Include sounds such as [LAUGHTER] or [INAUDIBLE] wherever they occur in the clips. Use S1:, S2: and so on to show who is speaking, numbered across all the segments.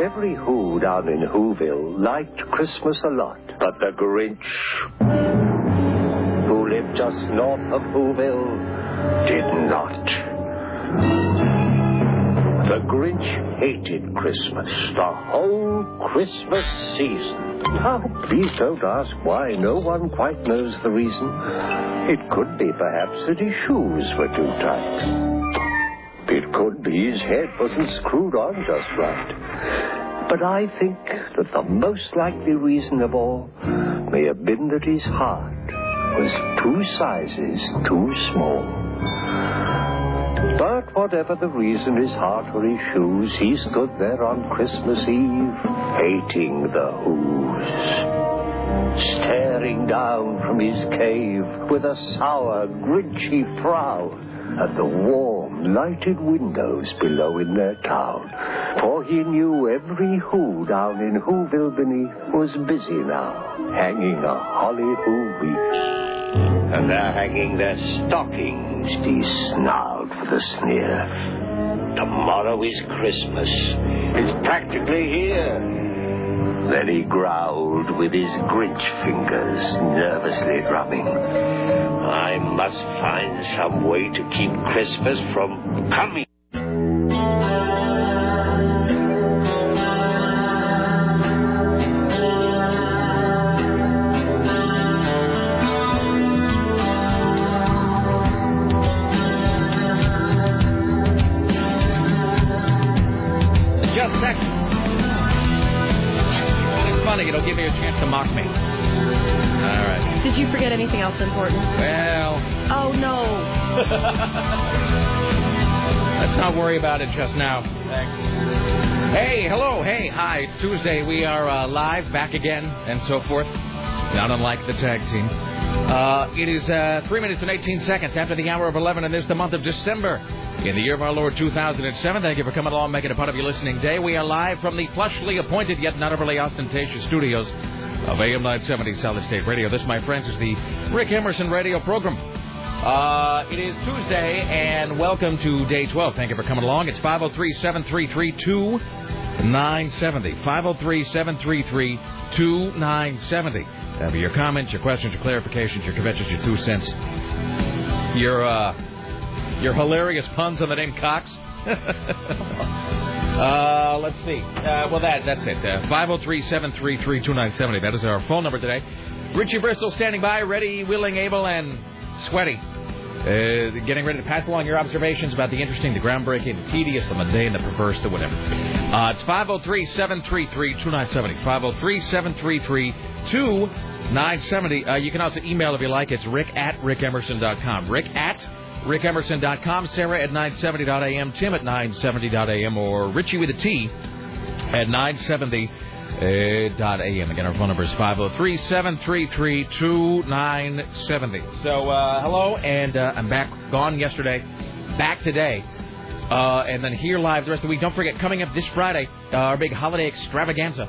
S1: Every who down in Whoville liked Christmas a lot, but the Grinch, who lived just north of Whoville, did not. The Grinch hated Christmas, the whole Christmas season. Ah, please don't ask why. No one quite knows the reason. It could be, perhaps, that his shoes were too tight. It could be his head wasn't screwed on just right. But I think that the most likely reason of all may have been that his heart was two sizes too small. But whatever the reason, his heart or his shoes, he stood there on Christmas Eve, hating the Who's, staring down from his cave with a sour, grinchy frown at the warm, lighted windows below in their town, for he knew every who down in Whoville beneath was busy now, hanging a holly who weeps. And they're hanging their stockings, he snarled with a sneer. Tomorrow is Christmas. It's practically here. Then he growled with his Grinch fingers nervously drumming. I must find some way to keep Christmas from coming.
S2: Just a second. It's funny. It'll give you a chance to mock me. All right.
S3: Did you forget anything else important?
S2: Well,
S3: Oh no.
S2: [LAUGHS] let's not worry about it just now. Thanks. Hey, hello, hey, hi. It's Tuesday. We are uh, live, back again, and so forth. Not unlike the tag team. Uh, it is uh, 3 minutes and 18 seconds after the hour of 11, and there's the month of December. In the year of our Lord 2007, thank you for coming along, making a part of your listening day. We are live from the plushly appointed yet not overly ostentatious studios of AM 970 Solid State Radio. This, my friends, is the Rick Emerson radio program. Uh, it is Tuesday, and welcome to day 12. Thank you for coming along. It's 503 733 2970. 503 733 2970. That'll be your comments, your questions, your clarifications, your conventions, your two cents, your, uh, your hilarious puns on the name Cox. [LAUGHS] Uh, let's see. Uh, well, that that's it. Uh, 503-733-2970. That is our phone number today. Richie Bristol standing by, ready, willing, able, and sweaty. Uh, getting ready to pass along your observations about the interesting, the groundbreaking, the tedious, the mundane, the perverse, the whatever. Uh, it's 503-733-2970. 503-733-2970. Uh, you can also email if you like. It's rick at rickemerson.com. Rick at rickemerson.com, Sarah at 970.am, Tim at 970.am, or Richie with a T at uh, 970.am. Again, our phone number is 503 733 2970. So, uh, hello, and uh, I'm back, gone yesterday, back today. Uh, and then here live the rest of the week. Don't forget, coming up this Friday, uh, our big holiday extravaganza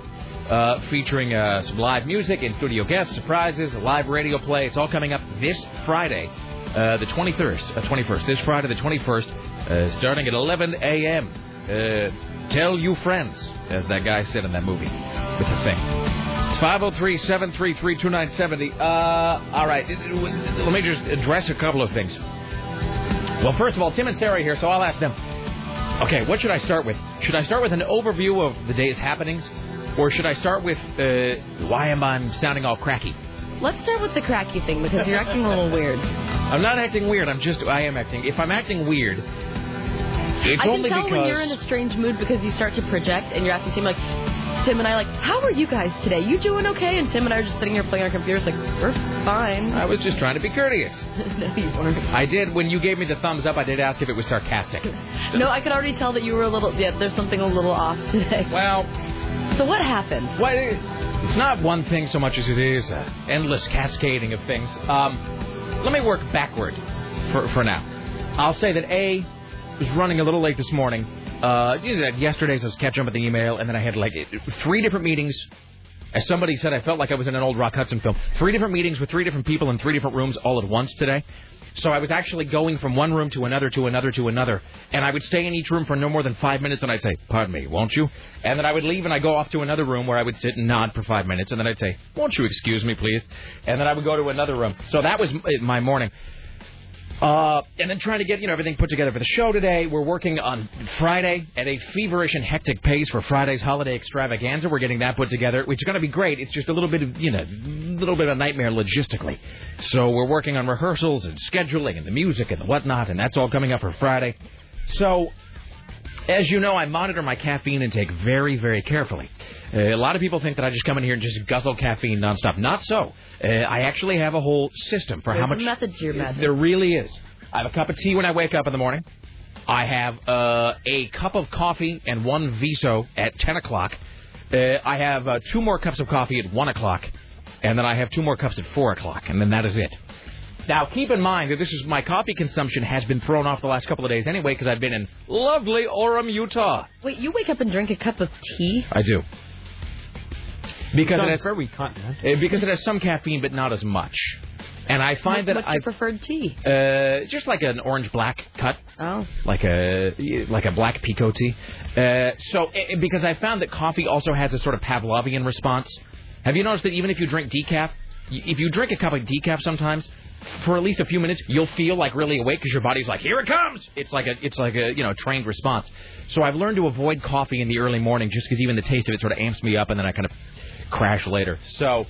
S2: uh, featuring uh, some live music and studio guests, surprises, a live radio play. It's all coming up this Friday, uh, the 21st, uh, 21st. This Friday, the 21st, uh, starting at 11 a.m. Uh, tell you friends, as that guy said in that movie with the thing. It's 503 733 2970. Uh, All right, let me just address a couple of things. Well, first of all, Tim and Sarah are here, so I'll ask them. Okay, what should I start with? Should I start with an overview of the day's happenings, or should I start with uh, why am I sounding all cracky?
S3: Let's start with the cracky thing because you're
S2: [LAUGHS]
S3: acting a little weird.
S2: I'm not acting weird. I'm just I am acting. If I'm acting weird, it's
S3: I can
S2: only
S3: tell
S2: because
S3: when you're in a strange mood because you start to project and you're asking Tim like, Tim and I like, how are you guys today? You doing okay? And Tim and I are just sitting here playing our computers like, we're fine.
S2: I was just trying to be courteous.
S3: [LAUGHS] no, you weren't.
S2: I did when you gave me the thumbs up. I did ask if it was sarcastic.
S3: No, I could already tell that you were a little. Yeah, there's something a little off today.
S2: Well,
S3: So what happened?
S2: what, it's not one thing so much as it is an endless cascading of things. Um, let me work backward for, for now. I'll say that A was running a little late this morning. Uh, you know, yesterday's I was catching up with the email, and then I had like three different meetings. As somebody said, I felt like I was in an old Rock Hudson film. Three different meetings with three different people in three different rooms all at once today. So I was actually going from one room to another to another to another, and I would stay in each room for no more than five minutes, and I'd say, "Pardon me, won't you?" And then I would leave and I go off to another room where I would sit and nod for five minutes, and then I'd say, "Won't you excuse me, please?" And then I would go to another room. So that was m- my morning. Uh, and then trying to get you know everything put together for the show today. We're working on Friday at a feverish and hectic pace for Friday's holiday extravaganza. We're getting that put together, which is going to be great. It's just a little bit of you know, a little bit of a nightmare logistically. So we're working on rehearsals and scheduling and the music and the whatnot, and that's all coming up for Friday. So as you know, I monitor my caffeine intake very, very carefully. Uh, a lot of people think that I just come in here and just guzzle caffeine nonstop. Not so. Uh, I actually have a whole system for how
S3: There's
S2: much.
S3: a method to your method.
S2: There really is. I have a cup of tea when I wake up in the morning. I have uh, a cup of coffee and one Viso at 10 o'clock. Uh, I have uh, two more cups of coffee at 1 o'clock. And then I have two more cups at 4 o'clock. And then that is it. Now, keep in mind that this is my coffee consumption has been thrown off the last couple of days anyway because I've been in lovely Orem, Utah.
S3: Wait, you wake up and drink a cup of tea?
S2: I do. Because
S4: Sounds
S2: it, has,
S4: very continent.
S2: eh, because it has some caffeine, but not as much. And I find
S3: What's
S2: that
S3: your
S2: I
S3: preferred tea?
S2: uh, just like an orange black cut,
S3: Oh,
S2: like a like a black picot tea. Uh, so eh, because I found that coffee also has a sort of Pavlovian response. Have you noticed that even if you drink decaf, y- if you drink a cup of decaf sometimes for at least a few minutes, you'll feel like really awake because your body's like, here it comes. It's like a it's like a you know trained response. So I've learned to avoid coffee in the early morning just because even the taste of it sort of amps me up and then I kind of crash later. So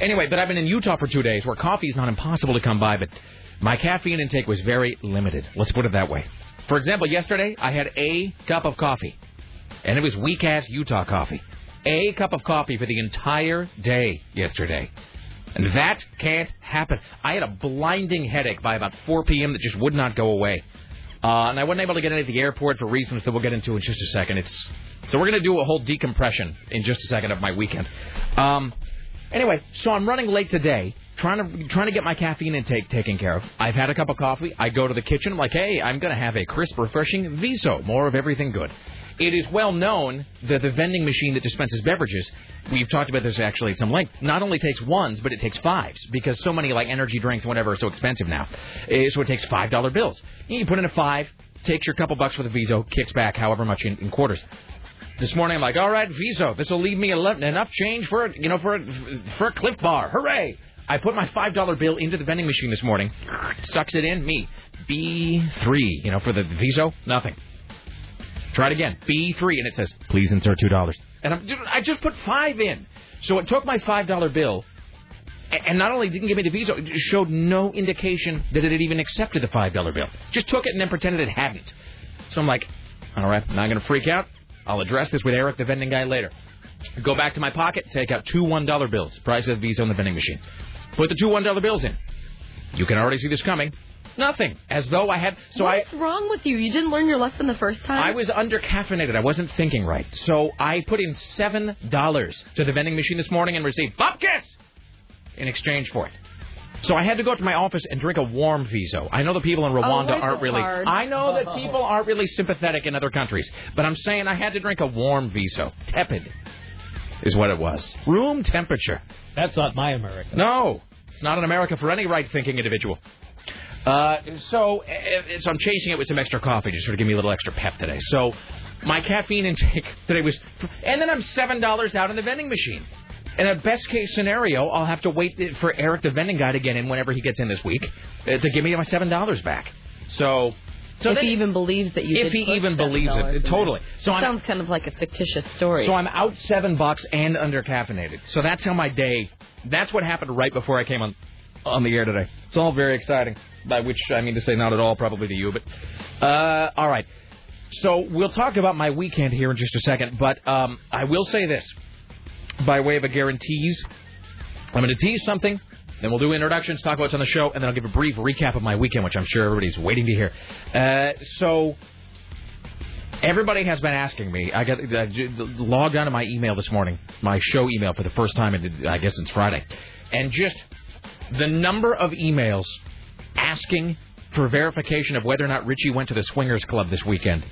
S2: Anyway, but I've been in Utah for two days where coffee is not impossible to come by, but my caffeine intake was very limited. Let's put it that way. For example, yesterday I had a cup of coffee, and it was weak ass Utah coffee. A cup of coffee for the entire day yesterday. And that can't happen. I had a blinding headache by about 4 p.m. that just would not go away. Uh, and I wasn't able to get in at the airport for reasons that we'll get into in just a second. It's so we're going to do a whole decompression in just a second of my weekend. Um, anyway, so I'm running late today, trying to trying to get my caffeine intake taken care of. I've had a cup of coffee. I go to the kitchen. I'm like, hey, I'm going to have a crisp, refreshing Viso. More of everything good. It is well known that the vending machine that dispenses beverages, we've talked about this actually at some length, not only takes ones, but it takes fives because so many like energy drinks and whatever are so expensive now. Eh, So it takes $5 bills. You put in a five, takes your couple bucks for the Viso, kicks back however much in, in quarters. This morning I'm like, all right, Viso, this will leave me ele- enough change for a, you know for a, for a Cliff Bar. Hooray! I put my five dollar bill into the vending machine this morning, sucks it in. Me, B three, you know, for the Viso, nothing. Try it again. B three, and it says, please insert two dollars. And I'm, dude, I just put five in, so it took my five dollar bill, a- and not only didn't give me the Visa, it showed no indication that it had even accepted the five dollar bill. Just took it and then pretended it hadn't. So I'm like, all right, not gonna freak out. I'll address this with Eric, the vending guy, later. Go back to my pocket, take out two one dollar bills, price of Visa on the vending machine. Put the two one dollar bills in. You can already see this coming. Nothing. As though I had. So I.
S3: what's wrong with you? You didn't learn your lesson the first time.
S2: I was under caffeinated. I wasn't thinking right. So I put in seven dollars to the vending machine this morning and received bupkis in exchange for it. So I had to go to my office and drink a warm Viso. I know the people in Rwanda
S3: what Oh, is
S2: aren't
S3: it
S2: really.
S3: hard?
S2: I know
S3: [LAUGHS]
S2: that people aren't really sympathetic in other countries, but I'm saying I had to drink a warm Viso. Tepid is what it was. Room temperature.
S4: That's not my America.
S2: No, it's not in America for any right-thinking individual. Uh, so, eh, so I'm chasing it with some extra coffee to sort of give me a little extra pep today. So, my caffeine intake [LAUGHS] today was, and then I'm seven dollars out in the vending machine. In a best case scenario, I'll have to wait for Eric, the vending guy, to get in whenever he gets in this week eh, to give me my seven dollars back. So, so
S3: if
S2: then-
S3: he even believes that you.
S2: if
S3: did
S2: he
S3: put
S2: even believes
S3: $7 in
S2: it,
S3: there.
S2: totally. So I'm
S3: Sounds kind of like a fictitious story.
S2: so I'm out seven bucks and under caffeinated. So that's how my day. That's what happened right before I came on on the air today. It's all very exciting. By which I mean to say not at all probably to you, but uh, all right. So we'll talk about my weekend here in just a second, but um, I will say this by way of a guarantees. I'm going to tease something, then we'll do introductions, talk about what's on the show, and then I'll give a brief recap of my weekend, which I'm sure everybody's waiting to hear. Uh, so. Everybody has been asking me. I got I j- logged onto my email this morning, my show email for the first time, in, I guess, since Friday, and just the number of emails asking for verification of whether or not Richie went to the swingers club this weekend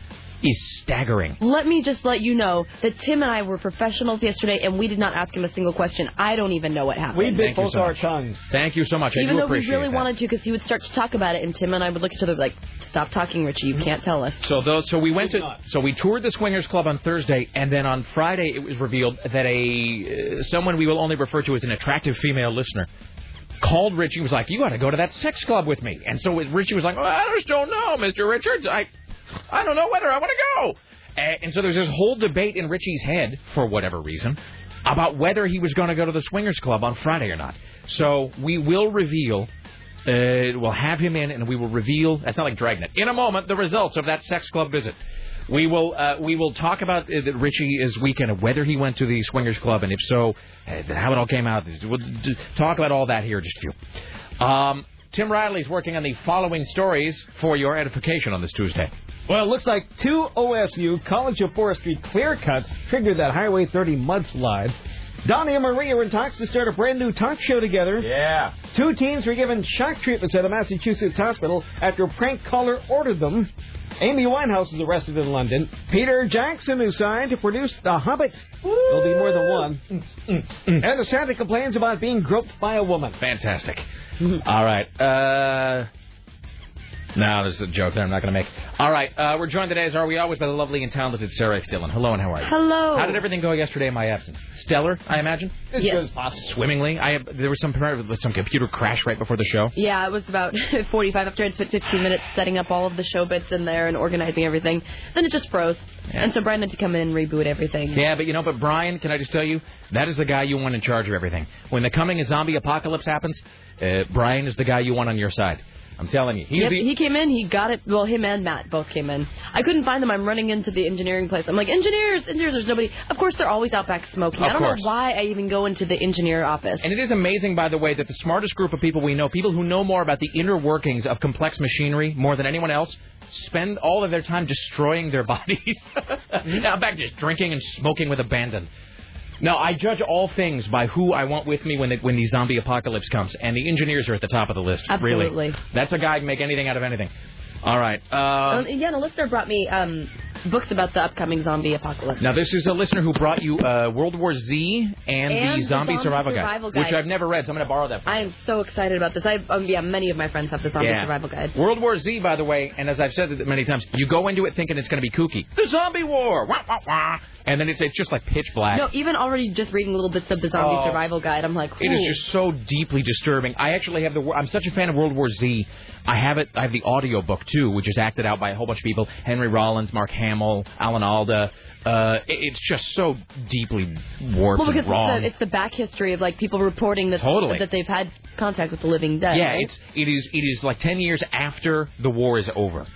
S2: is staggering.
S3: Let me just let you know that Tim and I were professionals yesterday, and we did not ask him a single question. I don't even know what happened.
S4: We bit
S2: Thank you
S4: both
S2: so
S4: our
S2: much.
S4: tongues.
S2: Thank you so much. I
S3: even
S2: do
S3: though we
S2: appreciate
S3: really
S2: that.
S3: wanted to, because he would start to talk about it, and Tim and I would look at each other like, "Stop talking, Richie.
S4: Mm-hmm.
S3: You can't tell us."
S2: So those, so we went
S4: Who's
S2: to,
S4: not?
S2: so we toured the Swingers Club on Thursday, and then on Friday it was revealed that a uh, someone we will only refer to as an attractive female listener called Richie and was like, "You got to go to that sex club with me." And so Richie was like, well, "I just don't know, Mr. Richards. I, I don't know whether I want to go." A- And so there's this whole debate in Richie's head for whatever reason about whether he was going to go to the Swingers Club on Friday or not. So we will reveal uh, we'll have him in, and we will reveal. That's not like Dragnet. In a moment, the results of that sex club visit. We will uh, we will talk about uh, that Richie is weekend and whether he went to the swingers club, and if so, uh, how it all came out. We'll d- talk about all that here in just a few. Um, Tim Riley's working on the following stories for your edification on this Tuesday.
S4: Well, it looks like two OSU College of Forestry clear cuts triggered that Highway 30 mudslide. Donnie and Marie are in talks to start a brand new talk show together.
S2: Yeah.
S4: Two teens were given shock treatments at a Massachusetts hospital after a prank caller ordered them. Amy Winehouse is arrested in London. Peter Jackson is signed to produce The Hobbit. There'll be more than one. And the Santa complains about being groped by a woman.
S2: Fantastic. [LAUGHS] All right. Uh, no, there's a joke there I'm not going to make. All right. Uh, we're joined today, as are we always, by the lovely and talented Sarah X. Dillon. Hello, and how are you?
S3: Hello.
S2: How did everything go yesterday in my absence? Stellar, I imagine.
S4: It's
S3: Yes.
S4: good as possible.
S2: Swimmingly. I have, there was some some computer crash right before the show.
S3: Yeah, it was about [LAUGHS] 45 after I'd spent 15 minutes setting up all of the show bits in there and organizing everything. Then it just froze. And so Brian had to come in and reboot everything.
S2: Yeah, but you know, but Brian, can I just tell you, that is the guy you want in charge of everything. When the coming zombie apocalypse happens, uh, Brian is the guy you want on your side. I'm telling you, he's
S3: Yep,
S2: the
S3: he came in, he got it. Well, him and Matt both came in. I couldn't find them. I'm running into the engineering place. I'm like, engineers, engineers, there's nobody. Of course, they're always out back smoking.
S2: Of
S3: I don't
S2: course.
S3: know why I even go into the engineer office.
S2: And it is amazing, by the way, that the smartest group of people we know, people who know more about the inner workings of complex machinery more than anyone else, spend all of their time destroying their [LAUGHS] bodies.
S3: Mm-hmm.
S2: now back just drinking and smoking with abandon. No, I judge all things by who I want with me when the, when the zombie apocalypse comes, and the engineers are at the top of the list. Really,
S3: Absolutely.
S2: that's a guy who can make anything out of anything. All right. Uh,
S3: Um, yeah, and a listener brought me um, books about the upcoming zombie apocalypse.
S2: now this is a listener who brought you uh, World War Z and,
S3: And
S2: the
S3: the
S2: Zombie,
S3: Zombie
S2: Survival,
S3: Survival
S2: Guide,
S3: Guide.
S2: which I've never read, so I'm going to borrow that.
S3: I am so excited about this. I um, yeah, many of my friends have the zombie survival guide.
S2: World War Z, by the way, and as I've said it many times, you go into it thinking it's going to be kooky. The zombie war! Wah, wah, wah. And then it's, it's just like pitch black.
S3: No, even already just reading little bits of the zombie
S2: Oh.
S3: survival guide, I'm like,
S2: It is
S3: "Ooh."
S2: just so deeply disturbing. I actually have the. wor- I'm such a fan of World War Z. I have it. I have the audio book too, which is acted out by a whole bunch of people: Henry Rollins, Mark Hamill, Alan Alda. Uh, it- it's just so deeply warped
S3: well because
S2: and wrong.
S3: It's, the, it's the back history of like people reporting that
S2: Totally.
S3: that they've had contact with the living dead.
S2: Yeah,
S3: right?
S2: it's it is it is like ten years after the war is over.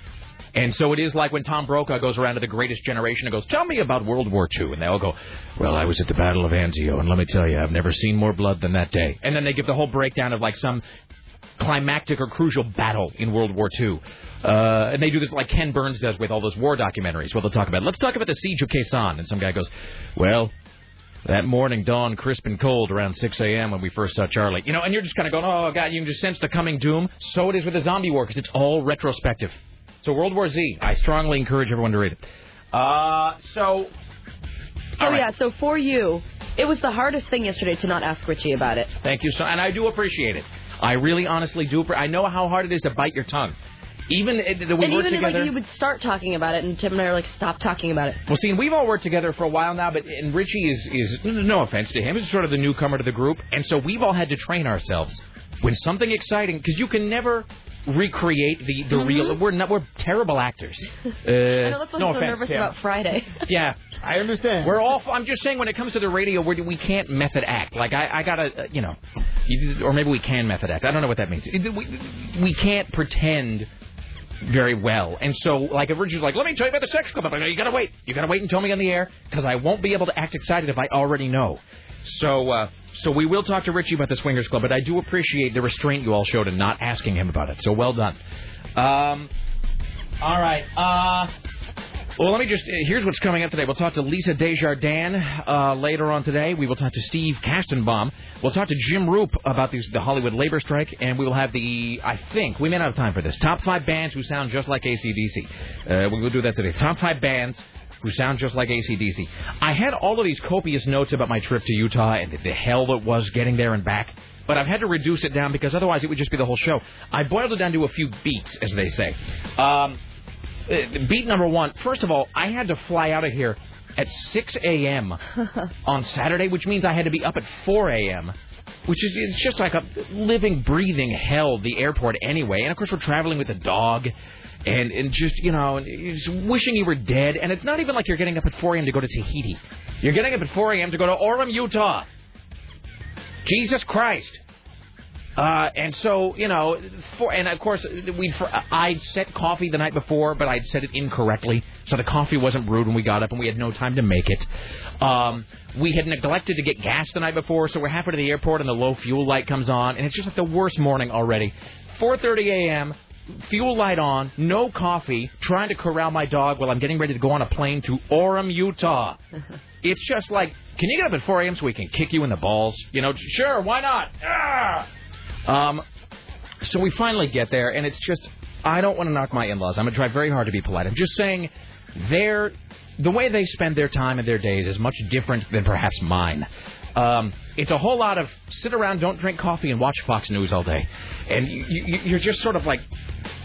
S2: And so it is like when Tom Brokaw goes around to the greatest generation and goes, Tell me about World War II. And they all go, Well, I was at the Battle of Anzio, and let me tell you, I've never seen more blood than that day. And then they give the whole breakdown of like some climactic or crucial battle in World War II. Uh, and they do this like Ken Burns does with all those war documentaries where they'll talk about, Let's talk about the Siege of Quezon. And some guy goes, Well, that morning dawned crisp and cold around 6 a.m. when we first saw Charlie. You know, and you're just kind of going, oh, God, you can just sense the coming doom. So it is with the zombie war because it's all retrospective. So World War Z, I strongly encourage everyone to read it. Uh, so,
S3: Oh
S2: All right.
S3: yeah, so for you, it was the hardest thing yesterday to not ask Richie about it.
S2: thank you so And I do appreciate it. I really honestly do. appre- I know how hard it is to bite your tongue. Even uh, that we
S3: and even
S2: work together.
S3: like you would start talking about it, and Tim and I are like, stop talking about it.
S2: Well, see, and we've all worked together for a while now, but and Richie is is no offense to him, is sort of the newcomer to the group, and so we've all had to train ourselves when something exciting because you can never recreate the the real. We're not we're terrible actors. Uh,
S3: Mm-hmm. [LAUGHS] I know that's why
S2: no
S3: I'm so
S2: offense,
S3: nervous
S2: Tim.
S3: about Friday. [LAUGHS]
S4: [LAUGHS]
S2: Yeah,
S4: I understand.
S2: we're all. I'm just saying, when it comes to the radio, we're, we can't method act. Like I, I gotta, uh, you know, you- or maybe we can method act. I don't know what that means. It- We, we can't pretend very well, and so like if Richard's like, let me tell you about the sex club. I'm like, no, you gotta wait. You gotta wait and tell me on the air because I won't be able to act excited if I already know. So, uh, so we will talk to Richie about the swingers club, but I do appreciate the restraint you all showed in not asking him about it. So well done. Um, all right. Uh, Well, let me just. Here's what's coming up today. We'll talk to Lisa Desjardins uh, later on today. We will talk to Steve Kastenbaum. We'll talk to Jim Roop about these, the Hollywood labor strike, and we will have the. I think we may not have time for this. Top five bands who sound just like ACDC. Uh, we'll do that today. Top five bands who sound just like ACDC. I had all of these copious notes about my trip to Utah and the, the hell that was getting there and back, but I've had to reduce it down because otherwise it would just be the whole show. I boiled it down to a few beats, as they say. Um, uh, beat number one. First of all, I had to fly out of here at 6 a.m. on Saturday, which means I had to be up at 4 a.m. Which is it's just like a living, breathing hell. The airport, anyway, and of course we're traveling with a dog, and and just you know, and just wishing you were dead. And it's not even like you're getting up at 4 a.m. to go to Tahiti. You're getting up at 4 a.m. to go to Orem, Utah. Jesus Christ. Uh, and so you know, for, and of course we I'd set coffee the night before, but I'd set it incorrectly, so the coffee wasn't brewed when we got up, and we had no time to make it. Um, we had neglected to get gas the night before, so we're halfway to the airport, and the low fuel light comes on, and it's just like the worst morning already. 4:30 a.m. Fuel light on, no coffee, trying to corral my dog while I'm getting ready to go on a plane to Orem, Utah. It's just like, can you get up at 4 a.m. so we can kick you in the balls? You know, sure, why not? Ah! Um, so we finally get there, and it's just I don't want to knock my in-laws. I'm gonna try very hard to be polite. I'm just saying, their the way they spend their time and their days is much different than perhaps mine. Um, it's a whole lot of sit around, don't drink coffee, and watch Fox News all day, and you, you, you're just sort of like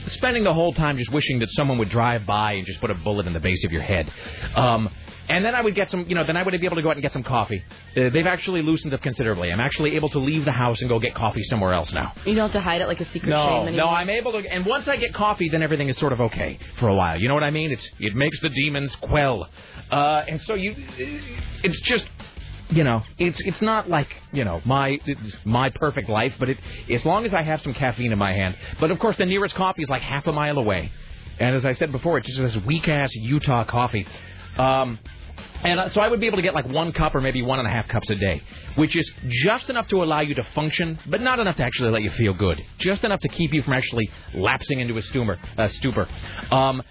S2: spending the whole time just wishing that someone would drive by and just put a bullet in the base of your head. Um, and then I would get some, you know, then I would be able to go out and get some coffee. Uh, they've actually loosened up considerably. I'm actually able to leave the house and go get coffee somewhere else now.
S3: You don't have to hide it like a secret
S2: No,
S3: shame anymore.
S2: no, I'm able to. And once I get coffee, then everything is sort of okay for a while. You know what I mean? It's it makes the demons quell. Uh, and so you, it's just, you know, it's it's not like you know my it's my perfect life, but it as long as I have some caffeine in my hand. But of course, the nearest coffee is like half a mile away. And as I said before, it's just this weak ass Utah coffee. Um, and uh, so I would be able to get like one cup or maybe one and a half cups a day, which is just enough to allow you to function, but not enough to actually let you feel good. Just enough to keep you from actually lapsing into a stumer, uh, stupor. Um,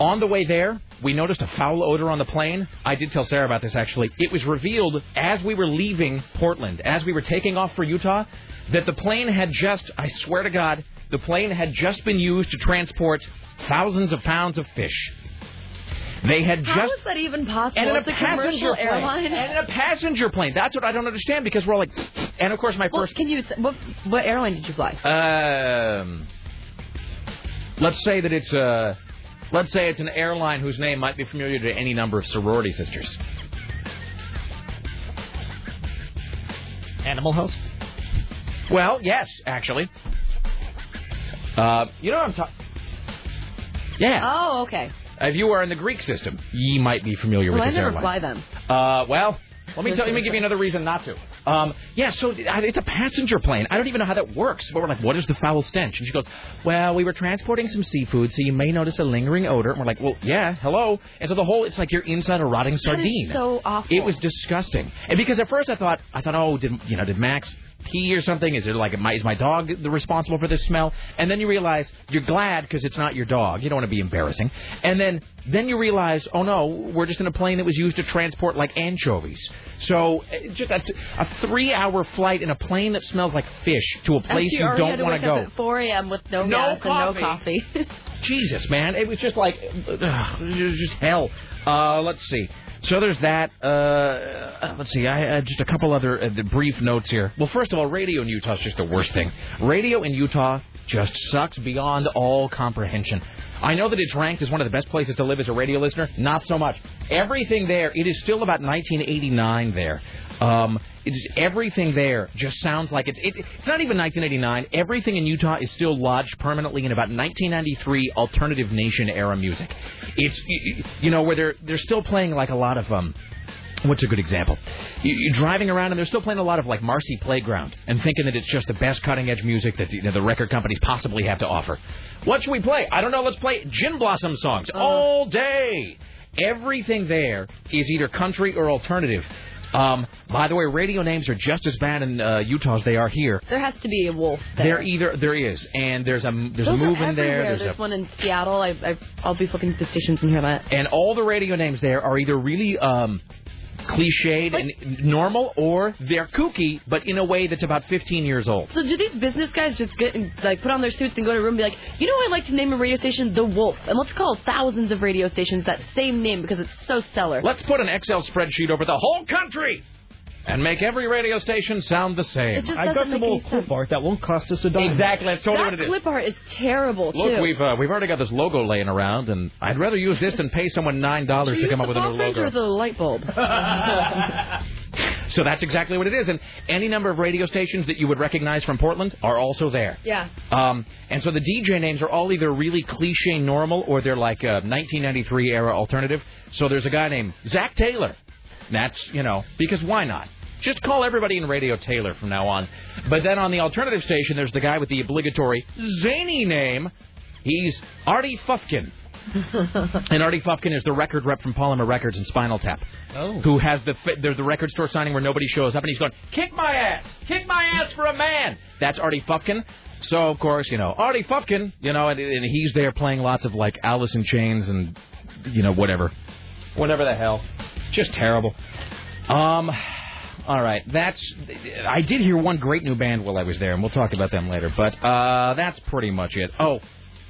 S2: on the way there, we noticed a foul odor on the plane. I did tell Sarah about this actually. It was revealed as we were leaving Portland, as we were taking off for Utah, that the plane had just, I swear to God, the plane had just been used to transport thousands of pounds of fish. They had
S3: How
S2: just
S3: is that even possible?
S2: and in a
S3: it's a commercial
S2: passenger plane.
S3: airline. [LAUGHS]
S2: And in a passenger plane. That's what I don't understand because we're all like, and of course my
S3: Well,
S2: first.
S3: can you? What, what airline did you fly?
S2: Um, let's say that it's a, let's say it's an airline whose name might be familiar to any number of sorority sisters.
S4: Animal House?
S2: Well, yes, actually. Uh, you know what I'm talking. Yeah.
S3: Oh, okay.
S2: If you are in the Greek system, ye might be familiar
S3: Well,
S2: with
S3: I
S2: this
S3: never
S2: airline.
S3: fly them.
S2: Uh, well, let me tell, let me give you another reason not to. Um, yeah, so I- it's a passenger plane. I don't even know how that works. But we're like, what is the foul stench? And she goes, well, we were transporting some seafood, so you may notice a lingering odor. And we're like, well, yeah, hello. And so the whole, it's like you're inside a rotting
S3: That is
S2: sardine.
S3: so awful.
S2: It was disgusting. And because at first I thought, I thought, oh, did you know, did Max pee or something? Is it like my, is my dog the responsible for this smell? And then you realize you're glad because it's not your dog. You don't want to be embarrassing. And then then you realize, oh no, we're just in a plane that was used to transport like anchovies. So eh, just a, a three-hour flight in a plane that smells like fish to a place
S3: After
S2: you
S3: already had
S2: don't
S3: to
S2: want
S3: wake
S2: to
S3: up
S2: go.
S3: At 4 a.m. with no,
S2: No
S3: gas and no
S2: coffee.
S3: coffee. [LAUGHS]
S2: Jesus, man, it was just like ugh, it was just hell. Uh, let's see. So there's that. Uh, Uh, let's see. I uh, just a couple other uh, brief notes here. Well, first of all, radio in Utah is just the worst thing. Radio in Utah just sucks beyond all comprehension. I know that it's ranked as one of the best places to live as a radio listener. Not so much. Everything there, it is still about 1989 there. Um, it's, everything there just sounds like it's it, it's not even 1989. Everything in Utah is still lodged permanently in about 1993 alternative nation era music. It's you, you know where they're they're still playing like a lot of um. What's a good example? You, you're driving around and they're still playing a lot of like Marcy Playground and thinking that it's just the best cutting edge music that you know, the record companies possibly have to offer. What should we play? I don't know. Let's play Gin Blossom
S3: Uh-huh.
S2: songs all day. Everything there is either country or alternative. Um, by the way, radio names are just as bad in uh, Utah as they are here.
S3: There has to be a wolf
S2: There
S3: there.
S2: either there is, and there's a e- there's
S3: Those
S2: a move
S3: are
S2: in there.
S3: everywhere.
S2: There's, a
S3: one in Seattle. I, I, I'll be flipping the stations and hear that.
S2: and all the radio names there are either really um, cliched and normal, or they're kooky, but in a way that's about 15 years old.
S3: So do these business guys just get and, like put on their suits and go to a room and be like, you know, I'd like to name a radio station The Wolf, and let's call thousands of radio stations that same name because it's so stellar.
S2: Let's put an Excel spreadsheet over the whole country and make every radio station sound the same.
S3: It just I've got doesn't some make old any sense. clip
S2: art that won't cost us a dime. Exactly, that's
S3: that
S2: totally what it is.
S3: clip art is terrible
S2: Look,
S3: too.
S2: we've uh, we've already got this logo laying around, and I'd rather use this than pay someone nine dollars
S3: Do
S2: to
S3: you
S2: come
S3: use
S2: up with
S3: the
S2: a new
S3: font print
S2: logo.
S3: or the light
S2: [LAUGHS]
S3: bulb?
S2: So that's exactly what it is, and any number of radio stations that you would recognize from Portland are also there.
S3: yeah.
S2: Um, and so the DJ names are all either really cliche normal or they're like a 1993 era alternative. So there's a guy named Zach Taylor. That's, you know, because why not? Just call everybody in Radio Taylor from now on. But then on the alternative station, there's the guy with the obligatory zany name. He's Artie Fufkin. and Artie Fufkin is the record rep from Polymer Records and Spinal Tap,
S5: Oh.
S2: who has the fi- the, the record store signing where nobody shows up, and he's going, "Kick my ass! Kick my ass for a man!" That's Artie Fufkin. So of course, you know Artie Fufkin, you know, and, and he's there playing lots of like Alice in Chains and you know whatever, whatever the hell, just terrible. Um, all right, that's I did hear one great new band while I was there, and we'll talk about them later. But uh, that's pretty much it. Oh,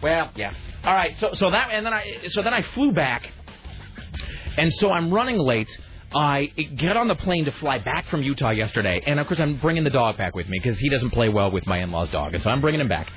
S2: well, yeah. All right, so so that and then I so then I flew back and so I'm running late. I get on the plane to fly back from Utah yesterday, and of course I'm bringing the dog back with me because he doesn't play well with my in-laws' dog, and so I'm bringing him back.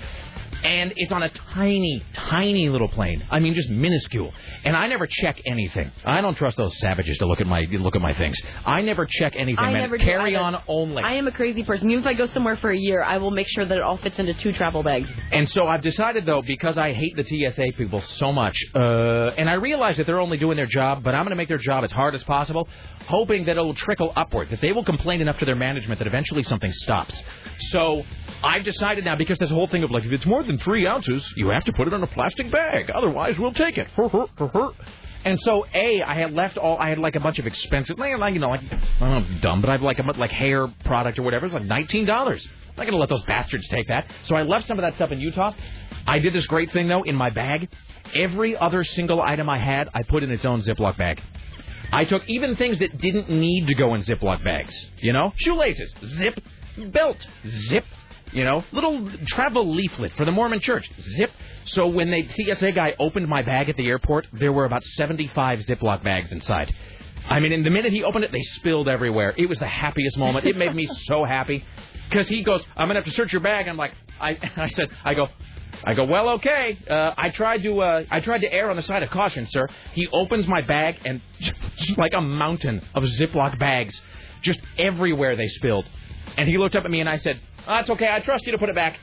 S2: And it's on a tiny, tiny little plane. I mean, just minuscule. And I never check anything. I don't trust those savages to look at my look at my things. I never check anything.
S3: I
S2: man.
S3: never do
S2: Carry
S3: either.
S2: on only.
S3: I am a crazy person. Even if I go somewhere for a year, I will make sure that it all fits into two travel bags.
S2: And so I've decided, though, because I hate the TSA people so much, uh, and I realize that they're only doing their job, but I'm going to make their job as hard as possible, hoping that it'll trickle upward, that they will complain enough to their management that eventually something stops. So I've decided now, because this whole thing of like, if it's more than three ounces, you have to put it in a plastic bag, otherwise we'll take it. And so, a, I had left all. I had like a bunch of expensive, like like, you know, like I don't know, if it's dumb, but I have like a mu- like hair product or whatever. It's like nineteen dollars. I'm not gonna let those bastards take that. So I left some of that stuff in Utah. I did this great thing though in my bag. Every other single item I had, I put in its own Ziploc bag. I took even things that didn't need to go in Ziploc bags. You know, shoelaces, zip, belt, zip. You know, little travel leaflet for the Mormon Church, zip. So when the TSA guy opened my bag at the airport, there were about 75 Ziploc bags inside. I mean, in the minute he opened it, they spilled everywhere. It was the happiest moment. It made me so happy because he goes, "I'm gonna have to search your bag." I'm like, I, [LAUGHS] I said, I go, I go, well, okay. Uh, I tried to, uh, I tried to err on the side of caution, sir. He opens my bag and [LAUGHS] like a mountain of Ziploc bags, just everywhere they spilled. And he looked up at me and I said, oh, "It's okay. I trust you to put it back."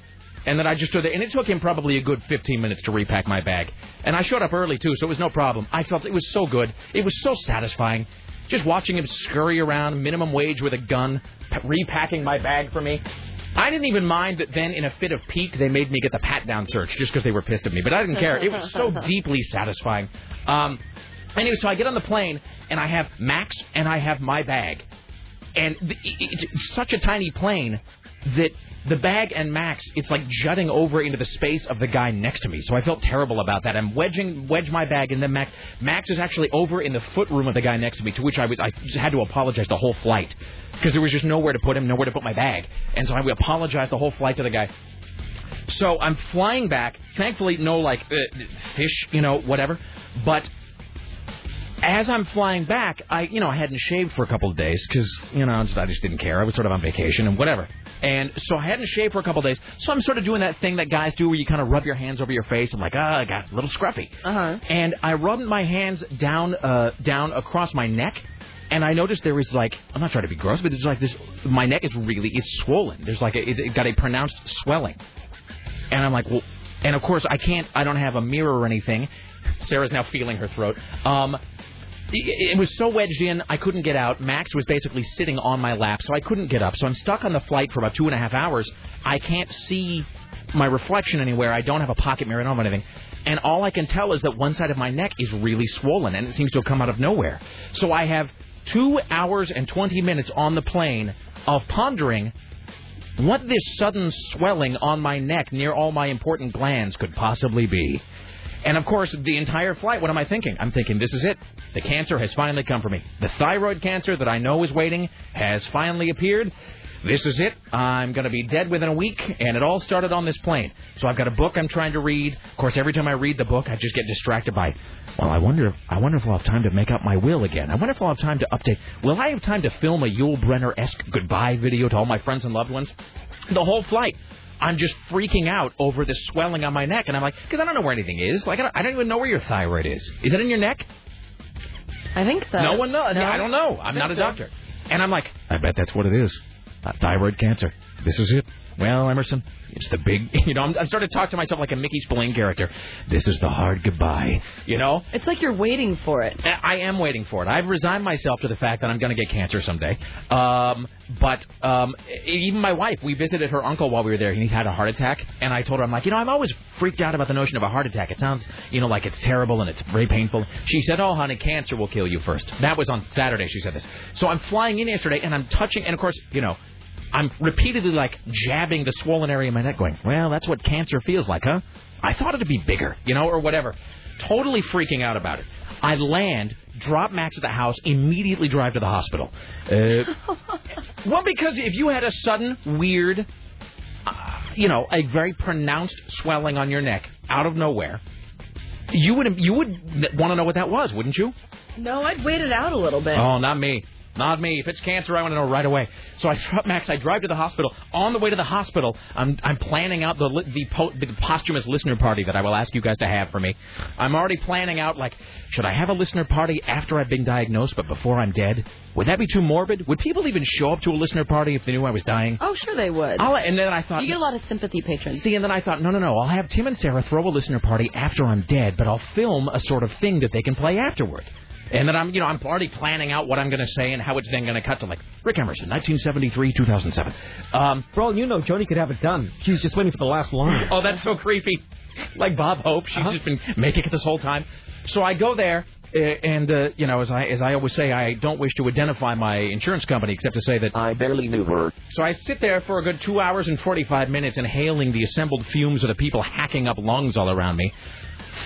S2: And then I just stood there, and it took him probably a good 15 minutes to repack my bag. And I showed up early too, so it was no problem. I felt it was so good. It was so satisfying. Just watching him scurry around, minimum wage with a gun, p- repacking my bag for me. I didn't even mind that then, in a fit of pique, they made me get the pat down search just because they were pissed at me. But I didn't care. It was so deeply satisfying. Um, anyway, so I get on the plane, and I have Max, and I have my bag and the, it, it's such a tiny plane that the bag and Max, it's like jutting over into the space of the guy next to me. So I felt terrible about that. I'm wedging wedge my bag, and then Max Max is actually over in the foot room of the guy next to me, to which I was I just had to apologize the whole flight because there was just nowhere to put him, nowhere to put my bag, and so I apologized the whole flight to the guy. So I'm flying back. Thankfully, no like uh, fish, you know, whatever. But as I'm flying back, I you know I hadn't shaved for a couple of days because you know just, I just didn't care. I was sort of on vacation and whatever, and so I hadn't shaved for a couple of days. So I'm sort of doing that thing that guys do where you kind of rub your hands over your face. I'm like, ah, I got a little scruffy, uh-huh. and I rubbed my hands down uh, down across my neck. And I noticed there is like I'm not trying to be gross, but there's like this. My neck is really it's swollen. There's like a, it's it got a pronounced swelling. And I'm like, well, and of course I can't, I don't have a mirror or anything. Sarah's now feeling her throat. Um, it, it was so wedged in, I couldn't get out. Max was basically sitting on my lap, so I couldn't get up. So I'm stuck on the flight for about two and a half hours. I can't see my reflection anywhere. I don't have a pocket mirror. I don't have anything. And all I can tell is that one side of my neck is really swollen, and it seems to have come out of nowhere. So I have two hours and 20 minutes on the plane of pondering what this sudden swelling on my neck near all my important glands could possibly be. And of course, the entire flight, what am I thinking? I'm thinking, this is it. The cancer has finally come for me. The thyroid cancer that I know is waiting has finally appeared. This is it. I'm going to be dead within a week, and it all started on this plane. So I've got a book I'm trying to read. Of course, every time I read the book, I just get distracted by, well, I wonder, if, I wonder if I'll have time to make up my will again. I wonder if I'll have time to update. Will I have time to film a Yul Brenner-esque goodbye video to all my friends and loved ones? The whole flight. I'm just freaking out over the swelling on my neck, and I'm like, because I don't know where anything is. Like, I don't, I don't even know where your thyroid is. Is it in your neck?
S3: I think so.
S2: No one knows. Yeah, I don't know. I'm not a doctor. And I'm like, I bet that's what it is. Uh, thyroid cancer. This is it. Well, Emerson, it's the big, [LAUGHS] you know, I'm, I'm starting to talk to myself like a Mickey Spillane character. This is the hard goodbye, you know?
S3: It's like you're waiting for it.
S2: I I am waiting for it. I've resigned myself to the fact that I'm going to get cancer someday. Um, but um, e- even my wife, we visited her uncle while we were there, and he had a heart attack. And I told her, I'm like, you know, I'm always freaked out about the notion of a heart attack. It sounds, you know, like it's terrible and it's very painful. She said, oh, honey, cancer will kill you first. That was on Saturday. She said this. So I'm flying in yesterday, and I'm touching, and of course, you know. I'm repeatedly like jabbing the swollen area in my neck, going, "Well, that's what cancer feels like, huh?" I thought it'd be bigger, you know, or whatever. Totally freaking out about it. I land, drop Max at the house, immediately drive to the hospital. Uh, well, because if you had a sudden weird, uh, you know, a very pronounced swelling on your neck out of nowhere, you would you would want to know what that was, wouldn't you?
S3: No, I'd wait it out a little bit.
S2: Oh, not me. Not me. If it's cancer, I want to know right away. So I drop Max. I drive to the hospital. On the way to the hospital, I'm I'm planning out the li- the, po- the posthumous listener party that I will ask you guys to have for me. I'm already planning out like, should I have a listener party after I've been diagnosed but before I'm dead? Would that be too morbid? Would people even show up to a listener party if they knew I was dying?
S3: Oh, sure they would.
S2: I'll, and then I thought,
S3: you get a lot of sympathy patrons.
S2: See, and then I thought, no, no, no. I'll have Tim and Sarah throw a listener party after I'm dead, but I'll film a sort of thing that they can play afterward. And then I'm, you know, I'm already planning out what I'm going to say and how it's then going to cut to like Rick Emerson, 1973, 2007. Um,
S4: For all you know, Joni could have it done. She was just waiting for the last line.
S2: oh, that's so creepy. Like Bob Hope, she's just been making it this whole time. So I go there, uh, and uh, you know, as I as I always say, I don't wish to identify my insurance company except to say that
S1: I barely knew her.
S2: so I sit there for a good two hours and 45 minutes inhaling the assembled fumes of the people hacking up lungs all around me.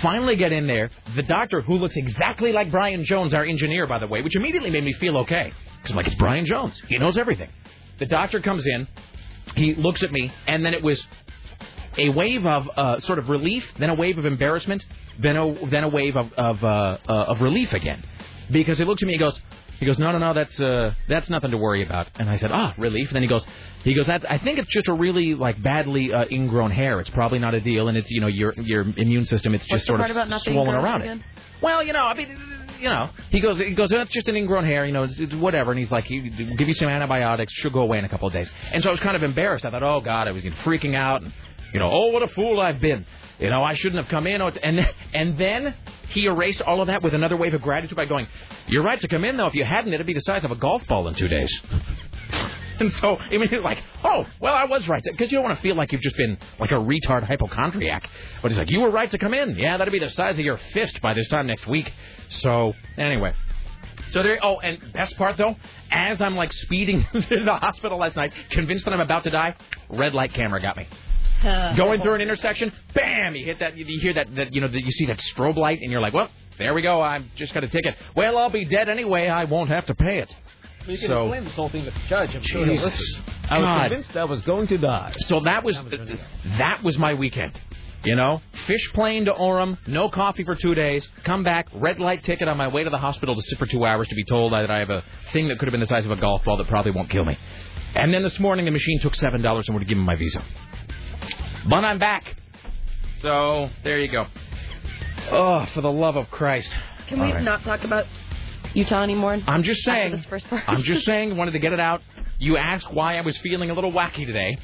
S2: Finally get in there. The doctor, who looks exactly like Brian Jones, our engineer, by the way, which immediately made me feel okay. Because I'm like, it's Brian Jones. He knows everything. The doctor comes in. He looks at me, and then it was a wave of uh, sort of relief, then a wave of embarrassment, then a then a wave of of, uh, uh, of relief again, because he looked at me and goes, he goes, no, no, no, that's uh, that's nothing to worry about. And I said, ah, relief. And then he goes, he goes, that I think it's just a really like badly uh, ingrown hair. It's probably not a deal, and it's you know your your immune system, it's
S3: What's
S2: just
S3: the
S2: sort
S3: part
S2: of
S3: about not being
S2: swollen
S3: grown
S2: around
S3: again?
S2: it. Well, you know, I mean, you know, he goes, he goes, that's just an ingrown hair, you know, it's, it's whatever. And he's like, he we'll give you some antibiotics, she'll go away in a couple of days. And so I was kind of embarrassed. I thought, oh God, I was freaking out, and you know, oh what a fool I've been. You know, I shouldn't have come in. Oh, it's- And and then he erased all of that with another wave of gratitude by going, you're right to come in though. If you hadn't, it'd be the size of a golf ball in two days. [LAUGHS] And so, I mean, it's like, oh, well, I was right. Because you don't want to feel like you've just been like a retard hypochondriac. But he's like, you were right to come in. Yeah, that'll be the size of your fist by this time next week. So, anyway. So there. Oh, and best part though, as I'm like speeding [LAUGHS] to the hospital last night, convinced that I'm about to die, red light camera got me. Going through an intersection, bam! You hit that. You hear that. That you know. That you see that strobe light, and you're like, well, there we go. I've just got a ticket. Well, I'll be dead anyway. I won't have to pay it.
S4: You can
S2: So-
S4: explain this whole thing to the judge. I'm sure he'll
S2: Jesus.
S4: listen. I was
S2: God.
S4: convinced I was going to die.
S2: So that was
S4: That was
S2: that was my weekend. You know, fish plane to Orem, no coffee for two days, come back, red light ticket on my way to the hospital to sit for two hours to be told that I have a thing that could have been the size of a golf ball that probably won't kill me. And then this morning the machine took seven dollars and would give me my visa. But I'm back. So there you go. Oh, for the love of Christ.
S3: Can we
S2: All
S3: [LAUGHS]
S2: right.
S3: not talk about Utah anymore?
S2: I'm just
S3: After
S2: saying.
S3: this first part. [LAUGHS]
S2: I'm just saying. Wanted to get it out. You asked why I was feeling a little wacky today.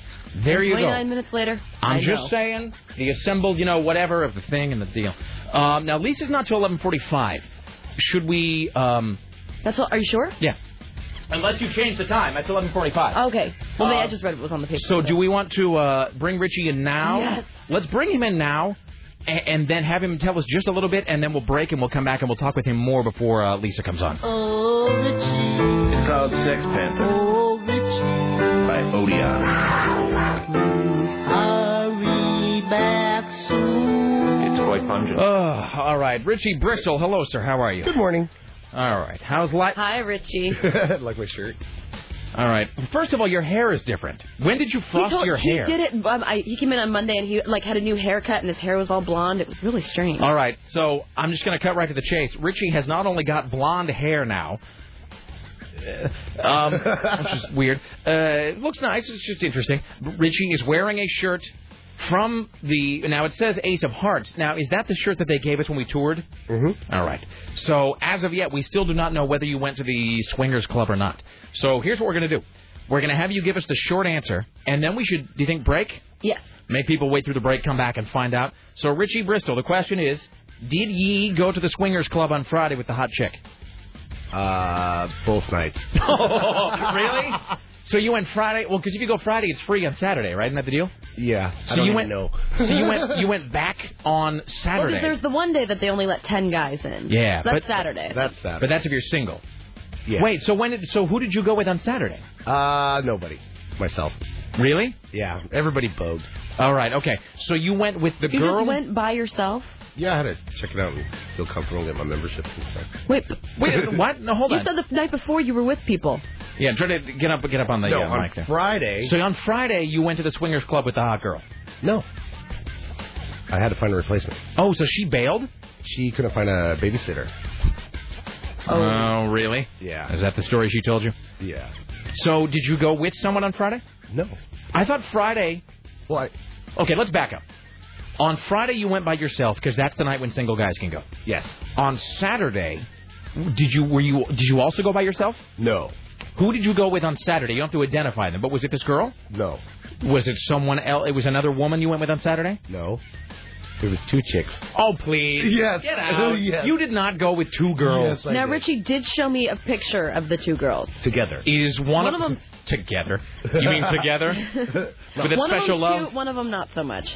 S2: There you go.
S3: 29 minutes later.
S2: I'm
S3: I
S2: just
S3: know.
S2: saying the assembled, you know, whatever of the thing and the deal. Um, now Lisa's not till 11:45. Should we? Um,
S3: That's all. Are you sure?
S2: yeah. Unless you change the time, that's 11:45.
S3: Okay. Well, they-
S2: Uh,
S3: I just read what was on the paper.
S2: So do we want to uh, bring Richie in now?
S3: Yes.
S2: Let's bring him in now. and, and then have him tell us just a little bit, and then we'll break and we'll come back and we'll talk with him more before uh, Lisa comes on.
S5: Oh, Richie.
S6: It's called Sex Panther.
S5: Oh, Richie.
S6: By Odeon.
S5: Please hurry
S2: [LAUGHS]
S5: back soon.
S6: It's quite pungent.
S2: Uh, all right, Richie Bristol. Hello, sir. How are you?
S7: Good morning.
S2: All right. How's life?
S3: Hi,
S2: [LAUGHS]
S3: Richie.
S7: like my shirt.
S2: All right. First of all, your hair is different. When did you frost
S3: he told,
S2: your
S3: he
S2: hair?
S3: did it. Um, I, he came in on Monday and he like had a new haircut and his hair was all blonde. It was really strange.
S2: All right, so I'm just going to cut right to the chase. Richie has not only got blonde hair now, um, [LAUGHS] which is weird. Uh, it looks nice. It's just interesting. Richie is wearing a shirt from the. Now it says Ace of Hearts. Now is that the shirt that they gave us when we toured? Mm-hmm. All right. So as of yet, we still do not know whether you went to the Swingers Club or not. So here's what we're going to do. We're going to have you give us the short answer, and then we should. Do you think break?
S3: Yes.
S2: Make people wait through the break, come back, and find out. So Richie Bristol, the question is: Did ye go to the Swingers Club on Friday with the hot chick?
S7: Uh, both nights. [LAUGHS]
S2: Oh, really? So you went Friday? Well, because if you go Friday, it's free on Saturday, right? Isn't that the deal?
S7: Yeah. I
S2: So
S7: don't
S2: you went.
S7: even know.
S2: so you
S7: [LAUGHS]
S2: went. You went back on
S3: Well,
S2: Saturday.
S3: there's the one day that they only let ten guys in.
S2: Yeah,
S3: So that's
S2: but-
S3: Saturday.
S7: That's that.
S2: but that's if you're single.
S7: Yeah.
S2: Wait. So when? Did, so who did you go with on Saturday?
S7: Uh, nobody. Myself.
S2: Really?
S7: Yeah. Everybody bowed.
S2: All right. Okay. So you went with the
S3: you
S2: girl.
S3: just went by yourself.
S7: Yeah, I had to check it out and feel comfortable and get my membership and stuff.
S3: Wait,
S2: Wait. What? No. Hold
S3: you
S2: on.
S3: said the night before you were with people.
S2: Yeah. Try to get up. Get up on the
S7: no,
S2: uh,
S7: on
S2: mic there.
S7: Friday.
S2: So on Friday you went to the swingers club with the hot girl.
S7: no. I had to find a replacement.
S2: Oh, so she bailed?
S7: She couldn't find a babysitter.
S2: Oh, really?
S7: Yeah.
S2: Is that the story she told you?
S7: Yeah.
S2: So did you go with someone on Friday?
S7: No.
S2: I thought Friday.
S7: Well, I,
S2: Okay, let's back up. On Friday you went by yourself because that's the night when single guys can go.
S7: yes.
S2: On Saturday, did you were you did you also go by yourself?
S7: No.
S2: Who did you go with on Saturday? You don't have to identify them, but was it this girl?
S7: No.
S2: Was it someone else? It was another woman you went with on Saturday?
S7: No. There was two chicks.
S3: [LAUGHS]
S2: Oh, please.
S7: [LAUGHS] Yes.
S2: Get out.
S7: Yes.
S2: You did not go with two girls.
S7: Yes, I
S3: now
S7: did.
S3: Richie did show me a picture of the two girls.
S7: Together.
S2: Is one,
S3: One of them-
S2: together? You
S3: [LAUGHS]
S2: mean together? With a
S3: one
S2: special
S3: of them
S2: love?
S3: cute, one of them not so much.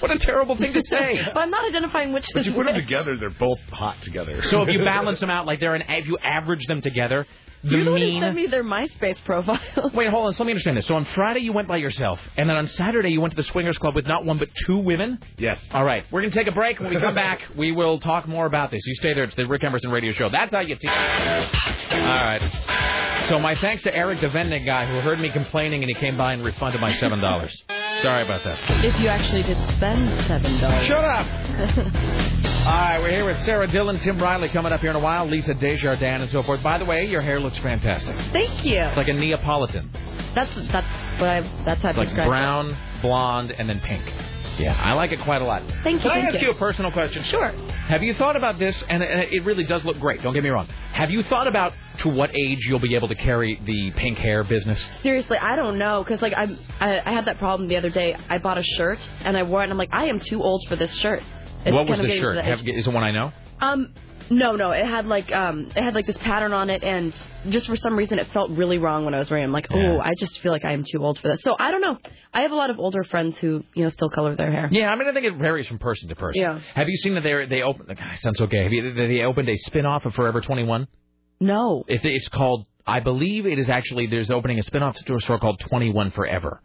S2: What a terrible
S3: [LAUGHS]
S2: thing to say.
S3: But I'm not identifying which.
S7: But
S3: is
S7: you put them
S3: which.
S7: together, they're both hot together.
S2: so
S7: [LAUGHS]
S2: if you balance them out, like they're an, if you average them together, the
S3: You're the one who
S2: mean.
S3: sent me their MySpace profile.
S2: Wait, hold on. So let me understand this. So on Friday you went by yourself, and then on Saturday you went to the swingers club with not one but two women.
S7: Yes.
S2: All right, we're gonna take a break. When we come back, we will talk more about this. You stay there. It's the Rick Emerson Radio Show. That's how you teach. All right. So my thanks to Eric, the vending guy, who heard me complaining and he came by and refunded my seven dollars. Sorry about that.
S3: if you actually did spend seven dollars.
S2: Shut up.
S3: [LAUGHS]
S2: All right, we're here with Sarah Dillon, Tim Riley coming up here in a while, Lisa Desjardins, and so forth. By the way, your hair looks fantastic.
S3: Thank you.
S2: It's like a Neapolitan.
S3: That's that's what I that's how I
S2: It's like
S3: describe
S2: brown, blonde, and then pink. Yeah, I like it quite a lot.
S3: Thank you,
S2: Can I
S3: thank
S2: ask
S3: you.
S2: you a personal question?
S3: Sure.
S2: Have you thought about this? And uh, it really does look great. Don't get me wrong. Have you thought about to what age you'll be able to carry the pink hair business?
S3: it. Seriously, I don't know because like I'm, I I had that problem the other day. I bought a shirt and I wore it. and I'm like I am too old for this shirt. It's
S2: what was
S3: kind of
S2: the
S3: getting to
S2: shirt?
S3: that
S2: Have,
S3: age.
S2: is it one I know?
S3: Um, no, no. It had like um, it had like this pattern on it, and just for some reason, it felt really wrong when I was wearing. it. I'm like, oh,
S2: Yeah.
S3: I just feel like I am too old for this. So I don't know. I have a lot of older friends who you know still color their hair.
S2: Yeah, I mean, I think it varies from person to person.
S3: Yeah.
S2: Have you seen that they they opened? God, it sounds okay. Have you that they opened a spin off of Forever 21?
S3: No.
S2: It, it's called. I believe it is actually there's opening a spin off store store called 21 Forever,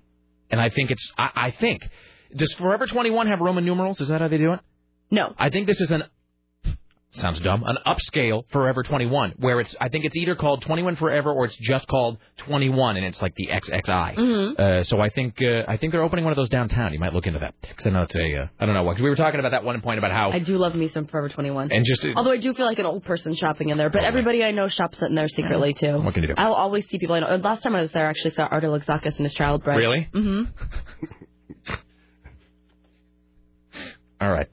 S2: and I think it's I, I think does Forever 21 have Roman numerals? Is that how they do it?
S3: No.
S2: I think this is an sounds dumb an upscale Forever 21 where it's I think it's either called 21 Forever or it's just called 21 and it's like the XXI.
S3: Mm-hmm.
S2: Uh, so I think uh, I think they're opening one of those downtown. You might look into that because I know it's a uh, I don't know what 'cause we were talking about that one point about how
S3: I do love me some Forever 21.
S2: and just uh,
S3: Although I do feel like an old person shopping in there, but everybody I know shops in there secretly too.
S2: What can you do?
S3: I'll always see people I know. and Last time I was there, I actually saw Arta Luxakis and his child bride.
S2: really mm-hmm. All right.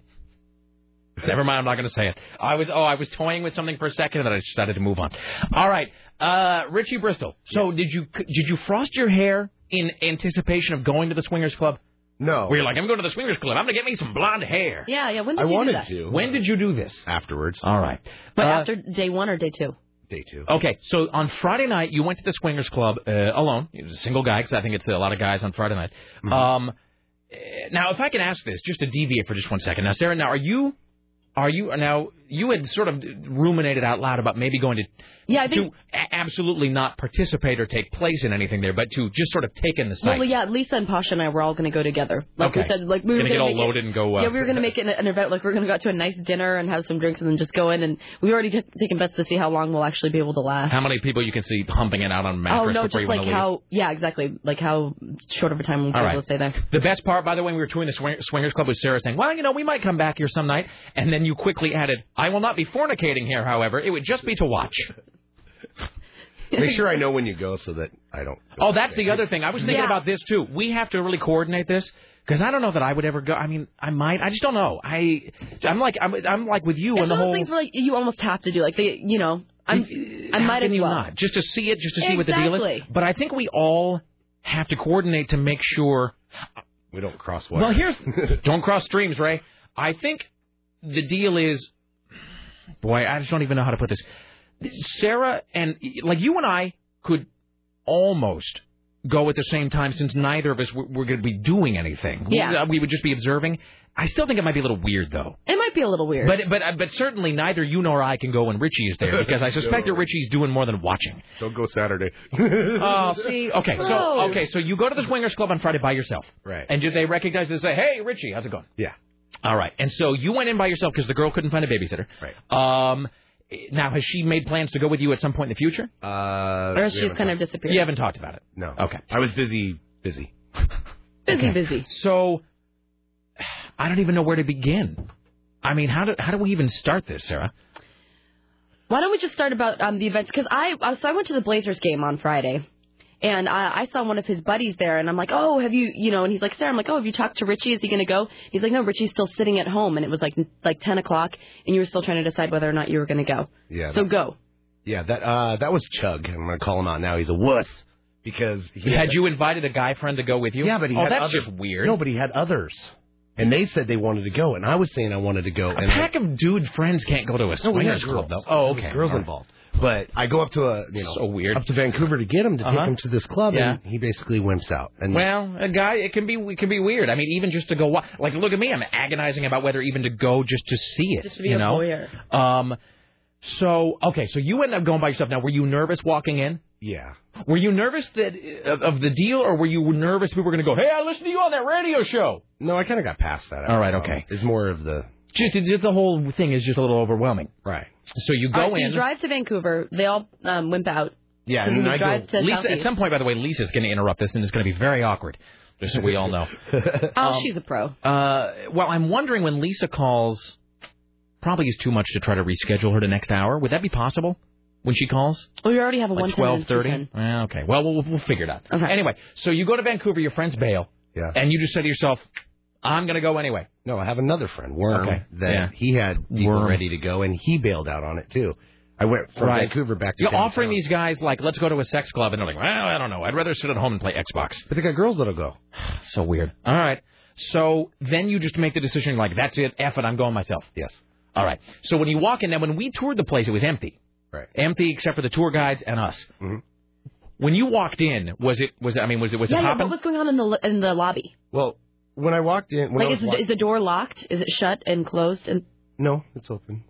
S2: Never mind. I'm not going to say it. I was oh I was toying with something for a second and then I decided to move on. All right, uh, Richie Bristol. So did you did you frost your hair in anticipation of going to the swingers club?
S7: No.
S2: Where you're like I'm going to the swingers club. I'm going to get me some blonde hair.
S3: Yeah, yeah. When did
S7: I
S3: you do
S7: wanted
S3: that?
S7: to.
S2: When did you do this?
S7: Afterwards.
S2: All right.
S3: But
S2: Uh,
S3: after day one or day two?
S7: Day two.
S2: Okay, so on Friday night you
S7: Mm-hmm.
S2: went to the swingers club uh, alone. You was a single guy because I think it's a lot of guys on Friday night. Um, now, if I can ask this, just to deviate for just one second. Now, Sarah, now are you, are you now you had sort of ruminated out loud about maybe going to,
S3: Yeah, I think-
S2: to a- absolutely not participate or take place in anything there, but to just sort of take in the sights.
S3: Well, yeah, Lisa and Pasha and I were all going to go together. Like we
S2: Okay.
S3: said, like we were
S2: Gonna get
S3: gonna
S2: all
S3: make it-
S2: loaded and go, uh,
S3: yeah, we were going to make it an, an event. Like we are going to go out to a nice dinner and have some drinks and then just go in. And we already t- taken bets to see how long we'll actually be able to last.
S2: How many people you can see humping it out on a
S3: oh
S2: mattress
S3: no,
S2: before
S3: just
S2: you
S3: like
S2: want to leave?
S3: how yeah, exactly. Like how short of a time we'll be
S2: All
S3: able
S2: right.
S3: to stay there.
S2: The best part, by the way, when we were touring the swing- Swingers Club with Sarah saying, well, you know, we might come back here some night. And then you quickly added, I will not be fornicating here, however. It would just be to watch.
S7: Make sure I know when you go so that I don't.
S2: Oh, that's the other thing. I was thinking
S3: Yeah.
S2: about this, too. We have to really coordinate this. Because I don't know that I would ever go. I mean, I might. I just don't know. I, I'm like, I'm, I'm like with you
S3: It's one
S2: and the
S3: of those
S2: whole.
S3: things where like you almost have to do. Like they, you know, I'm I
S2: How
S3: might
S2: can
S3: as
S2: you
S3: well.
S2: not? Just to see it, just to see what the deal is.
S3: Exactly.
S2: But I think we all have to coordinate to make sure
S7: We don't cross wires.
S2: Well, here's don't cross streams, Ray. I think the deal is, boy, I just don't even know how to put this. Sarah and like you and I could almost go at the same time since neither of us were, were going to be doing anything. We-
S3: Yeah.
S2: uh, we would just be observing. I still think it might be a little weird though.
S3: It might be a little weird.
S2: But but but certainly neither you nor I can go when Richie is there because I suspect
S7: [LAUGHS] No.
S2: that Richie's doing more than watching.
S7: Don't
S2: [LAUGHS]
S7: go Saturday.
S2: Oh, see, okay, so
S3: No.
S2: okay, so you go to the swingers club on Friday by yourself,
S7: Right.
S2: And do they recognize and say, "Hey, Richie, how's it going?"
S7: yeah.
S2: All right. And so you went in by yourself because the girl couldn't find a babysitter. Right. Um, now, has she made plans to go with you at some point in the future?
S7: Uh,
S3: or
S7: we
S3: else she's
S7: haven't
S3: kind of
S7: talked-
S3: disappeared.
S2: You haven't talked about it.
S7: No.
S2: Okay.
S7: I was busy. Busy.
S3: busy, busy.
S2: So I don't even know where to begin. I mean, how do how do we even start this, Sarah?
S3: Why don't we just start about um, the events? Because I uh, so I went to the Blazers game on Friday, and I, I saw one of his buddies there, and I'm like, oh, have you, you know? And he's like, Sarah, I'm like, oh, have you talked to Richie? Is he gonna go? He's like, no, Richie's still sitting at home, and it was like like 10 o'clock, and you were still trying to decide whether or not you were gonna go.
S7: Yeah.
S3: So go.
S7: Yeah. That uh, that was Chug. I'm gonna call him out now. He's a wuss because he
S2: had you invited a guy friend to go with you?
S7: Yeah, but he
S2: oh,
S7: had
S2: that's
S7: others.
S2: just weird.
S7: No, but he had others, and they said they wanted to go, and I was saying I wanted to go,
S2: a
S7: and I,
S2: pack of dude friends can't go to a
S7: No, we had
S2: swingers club
S7: girls.
S2: though. Oh,
S7: There
S2: okay.
S7: was Girls
S2: All right.
S7: involved. But I go up to a you know
S2: So weird.
S7: up to Vancouver to get him to
S2: Uh-huh.
S7: take him to this club, and
S2: Yeah.
S7: he basically wimps out. And
S2: Well, a guy, it can be it can be weird. I mean, even just to go wa- like look at me, I'm agonizing about whether even to go just to see it.
S3: Just to be
S2: you
S3: a
S2: know? [LAUGHS]
S3: voyeur.
S2: Um, so okay, so you end up going by yourself. Now, were you nervous walking in?
S7: yeah,
S2: Were you nervous that of, of the deal, or were you nervous we were going to go? Hey, I listened to you on that radio show.
S7: Oh, no, I kind of got past that.
S2: All right,
S7: Um,
S2: okay.
S7: It's more of the
S2: Just, just the whole thing is just a little overwhelming.
S7: right.
S2: So you go
S3: All right, so
S2: in.
S3: you drive to Vancouver. They all um, wimp out.
S7: Yeah,
S3: And
S7: and then
S3: you
S7: I
S3: drive
S7: go.
S3: to
S2: Lisa, at
S3: Southeast.
S2: some point, by the way, Lisa's going to interrupt this, and it's going to be very awkward. Just so we all know.
S3: [LAUGHS]
S2: Um,
S3: Oh, she's a pro.
S2: Uh, well, I'm wondering when Lisa calls. Probably is too much to try to reschedule her to next hour. Would that be possible when she calls?
S3: Well, you already have a
S2: Like
S3: one
S2: twelve thirty? Yeah, okay. Well, we'll we'll figure it out.
S3: Okay.
S2: Anyway, so you go to Vancouver, your friends bail,
S7: yeah.
S2: and you just say to yourself, "I'm gonna go anyway."
S7: No, I have another friend, Worm,
S2: Okay.
S7: that
S2: Yeah.
S7: he had people
S2: Worm.
S7: ready to go, and he bailed out on it too. I went from
S2: Right.
S7: Vancouver back to
S2: You're offering
S7: downtown.
S2: these guys like, "Let's go to a sex club," and they're like, "Well, I don't know. I'd rather sit at home and play Xbox."
S7: but they got girls that'll go.
S2: [SIGHS] So weird. All right. So then you just make the decision, like, "That's it. F it. I'm going myself."
S7: Yes,
S2: All right. So when you walk in, now when we toured the place, it was empty.
S7: right.
S2: empty except for the tour guides and us.
S7: Mhm.
S2: When you walked in, was it was it, I mean was it was
S3: Yeah,
S2: it
S3: yeah.
S2: hopping?
S3: What was going on in the lo- in the lobby?
S7: Well, when I walked in, when I
S3: like,
S7: was
S3: is,
S7: walk-
S3: is the door locked? Is it shut and closed? And
S7: no, it's open.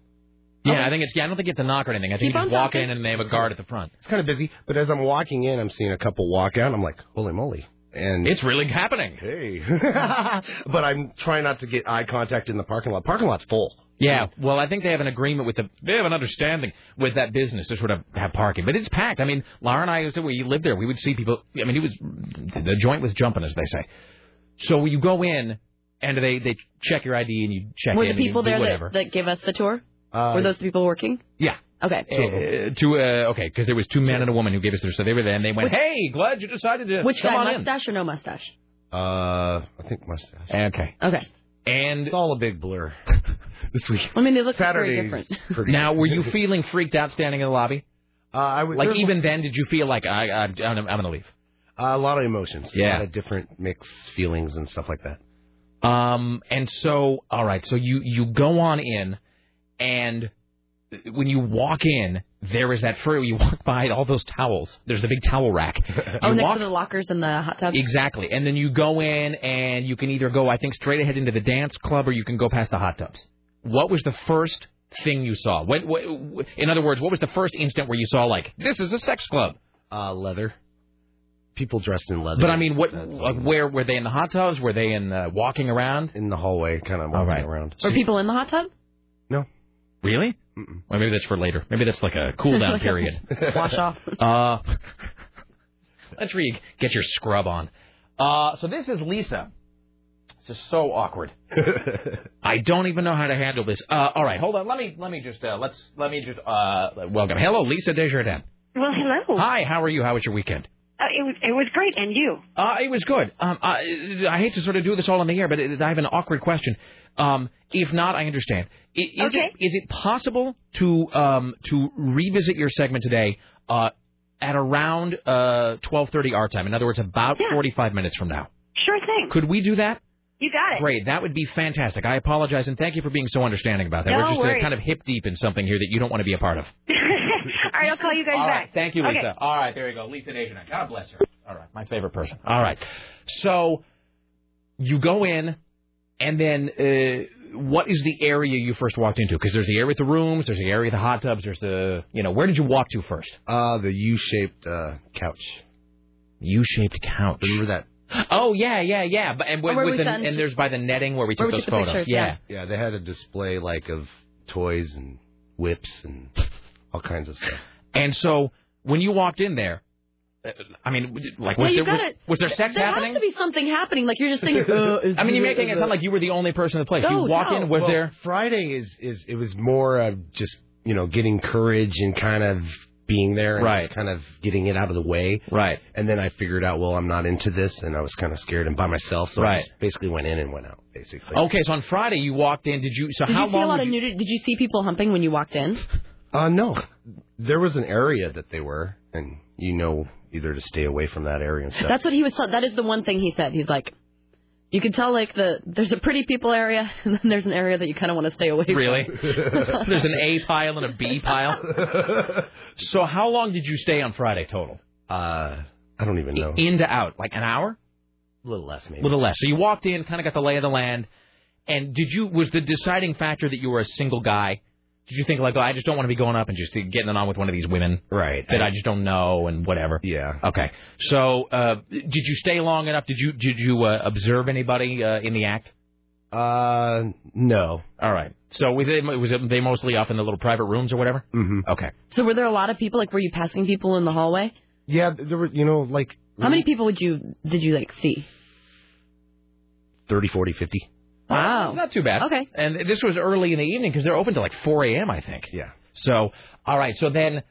S2: yeah, I think it's yeah. I don't think it's a knock or anything. I think
S3: Keep
S2: you just
S3: on
S2: walk
S3: talking.
S2: in and they have a guard at the front.
S7: It's kind of busy, but as I'm walking in, I'm seeing a couple walk out. and I'm like, holy moly! And
S2: It's really happening.
S7: Hey. [LAUGHS] but I'm trying not to get eye contact in the parking lot. Parking lot's full.
S2: Yeah. Well, I think they have an agreement with the they have an understanding with that business to sort of have parking, but it's packed. I mean, Laura and I said we lived there. We would see people. I mean, it was the joint was jumping as they say. So you go in and they they check your ID and you check
S3: were
S2: in
S3: the
S2: and you
S3: people
S2: do
S3: there
S2: whatever.
S3: that, that gave us the tour?
S7: Uh,
S3: Were those people working?
S2: yeah.
S3: Okay.
S2: Uh, two, uh, okay, because there was two men and a woman who gave us their, so they were there, and they went, "Hey, glad you decided to
S3: Which
S2: uh, come
S3: guy,
S2: on in."
S3: mustache or no mustache?
S7: uh, I think mustache.
S2: Okay,
S3: Okay.
S2: and
S7: It's all a big
S2: [LAUGHS]
S7: blur this week.
S3: I mean, they look
S7: Saturday's
S3: very different.
S7: [LAUGHS] pretty-
S2: now were you feeling freaked out standing in the lobby?
S7: Uh, I would,
S2: Like
S7: there's
S2: even then, did you feel like I, I I'm, I'm gonna leave?
S7: a lot of emotions.
S2: Yeah.
S7: A lot of different mixed feelings and stuff like that.
S2: Um, and so, all right, so you you go on in, and when you walk in, there is that furrow. You walk by all those towels. There's the big towel
S7: [LAUGHS]
S2: rack.
S3: Oh,
S2: You
S3: next
S2: walk
S3: to the lockers and the hot tub.
S2: Exactly. And then you go in and you can either go, I think, straight ahead into the dance club or you can go past the hot tubs. What was the first thing you saw? What, what, in other words, what was the first instant where you saw, like, this is a sex club?
S7: Uh, leather. People dressed in leather.
S2: But I mean, what? Like, where were they in the hot tubs? Were they in uh, walking around?
S7: In the hallway, kind of walking around.
S3: Are people in the hot tub?
S2: Really? Well, maybe that's for later. Maybe that's like a
S3: [LAUGHS]
S2: cool
S7: [LAUGHS]
S2: down period.
S3: Wash off.
S2: Uh, that's where you get your scrub on. Uh, so this is [LAUGHS] Lisa. This is so awkward. I don't even know how to handle this. Uh, all right, hold on. Let me let me just uh, let's let me just uh, welcome. Hello, Lisa Desjardins.
S8: Well, hello.
S2: Hi, how are you? How was your weekend?
S8: Uh, it was it was great, and you?
S2: Uh, it was good. Um, I, I hate to sort of do this all in the air, but it, I have an awkward question. Um, if not, I understand. I- Is,
S8: Okay.
S2: it, is it possible to um, to revisit your segment today uh, at around uh, 12:30 our time? In other words, about 45 minutes from now.
S8: Sure thing.
S2: Could we do that?
S8: You got it.
S2: Great. That would be fantastic. I apologize and thank you for being so understanding about that.
S8: No
S2: We're just uh,
S8: worries.
S2: kind of hip deep in something here that you don't want to be a part of.
S8: All right, I'll call you guys
S2: All
S8: back.
S2: right. Thank you,
S8: Okay.
S2: Lisa. All right. There you go. Lisa Desjardins. God bless her. All right. My favorite person. All right. So you go in, and then uh, what is the area you first walked into? Because there's the area with the rooms, there's the area with the hot tubs, there's the, you know, where did you walk to first?
S7: Uh, the U-shaped uh, couch.
S2: U-shaped couch.
S7: Remember that?
S2: Oh, yeah, yeah, yeah. But, and,
S3: where
S2: with
S3: we
S2: the,
S3: done-
S2: and there's by the netting where we took
S3: Where we
S2: those
S3: took the
S2: photos.
S3: pictures,
S2: yeah.
S7: Yeah, they had a display like of toys and whips and all kinds of stuff.
S2: [LAUGHS] And so when you walked in there, uh, I mean, like,
S3: Well,
S2: was,
S3: you
S2: there, was,
S3: gotta-
S2: was there sex
S3: there
S2: happening?
S3: has to be something happening. Like you're just
S7: [LAUGHS]
S3: thinking.
S2: [LAUGHS]
S3: Uh, is
S2: I mean, you're
S3: it-
S2: making it
S3: is
S2: sound like you were the only person in the place.
S3: No,
S2: you walk
S3: no.
S2: in, was
S7: Well,
S2: there?
S7: Friday is is it was more of just you know getting courage and kind of being there and
S2: Right.
S7: just kind of getting it out of the way.
S2: Right.
S7: And then I figured out, well, I'm not into this, and I was kind of scared and by myself, so
S2: Right.
S7: I just basically went in and went out, basically.
S2: Okay, so on Friday you walked in. Did you? So
S3: Did
S2: how
S3: you see
S2: long?
S3: a lot
S2: would
S3: of
S2: you-
S3: nudity? Did you see people humping when you walked in?
S7: Uh, no, there was an area that they were, and you know either to stay away from that area and stuff.
S3: That's what he was. That is the one thing he said. He's like, you can tell like the there's a pretty people area, [LAUGHS] and then there's an area that you kind of want to stay away. from. [LAUGHS]
S2: really? There's an A pile and a B pile. [LAUGHS] So how long did you stay on Friday total?
S7: uh, I don't even know.
S2: In to out, like an hour,
S7: a little less, maybe.
S2: a little less. So you walked in, kind of got the lay of the land, and did you? Was the deciding factor that you were a single guy? Did you think like, oh, I just don't want to be going up and just getting it on with one of these women
S7: right.
S2: that I just don't know and whatever?
S7: yeah.
S2: Okay. So uh, did you stay long enough? Did you did you uh, observe anybody uh, in the act?
S7: Uh, no.
S2: All right. So were they, was it, they mostly off in the little private rooms or whatever?
S7: Mm-hmm.
S2: Okay.
S3: So were there a lot of people? Like, were you passing people in the hallway?
S7: Yeah, there were, you know, like
S3: How many people would you did you like see?
S7: 30, 40, 50.
S3: Wow.
S2: It's not too bad.
S3: Okay.
S2: And this was early in the evening because they're open to like 4 a.m., I think.
S7: Yeah.
S2: So, all right. So then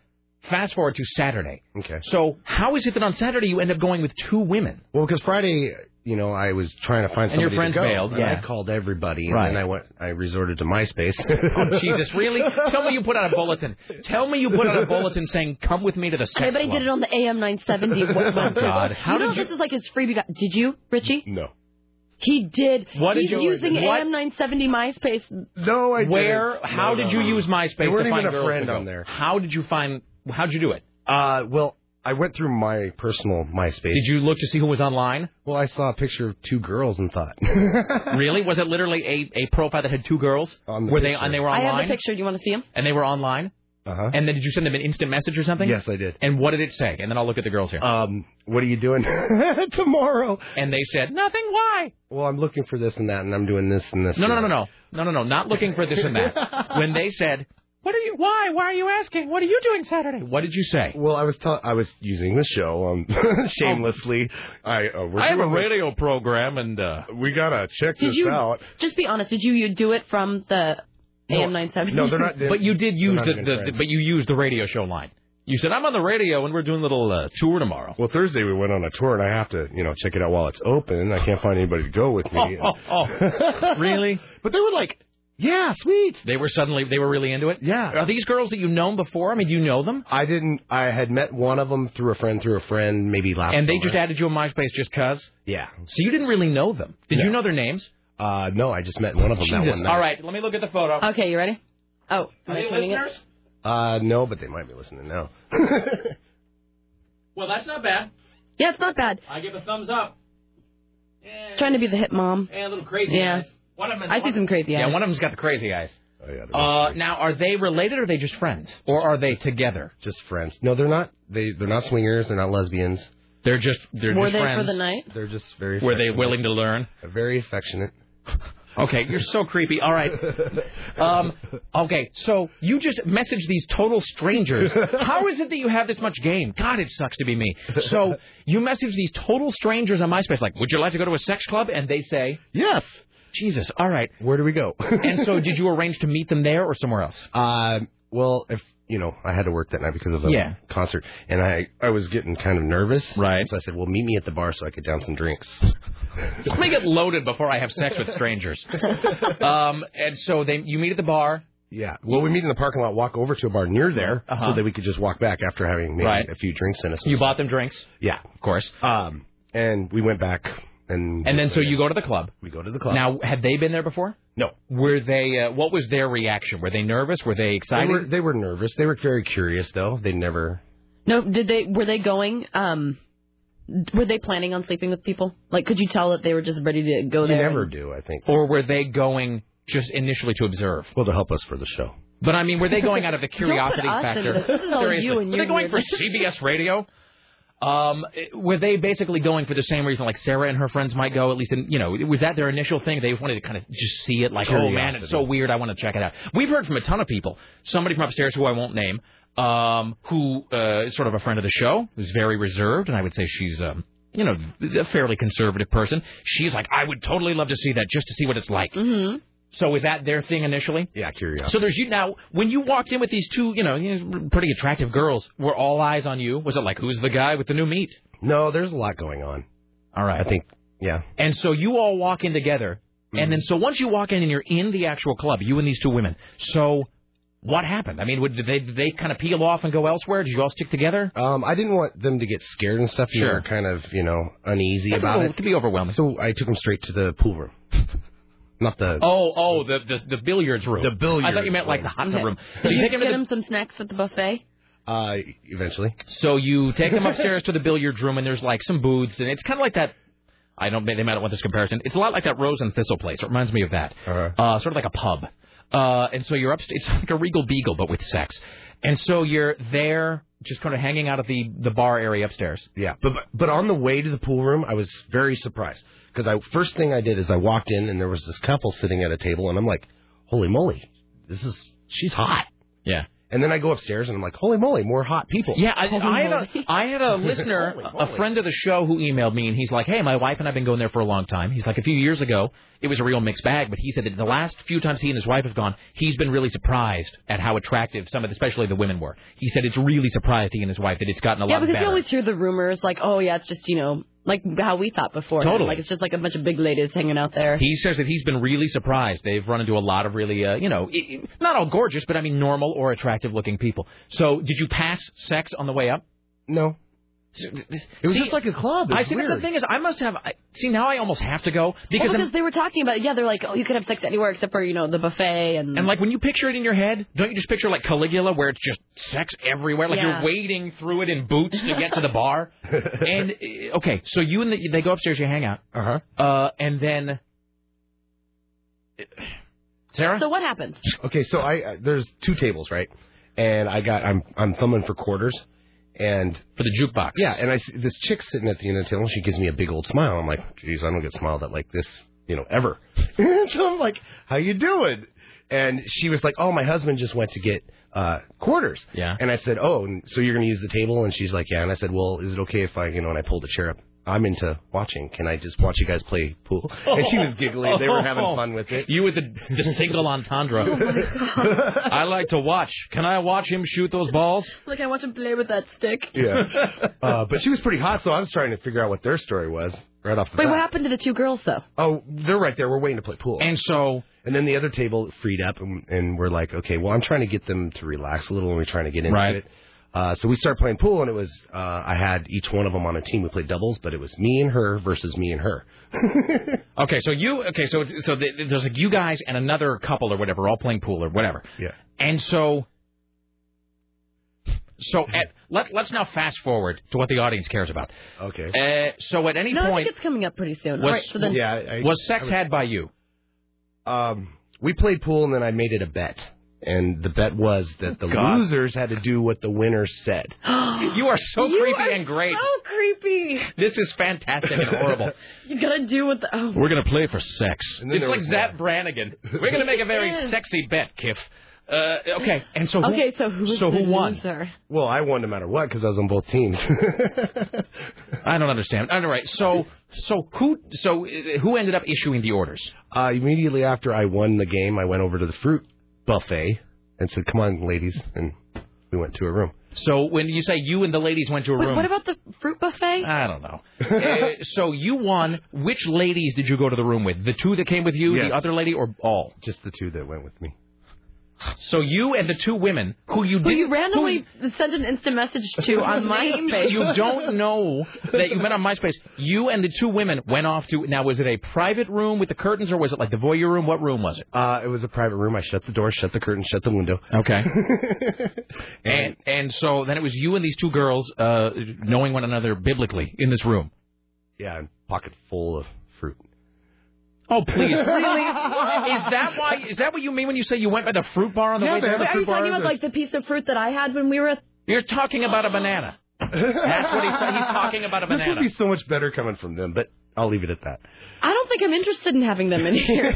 S2: fast forward to Saturday.
S7: Okay.
S2: So how is it that on Saturday you end up going with two women?
S7: Well, because Friday, you know, I was trying to find
S2: And your friends
S7: somebody to go,
S2: bailed,
S7: and
S2: yeah.
S7: I called everybody, and
S2: Right.
S7: then I went. I resorted to MySpace.
S2: [LAUGHS] Oh, Jesus,
S7: [LAUGHS]
S2: really? Tell me you put out a bulletin. Tell me you put out a bulletin saying, come with me to the sex
S3: Everybody
S2: club.
S3: did it on the AM 970.
S7: [LAUGHS]
S2: Oh, God. How
S3: you know
S2: did you-
S3: this is like his freebie. guy- Did you, Richie?
S7: no.
S3: He did.
S2: What
S3: He's
S2: did you-
S3: using
S2: what?
S3: AM 970 MySpace.
S7: No, I
S2: Where?
S7: didn't.
S2: How
S7: No,
S2: did
S7: no,
S2: you
S7: no.
S2: use MySpace
S7: They weren't
S2: to find
S7: even a
S2: girls
S7: friend
S2: to go?
S7: on there.
S2: How did you find? How'd you do it?
S7: Uh, well, I went through my personal MySpace.
S2: Did you look to see who was online?
S7: Well, I saw a picture of two girls and thought. [LAUGHS]
S2: Really? Was it literally a, a profile that had two girls?
S7: On the
S2: were they
S7: picture.
S2: and they were
S3: I
S2: online?
S3: have the picture. Do you want to see him?
S2: And they were online.
S7: uh-huh.
S2: And then did you send them an instant message or something?
S7: Yes, I did.
S2: And what did it say? And then I'll look at the girls here.
S7: Um, what are you doing [LAUGHS] tomorrow?
S2: and they said nothing. Why?
S7: Well, I'm looking for this and that, and I'm doing this and this.
S2: No, no,
S7: and
S2: no, no,
S7: that.
S2: no, no, no, no. Not looking for this and
S7: [LAUGHS]
S2: that. when they said, "What are you? Why? Why are you asking? What are you doing Saturday?" What did you say?
S7: Well, I was tell- I was using the show um, [LAUGHS] shamelessly. I uh, we're doing this-
S2: program, and uh,
S7: We gotta check
S3: Did
S7: this
S3: you-
S7: out.
S3: Just be honest. Did you, you do it from the AM 970?
S7: No,
S3: [LAUGHS]
S7: they're not.
S2: but you did
S7: They're
S2: use
S7: not
S2: the,
S7: even
S2: the,
S7: friends.
S2: the but you used the radio show
S7: [LAUGHS]
S2: line. You said, "I'm on the radio, and we're doing a little uh, tour tomorrow."
S7: Well, Thursday we went on a tour, and I have to, you know, check it out while it's open. I can't find anybody to go with me.
S2: Oh, oh,
S7: [LAUGHS]
S2: oh. really?
S7: But they were like, "Yeah, sweet."
S2: They were suddenly they were really into it.
S7: Yeah.
S2: Are these girls that you've known before? I mean, do you know them?
S7: I didn't. I had met one of them through a friend, through a friend, maybe last.
S2: And they
S7: summer.
S2: just added you on MySpace just cause.
S7: Yeah.
S2: So you didn't really know them. Did you know their names?
S7: Uh, no, I just met one of them that
S2: Jesus.
S7: one night.
S2: All right, let me look at the photo.
S3: Okay, you ready? Oh, am I
S2: Hey,
S3: turning it?
S2: listeners,
S7: Uh, no, but they might be listening now.
S4: [LAUGHS]
S2: Well, that's not bad.
S3: Yeah, it's not bad.
S2: I give a thumbs up.
S3: Trying to be the hip mom.
S2: Yeah, a little crazy
S3: Yeah.
S2: eyes. One of them.
S3: I see some crazy
S2: Yeah,
S3: eyes.
S2: one of them's got the crazy eyes.
S7: Oh, yeah, they're
S2: Uh, now, are they related? or Are they just friends, or are they together?
S7: just friends. No, they're not. They they're not swingers. They're not lesbians.
S2: They're just they're
S3: Were
S2: just
S3: they
S2: friends.
S3: for the night?
S7: They're just very.
S2: Were they
S7: affectionate.
S2: willing to learn?
S7: Very affectionate.
S2: Okay, you're so creepy. All
S7: [LAUGHS]
S2: right. Um, okay, so you just message these total strangers. How is it that you have this much game? God, it sucks to be me. So you message these total strangers on MySpace, like, would you like to go to a sex club? And they say,
S7: Yes.
S2: Jesus, all right.
S7: Where do we go?
S2: And
S7: [LAUGHS]
S2: so did you arrange to meet them there or somewhere else?
S7: Um, well, if you know, I had to work that night because of a
S2: Yeah.
S7: concert, and I I was getting kind of nervous.
S2: Right.
S7: So I said, "Well, meet me at the bar so I could down some drinks."
S2: [LAUGHS] Just make it loaded before I have sex with strangers.
S7: [LAUGHS]
S2: Um, and so they, you meet at the bar.
S7: yeah. Well, we meet in the parking lot, walk over to a bar near there,
S2: Uh-huh.
S7: so that we could just walk back after having maybe
S2: Right.
S7: a few drinks in us. and
S2: You
S7: stuff.
S2: bought them drinks,
S7: Yeah.
S2: of course.
S7: Um, and we went back, and
S2: And then so you go to the club.
S7: we go to the club.
S2: Now, had they been there before?
S7: no,
S2: Were they? Uh, what was their reaction? Were they nervous? Were they
S7: they
S2: excited?
S7: were they were nervous. They were very curious though. They never.
S3: No, did they? Were they going? Um, were they planning on sleeping with people? Like, could you tell that they were just ready to go
S7: You
S3: there?
S7: never do. I think.
S2: or were they going just initially to observe?
S7: Well, to help us for the show.
S2: But I mean, were they going out
S3: [LAUGHS]
S2: of the
S3: put
S2: curiosity
S3: us
S2: factor?
S3: into this. This is all [LAUGHS] you
S2: Seriously.
S3: and
S2: were
S3: your
S2: they going for
S3: weirdness.
S2: CBS Radio? Um, it- were they basically going for the same reason like Sarah and her friends might go? At least, in, you know, was that their initial thing? They wanted to kind of just see it, like, oh man, it's so
S7: Curiosity.
S2: weird. I want to check it out. We've heard from a ton of people. Somebody from upstairs who I won't name, um, who uh, is sort of a friend of the show, who's very reserved, and I would say she's, um, you know, a fairly conservative person. She's like, I would totally love to see that just to see what it's like.
S3: Mm-hmm.
S2: So is that their thing initially?
S7: Yeah, curiosity.
S2: So there's you now. When you walked in with these two, you know, you know, pretty attractive girls, were all eyes on you? Was it like, who's the guy with the new meat?
S7: no, there's a lot going on.
S2: All right,
S7: I think. Yeah. Mm-hmm.
S2: And so you all walk in together, and then so once you walk in and you're in the actual club, you and these two women. So what happened? I mean, would, did they did they kind of peel off and go elsewhere? Did you all stick together?
S7: Um, I didn't want them to get scared and stuff.
S2: Sure.
S7: They were kind of, you know, uneasy about
S2: it
S7: it.
S2: could be overwhelming.
S7: So I took them straight to the pool room. [LAUGHS] Not the.
S2: Oh, oh, the, the the billiards room.
S7: The
S2: I thought
S7: billiards
S2: you meant like the
S7: room.
S2: hot tub room. So
S3: Did
S2: you
S3: you
S2: take them
S3: get
S2: to the
S3: them some snacks at the buffet?
S7: Uh, eventually.
S2: So you take them upstairs to the billiards room, and there's like some booths, and it's kind of like that. I don't. They might not want this comparison. It's a lot like that Rose and Thistle place. It reminds me of that.
S7: Uh-huh.
S2: Uh, sort of like a pub. Uh, and so you're up. It's like a Regal Beagle, but with sex. And so you're there, just kind of hanging out at the the bar area upstairs.
S7: Yeah, but but on the way to the pool room, I was very surprised because I first thing I did is I walked in and there was this couple sitting at a table, and I'm like, "Holy moly, this is she's hot."
S2: Yeah.
S7: And then I go upstairs and I'm like, "Holy moly, more hot people."
S2: Yeah, I, I, had a,
S3: moly.
S2: I
S3: [LAUGHS]
S2: had
S7: [LAUGHS]
S2: a listener,
S7: Holy
S2: a
S7: moly.
S2: friend of the show, who emailed me, and he's like, "Hey, my wife and I've been going there for a long time." He's like, "A few years ago, it was a real mixed bag," but he said that the last few times he and his wife have gone, he's been really surprised at how attractive some of, the, especially the women, were. He said it's really surprised he and his wife that it's gotten a
S3: Yeah,
S2: lot
S3: because
S2: better.
S3: you always hear the rumors like, oh yeah, it's just you know like how we thought before.
S2: Totally.
S3: Like it's just like a bunch of big ladies hanging out there.
S2: he says that he's been really surprised. They've run into a lot of really, uh, you know, i- i- not all gorgeous, but I mean normal or attractive-looking people. So, did you pass sex on the way up?
S7: No, it was just like a club. It
S2: I
S7: was
S2: see. that's
S7: weird.
S2: The thing is, I must have. I, see, now I almost have to go because,
S3: well,
S2: I'm-
S3: because they were talking about yeah, they're like, oh, you could have sex anywhere except for you know the buffet and,
S2: And like when you picture it in your head, don't you just picture like Caligula where it's just sex everywhere, like
S3: Yeah.
S2: you're wading through it in boots to get to
S3: [LAUGHS]
S2: the bar. and uh, okay, so you and the, they go upstairs, you hang out,
S7: Uh
S3: Uh-huh.
S7: huh.
S2: uh, and then eh, Sarah.
S3: So what happened?
S7: Okay, so I uh, there's two tables right, and I got I'm I'm thumbing for quarters, and
S2: for the jukebox.
S7: Yeah, and I see this chick sitting at the end of the table. and She gives me a big old smile. I'm like, geez, I don't get smiled at like this, you know, ever. [LAUGHS] so I'm like, how you doing? And she was like, oh, my husband just went to get uh, quarters.
S2: Yeah.
S7: And I said, oh, and so you're gonna use the table? And she's like, yeah. And I said, well, is it okay if I, you know, and I pulled the chair up. I'm into watching. Can I just watch you guys play pool? And she was giggling. They were having fun with it.
S2: You with [LAUGHS]
S7: [LAUGHS]
S2: the, [LAUGHS] the single entendre.
S3: [LAUGHS]
S2: I like to watch. Can I watch him shoot those balls?
S3: Like I watch him play with that stick.
S7: Yeah. [LAUGHS] Uh, but she was pretty hot, so I was trying to figure out what their story was right off the
S3: Wait,
S7: bat.
S3: what happened to the two girls though?
S7: Oh, they're right there. We're waiting to play pool.
S2: And so
S7: And then the other table freed up, and, and we're like, okay, well, I'm trying to get them to relax a little, and we're trying to get into
S2: Right.
S7: it. Uh, so we started playing pool, and it was uh, I had each one of them on a team. We played doubles, but it was me and her versus me and her.
S2: Okay, so you okay, so it's- so th- there's like you guys and another couple or whatever, all playing pool or whatever.
S7: Yeah.
S2: And so So at, let, let's now fast forward to what the audience cares about.
S7: Okay.
S2: Uh, so at any
S3: No, I
S2: point,
S3: think it's coming up pretty soon.
S2: was,
S3: All right, so then
S7: yeah, I,
S2: was sex had by you?
S7: um, we played pool and then I made it a bet. And the bet was that
S3: Oh,
S7: the
S2: God.
S7: losers had to do what the winners said.
S3: [GASPS]
S2: You are so
S3: you
S2: creepy
S3: are
S2: and great.
S3: So creepy.
S2: This is fantastic and
S7: [LAUGHS]
S2: horrible.
S3: You gotta do what the. Oh.
S2: We're gonna play for sex.
S7: And then
S2: It's
S7: there
S2: like
S7: was
S2: Zap Brannigan. We're gonna make
S3: [LAUGHS]
S2: a very
S3: Yes.
S2: sexy bet, Kiff. Uh, okay, and so who,
S3: Okay, so who is
S2: so
S3: the
S2: who won?
S3: loser?
S7: Well, I won no matter what because I was on
S2: [LAUGHS]
S7: both teams.
S2: I don't understand. All right, so so who so uh, who ended up issuing the orders?
S7: uh, immediately after I won the game, I went over to the fruit buffet and said, "Come on, ladies," and we went to a room.
S2: So when you say you and the ladies went to a
S3: Wait,
S2: room,
S3: what about the fruit buffet?
S2: I don't know. Uh, so you won. Which ladies did you go to the room with? The two that came with you,
S7: Yes.
S2: the other lady, or all?
S7: Just the two that went with me.
S2: So you and the two women who you
S3: who
S2: did
S3: you randomly sent an instant message
S2: [LAUGHS]
S3: to on MySpace.
S2: you don't know that you met on MySpace. You and the two women went off to. Now, was it a private room with the curtains, or was it like the voyeur room? What room was it?
S7: Uh, it was a private room. I shut the door, shut the curtain, shut the window.
S2: Okay. and and so then it was you and these two girls uh, knowing one another biblically in this room.
S7: [LAUGHS] Yeah, and pocket full of fruit.
S2: Oh please! really? Is that why? Is that what you mean when you say you went by the fruit bar on the way
S3: Wait,
S2: there?
S3: are you talking about like the piece of fruit that I had when we were? at-
S2: You're talking about a banana. That's what he's, he's talking about a
S7: [LAUGHS] This would
S2: banana.
S7: be so much better coming from them, but I'll leave it at that.
S3: I don't think I'm interested in having them in here.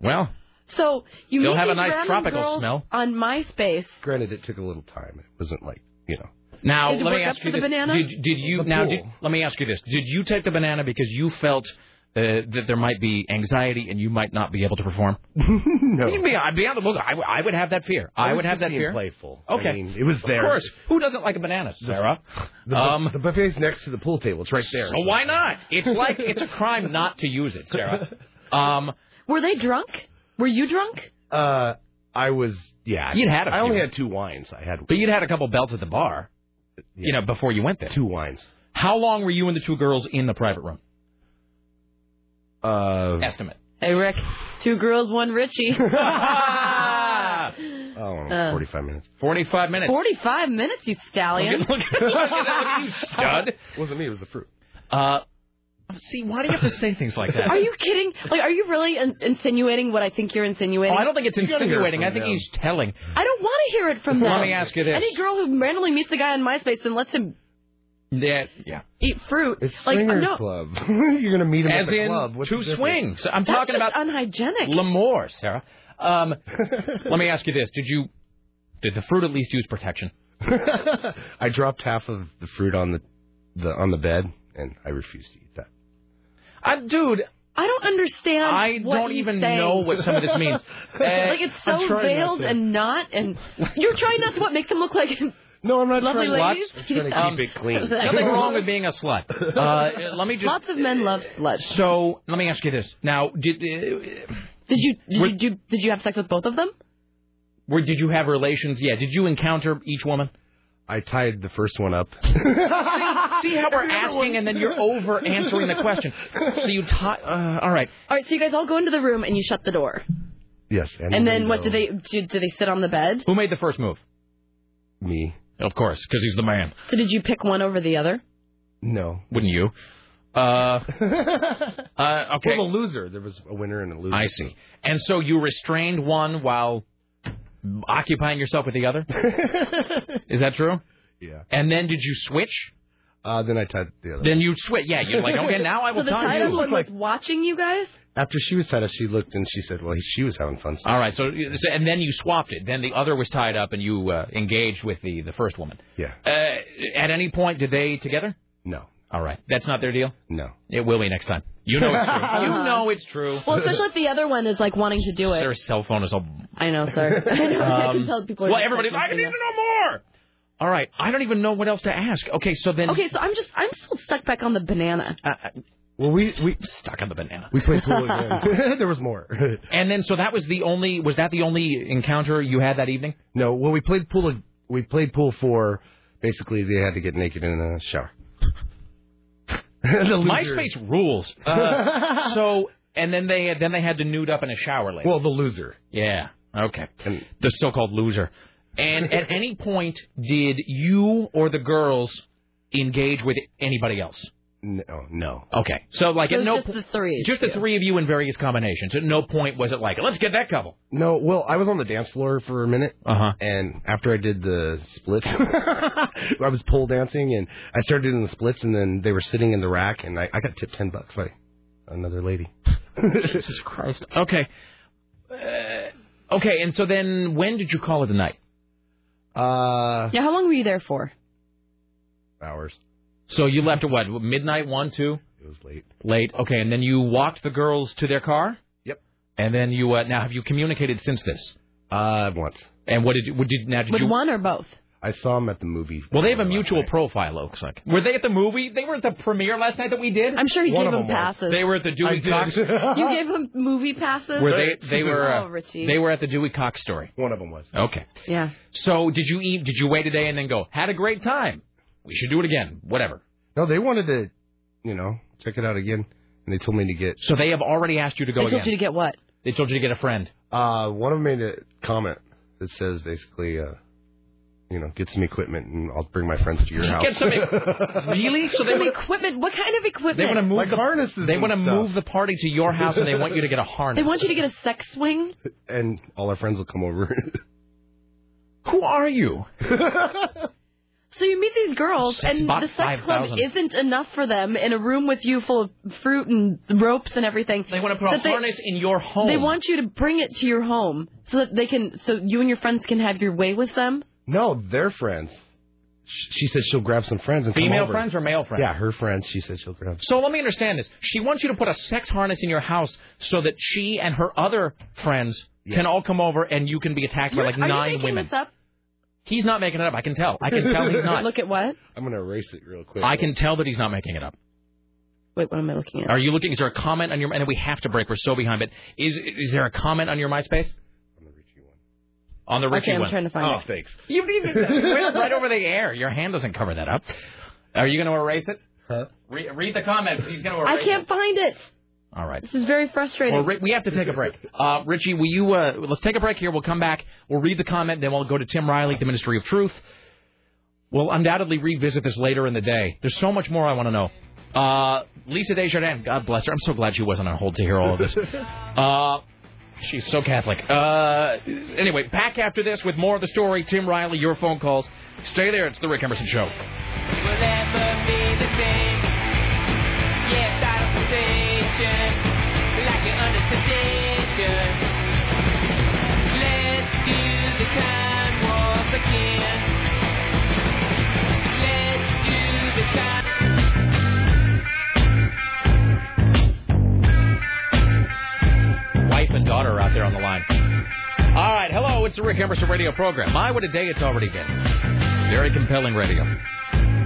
S2: Well,
S3: So you
S2: They'll
S3: meet
S2: have a
S3: these
S2: nice
S3: random
S2: tropical
S3: girls
S2: smell.
S3: on MySpace.
S7: Granted, it took a little time. It wasn't like you know.
S2: Now
S3: Did it
S2: let me
S3: work
S2: ask
S3: up
S2: you
S3: for the
S2: this.
S3: banana?
S2: Did, did you
S7: The
S2: now?
S7: pool.
S2: Did, let me ask you this: Did you take the banana because you felt uh, that there might be anxiety and you might not be able to perform? [LAUGHS]
S7: no,
S2: You'd be, I'd be on the bull- I, would- I would have that fear. I,
S7: was
S2: would have
S7: just
S2: that
S7: being
S2: fear.
S7: Playful.
S2: Okay,
S7: I mean, it was there.
S2: Of course, who doesn't like a banana, Sarah?
S7: The, bu-
S2: Um,
S7: the buffet's next to the pool table. It's right there.
S2: so why not? It's like it's a crime
S7: [LAUGHS]
S2: not to use it, Sarah. Um,
S3: Were they drunk? Were you drunk?
S7: Uh, I was. Yeah, I
S2: You'd had a
S7: I only
S2: few.
S7: had two wines. I had
S2: but you'd had a couple belts at the bar, you know, before you went there.
S7: two wines.
S2: How long were you and the two girls in the private room?
S7: Uh,
S2: Estimate.
S3: Hey Rick, two girls, one [LAUGHS] Richie.
S7: oh,
S3: Uh.
S7: 45 minutes.
S2: Forty-five [LAUGHS] minutes.
S3: Forty-five minutes, you stallion.
S2: Look at, look at that,
S7: [LAUGHS]
S2: you stud.
S7: wasn't me. It was the fruit.
S2: Uh, see, why do you have to say things like that?
S3: Are you kidding? Like, are you really in- insinuating what I think you're
S2: Oh,
S3: insinuating?
S2: I don't think it's
S7: gotta hear
S2: insinuating.
S7: from
S2: I think
S7: them.
S2: he's telling.
S3: I don't want to hear it from them.
S2: Let me ask you this.
S3: Any girl who randomly meets the guy on MySpace and lets him
S2: That, yeah.
S3: eat fruit,
S7: It's
S3: like,
S7: swingers
S3: no,
S7: club. [LAUGHS] You're gonna meet him
S2: As
S7: at the
S2: in
S7: club. What's
S2: two
S7: the difference?
S2: swings. I'm
S3: that's
S2: talking
S3: just
S2: about
S3: unhygienic.
S2: L'Amour, Sarah.
S7: [LAUGHS]
S2: Um, let me ask you this: Did you, did the fruit at least use protection?
S7: I dropped half of the fruit on the, the on the bed, and I refused to eat that.
S2: I, dude,
S3: I don't understand.
S2: I
S3: what
S2: don't
S3: he's
S2: even
S3: saying.
S2: know what some of this
S3: [LAUGHS]
S2: means. Uh,
S3: like it's so
S7: I'm trying
S3: veiled
S7: not to.
S3: and not, and you're trying not to what makes him look
S2: [LAUGHS]
S3: like.
S7: No, I'm not
S3: Lovely
S7: trying
S3: ladies? Oh.
S7: to. I'm trying to
S2: Um,
S7: keep it clean.
S3: [LAUGHS]
S2: nothing wrong with being a slut. Uh, let me just.
S3: Lots of men love sluts.
S2: So let me ask you this: Now, did uh,
S3: Did you did
S2: We're-
S3: you, do, did you have sex with both of
S2: [LAUGHS]
S3: them?
S2: where did you have relations? Yeah, did you encounter each woman?
S7: I tied the first one up.
S2: See how we're asking, and then you're over answering the question. [LAUGHS] So you tie. Uh, all right.
S3: [LAUGHS] All right, so you guys all go into the room and you shut the door.
S7: yes, and,
S3: And then what do
S7: window.
S3: they do? Do they sit on the bed?
S2: Who made the first move?
S7: Me?
S2: Of course, because he's the man.
S3: So did you pick one over the
S2: [LAUGHS]
S3: other?
S7: No.
S2: Wouldn't you?
S7: [LAUGHS]
S2: Uh, uh, okay.
S7: Well, the loser. There was a winner and a loser.
S2: I see. And so you restrained one while occupying yourself with the
S7: [LAUGHS]
S2: other. Is that true?
S7: Yeah.
S2: And then did you switch?
S7: Uh, then I tied the other.
S2: Then you switch. Yeah, you're like, okay,
S7: [LAUGHS]
S2: now I
S3: So
S2: will
S3: the
S2: tie
S3: title
S2: you.
S3: one was watching you guys.
S7: After she was tied up, she looked and she said, "Well, she was having fun."
S2: All right. So, so- and then you swapped it. Then the other was tied up, and you uh, engaged with the the first woman.
S7: Yeah.
S2: Uh, at any point, did they together?
S7: No.
S2: All right. That's not their deal.
S7: No.
S2: It will be next time. You know it's true. you know it's true.
S3: Uh-huh. [LAUGHS] Well, especially if the other one is like wanting to do
S2: Their
S3: it.
S2: cell phone is all.
S3: I know,
S2: [LAUGHS]
S3: sir. I know. I can
S2: Um,
S3: tell people. are
S2: Well,
S3: just
S2: everybody's like, I
S3: texting
S2: need to
S3: us.
S2: know more. All right. I don't even know what else to ask. Okay. So then.
S3: Okay, so I'm just I'm still stuck back on the banana.
S2: Uh, uh,
S7: Well, we we
S2: stuck on the banana.
S7: we played
S2: [LAUGHS]
S7: pool again. [LAUGHS] there was more.
S2: And then, so that was the only. Was that the only encounter you had that evening?
S7: no. Well, we played pool. ag- We played pool for basically they had to get naked in the shower. the loser-
S2: MySpace rules. [LAUGHS]
S7: [LAUGHS]
S2: Uh, so. And then they then they had to nude up in a shower later.
S7: Well, the loser.
S2: yeah. Okay.
S7: And
S2: the so-called loser.
S7: [LAUGHS]
S2: And at any point, did you or the girls engage with anybody else?
S7: No, oh, no.
S2: Okay, so like
S3: It
S2: at
S3: was
S2: no
S3: just
S2: po-
S3: the three.
S2: just the three of you in various combinations. At no point was it like, let's get that couple.
S7: No, well, I was on the dance floor for a minute,
S2: Uh huh.
S7: and after I did the splits, [LAUGHS] I was pole dancing, and I started doing the splits, and then they were sitting in the rack, and I, I got tipped ten bucks by another lady.
S2: Jesus Christ. Okay. Uh, okay, and so then when did you call it a night?
S7: Uh,
S3: Yeah, how long were you there
S2: [LAUGHS]
S3: for?
S7: hours.
S2: So you left at what? Midnight, one, two,
S7: It was late.
S2: late. Okay, and then you walked the girls to their car.
S7: Yep.
S2: And then you uh, now have you communicated since this?
S7: Uh, once.
S2: And what did you, what did now did
S3: With
S2: you?
S3: one or both?
S7: I saw him at the movie.
S2: well, they have a
S7: last
S2: mutual
S7: night.
S2: profile. It looks like. Were they at the movie? They were at the premiere last night that we did.
S3: I'm sure you
S7: One
S3: gave
S7: of
S3: him
S7: them was.
S3: passes.
S2: They were at the Dewey Cox.
S3: you gave him movie passes.
S2: Were
S7: [LAUGHS]
S2: they? They were.
S3: Oh,
S2: Uh,
S3: Richie.
S2: they were at the Dewey Cox story.
S7: One of them was.
S2: Okay.
S3: yeah.
S2: So did you eat? Did you wait today and then go? Had a great time. We should do it again. Whatever.
S7: [LAUGHS] No, they wanted to, you know, check it out again, and they told me to get.
S2: So they have already asked you to go
S3: I told
S2: again.
S3: you to get what?
S2: They told you to get a friend.
S7: Uh, one of them made a comment that says basically, uh, you know, get some equipment, and I'll bring my friends to your house.
S2: Get some e-
S7: [LAUGHS]
S2: really? So they
S3: Some
S2: want
S3: equipment. What kind of
S2: they want to
S3: equipment?
S2: move
S7: like
S2: the
S7: harnesses.
S2: They
S7: and
S2: want to
S7: stuff.
S2: move the party to your house and they want you to
S3: [LAUGHS]
S2: get a harness.
S3: They want you to get a sex
S2: [LAUGHS]
S3: swing.
S7: and all our friends will come over.
S2: Who are you?
S3: So you meet these girls,
S2: Sex
S3: and
S2: bot
S3: the sex club
S2: 5000.
S3: isn't enough for them in a room with you full of fruit and ropes and everything.
S2: They want to put a
S3: That they-
S2: harness in your home.
S3: They want you to bring it to your home so that they can, so you and your friends can have your way with them.
S7: [LAUGHS] no, they're friends. Sh- She said she'll grab some friends and come
S2: female
S7: over.
S2: friends or male friends.
S7: Yeah, her friends. She said she'll grab.
S2: So let me understand this. She wants you to put a sex harness in your house so that she and her other friends
S7: Yes.
S2: can all come over and you can be attacked by like
S3: Are you
S2: nine
S3: making
S2: women.
S3: this up?
S2: He's not making it up. I can tell. I can tell he's not.
S7: [LAUGHS]
S3: Look at what?
S7: I'm gonna erase it real quick.
S2: I can tell that he's not making it up.
S3: Wait, what am I looking at?
S2: Are you looking? Is there a comment on your? And we have to break. We're so behind. But is is there a comment on your MySpace? On the Richie
S3: okay,
S2: one.
S3: I'm trying to find
S7: Oh,
S3: it.
S7: thanks.
S2: You didn't even [LAUGHS] Well, right over the air. Your hand doesn't cover that up. Are you going to erase it?
S7: Huh?
S2: Re- read the comments. He's going to erase
S3: I can't
S2: It.
S3: find it.
S2: All right.
S3: This is very frustrating.
S2: Well, Ri- we have to take a break. Uh, Richie, will you? Uh, let's take a break here. We'll come back. We'll read the comment, then we'll go to Tim Riley, the Ministry of Truth. We'll undoubtedly revisit this later in the day. There's so much more I want to know. Uh, Lisa Desjardins, God bless her. I'm so glad she wasn't on hold to hear all of this. Uh, she's so Catholic. Uh, anyway, back after this with more of the story. Tim Riley, your phone calls. Stay there. It's the Rick Emerson Show.
S9: will ever be the same. Yes, out of sensation, like you're under sedation. Let's do the time warp again. Let's do the time.
S2: wife and daughter are out there on the line. All right, hello, it's the Rick Emerson radio program. My, what a day it's already been. Very compelling radio.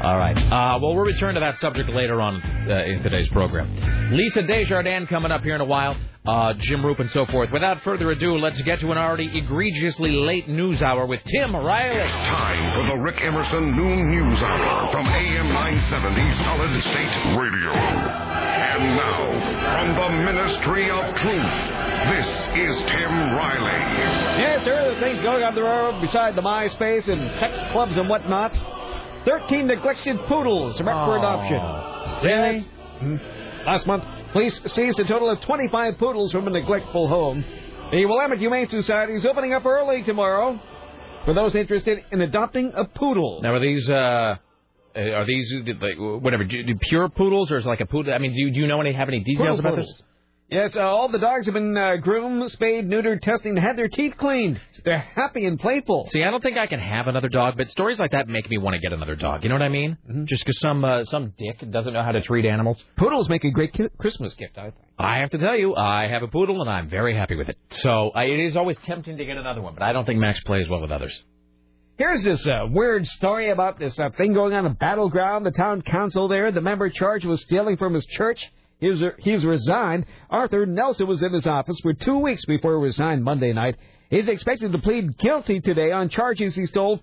S2: All right. Uh, well, we'll return to that subject later on uh, in today's program. Lisa Desjardins coming up here in a while, uh, Jim Roop and so forth. Without further ado, let's get to an already egregiously late news hour with Tim Riley.
S10: Time for the Rick Emerson Noon News Hour from AM 970 Solid State Radio. And now, from the Ministry of Truth, this is Tim Riley.
S4: Yes, there are other things going on the road beside the MySpace and sex clubs and whatnot. Thirteen neglected poodles are up for
S2: Aw.
S4: adoption. Yes. Mhm. Last month, police seized a total of 25 poodles from a neglectful home. The Willamette Humane Society is opening up early tomorrow for those interested in adopting a poodle.
S2: Now, are these. Uh... uh, Are these uh, like whatever? Do, do pure poodles or is it like a poodle? I mean, do you, do you know any have any details
S4: Poodle
S2: about
S4: poodles.
S2: this?
S4: Yes, uh, all the dogs have been uh, groomed, spayed, neutered, tested, and had their teeth cleaned. They're happy and playful.
S2: See, I don't think I can have another dog, but stories like that make me want to get another dog. You know what I mean?
S4: Mm-hmm.
S2: Just 'cause some uh, some dick doesn't know how to treat animals.
S4: Poodles make a great ki- Christmas gift, I think.
S2: I have to tell you, I have a poodle and I'm very happy with it. So I, it is always tempting to get another one, but I don't think Max plays well with others.
S4: Here's this uh, weird story about this uh, thing going on in Battleground. The town council there, the member charged with stealing from his church. He was, he's resigned. Arthur Nelson was in his office for two weeks before he resigned Monday night. He's expected to plead guilty today on charges he stole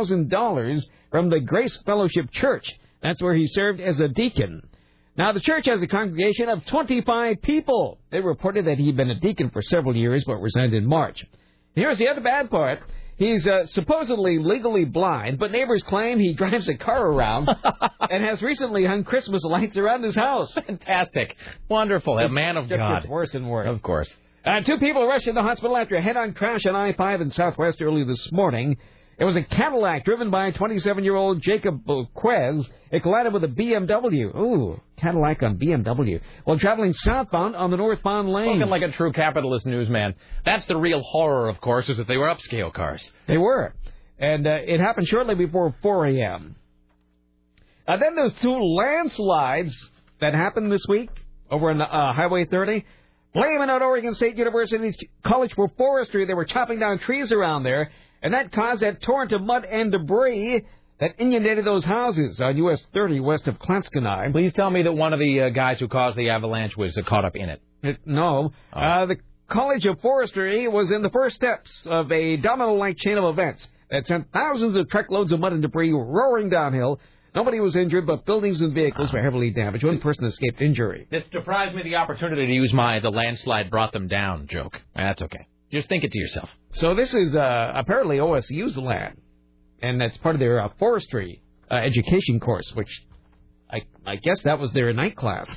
S4: $14,000 from the Grace Fellowship Church. That's where he served as a deacon. Now, the church has a congregation of 25 people. They reported that he'd been a deacon for several years but resigned in March. Here's the other bad part. He's uh, supposedly legally blind, but neighbors claim he [LAUGHS] drives a car
S2: [LAUGHS]
S4: around and has recently hung Christmas lights around his house.
S2: Fantastic. Wonderful. A man of
S4: Just
S2: God.
S4: gets worse and worse.
S2: Of course.
S4: Uh, two people rushed to the hospital after a head-on crash on I-5 in Southwest early this morning. It was a Cadillac driven by 27-year-old Jacob Boquez. It collided with a BMW. Ooh, Cadillac on BMW. While traveling southbound on the northbound lane.
S2: Spoken like a true capitalist newsman. That's the real horror, of course, is that they were upscale cars.
S4: They were. And uh, it happened shortly before 4 a.m. Uh, then those two landslides that happened this week over on uh, Highway 30. Blaming on Oregon State University's College for Forestry. They were chopping down trees around there, and that caused that torrent of mud and debris that inundated those houses on U.S. 30 west of Clanskanie.
S2: Please tell me that one of the uh, guys who caused the avalanche was uh, caught up in it.
S4: It, no. Uh, the College of Forestry was in the first steps of a domino like chain of events that sent thousands of truckloads of mud and debris roaring downhill. Nobody was injured, but buildings and vehicles were heavily damaged. One person escaped injury.
S2: This deprived me the opportunity to use my the landslide brought them down joke. That's okay. Just think it to yourself.
S4: So this is uh, apparently OSU's land, and that's part of their uh, forestry uh, education course, which I, I guess that was their night class.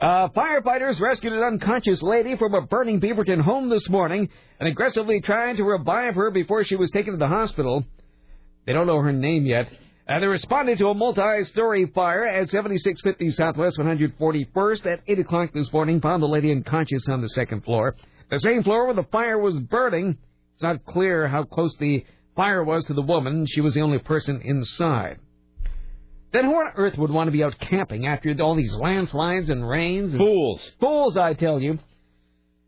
S4: Uh, firefighters rescued an unconscious lady from a burning Beaverton home this morning and aggressively tried to revive her before she was taken to the hospital. They don't know her name yet. Uh, they responded to a multi-story fire at 7650 Southwest 141st at 8 o'clock this morning. Found the lady unconscious on the second floor. The same floor where the fire was burning. It's not clear how close the fire was to the woman. She was the only person inside. Then who on earth would want to be out camping after all these landslides and rains? And
S2: Fools.
S4: Fools, I tell you.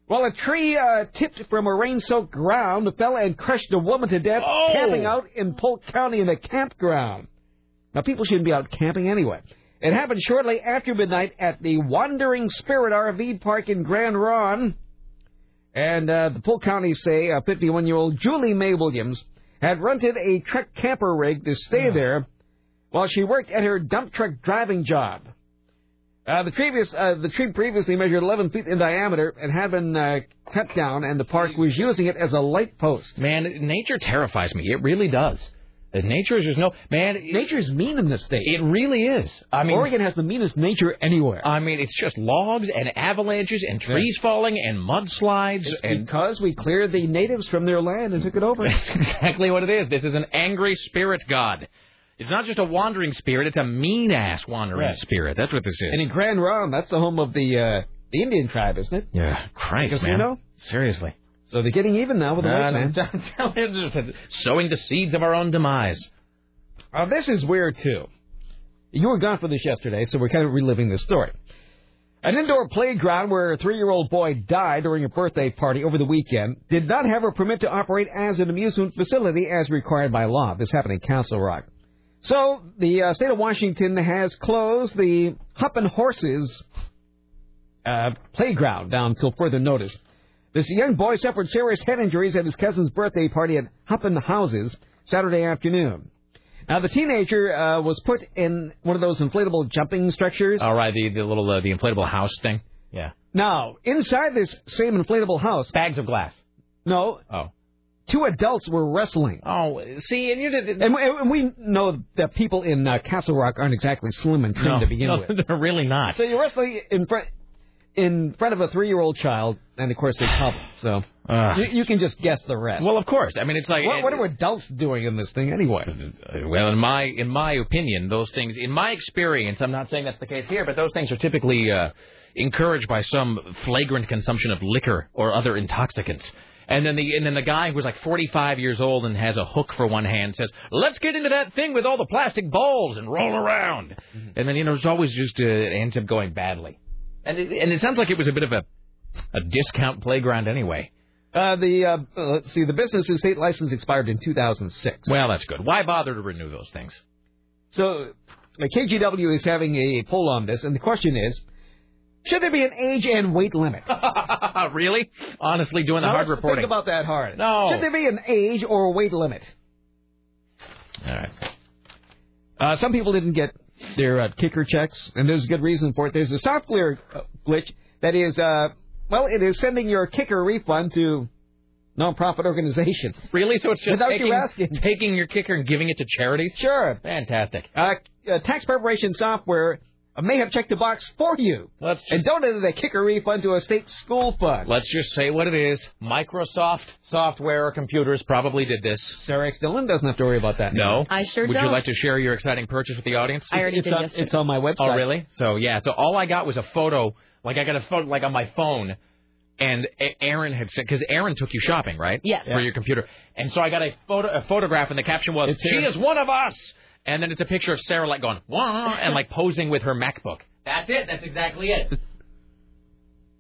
S4: Well, a tree uh, tipped from a rain-soaked ground fell and crushed a woman to death
S9: Oh!
S4: camping out in Polk County in a campground. Now, people shouldn't be out camping anyway. It happened shortly after midnight at the Wandering Spirit RV park in Grand Ron. And uh, the Polk County say uh, 51-year-old Julie Mae Williams had rented a truck camper rig to stay there while she worked at her dump truck driving job. Uh, the previous uh, the tree previously measured 11 feet in diameter and had been uh, cut down, and the park was using it as a light post.
S2: Man, nature terrifies me. It really does. Uh, Nature is just no man. Nature
S4: is mean in this state.
S2: It really is. I mean,
S4: Oregon has the meanest nature anywhere.
S2: I mean, it's just logs and avalanches and trees falling and mudslides and
S4: because we cleared the natives from their land and took it over.
S2: [LAUGHS] exactly what it is. This is an angry spirit god. It's not just a wandering spirit. It's a mean ass wandering
S4: Right.
S2: spirit. That's what this is.
S4: and in Grand Ron, that's the home of the uh, the Indian tribe, isn't it?
S2: yeah, Christ,
S4: Casino?
S2: man. Seriously.
S4: So they're getting even now with the white man.
S2: [LAUGHS] Sowing the seeds of our own demise.
S4: Uh, this is weird, too. You were gone for this yesterday, so we're kind of reliving this story. An indoor playground where a three year old boy died during a birthday party over the weekend did not have a permit to operate as an amusement facility as required by law. This happened in Castle Rock. So the uh, state of Washington has closed the Hoppin' Horses uh, playground down until further notice. This young boy suffered serious head injuries at his cousin's birthday party at Hoppin' Houses Saturday afternoon. Now, the teenager uh, was put in one of those inflatable jumping structures.
S2: All right, the the little uh, the inflatable house thing. Yeah.
S4: Now, inside this same inflatable house,
S2: bags of glass.
S4: No.
S2: Oh.
S4: Two adults were wrestling.
S2: Oh, see, and you did.
S4: And, and we know that people in uh, Castle Rock aren't exactly slim and trim
S2: No,
S4: to begin
S2: no,
S4: with.
S2: [LAUGHS] they're really not.
S4: So you're wrestling in front in front of a three year old child, and of course they couple. So
S2: Ah.
S4: you, you can just guess the rest.
S2: Well, of course. I mean, it's like
S4: What, what are adults doing in this thing anyway?
S2: Well, in my in my opinion, those things, in my experience, I'm not saying that's the case here, but those things are typically uh, encouraged by some flagrant consumption of liquor or other intoxicants. And then the and then the guy who's like 45 years old and has a hook for one hand says, "Let's get into that thing with all the plastic balls and roll around."
S4: Mm-hmm.
S2: And then you know it's always just uh, it ends up going badly. And it, and it sounds like it was a bit of a a discount playground anyway.
S4: Uh, the uh, uh, let's see, the business's state license expired in 2006.
S2: Well, that's good. Why bother to renew those things?
S4: So the KGW is having a poll on this, and the question is: Should there be an age and weight
S2: [LAUGHS]
S4: limit?
S2: [LAUGHS] really? Honestly, doing the
S4: Now,
S2: hard
S4: let's
S2: reporting.
S4: Think about that hard.
S2: No.
S4: Should there be an age or a weight limit?
S2: All right.
S4: Uh, some people didn't get their uh, kicker checks, and there's a good reason for it. There's a software uh, glitch that is, uh, well, it is sending your kicker refund to nonprofit organizations.
S2: Really? So it's just
S4: Without
S2: taking,
S4: you asking.
S2: taking your kicker and giving it to charities?
S4: Sure.
S2: Fantastic.
S4: Uh, uh, tax preparation software may have checked the box for you
S2: Let's
S4: and donated a kicker refund to a state school fund.
S2: Let's just say what it is. Microsoft software or computers probably did this.
S4: Sarah X. Dillon doesn't have to worry about that.
S2: No?
S3: I sure
S2: Would you
S3: don't.
S2: like to share your exciting purchase with the audience?
S3: I already
S4: it's,
S3: did
S4: on,
S3: yesterday.
S4: it's on my website.
S2: Oh, really? So, yeah. So all I got was a photo. Like, I got a photo, like, on my phone. And A- Aaron had sent, because Aaron took you shopping, right?
S3: Yes.
S2: For your computer. And so I got a photo, a photograph, and the caption was,
S4: It's
S2: She
S4: here.
S2: is one of us! And then it's a picture of Sarah, like, going, Wah! And, like, posing with her MacBook. That's it. That's exactly it.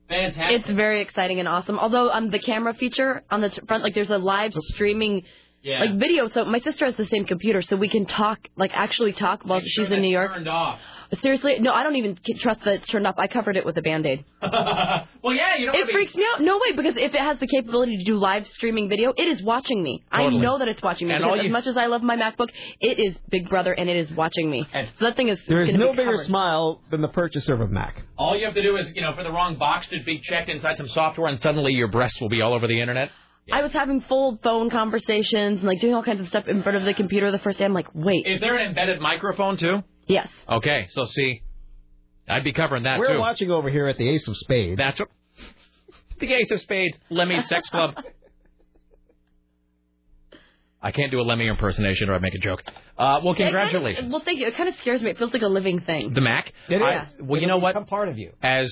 S2: Fantastic.
S3: It's very exciting and awesome. Although um, the camera feature on the t- front, like there's a live streaming
S2: yeah.
S3: like video. So my sister has the same computer, so we can talk, like actually talk while
S2: Make
S3: she's
S2: sure
S3: in
S2: that's
S3: New York.
S2: Turned off.
S3: Seriously, no, I don't even c- trust that it's turned off. I covered it with a band aid.
S2: [LAUGHS] well, yeah, you know.
S3: It freaks me out. No way, because if it has the capability to do live streaming video, it is watching me.
S2: Totally.
S3: I know that it's watching me.
S2: And
S3: because
S2: all you-
S3: as much as I love my MacBook, it is Big Brother and it is watching me.
S2: And-
S3: so that thing is.
S4: There is
S3: gonna
S4: no
S3: be
S4: bigger
S3: covered.
S4: smile than the purchaser of a Mac.
S2: All you have to do is, you know, for the wrong box to be checked inside some software, and suddenly your breasts will be all over the internet.
S3: I was having full phone conversations and like doing all kinds of stuff in front of the computer the first day. I'm like, wait,
S2: Is there an embedded microphone too?
S3: yes.
S2: Okay, so see, I'd be covering that
S4: We're
S2: too.
S4: watching over here at the Ace of Spades.
S2: That's what. The Ace of Spades, Lemmy Sex Club. I can't do a Lemmy impersonation or I make a joke. Uh, well,
S3: It kind
S2: congratulations.
S3: of, well, thank you. It kind of scares me. It feels like a living thing.
S2: The Mac.
S4: It is.
S2: I- well, you know what?
S4: I'm part of you.
S2: as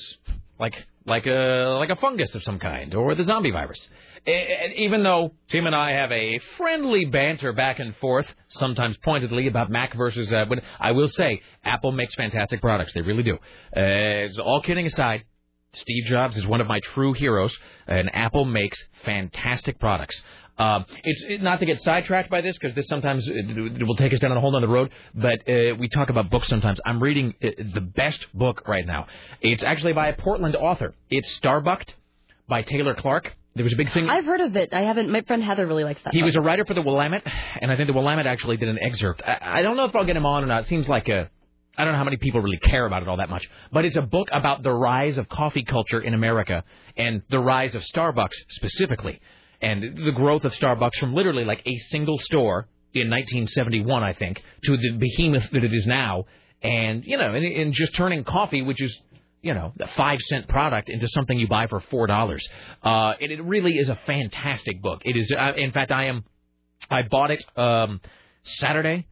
S2: like like a like a fungus of some kind or the zombie virus. A- And even though Tim and I have a friendly banter back and forth, sometimes pointedly about Mac versus, uh, but I will say Apple makes fantastic products. They really do. Uh, so all kidding aside, Steve Jobs is one of my true heroes, and Apple makes fantastic products. Um, it's it, not to get sidetracked by this because this sometimes it, it will take us down a whole other road. But uh, we talk about books sometimes. I'm reading uh, the best book right now. It's actually by a Portland author. It's Starbucked by Taylor Clark. There was a big thing.
S3: I've heard of it. I haven't. My friend Heather really likes that.
S2: He
S3: book.
S2: was a writer for the Willamette, and I think the Willamette actually did an excerpt. I, I don't know if I'll get him on or not. It seems like a. I don't know how many people really care about it all that much, but it's a book about the rise of coffee culture in America and the rise of Starbucks specifically, and the growth of Starbucks from literally like a single store in 1971, I think, to the behemoth that it is now, and you know, and, and just turning coffee, which is you know, the five cent product into something you buy for four dollars. Uh, and it really is a fantastic book. It is, uh, in fact, I am, I bought it um, Saturday,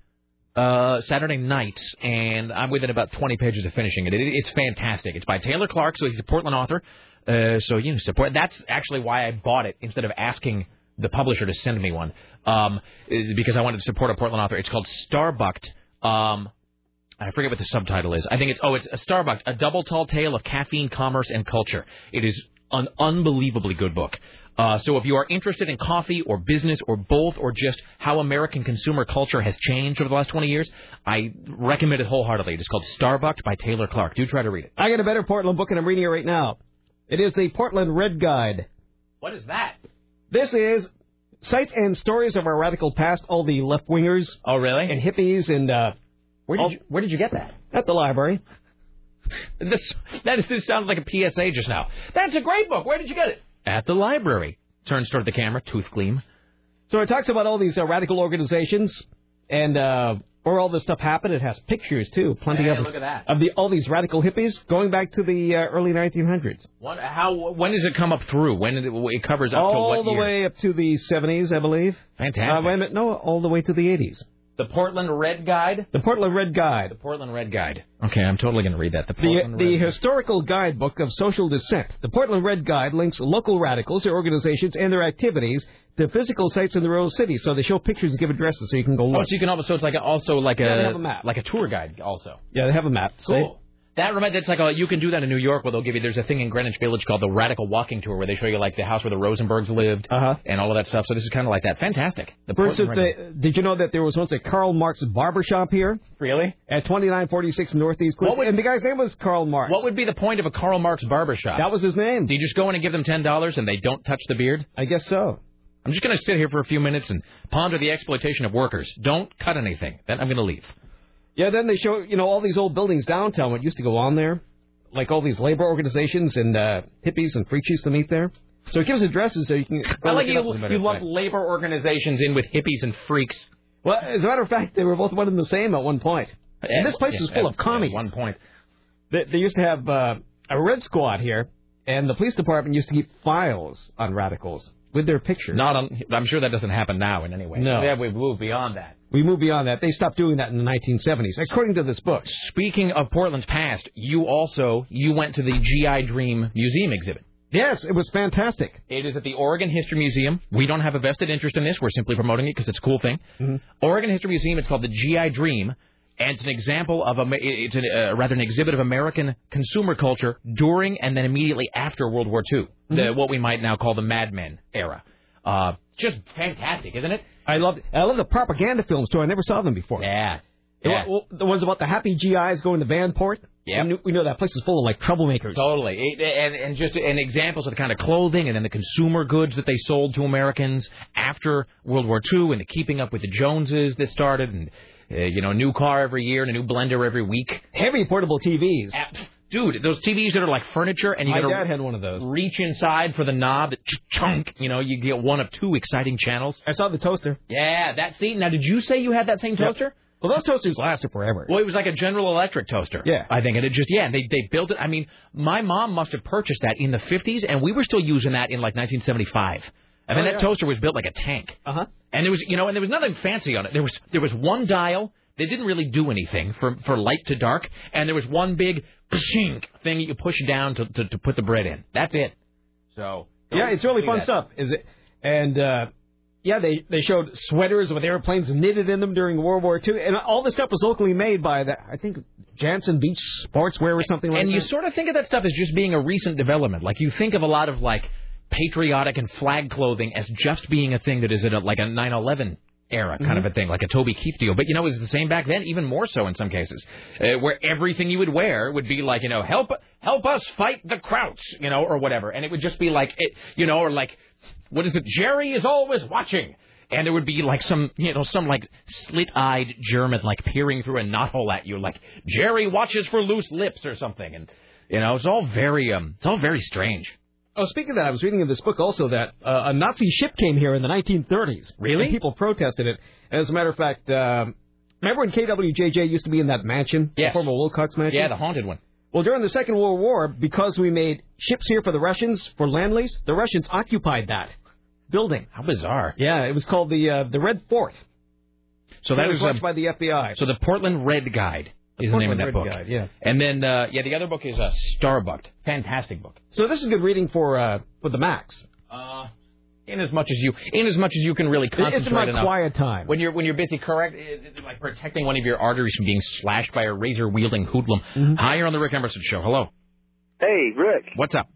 S2: uh, Saturday night, and I'm within about 20 pages of finishing it. it. It's fantastic. It's by Taylor Clark, so he's a Portland author. Uh, so you know, support. That's actually why I bought it instead of asking the publisher to send me one, um, is because I wanted to support a Portland author. It's called Starbucked. Um, I forget what the subtitle is. I think it's oh, it's a Starbucks, a double tall tale of caffeine, commerce, and culture. It is an unbelievably good book. Uh, so if you are interested in coffee or business or both or just how American consumer culture has changed over the last 20 years, I recommend it wholeheartedly. It is called Starbucked by Taylor Clark. Do try to read it.
S4: [LAUGHS] I got a better Portland book, and I'm reading it right now. It is the Portland Red Guide.
S2: What is that?
S4: This is sites and stories of our radical past. All the left wingers
S2: Oh, really?
S4: and hippies, and uh,
S2: where
S4: all-
S2: where did you get that?
S4: at the library.
S2: This that is this sounds like a PSA just now. That's a great book. Where did you get it? At the library. Turns toward the camera, tooth gleam.
S4: So it talks about all these uh, radical organizations and uh, where all this stuff happened. It has pictures too, plenty
S2: Hey,
S4: of
S2: look at that.
S4: of the all these radical hippies going back to the uh, early 1900s,
S2: What, how? When does it come up through? When did it, it covers up to
S4: all
S2: what
S4: the
S2: year?
S4: way up to the 70s, I believe. Uh,
S2: Fantastic.
S4: wait a minute, no, all the way to the 80s.
S2: the Portland Red Guide.
S4: The Portland Red Guide.
S2: Portland Red Guide. Okay, I'm totally going to read that. The
S4: The,
S2: Portland
S4: the
S2: Red
S4: historical guidebook of social dissent. The Portland Red Guide links local radicals, their organizations, and their activities to physical sites in their own city. So they show pictures and give addresses so you can go
S2: Oh,
S4: look.
S2: so you can also so it's like a, also like a,
S4: Yeah, they have a map.
S2: like a tour guide also.
S4: Yeah, they have a map. See?
S2: That reminds. It's like a, you can do that in New York where they'll give you. There's a thing in Greenwich Village called the Radical Walking Tour where they show you like the house where the Rosenbergs lived
S4: Uh-huh.
S2: and all of that stuff. So this is kind of like that. Fantastic. The
S4: Versus
S2: Portland Red
S4: the, did you know that there was once a Karl Marx barber shop here
S2: Guide. really.
S4: at 2946 Northeast
S2: What
S4: Quincy?
S2: would-
S4: and the guy's name was Karl Marx.
S2: What would be the point of a Karl Marx barbershop?
S4: that was his name.
S2: Do you just go in and give them ten dollars and they don't touch the beard?
S4: I guess so.
S2: I'm just going to sit here for a few minutes and ponder the exploitation of workers. Don't cut anything. Then I'm going to leave.
S4: Yeah, then they show, you know, all these old buildings downtown, what used to go on there. Like all these labor organizations and uh, hippies and freakies to meet there. So it gives addresses so you can.
S11: I like
S4: look it up
S11: you.
S4: in a
S11: You
S4: minute.
S11: lump labor organizations in with hippies and freaks.
S4: Well, as a matter of fact, they were both one and the same at one point. And this place
S11: yeah,
S4: was full of
S11: at-
S4: commies.
S11: at one
S2: point,
S4: they, they used to have uh, a red squad here, and the police department used to keep files on radicals with their pictures.
S11: Not on. I'm sure that doesn't happen now in any way.
S4: No.
S11: Yeah, we've moved beyond that.
S4: We move beyond that. They stopped doing that in the 1970s, according to this book.
S2: Speaking of Portland's past, you also you went to the GI Dream Museum exhibit.
S4: Yes, it was fantastic.
S2: It is at the Oregon History Museum. We don't have a vested interest in this. We're simply promoting it because it's a cool thing.
S4: Mm-hmm.
S2: Oregon History Museum. It's called the GI Dream, and it's an example of a it's an, uh, rather an exhibit of American consumer culture during and then immediately after World War II,
S4: Mm-hmm.
S2: the, what we might now call the Mad Men era. Uh, just fantastic, isn't it?
S4: I loved. I love the propaganda films too. I never saw them before.
S11: Yeah.
S2: Yeah.
S4: The, one- the ones about the happy GIs going to Vanport.
S2: Yeah.
S4: We knew- We know that place is full of like troublemakers.
S2: Totally, It- and and just and examples of the kind of clothing, and then the consumer goods that they sold to Americans after World War II, and the keeping up with the Joneses that started, and uh, you know, a new car every year and a new blender every week.
S4: Heavy portable TVs,
S2: dude. Those TVs that are like furniture, and you
S4: My
S2: gotta
S4: dad had one of those.
S2: Reach inside for the knob, that ch- chunk. You know, you get one of two exciting channels.
S4: I saw the toaster.
S2: Yeah, that seat. Now, did you say you had that same toaster?
S4: Well, those toasters lasted forever.
S2: Well, it was like a General Electric toaster. Yeah. I think. And it just, yeah, and they, they built it. I mean, my mom must have purchased that in the 50s, and we were still using that in like 1975. I mean,
S11: Oh,
S2: that
S11: yeah.
S2: toaster was built like a tank.
S4: Uh huh.
S2: And there was, you know, and there was nothing fancy on it. There was, there was one dial. They didn't really do anything for, for light to dark. And there was one big shink thing that you push down to, to, to put the bread in. That's it. So.
S4: Yeah, it's really
S2: do
S4: fun
S2: that.
S4: stuff. Is it? And uh, yeah, they they showed sweaters with airplanes knitted in them during World War II, and all this stuff was locally made by the I think Jansen Beach Sportswear or something like
S2: and
S4: that.
S2: you sort of think of that stuff as just being a recent development. Like you think of a lot of like patriotic and flag clothing as just being a thing that is in a, like a 9/11 era
S4: Mm-hmm.
S2: kind of a thing, like a Toby Keith deal. But you know, it was the same back then, even more so in some cases, uh, where everything you would wear would be like you know help help us fight the Krauts, you know, or whatever, and it would just be like it, you know, or like what is it? Jerry is always watching. And there would be like some, you know, some like slit-eyed German like peering through a knothole at you, like Jerry watches for loose lips or something. And you know, it's all very, um, it's all very strange.
S4: Oh, speaking of that, I was reading in this book also that uh, a Nazi ship came here in the 1930s.
S2: Really?
S4: And people protested it. As a matter of fact, um remember when KWJJ used to be in that mansion?
S2: Yes.
S4: The former Wilcox mansion?
S2: Yeah, the haunted one.
S4: Well, during the Second World War, because we made ships here for the Russians, for land lease, the Russians occupied that building.
S2: How bizarre.
S4: Yeah, it was called the uh, the Red Fort.
S2: So that
S4: it
S2: is
S4: was
S2: a-
S4: launched by the FBI.
S2: So the Portland Red Guide is the, name of that book.
S4: Portland Red Guide, yeah.
S2: And then, uh, yeah, the other book is uh, Starbucked. Fantastic book.
S4: So this is good reading for uh, for the Max.
S2: Uh, in as much as you, in as much as you can really concentrate
S4: It's my
S2: enough.
S4: quiet time.
S2: When you're when you're busy, correct, it- it's like protecting one of your arteries from being slashed by a razor wielding hoodlum.
S4: Mm-hmm.
S2: Hi, you're on the Rick Emerson show. Hello.
S12: Hey, Rick.
S2: What's up?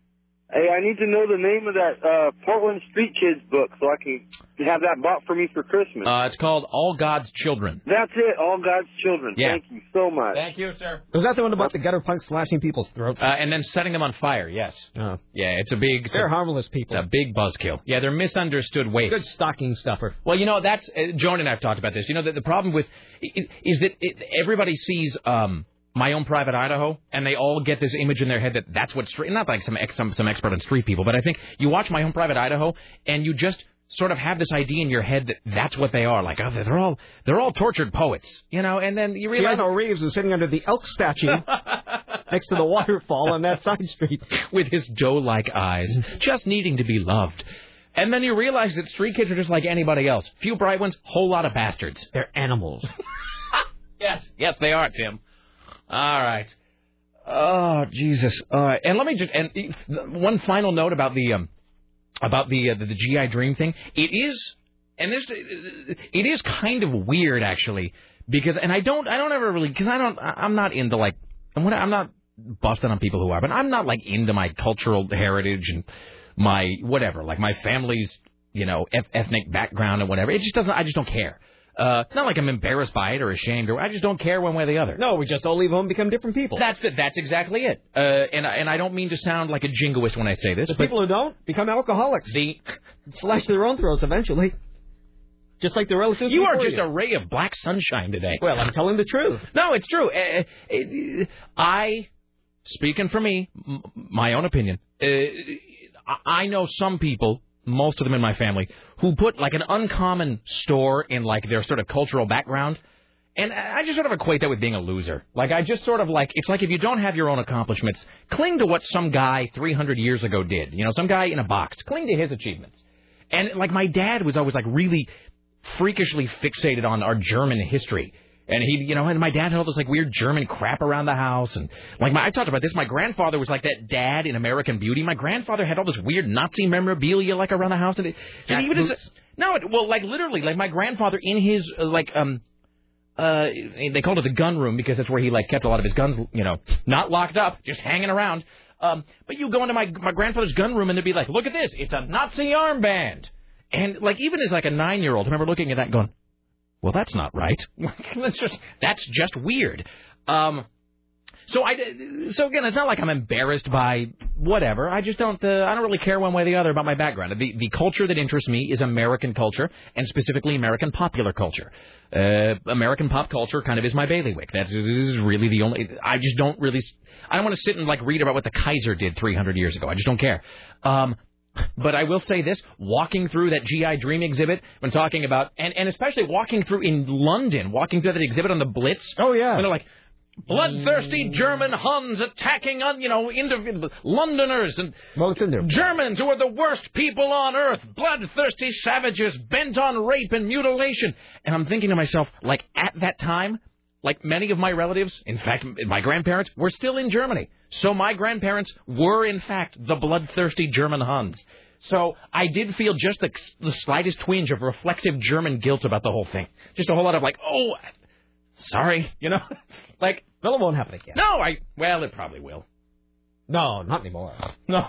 S12: Hey, I need to know the name of that uh, Portland Street Kids book so I can have that bought for me for Christmas.
S2: Uh, it's called All God's Children.
S12: That's it, All God's Children.
S2: Yeah.
S12: Thank you so much.
S2: Thank you, sir.
S4: Was that the one about the gutter punk slashing people's throats?
S2: Uh, and then setting them on fire. Yes.
S4: Oh.
S2: Yeah, it's a big.
S4: They're harmless people.
S2: It's a big buzzkill. Yeah, they're misunderstood waifs.
S4: Good stocking stuffer.
S2: Well, you know that's uh, Joan and I've talked about this. You know that the problem with i- is that it, everybody sees um, my own private Idaho, and they all get this image in their head that that's what street. Not like some ex, some some expert on street people, but I think you watch my own private Idaho, and you just sort of have this idea in your head that that's what they are. Like oh, they're all they're all tortured poets, you know. And then you realize
S4: Keanu Reeves is sitting under the elk statue next to the waterfall on that side street.
S2: with his doe-like eyes, just needing to be loved. And then you realize that street kids are just like anybody else. Few bright ones, whole lot of bastards.
S4: They're animals.
S2: [LAUGHS] yes, yes, they are, Tim. [LAUGHS] All right. Oh, Jesus. All right. And let me just and uh, one final note about the um about the uh, the, the GI Dream thing. It is and this it is kind of weird actually because and I don't I don't ever really because I don't I- I'm not into like and when I- I'm not busting on people who are but I'm not like into my cultural heritage and my whatever like my family's you know eth- ethnic background and whatever it just doesn't I just don't care uh not like I'm embarrassed by it or ashamed or I just don't care one way or the other
S4: no we just all leave home and become different people
S2: that's the, that's exactly it uh and I- and I don't mean to sound like a jingoist when I say this
S4: the
S2: but
S4: people who don't become alcoholics.
S2: the
S4: Slash their own throats eventually. Just like their relatives.
S2: you are
S4: before
S2: just a ray of black sunshine today
S4: Well, I'm telling the truth.
S2: No, it's true. Uh, uh, I, speaking for me, m- my own opinion, uh, I I know some people, most of them in my family, who put like an uncommon store in like their sort of cultural background. And I I just sort of equate that with being a loser. Like I just sort of like it's like if you don't have your own accomplishments, cling to what some guy 300 years ago did. You know, some guy in a box, cling to his achievements. And like my dad was always like really freakishly fixated on our German history. And he, you know, and my dad had all this like weird German crap around the house, and like my, I talked about this. My grandfather was like that dad in American Beauty. My grandfather had all this weird Nazi memorabilia like around the house, and, it, and even his, no, it, well, like literally, like my grandfather in his uh, like um uh they called it the gun room because that's where he like kept a lot of his guns you know not locked up just hanging around um but you go into my my grandfather's gun room and they'd be like look at this it's a nazi armband and like even as like a nine year old I remember looking at that and going well that's not right [LAUGHS] that's just that's just weird um so I so again it's not like I'm embarrassed by whatever I just don't uh, I don't really care one way or the other about my background the the culture that interests me is American culture and specifically American popular culture uh, American pop culture kind of is my bailiwick that's is really the only I just don't really I don't want to sit and like read about what the Kaiser did 300 years ago I just don't care um but I will say this: walking through that GI Dream exhibit when talking about, and, and especially walking through in London, walking through that exhibit on the Blitz. Oh yeah, when they're like bloodthirsty German Huns attacking on you know indiv- Londoners and Germans who are the worst people on earth, bloodthirsty savages bent on rape and mutilation. And I'm thinking to myself, like at that time. Like many of my relatives, in fact, my grandparents were still in Germany. So my grandparents were, in fact, the bloodthirsty German Huns. So I did feel just the, the slightest twinge of reflexive German guilt about the whole thing. Just a whole lot of like, oh, sorry, you know, [LAUGHS] like
S4: well, it won't happen again.
S2: No, I well, it probably will.
S4: No, not anymore.
S2: No.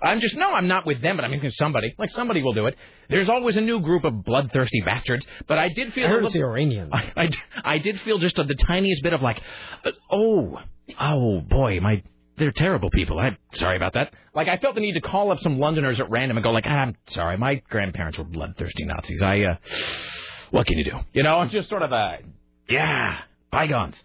S2: I'm just no, I'm not with them, but I'm with somebody. Like somebody will do it. There's always a new group of bloodthirsty bastards. But I did feel
S4: I heard
S2: a
S4: it's the
S2: little,
S4: Iranians.
S2: I, I, I did feel just the tiniest bit of like, uh, oh, oh boy, my they're terrible people. I'm sorry about that. Like I felt the need to call up some Londoners at random and go like, ah, I'm sorry, my grandparents were bloodthirsty Nazis. I, uh, what can you do? You know, I'm just sort of a, yeah, bygones.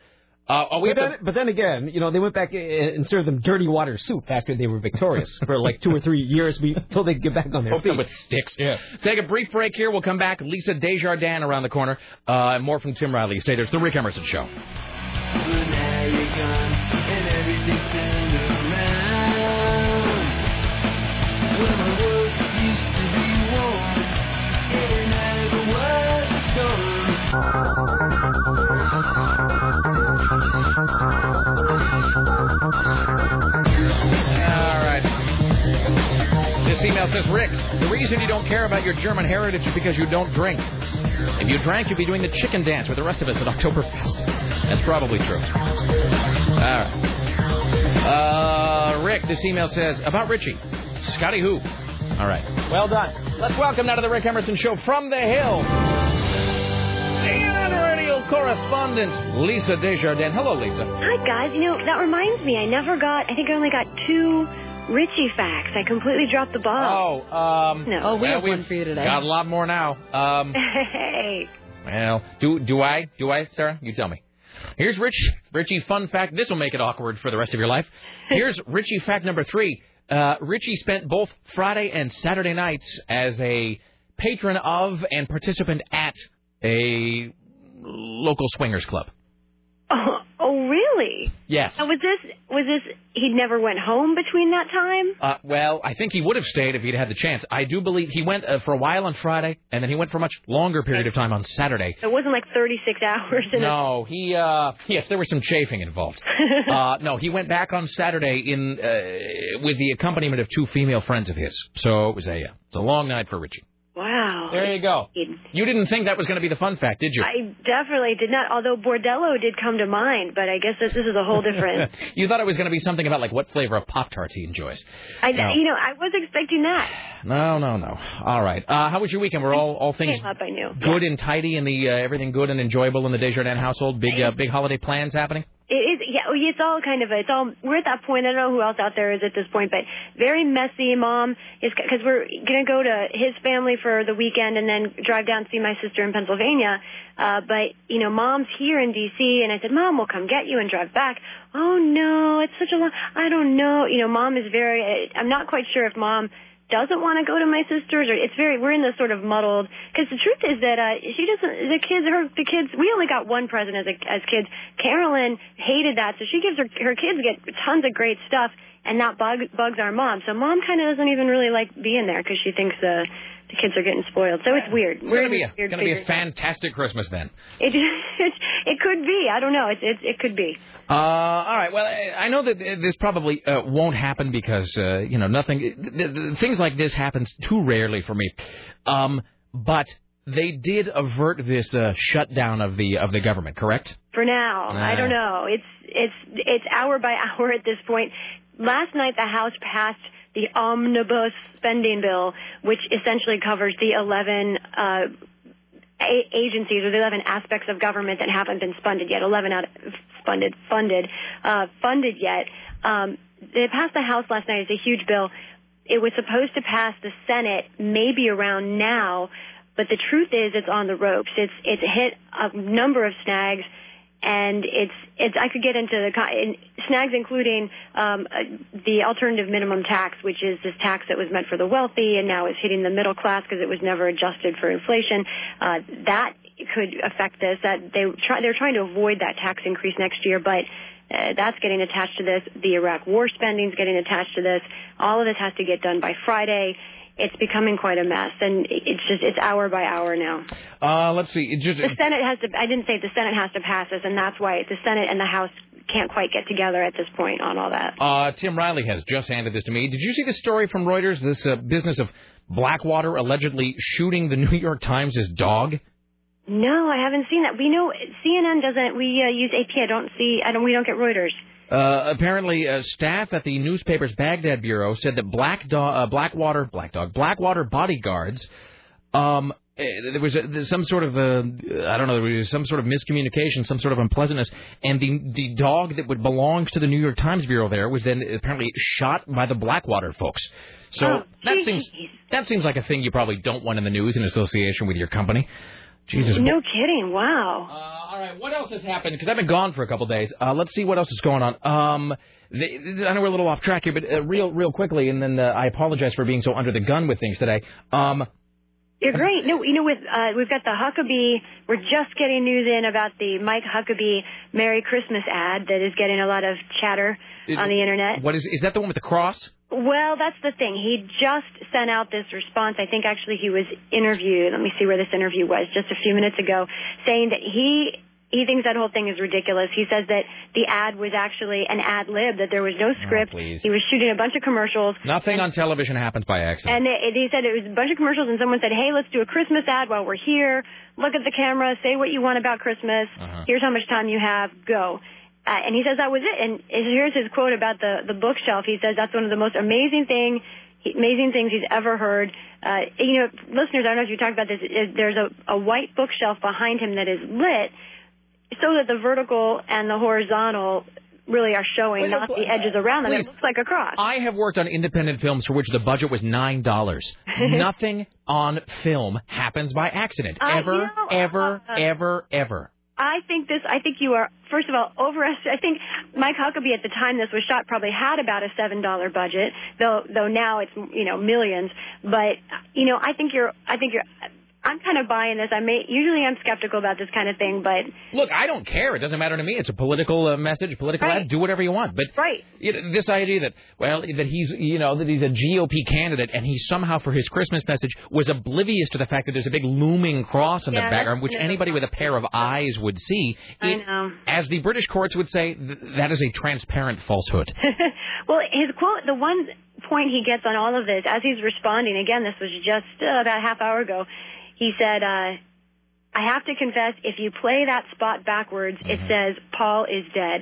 S2: Uh, oh, we
S4: but,
S2: have
S4: then,
S2: to-
S4: but then again, you know, they went back uh, and served them dirty water soup after they were victorious for like two or three years be- until they get back on their
S2: Hope them
S4: feet.
S2: with sticks. Yeah. Take a brief break here. We'll come back. Lisa Desjardins around the corner. Uh, and more from Tim Riley. Stay there. It's the Rick Emerson Show. All right. This email says, Rick, the reason you don't care about your German heritage is because you don't drink. If you drank, you'd be doing the chicken dance with the rest of us at Oktoberfest. That's probably true. All right. Uh, Rick, this email says, about Richie. Scotty who? All right. Well done. Let's welcome now to the Rick Emerson Show from the Hill. The honorary correspondent, Lisa Desjardins. Hello, Lisa.
S8: Hi, guys. You know, that reminds me, I never got, I think I only got two Richie facts. I completely dropped the ball.
S2: Oh, um,
S8: No. Oh, we
S2: well,
S8: have one
S2: we've
S8: for you today. [LAUGHS]
S2: Got a lot more now. Um,
S8: Hey.
S2: Well, do do I? Do I, Sarah? You tell me. Here's Rich Richie fun fact. This will make it awkward for the rest of your life. Here's Richie fact number three. Uh, Richie spent both Friday and Saturday nights as a patron of and participant at a local swingers club.
S8: Oh, oh, really?
S2: Yes.
S8: Now, was this, was this, he never went home between that time?
S2: Uh, well, I think he would have stayed if he'd had the chance. I do believe he went uh, for a while on Friday, and then he went for a much longer period of time on Saturday.
S8: It wasn't like 36 hours in a. [LAUGHS]
S2: No, he. uh Yes, there was some chafing involved. uh No, he went back on Saturday in uh, with the accompaniment of two female friends of his. So it was a uh, it's a long night for Richie.
S8: Wow.
S2: There you go. You didn't think that was going to be the fun fact, did you?
S8: I definitely did not, although Bordello did come to mind, but I guess this, this is a whole
S2: [LAUGHS]
S8: different.
S2: you thought it was going to be something about like what flavor of Pop Tarts he enjoys.
S8: I,
S2: no.
S8: You know, I was expecting that.
S2: no, no, no. All right. Uh, how was your weekend? Were all all things
S8: Came up, I knew.
S2: good and tidy, and the uh, everything good and enjoyable in the Desjardins household? Big uh, big holiday plans happening?
S8: It is, yeah, well, it's all kind of, it's all, we're at that point, I don't know who else out there is at this point, but very messy. Mom is, because we're going to go to his family for the weekend and then drive down to see my sister in Pennsylvania. Uh, but, you know, mom's here in D.C., and I said, Mom, we'll come get you and drive back. Oh, no, it's such a long, I don't know. You know, mom is very, I'm not quite sure if mom doesn't want to go to my sister's or it's very we're in this sort of muddled because the truth is that uh she doesn't the kids her the kids we only got one present as a, as kids carolyn hated that so she gives her her kids get tons of great stuff and that bug, bugs our mom so mom kind of doesn't even really like being there because she thinks the the kids are getting spoiled so it's weird
S2: It's
S8: we're in
S2: gonna be
S8: this
S2: a,
S8: weird
S2: gonna be a
S8: figure-
S2: fantastic Christmas then.
S8: it, it [LAUGHS] it could be i don't know it it, it could be
S2: Uh, all right. Well, I I know that this probably uh, won't happen because uh, you know nothing. th- th- th- Things like this happens too rarely for me. Um, but they did avert this uh, shutdown of the of the government, correct?
S8: For now,
S2: Ah.
S8: I don't know. It's it's it's hour by [LAUGHS] hour at this point. Last night, the House passed the omnibus spending bill, which essentially covers the eleven. Uh, a- agencies or the 11 aspects of government that haven't been funded yet, 11 out funded, funded, uh, funded yet. Um, they passed the House last night. It's a huge bill. It was supposed to pass the Senate maybe around now, but the truth is it's on the ropes. It's it's hit a number of snags, and it's it's I could get into the co- in, snags including um, uh, the alternative minimum tax, which is this tax that was meant for the wealthy and now is hitting the middle class because it was never adjusted for inflation. Uh, that could affect this. That they try they're trying to avoid that tax increase next year, but. Uh, that's getting attached to this. The Iraq war spending is getting attached to this. All of this has to get done by Friday. It's becoming quite a mess, and it's just it's hour by hour now.
S2: Uh, let's see.
S8: [LAUGHS]
S2: It just,
S8: The Senate has to. I didn't say the Senate has to pass this, and that's why the Senate and the House can't quite get together at this point on all that.
S2: Uh, Tim Riley has just handed this to me. Did you see the story from Reuters? This uh, business of Blackwater allegedly shooting the [LAUGHS] New York Times' dog.
S8: No, I haven't seen that. We know CNN doesn't. We uh, use AP. I don't see. I don't. We don't get Reuters.
S2: Uh, apparently, uh, staff at the newspaper's Baghdad bureau said that Black Do- uh, Blackwater, Black Dog, Blackwater bodyguards, um, eh, there was a, some sort of, uh, I don't know, there was some sort of miscommunication, some sort of unpleasantness, and the the dog that would belongs to the New York Times bureau there was then apparently shot by the Blackwater folks. So
S11: Oh,
S2: that seems that seems like a thing you probably don't want in the news in association with your company. Jesus,
S8: No kidding. Wow.
S2: Uh, all right. What else has happened? Because I've been gone for a couple days. Uh, let's see what else is going on. Um, the, the- I know we're a little off track here, but uh, real, real quickly, and then uh, I apologize for being so under the gun with things today. Um,
S8: You're great. No, you know, with uh, we've got the Huckabee. We're just getting news in about the Mike Huckabee "Merry Christmas" ad that is getting a lot of chatter
S2: It-
S8: on the internet.
S2: what is is that the one with the cross?
S8: Well, that's the thing. He just sent out this response. I think actually he was interviewed. Let me see where this interview was just a few minutes ago, saying that he he thinks that whole thing is ridiculous. He says that the ad was actually an ad lib, that there was no script.
S2: please.
S8: he was shooting a bunch of commercials.
S2: Nothing on television happens by
S8: And
S2: accident.
S8: it, it- he said it was a bunch of commercials, and someone said, "Hey, let's do a Christmas ad while we're here. Look at the camera, say what you want about Christmas.
S5: Uh-huh.
S8: Here's how much time you have. Go." Uh, and he says that was it. And here's his quote about the the bookshelf. He says that's one of the most amazing thing, amazing things he's ever heard. Uh, you know, listeners, I don't know if you talked about this. Is there's a, a white bookshelf behind him that is lit, so that the vertical and the horizontal really are showing,
S2: Wait,
S8: not
S2: wait,
S8: the edges around them.
S2: please.
S8: It looks like a cross. [LAUGHS]
S2: I have worked on independent films for which the budget was
S8: [LAUGHS]
S2: nine dollars. [LAUGHS] Nothing on film happens by accident
S8: I
S2: ever,
S8: know,
S2: ever,
S8: uh,
S2: ever, ever.
S8: I think this. I think you are. First of all, overestimating. I think Mike Huckabee at the time this was shot probably had about a seven dollar budget, though. Though now it's you know millions. But you know, I think you're. I think you're. I'm kind of buying this. I may. Usually, I'm skeptical about this kind of thing, but
S2: Look, I don't care. It doesn't matter to me. It's a political uh, message, political ad. Do whatever you want. But
S8: right.
S2: you know, this idea that well, that he's you know that he's a GOP candidate and he somehow for his Christmas message was oblivious to the fact that there's a big looming cross in
S11: Yeah,
S2: the
S11: that's-
S2: background, which
S11: yeah.
S2: anybody with a pair of eyes would see.
S8: I
S2: It-
S8: know. [LAUGHS]
S2: As the British courts would say, th- that is a transparent falsehood. [LAUGHS]
S8: well, his quote, the one point he gets on all of this, as he's responding, again, this was just uh, about a half hour ago, he said, uh, I have to confess, if you play that spot backwards, it says, Paul is dead.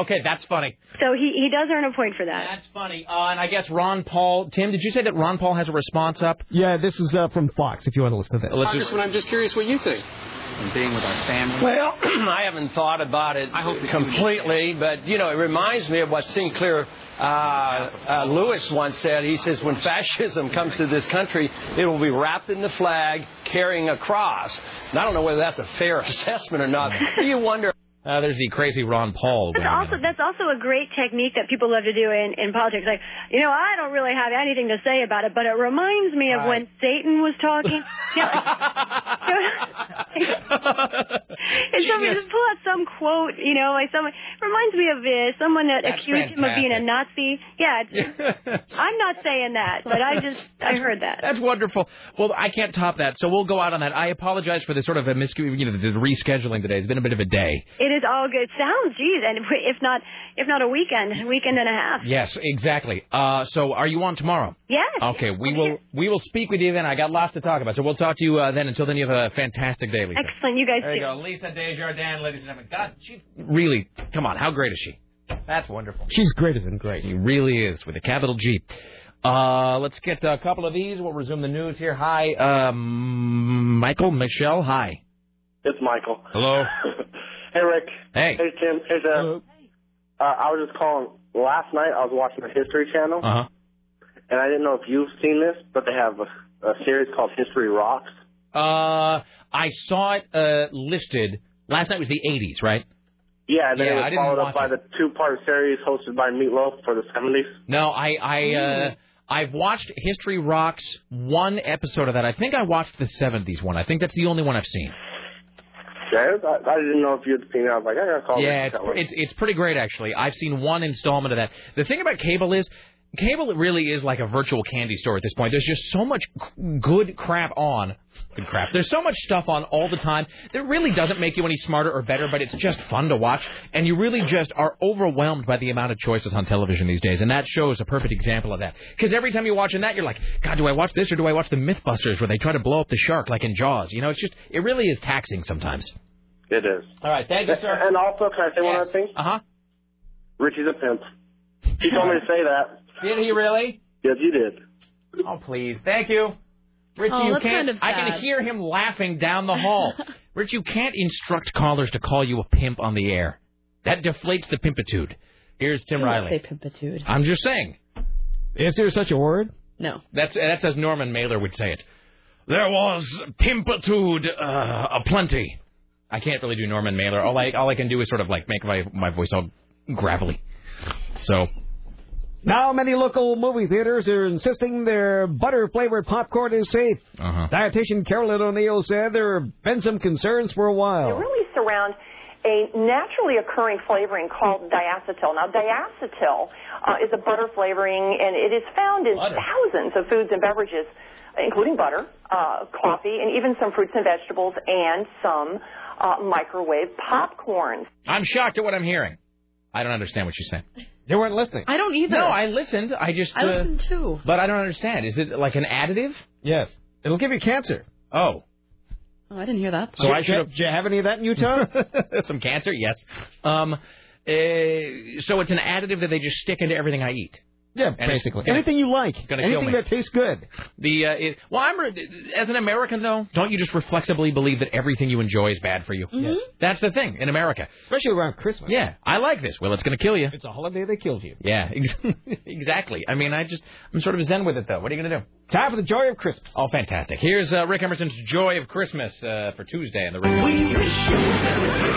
S2: okay, that's funny.
S8: So he, he does earn a point for that.
S2: That's funny. Uh, and I guess Ron Paul, Tim, did you say that Ron Paul has a response up?
S4: Yeah, this is uh, from Fox. If you want to listen to this,
S13: I'm just curious what you think.
S11: And being with our family.
S13: Well, [CLEARS THROAT] I haven't thought about it completely,
S4: [LAUGHS]
S13: but you know, it reminds me of what Sinclair uh, uh, Lewis once said. He says, "When fascism comes to this country, it will be wrapped in the [LAUGHS] flag, carrying a cross." And I don't know whether that's a fair assessment or not. but you wonder.
S2: Uh, there's the crazy Ron Paul.
S8: That's
S2: women.
S8: also that's also a great technique that people love to do in, in politics. Like, you know, I don't really have anything to say about it, but it reminds me of when Satan was talking. You know, [LAUGHS]
S13: [LAUGHS]
S8: and somebody just pull out some quote, you know, like someone reminds me of uh, someone that
S2: That's
S8: accused him of being a Nazi. Yeah, it's, I'm not saying that, but I just I heard that.
S2: That's wonderful. Well, I can't top that, so we'll go out on that. I apologize for the sort of a miscu- you know, the rescheduling today. It's been a bit of a day.
S8: It is all good. Sounds, geez, and if not if not a weekend, a weekend and a half.
S2: Yes, exactly. Uh, so are you on tomorrow?
S8: Yes.
S2: Okay, we will we will speak with you then. I got lots to talk about, so we'll talk to you uh, then. Until then, you have a fantastic day, Lisa.
S8: Excellent, you guys.
S2: There you
S8: too.
S2: go, Lisa Desjardins, ladies and gentlemen. God, she Really, come on, how great is she? That's wonderful.
S4: She's greater than great.
S2: She really is, with a capital G. Uh, let's get a couple of these. We'll resume the news here. Hi, um, Michael, Michelle. Hi.
S14: It's Michael. [LAUGHS]
S2: Hello.
S14: Hey, Rick.
S2: Hey.
S14: Hey, Tim. Hey, Sam. Uh, I was just calling. Last night, I was watching the History Channel,
S2: Uh
S14: and I didn't know if you've seen this, but they have a, a series called History Rocks.
S2: huh. Uh, I saw it uh, listed last night. Was the '80s, right?
S14: Yeah, and then
S2: Yeah,
S14: it
S2: I
S14: was
S2: didn't
S14: followed
S2: watch
S14: up by the two-part series hosted by Meatloaf for the 70s.
S2: No, I I uh, I've watched History Rocks one episode of that. I think I watched the '70s one. I think that's the only one I've seen.
S14: Yeah, I, I didn't know if you'd seen it. I was like, I gotta call
S2: yeah,
S14: Rick
S2: it's,
S14: that one.
S2: it's it's pretty great actually. I've seen one installment of that. The thing about cable is. Cable really is like a virtual candy store at this point. There's just so much c- good crap on. Good crap. There's so much stuff on all the time that really doesn't make you any smarter or better, but it's just fun to watch. And you really just are overwhelmed by the amount of choices on television these days. And that show is a perfect example of that. Because every time you're watching that, you're like, God, do I watch this or do I watch the Mythbusters where they try to blow up the shark like in Jaws? You know, it's just, it really is taxing sometimes.
S14: It is.
S2: All right, thank you, sir.
S14: And also, can I say one other thing?
S2: Uh huh.
S14: Richie's a pimp. He told me to say that.
S2: Did he really?
S14: Yes, you did.
S2: Oh, please. Thank you. Rich,
S14: Oh,
S2: you
S14: that's
S2: can't.
S14: kind of
S2: I can
S14: sad.
S2: hear him laughing down
S14: [LAUGHS]
S2: the hall. Rich, you can't instruct callers to call you a pimp on the air. That deflates the pimpitude. Here's Tim Riley.
S3: pimpitude.
S2: I'm just saying.
S4: Is there such a word?
S3: No.
S2: That's that's as Norman Mailer would say it. There was pimpitude uh, aplenty. I can't really do Norman Mailer. All I all I can do is sort of like make my my voice all gravelly. So
S4: Now, many local movie theaters are insisting their butter flavored popcorn is safe.
S2: Uh-huh.
S4: Dietitian Carolyn O'Neill said there have been some concerns for a while.
S15: really surround a naturally occurring flavoring called diacetyl. Now, diacetyl uh, is a butter flavoring, and it is found in thousands of foods and beverages, including butter, uh, coffee, and even some fruits and vegetables, and some uh, microwave popcorns.
S2: I'm shocked at what I'm hearing. I don't understand what she's saying.
S4: You weren't listening.
S3: I don't either.
S2: No, I listened. I just.
S3: I
S2: uh,
S3: listened too.
S2: But I don't understand. Is it like an additive?
S4: Yes. It'll give you cancer.
S2: Oh.
S3: Oh, I didn't hear that.
S2: So I should have.
S4: Do you have any of that in Utah?
S2: [LAUGHS] Some cancer, yes. Um, uh, so it's an additive that they just stick into everything I eat.
S4: Yeah,
S2: And it's
S4: basically.
S2: gonna-
S4: Anything you like.
S2: gonna kill
S4: Anything
S2: me.
S4: that tastes good.
S2: The uh, it, well, I'm re- as an American though, don't you just reflexively believe that everything you enjoy is bad for you?
S4: Mhm.
S2: That's the thing in America,
S4: especially around Christmas.
S2: Yeah, I like this. Well, it's going to kill you.
S4: It's a holiday that kills you.
S2: Yeah, [LAUGHS] ex- exactly. I mean, I just I'm sort of zen with it though. What are you going to do?
S4: Time for the joy of Christmas.
S2: Oh, fantastic! Here's uh, Rick Emerson's Joy of Christmas uh, for Tuesday on the Rick. Emerson Show.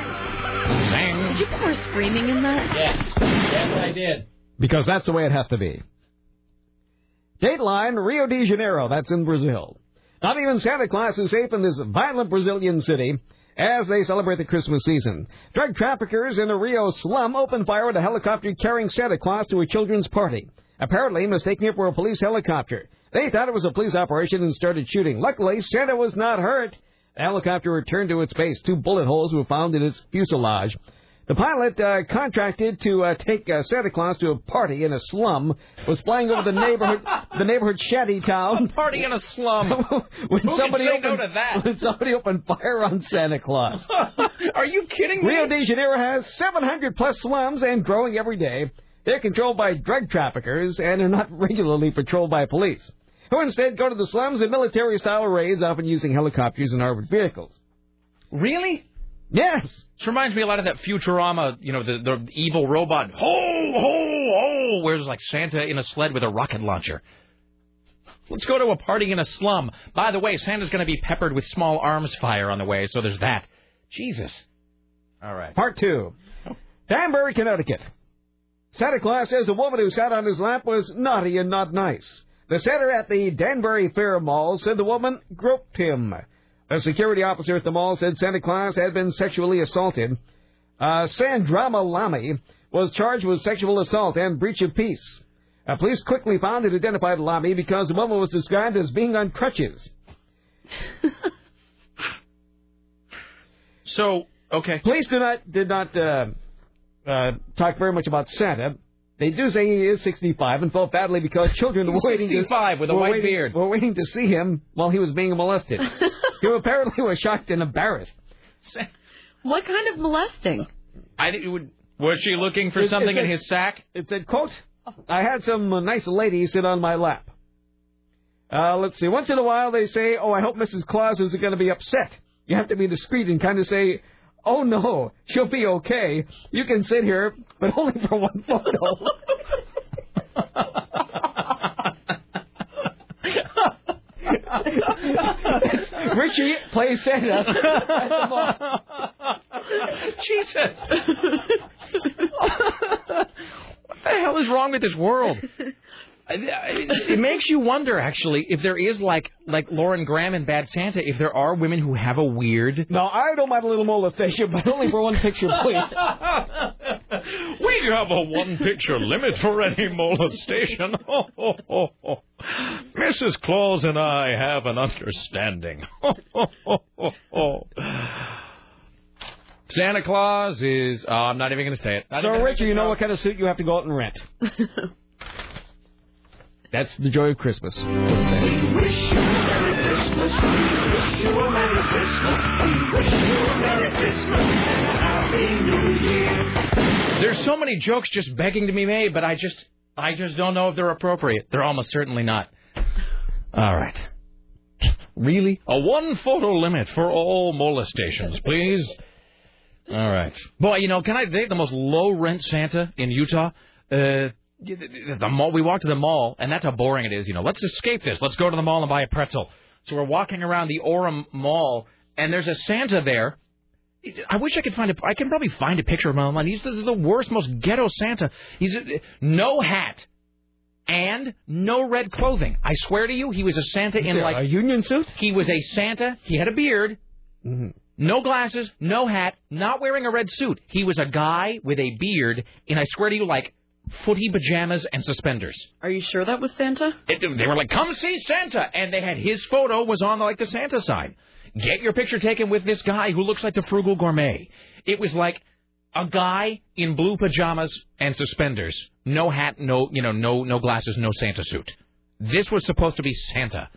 S3: Did you put more screaming in that?
S2: Yes. Yes, I
S3: [LAUGHS]
S2: did.
S4: Because that's the way it has to be. Dateline, Rio de Janeiro, that's in Brazil. Not even Santa Claus is safe in this violent Brazilian city as they celebrate the Christmas season. Drug traffickers in a Rio slum opened fire at a helicopter carrying Santa Claus to a children's party, apparently mistaking it for a police helicopter. They thought it was a police operation and started shooting. Luckily, Santa was not hurt. The helicopter returned to its base. Two bullet holes were found in its fuselage. The pilot uh, contracted to uh, take uh, Santa Claus to a party in a slum was flying over the neighborhood, the neighborhood shanty town.
S2: party in a slum.
S4: [LAUGHS] when
S2: Who could
S4: somebody
S2: say no
S4: opened,
S2: to that?
S4: When somebody opened fire on Santa Claus.
S2: [LAUGHS] Are you kidding me?
S4: Rio de Janeiro has 700 plus slums and growing every day. They're controlled by drug traffickers and are not [LAUGHS] regularly patrolled by police, who instead go to the slums in military style raids, often using helicopters and armored vehicles.
S2: Really?
S4: Yes.
S2: This reminds me a lot of that Futurama, you know, the, the evil robot, ho, ho, ho, where there's like Santa in a sled with a rocket launcher. Let's go to a party in a slum. By the way, Santa's going to be peppered with small arms fire on the way, so there's that. Jesus. All right.
S4: Part two. Danbury, Connecticut. Santa Claus says the woman who sat on his lap was naughty and not nice. The center at the Danbury Fair Mall said the woman groped him. A security officer at the mall said Santa Claus had been sexually assaulted. Uh, Sandrama Lamy was charged with sexual assault and breach of peace. Uh, police quickly found and identified Lamy because the woman was described as being on crutches.
S2: so, okay.
S4: Police do not did not uh, uh, talk very much about Santa. They do say he is 65 and felt badly because children were
S2: He's
S4: waiting to,
S2: 65 with a
S4: were
S2: white
S4: waiting-
S2: beard.
S4: Were waiting to see him while he was being
S2: [LAUGHS]
S4: molested. he apparently was shocked and embarrassed.
S3: [LAUGHS] What kind of molesting?
S2: I think it would. Was she looking for
S4: It- it
S2: something in
S4: said-
S2: his sack?
S4: It said, "quote I had some uh, nice lady sit on my lap." Uh, let's see. Once in a while, they say, "Oh, I hope Mrs. Claus isn't going to be upset." You have to be discreet and kind of say, "Oh no, she'll be okay. You can sit here, but only for one photo." [LAUGHS] Richie plays
S6: [LAUGHS]
S4: Santa.
S2: [LAUGHS] Jesus. what the hell is wrong with this world? I- I- It makes you wonder, actually, if there is like like Lauren Graham in Bad Santa, if there are women who have a weird.
S4: No, I don't mind a little molestation, but only for one picture, please.
S2: [LAUGHS] We have a one picture limit for any [LAUGHS] molestation. Ho, ho, ho, ho. Mrs. Claus and I have an understanding. [LAUGHS] Ho, ho, ho, ho, ho. Santa Claus is. Oh, I'm not even going to say it. Not
S4: So,
S2: even gonna
S4: Richie,
S2: make
S4: you
S2: a
S4: know
S2: joke.
S4: what kind of suit you have to go out and rent. That's the joy of Christmas.
S2: There's so many jokes just begging to be made, but I just I just don't know if they're appropriate. They're almost certainly not. All right. Really? A one photo limit for all molestations, please. All right. Boy, you know, can I date the most low rent Santa in Utah? Uh the the mall we walk to the mall and that's how boring it is, you know. Let's escape this. Let's go to the mall and buy a pretzel. So we're walking around the Orem Mall and there's a Santa there I wish I could find a. I can probably find a picture of him online. He's the, the worst, most ghetto Santa. He's uh, no hat and no red clothing. I swear to you, he was a Santa in
S4: Yeah,
S2: like
S4: a union suit. Mm-hmm.
S2: He was a Santa. He had a beard, no glasses, no hat, not wearing a red suit. He was a guy with a beard, and I swear to you, like footy pajamas and suspenders.
S3: Are you sure that was Santa?
S2: It, they were like, "Come see Santa," and they had his photo was on like the Santa sign. Get your picture taken with this guy who looks like the frugal gourmet. It was like a guy in blue pajamas and suspenders, no hat, no you know, no no glasses, no Santa suit. This was supposed to be Santa.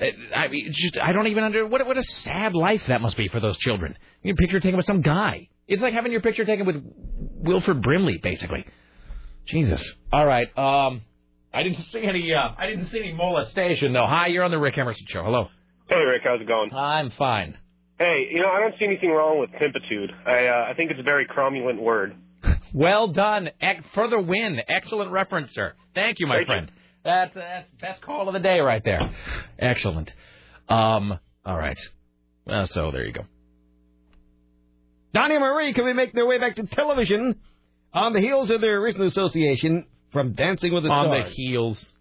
S2: Uh, I mean, it's just I don't even under what what a sad life that must be for those children. Your picture taken with some guy. It's like having your picture taken with Wilford Brimley, basically. Jesus. All right. Um, I didn't see any. Uh, I didn't see any molestation though. Hi, you're on the Rick Emerson show. Hello.
S16: Hey Rick, how's it going?
S2: I'm fine.
S16: Hey, you know I don't see anything wrong with pimpitude. I uh, I think it's a very cromulent word.
S2: Well done. Ec- for the win. Excellent reference, sir. Thank you, my
S16: Thank you.
S2: friend. That's that's best call of the day right there. Excellent. Um. All right. Uh, so there you go.
S4: Donnie and Marie can be making their way back to television on the heels of their recent association from Dancing with the
S2: on
S4: Stars.
S2: the heels.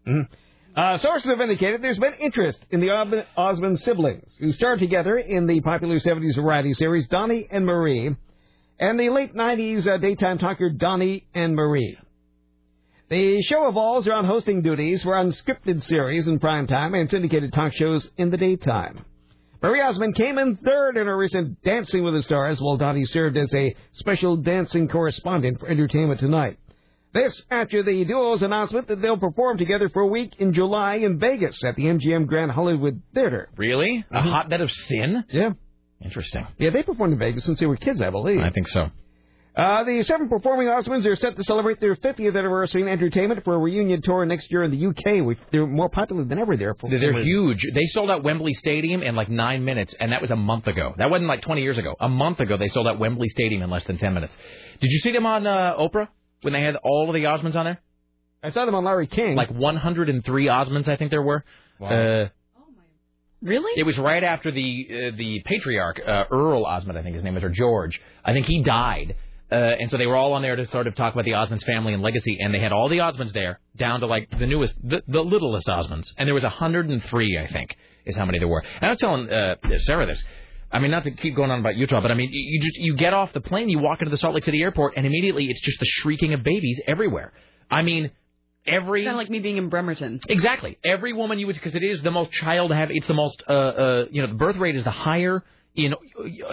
S4: Uh, sources have indicated there's been interest in the Osmond, Osmond siblings, who starred together in the popular 70s variety series Donnie and Marie and the late 90s uh, daytime talker Donnie and Marie. The show evolves around hosting duties for unscripted series in primetime and syndicated talk shows in the daytime. Marie Osmond came in third in her recent Dancing with the Stars, while Donnie served as a special dancing correspondent for Entertainment Tonight. This after the duo's announcement that they'll perform together for a week in July in Vegas at the MGM Grand Hollywood Theater.
S2: Really? A hotbed of sin?
S4: Mm-hmm. Yeah.
S2: Interesting.
S4: Yeah, they performed in Vegas since they were kids, I believe. I
S2: think so.
S4: Uh, the seven performing Osmonds are set to celebrate their 50th anniversary in entertainment for a reunion tour next year in the UK, which they're more popular than ever there. For
S2: They're huge. They sold out Wembley Stadium in like nine minutes, and that was a month ago. That wasn't like 20 years ago. A month ago, they sold out Wembley Stadium in less than 10 minutes. Did you see them on uh, Oprah when they had all of the Osmonds on there?
S4: I saw them on Larry King.
S2: Like 103 Osmonds, I think there were. Uh,
S3: Really?
S2: It was right after the uh, the patriarch uh, Earl Osmond, I think his name is, or George. I think he died, uh, and so they were all on there to sort of talk about the Osmonds family and legacy. And they had all the Osmonds there, down to like the newest, the, the littlest Osmonds, and there was 103, I think, is how many there were. And I was telling uh, Sarah this. I mean, not to keep going on about Utah, but I mean, you just you get off the plane, you walk into the Salt Lake City airport, and immediately it's just the shrieking of babies everywhere. I mean, every
S3: kind of like me being in Bremerton.
S2: Exactly. Every woman you would, because it is the most child have. It's the most, uh, uh, you know, the birth rate is the higher in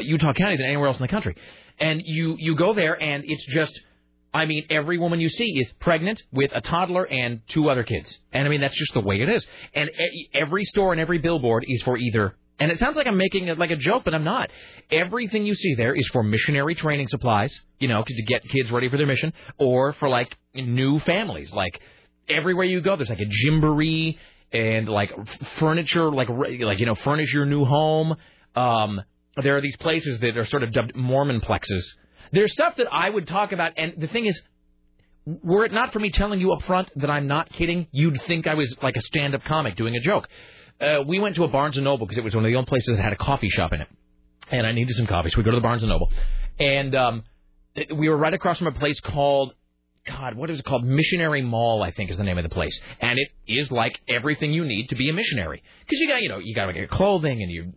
S2: Utah County than anywhere else in the country. And you you go there, and it's just, I mean, every woman you see is pregnant with a toddler and two other kids. And I mean, that's just the way it is. And e- every store and every billboard is for either. And it sounds like I'm making it like a joke, but I'm not. Everything you see there is for missionary training supplies, you know, to get kids ready for their mission, or for like new families, like everywhere you go, there's like a gymboree and like f- furniture, like re- like you know, furnish your new home. Um, there are these places that are sort of dubbed Mormon plexes. There's stuff that I would talk about, and the thing is, were it not for me telling you up front that I'm not kidding, you'd think I was like a stand-up comic doing a joke. Uh, we went to a Barnes and Noble because it was one of the only places that had a coffee shop in it, and I needed some coffee, so we go to the Barnes and Noble, and um, it- we were right across from a place called God, what is it called? Missionary Mall, I think, is the name of the place, and it is like everything you need to be a missionary. Because you got, you know, you got to get clothing, and you,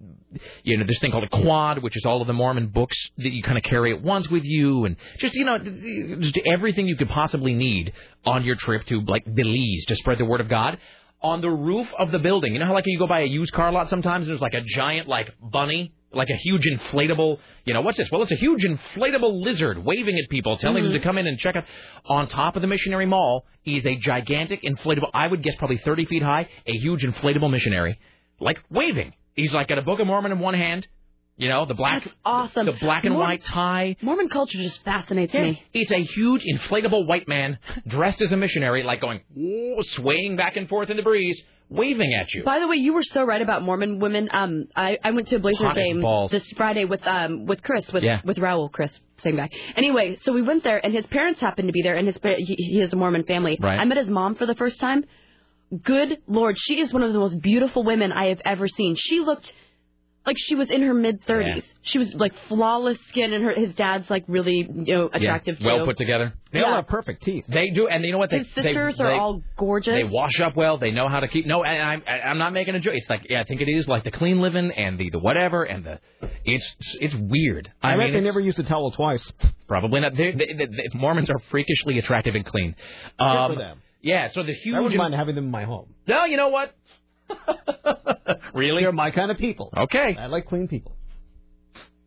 S2: you know, this thing called a quad, which is all of the Mormon books that you kind of carry at once with you, and just you know, just everything you could possibly need on your trip to like Belize to spread the word of God. On the roof of the building, you know how like you go by a used car lot sometimes, and there's like a giant like bunny. Like a huge inflatable, you know, what's this? Well, it's a huge inflatable lizard waving at people, telling them to come in and check out. On top of the missionary mall is a gigantic inflatable, I would guess probably 30 feet high, a huge inflatable missionary, like waving. He's like got a Book of Mormon in one hand, you know, the black,
S3: awesome.
S2: the black and
S3: Mormon-
S2: white tie.
S3: Mormon culture just fascinates me.
S2: It's a huge inflatable white man dressed as a missionary, like going, "Whoa," swaying back and forth in the breeze, waving at you.
S3: By the way, you were so right about Mormon women. Um, I, I went to a Blazers
S2: Hot as
S3: game
S2: balls.
S3: this Friday with um with Chris with
S2: Yeah.
S3: with Raul Chris same guy. Anyway, so we went there and his parents happened to be there and his pa- he, he has a Mormon family.
S5: Right.
S3: I met his mom for the first time. Good lord, she is one of the most beautiful women I have ever seen. She looked like she was in her mid 30s.
S2: Yeah.
S3: She was like flawless skin and her his dad's like really you know attractive
S2: yeah, well
S3: too.
S2: put together.
S3: They all Yeah. have
S2: perfect teeth. They do, and you know what? They,
S3: his
S2: they-
S3: sisters are
S2: they-
S3: all gorgeous.
S2: They wash up well. They know how to keep. No, and I'm I- I'm not making a joke. It's like yeah, I think it is like the clean living and the the whatever and the it's it's weird.
S4: I, bet
S2: mean,
S4: they
S2: it's-
S4: never used the towel twice.
S2: probably not. They, they, they, Mormons are freakishly attractive and clean. Um,
S4: for them.
S2: Yeah, so the huge.
S4: I wouldn't mind having them in my home.
S2: No, you know what? [LAUGHS] really,
S4: they're my kind of people.
S2: Okay,
S4: I like clean people.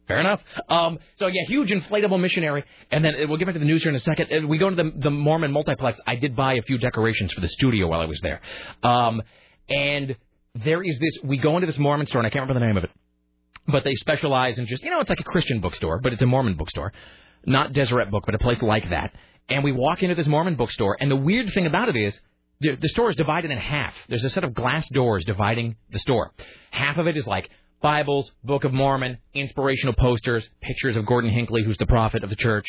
S2: Fair enough. Um, so yeah, huge inflatable missionary, and then uh, we'll get back to the news here in a second. Uh, We go to the, the Mormon multiplex. I did buy a few decorations for the studio while I was there, um, and there is this. We go into this Mormon store, and I can't remember the name of it, but they specialize in just you know it's like a Christian bookstore, but it's a Mormon bookstore, not Deseret Book, but a place like that. And we walk into this Mormon bookstore, and the weird thing about it is the, the store is divided in half. There's a set of glass doors dividing the store. Half of it is like Bibles, Book of Mormon, inspirational posters, pictures of Gordon Hinckley, who's the prophet of the church.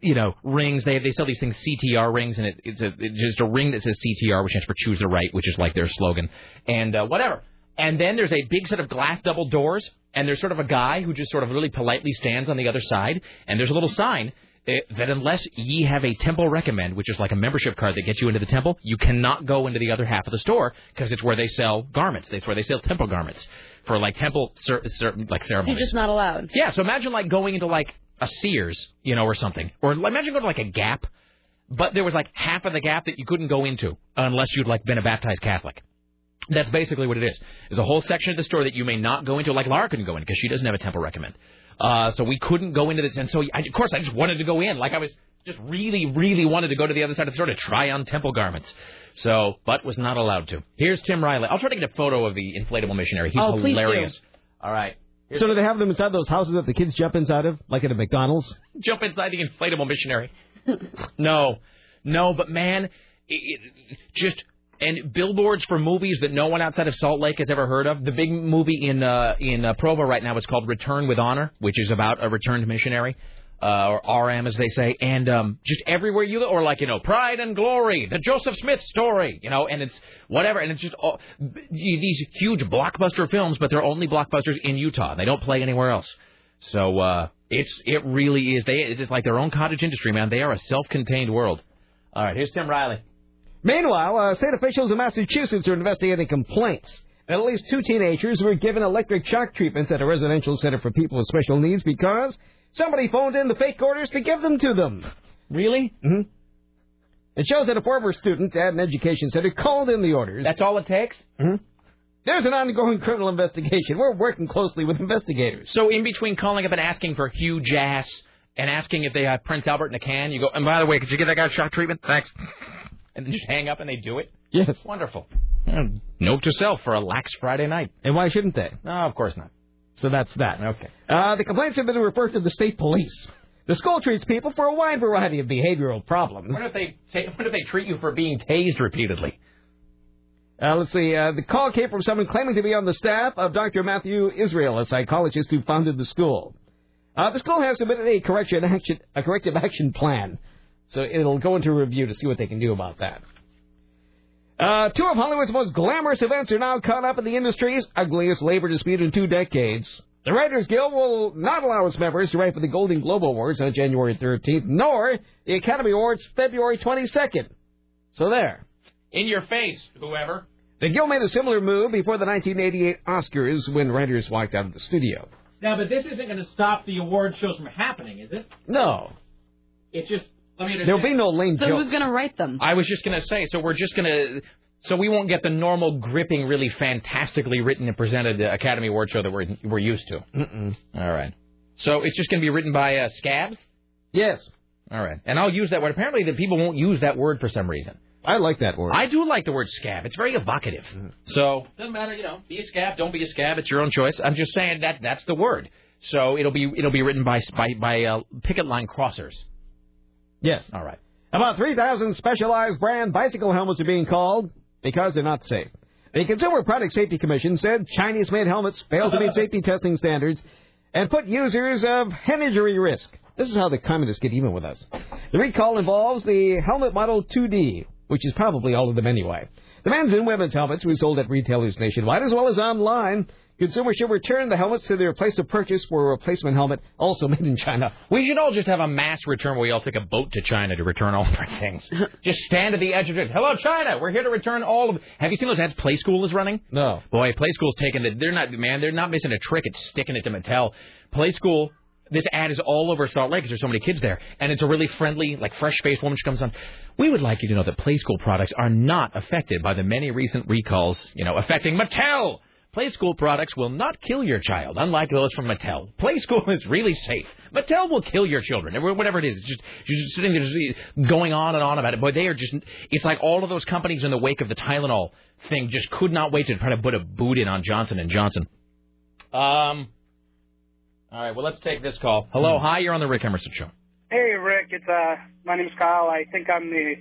S2: You know, rings. They they sell these things CTR rings, and it, it's a it's just a ring that says CTR, which stands for Choose the Right, which is like their slogan, and uh, whatever. And then there's a big set of glass double doors, and there's sort of a guy who just sort of really politely stands on the other side, and there's a little sign eh, that unless ye have a temple recommend, which is like a membership card that gets you into the temple, you cannot go into the other half of the store because it's where they sell garments. That's where they sell temple garments for like temple cer- cer- like
S3: You're
S2: ceremonies.
S3: just not allowed.
S2: Yeah, so imagine like going into like a Sears, you know, or something, or imagine going to like a Gap, but there was like half of the Gap that you couldn't go into unless you'd like been a baptized Catholic. That's basically what it is. There's a whole section of the store that you may not go into, like Lara couldn't go in because she doesn't have a temple recommend. Uh, so we couldn't go into this, and so I, of course I just wanted to go in, like I was just really, really wanted to go to the other side of the store to try on temple garments. So, but was not allowed to. Here's Tim Riley. I'll try to get a photo of the inflatable missionary. He's
S4: Oh, please do.
S2: hilarious. All right.
S4: So do they have them inside those houses that the kids jump inside of, like at a McDonald's?
S2: jump inside the inflatable missionary. no, no, but man, it, it, just and billboards for movies that no one outside of Salt Lake has ever heard of. The big movie in uh, in uh, Provo right now is called Return with Honor, which is about a returned missionary. uh, or RM as they say, and um, just everywhere you go, or like you know, Pride and Glory, the Joseph Smith story, you know, and it's whatever, and it's just all, these huge blockbuster films, but they're only blockbusters in Utah. They don't play anywhere else. So uh, it's it really is. They it's like their own cottage industry, man. They are a self-contained world. All right, here's Tim Riley.
S4: Meanwhile, uh, state officials in Massachusetts are investigating complaints. At least two teenagers were given electric shock treatments at a residential center for people with special needs because somebody phoned in the fake orders to give them to them.
S2: Really?
S4: hmm It shows that a former student at an education center called in the orders. That's
S2: all it takes?
S4: hmm There's an ongoing criminal investigation. We're working closely with investigators.
S2: So in between calling up and asking for huge ass and asking if they have Prince Albert in a can, you go. And by the way, could you get that guy shock treatment? Thanks. [LAUGHS] And then just hang up and they do it.
S4: Yes.
S2: Wonderful. Note to self for a lax Friday night.
S4: And why shouldn't they?
S2: No, of course not.
S4: So that's that.
S2: Okay.
S4: Uh, the complaints have been referred to the state police. The school treats people for a wide variety of behavioral problems.
S2: What if they ta- what if they treat you for being tased repeatedly?
S4: Uh, let's see. Uh, the call came from someone claiming to be on the staff of Dr. Matthew Israel, a psychologist who founded the school. Uh, the school has submitted a correction action, a corrective action plan, so it'll go into review to see what they can do about that. Uh, two of Hollywood's most glamorous events are now caught up in the industry's ugliest labor dispute in two decades. The Writers Guild will not allow its members to write for the Golden Globe Awards on January 13th, nor the Academy Awards February 22nd. So there.
S2: In your face, whoever.
S4: The Gill made a similar move before the 1988 Oscars when writers walked out of the studio.
S17: Now, but this isn't going to stop the award shows from happening, is it?
S4: No.
S17: It's just. Let me.
S4: There'll be no lame
S3: So
S4: jokes.
S3: who's gonna write them?
S2: I was just gonna say. So we're just gonna. So we won't get the normal gripping, really fantastically written and presented uh, Academy Award show that we're we're used to.
S4: Mm-mm.
S2: All right. So it's just gonna be written by uh, scabs.
S4: Yes.
S2: All right. And I'll use that word. Apparently, the people won't use that word for some reason.
S4: I like that word. Mm.
S2: I do like the word scab. It's very evocative. So doesn't matter, you know. Be a scab. Don't be a scab. It's your own choice. I'm just saying that that's the word. So it'll be it'll be written by by, by uh, picket line crossers.
S4: Yes.
S2: All right.
S4: About 3,000 specialized brand bicycle helmets are being called because they're not safe. The Consumer Product Safety Commission said Chinese made helmets fail to meet safety testing standards and put users of head injury risk. This is how the communists get even with us. The recall involves the helmet model 2D, which is probably all of them anyway. The men's and women's helmets were sold at retailers nationwide as well as online. Consumers should return the helmets to their place of purchase for a replacement helmet also made in China.
S2: We should all just have a mass return where we all take a boat to China to return all of our things. just stand at the edge of it. Hello, China. We're here to return all of. Have you seen those ads Play School is running?
S4: No.
S2: Boy, Play School's taking it. They're not man. They're not missing a trick. It's sticking it to Mattel. Play School. This ad is all over Salt Lake because there's so many kids there, and it's a really friendly, like fresh-faced woman. She comes on. We would like you to know that Play School products are not affected by the many recent recalls, you know, affecting Mattel. Play School products will not kill your child, unlike those from Mattel. Play School is really safe. Mattel will kill your children, every- whatever it is. It's just you're just sitting there just going on and on about it. Boy, they are just. It's like all of those companies in the wake of the Tylenol thing just could not wait to try to put a boot in on Johnson and Johnson. Um. All right, well, let's take this call. Hello,
S18: Hmm.
S2: hi, you're on the Rick Emerson show.
S18: Hey, Rick. It's uh, my name's Kyle. I think I'm the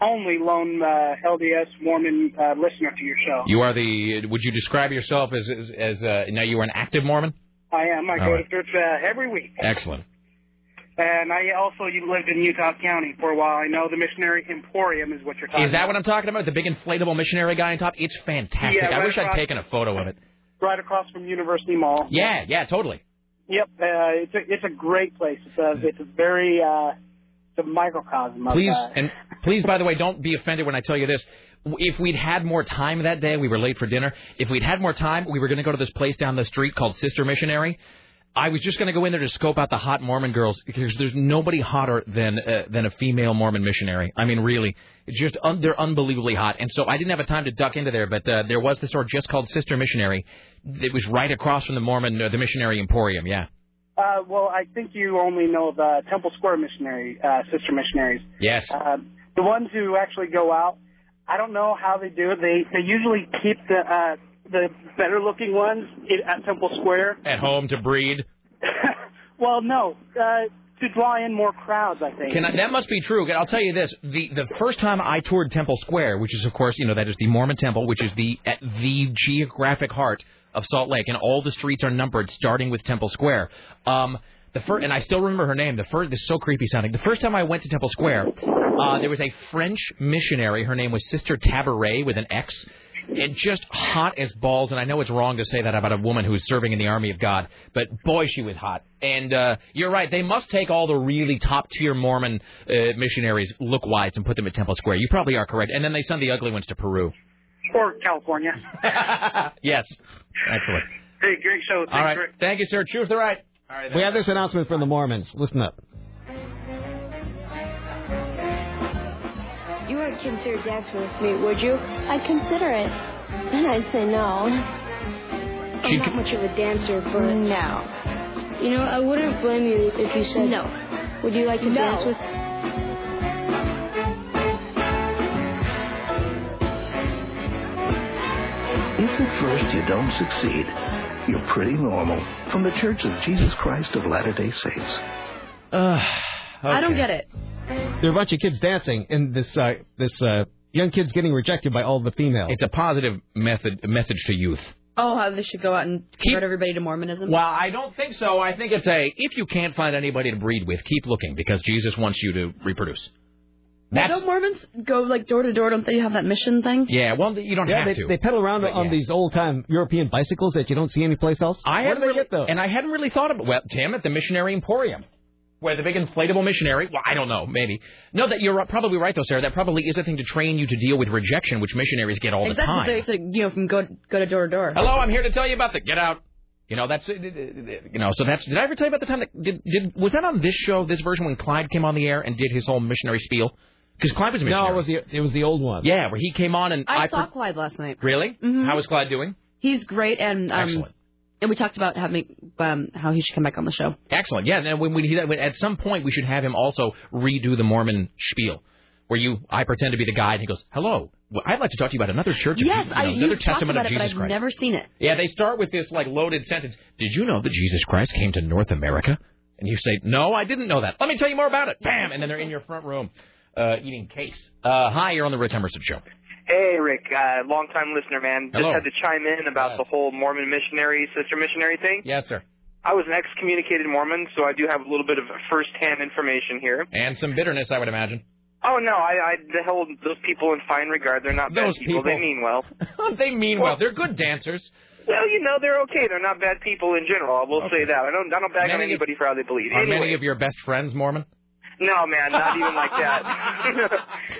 S18: only lone uh, LDS Mormon uh, listener to your show.
S2: You are the. Would you describe yourself as as, as uh, now you are an active Mormon?
S18: I am. I
S2: All
S18: go
S2: right.
S18: to church uh, every week,
S2: Excellent.
S18: and I also you lived in Utah County for a while. I know the Missionary Emporium is what you're talking.
S2: Is that
S18: about.
S2: what I'm talking about? The big inflatable missionary guy on top? It's fantastic.
S18: Yeah,
S2: I
S18: right
S2: wish I'd
S18: across-
S2: taken a photo of it.
S18: Right across from University Mall.
S2: Yeah, yeah, totally.
S18: Yep. Uh, it's a it's a great place. It's a it's a very uh, it's a microcosm. Of,
S2: Please
S18: uh,
S2: and please, by the way, don't be offended when I tell you this. If we'd had more time that day, we were late for dinner. If we'd had more time, we were going to go to this place down the street called Sister Missionary. I was just going to go in there to scope out the hot Mormon girls because there's nobody hotter than uh, than a female Mormon missionary. I mean, really, it's just un- they're unbelievably hot. And so I didn't have a time to duck into there, but uh, there was this store just called Sister Missionary. It was right across from the Mormon uh, the Missionary Emporium. Yeah,
S18: Uh, well, I think you only know of uh, Temple Square missionary uh, sister missionaries.
S2: yes.
S18: Uh, the ones who actually go out, I don't know how they do it. They they usually keep the uh, the better looking ones in, at Temple Square.
S2: At home to breed.
S18: Well, no, uh, to draw in more crowds, I think.
S2: Can I, that must be true. I'll tell you this: the the first time I toured Temple Square, which is of course you know that is the Mormon temple, which is the at the geographic heart of Salt Lake, and all the streets are numbered starting with Temple Square. Um, The first, and I still remember her name. The first, this is so creepy sounding. The first time I went to Temple Square, uh, there was a French missionary. Her name was Sister Tabaret with an X, and just hot as balls. And I know it's wrong to say that about a woman who's serving in the army of God, but boy, she was hot. And uh, you're right. They must take all the really top tier Mormon uh, missionaries look wise and put them at Temple Square. You probably are correct. And then they send the ugly ones to Peru.
S18: Or California.
S2: Yes, excellent.
S18: hey, great show. Thanks
S2: All right.
S18: for it.
S2: Thank you, sir. Choose the right. All right.
S4: We have this announcement from the Mormons. Listen up.
S19: You wouldn't consider dancing with me, would you? I'd consider it. Then I'd say no. I'm not much of a dancer, but no. You know, I wouldn't blame you if you said no. Would you like to dance with?
S20: If at first you don't succeed, you're pretty normal. From the Church of Jesus Christ of Latter day Saints.
S3: I don't get it.
S4: There are a bunch of kids dancing, and this uh, this uh, young kid's getting rejected by all the females. It's
S2: a positive method message to youth.
S3: Oh, how they should go out and convert everybody to Mormonism.
S2: Well, I don't think so. I think it's a if you can't find anybody to breed with, keep looking because Jesus wants you to reproduce.
S3: Well, don't Mormons go like door to door? Don't they have that mission thing?
S2: Yeah, well, you don't
S4: yeah,
S2: have
S4: they,
S2: to.
S4: They pedal around
S2: But
S4: on
S2: yeah.
S4: these old time European bicycles that you don't see anyplace else. Where
S2: I
S4: do
S2: hadn't
S4: they
S2: really,
S4: get those?
S2: And I hadn't really thought about well, Tim at the Missionary Emporium, where the big inflatable missionary. Well, I don't know, maybe. No, that you're probably right though, Sarah. That probably is a thing to train you to deal with rejection, which missionaries get all the
S3: exactly.
S2: time.
S3: So it's like, you know, from go go to door to door.
S2: Hello, I'm here to tell you about the get out. You know that's uh, you know so that's did I ever tell you about the time that did, did was that on this show this version when Clyde came on the air and did his whole missionary spiel because Clyde was a missionary.
S4: No, it was the it was the old one.
S2: Yeah, where he came on and
S3: I,
S2: I
S3: saw
S2: per-
S3: Clyde last night.
S2: really
S3: Mhm.
S2: how was Clyde doing?
S3: He's great, and um,
S2: Excellent.
S3: and we talked about having um, how he should come back on the show.
S2: Excellent. Yeah, and when we he- at some point we should have him also redo the Mormon spiel, where you I pretend to be the guy and he goes, "Hello, well, I'd like to talk to you about another church, of
S3: yes,
S2: Je- you
S3: I
S2: know,
S3: you've
S2: another
S3: talked
S2: testament
S3: about
S2: of
S3: it,
S2: Jesus
S3: but I've
S2: Christ."
S3: never seen it.
S2: Yeah, they start with this like loaded sentence. Did you know that Jesus Christ came to North America? And you say, No, I didn't know that. Let me tell you more about it. Bam, and then they're in your front room uh, eating cakes. Uh, hi, you're on the Rich Emerson show.
S21: Hey, Rick, uh, long time listener, man.
S2: Hello.
S21: Just had to chime in about the whole Mormon missionary, sister missionary thing.
S2: Yes, sir.
S21: I was an excommunicated Mormon, so I do have a little bit of first-hand information here.
S2: And some bitterness, I would imagine.
S21: Oh no, I, I the hell those people in fine regard. They're not
S2: Those
S21: bad people. They
S2: people.
S21: mean well.
S2: [LAUGHS] they mean well. They're good dancers.
S21: Well, you know, they're okay. They're not bad people in general. I will say that. I don't, I don't bag on
S2: Many of-
S21: anybody for how they believe.
S2: Are
S21: Anyway,
S2: many of your best friends Mormon?
S21: no, man, not even like that.
S2: [LAUGHS]
S21: [LAUGHS]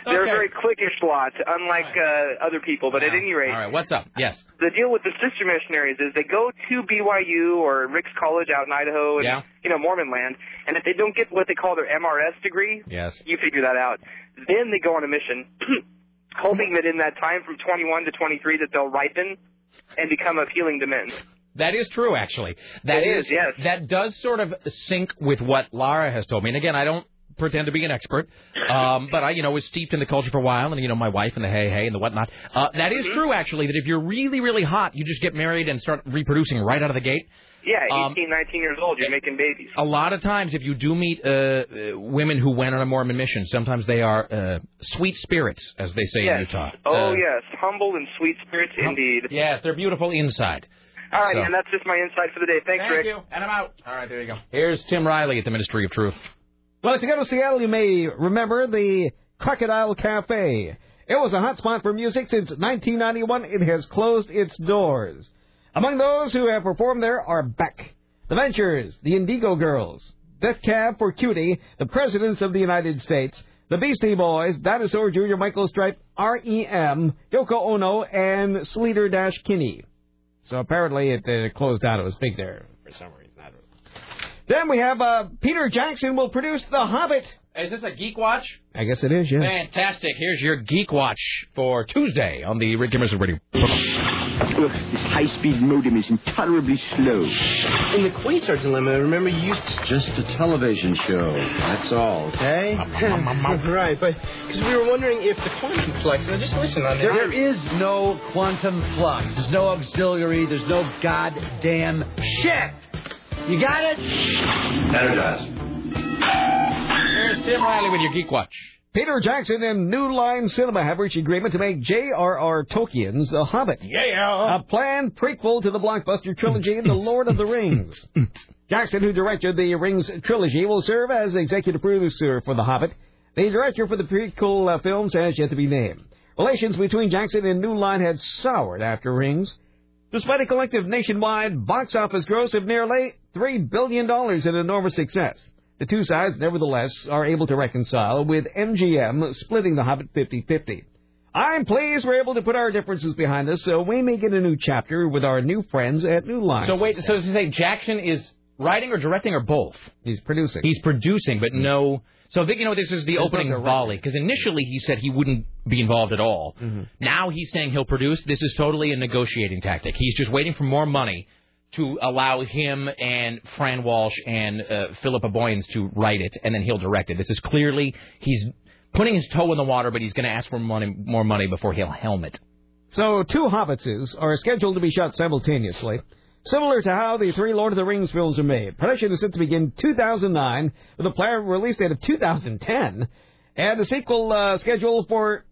S21: they're
S2: Okay.
S21: very cliquish lot, unlike uh, other people. But at any rate,
S2: All right, what's up? Yes.
S21: the deal with the sister missionaries is they go to BYU or Rick's College out in Idaho and
S2: Yeah.
S21: you know Mormon land, and if they don't get what they call their MRS degree,
S2: Yes.
S21: you figure that out. Then they go on a mission, [CLEARS THROAT] hoping that in that time from 21 to 23 that they'll ripen and become appealing to men.
S2: That is true, actually. That
S21: It is, yes.
S2: That does sort of sync with what Lara has told me. And again, I don't pretend to be an expert, um, but I, you know, was steeped in the culture for a while, and you know, my wife and the hey hey and the whatnot. Uh, that
S21: Mm-hmm.
S2: is true, actually. That if you're really really hot, you just get married and start reproducing right out of the gate.
S21: Yeah,
S2: Um,
S21: 18, 19 years old, you're making babies.
S2: A lot of times, if you do meet uh, uh, women who went on a Mormon mission, sometimes they are uh, sweet spirits, as they say in
S21: Yes.
S2: Utah.
S21: Oh
S2: Uh,
S21: yes, humble and sweet spirits
S2: hum-
S21: indeed.
S2: Yes, they're beautiful inside.
S21: All right,
S2: So-
S21: and that's just my insight for the day. Thanks,
S2: Thank
S21: Rick.
S2: you, and I'm out. All right, there you go. Here's Tim Riley at the Ministry of Truth.
S4: Well, if you go to Seattle, you may remember the Crocodile Cafe. It was a hotspot for music since 1991. It has closed its doors. Among those who have performed there are Beck, The Ventures, The Indigo Girls, Death Cab for Cutie, The Presidents of the United States, The Beastie Boys, Dinosaur Jr., Michael Stripe, R.E.M., Yoko Ono, and Sleater Dash Kinney. So apparently it uh, closed down. It was big there for some reason. I don't know. Then we have uh, Peter Jackson will produce The Hobbit.
S2: Is this a Geek Watch?
S4: I guess it is, yes.
S2: Fantastic. Here's your Geek Watch for Tuesday on the Rick Emerson Radio.
S22: Ugh, this high-speed modem is intolerably slow.
S23: In the Quasar Dilemma, remember, you used to just a television show. That's all,
S19: [LAUGHS]
S23: okay? right, but because we were wondering if the quantum flux. Now just listen on that.
S24: There is no quantum flux. There's no auxiliary. There's no goddamn shit. You got it?
S2: Energize. Here's Tim Riley with your Geek Watch.
S4: Peter Jackson and New Line Cinema have reached agreement to make J.R.R. Tolkien's The Hobbit.
S2: Yeah.
S4: A planned prequel to the blockbuster trilogy The Lord of the
S2: [LAUGHS]
S4: Rings. Jackson, who directed the Rings trilogy, will serve as executive producer for The Hobbit. The director for the prequel uh, films has yet to be named. Relations between Jackson and New Line had soured after Rings. Despite a collective nationwide box office gross of nearly $3 billion, an enormous success. The two sides, nevertheless, are able to reconcile with MGM splitting The Hobbit 50 50. I'm pleased we're able to put our differences behind us so we may get a new chapter with our new friends at New Line.
S2: So wait, so does he say Jackson is writing or directing or both?
S4: He's producing. Mm-hmm.
S2: He's producing, but no. So you know this is the
S4: There's
S2: opening
S4: no director.
S2: volley because initially he said he wouldn't be involved at all.
S4: Mm-hmm.
S2: Now he's saying he'll produce. This is totally a negotiating tactic. He's just waiting for more money to allow him and Fran Walsh and uh, Philippa Boyens to write it, and then he'll direct it. This is clearly he's putting his toe in the water, but he's going to ask for money, more money before he'll helm it.
S4: So two Hobbitses are scheduled to be shot simultaneously, similar to how the three Lord of the Rings films are made. Production is set to begin 2009 with a planned release date of 2010, and a sequel uh, scheduled for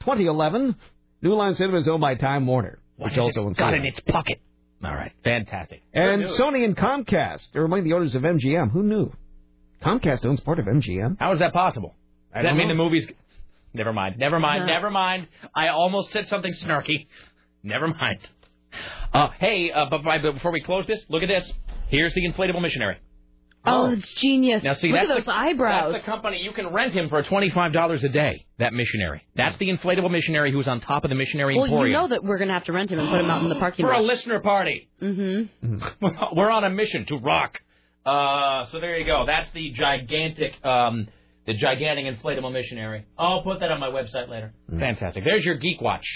S4: 2011. New Line Cinema is owned by Time Warner, which also owns
S2: [LAUGHS] Got
S4: Cinema.
S2: in its pocket. All right, fantastic.
S4: And
S2: Good news.
S4: Sony and Comcast are among the owners of MGM. Who knew? Comcast owns part of MGM.
S2: How is that possible?
S4: I
S2: Does that
S4: don't
S2: mean
S4: know.
S2: the movie's? Never mind. Never mind.
S3: Uh-huh.
S4: No.
S2: Never mind. I almost said something snarky. Never mind. Uh, hey, uh, but, but before we close this, look at this. Here's the inflatable missionary.
S3: Oh, it's genius.
S2: Now see
S3: Look
S2: that's
S3: at those
S2: the,
S3: eyebrows.
S2: That's the company you can rent him for twenty five dollars a day. That missionary. That's the inflatable missionary who's on top of the missionary
S3: well,
S2: emporium.
S3: you know that we're gonna have to rent him and put him
S2: [GASPS]
S3: out in the parking
S2: for a
S3: lot.
S2: listener party.
S3: Mm-hmm.
S2: [LAUGHS] We're on a mission to rock. Uh, so there you go. That's the gigantic, um, the gigantic inflatable missionary. I'll put that on my website later.
S4: Mm.
S2: Fantastic. There's your Geek Watch.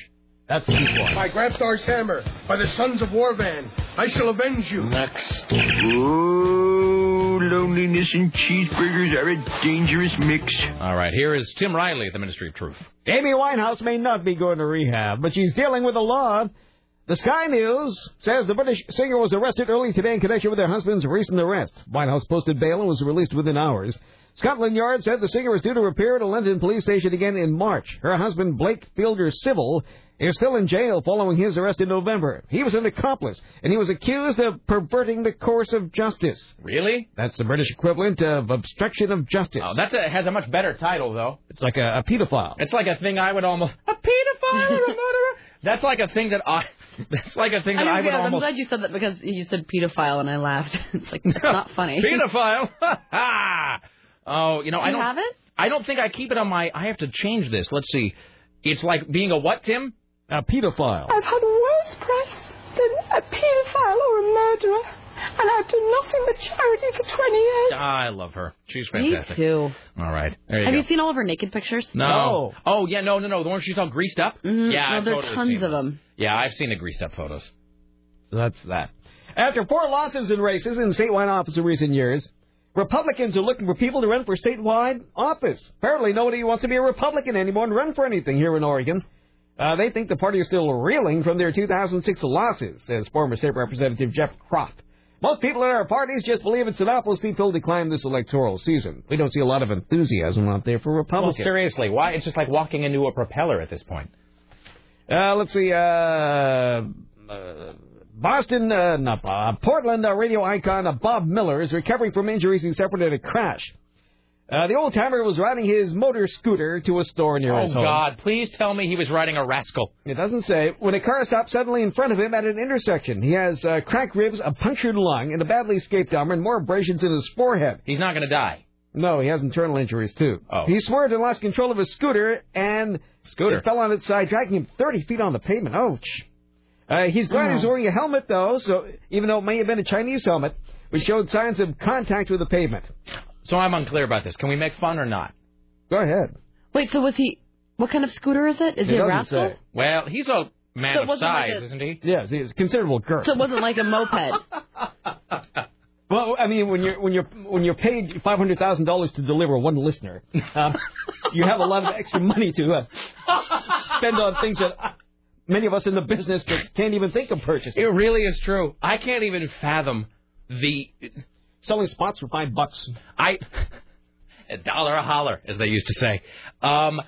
S2: That's Geek Watch.
S1: By Grabthar's hammer, by the sons of Warvan, I shall avenge you.
S22: Next. [LAUGHS] Oh, loneliness and cheeseburgers are a dangerous mix.
S2: All right, here is Tim Riley at the Ministry of Truth.
S4: Amy Winehouse may not be going to rehab, but she's dealing with a law. The Sky News says the British singer was arrested early today in connection with her husband's recent arrest. Winehouse posted bail and was released within hours. Scotland Yard said the singer was due to appear at a London police station again in March. Her husband, Blake Fielder Civil, is still in jail following his arrest in November. He was an accomplice, and he was accused of perverting the course of justice.
S2: Really?
S4: That's the British equivalent of obstruction of justice.
S2: Oh, that's a, has a much better title though.
S4: It's like a, a pedophile.
S2: It's like a thing I would almost a pedophile or a murderer. That's like a thing that I. [LAUGHS] That's like a thing
S3: I
S2: that I, would
S3: am
S2: almost.
S3: glad you said that because you said pedophile and I laughed. [LAUGHS] It's like
S2: [LAUGHS]
S3: that's not funny.
S2: Pedophile. [LAUGHS] oh, you know I
S3: You
S2: don't
S3: have it?
S2: I don't think I keep it on my. I have to change this. Let's see. It's like being a what, Tim?
S4: A pedophile.
S6: I've had worse press than a paedophile or a murderer, and I've done nothing but charity for 20 years.
S2: [LAUGHS] I love her. She's
S3: Me
S2: fantastic.
S3: too.
S2: All right. There you
S3: Have
S2: go.
S3: you seen all of her naked pictures?
S2: no. Oh yeah, no, no, no. The one she's all greased up.
S3: Mhm.
S2: Yeah,
S3: no,
S2: I've
S3: there are
S2: totally
S3: tons
S2: seen
S3: of
S2: it.
S3: them.
S2: Yeah, I've seen the greased up photos.
S4: So that's that. After four losses in races in statewide office in recent years, Republicans are looking for people to run for statewide office. Apparently, nobody wants to be a Republican anymore and run for anything here in Oregon. Uh, they think the party is still reeling from their 2006 losses, says former state representative Jeff Croft. Most people in our parties just believe it's an awful steep hill to climb this electoral season. We don't see a lot of enthusiasm out there for
S2: Well,
S4: Republicans.
S2: seriously, why? It's just like walking into a propeller at this point.
S4: Uh, let's see. Uh, uh, Boston, uh, not Bob, Portland uh, radio icon uh, Bob Miller is recovering from injuries he suffered in a crash. Uh, the old timer was riding his motor scooter to a store near
S2: Oh
S4: his home.
S2: God! Please tell me he was riding a rascal.
S4: It doesn't say. When a car stopped suddenly in front of him at an intersection, he has uh, cracked ribs, a punctured lung, and a badly escaped arm, and more abrasions in his forehead.
S2: He's not going to die.
S4: No, he has internal injuries too.
S2: Oh.
S4: He swerved and lost control of his scooter, and
S2: Scooter.
S4: it fell on its side, dragging him 30 feet on the pavement. Ouch. Uh, he's glad he's wearing a helmet though, so even though it may have been a Chinese helmet, which showed signs of contact with the pavement.
S2: So I'm unclear about this. Can we make fun or not?
S4: Go ahead.
S3: Wait, so was he? What kind of scooter is it? Is he a rascal?
S2: Well, he's a man
S3: So it
S2: of
S3: wasn't like
S2: size,
S3: a-
S2: isn't he?
S4: Yes, he's a considerable girth.
S3: So it wasn't like a moped.
S4: [LAUGHS] Well, I mean, when you're when you're when you're paid five hundred thousand dollars to deliver one listener, um, you have a lot of extra money to uh, spend on things that many of us in the business just can't even think of purchasing.
S2: It really is true. I can't even fathom the
S4: selling spots for five bucks.
S2: I [LAUGHS] A dollar a holler, as they used to say. Um,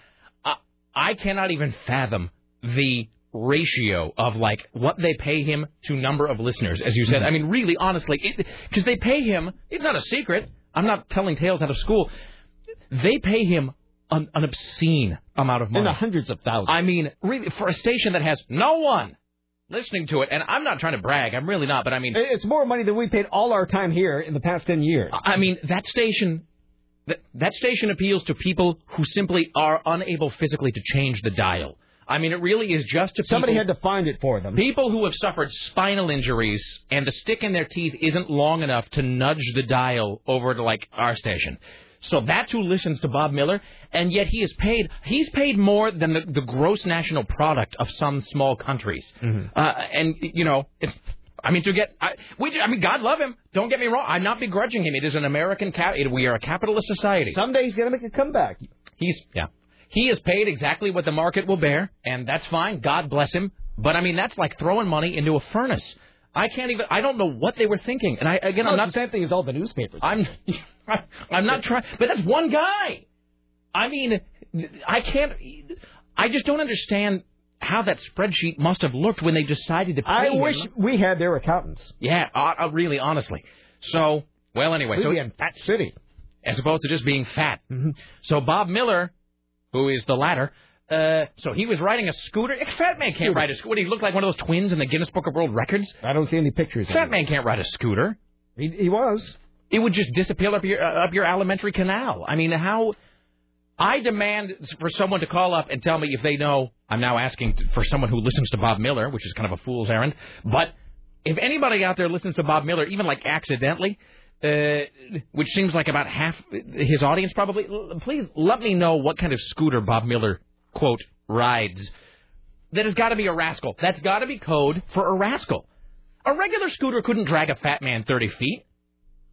S2: I, I cannot even fathom the ratio of like what they pay him to number of listeners, as you
S4: Mm-hmm.
S2: said. I mean, really, honestly, because they pay him. It's not a secret. I'm not telling tales out of school. They pay him an, an obscene amount of money.
S4: In the hundreds of thousands.
S2: I mean, really, for a station that has no one listening to it, and I'm not trying to brag, I'm really not, but I mean,
S4: It's more money than we paid all our time here in the past 10 years.
S2: I mean, that station. That, that station appeals to people who simply are unable physically to change the dial. I mean, it really is just to
S4: Somebody
S2: people,
S4: had to find it for them.
S2: people who have suffered spinal injuries and the stick in their teeth isn't long enough to nudge the dial over to like our station. So that's who listens to Bob Miller, and yet he is paid. He's paid more than the, the gross national product of some small countries.
S4: Mm-hmm.
S2: Uh, and you know, it's, I mean, to get, I, we, do- I mean, God love him. Don't get me wrong. I'm not begrudging him. It is an American cap. It, we are a capitalist society.
S4: Someday he's going to make a comeback.
S2: He's yeah. He is paid exactly what the market will bear, and that's fine. God bless him. But I mean, that's like throwing money into a furnace. I can't even. I don't know what they were thinking. And I again,
S4: No,
S2: I'm
S4: it's
S2: not
S4: the same thing as all the newspapers.
S2: I'm [LAUGHS] I'm not trying, but that's one guy. I mean, I can't. I just don't understand how that spreadsheet must have looked when they decided to pay
S4: I
S2: him.
S4: wish we had their accountants.
S2: Yeah, uh, uh, really, honestly. So, well, anyway,
S4: We'd
S2: so
S4: be in Fat City, Mm-hmm.
S2: as opposed to just being fat. So Bob Miller, who is the latter, uh, so he was riding a scooter. Eh, Fat man can't ride a scooter. He looked like one of those twins in the Guinness Book of World Records.
S4: I don't see any pictures.
S2: Fat man can't ride a scooter.
S4: He, he was.
S2: It would just disappear up your uh, up your alimentary canal. I mean, how? I demand for someone to call up and tell me if they know. I'm now asking t- for someone who listens to Bob Miller, which is kind of a fool's errand. But if anybody out there listens to Bob Miller, even like accidentally, uh, which seems like about half his audience probably, l- please let me know what kind of scooter Bob Miller quote rides. That has got to be a rascal. That's got to be code for a rascal. A regular scooter couldn't drag a fat man 30 feet.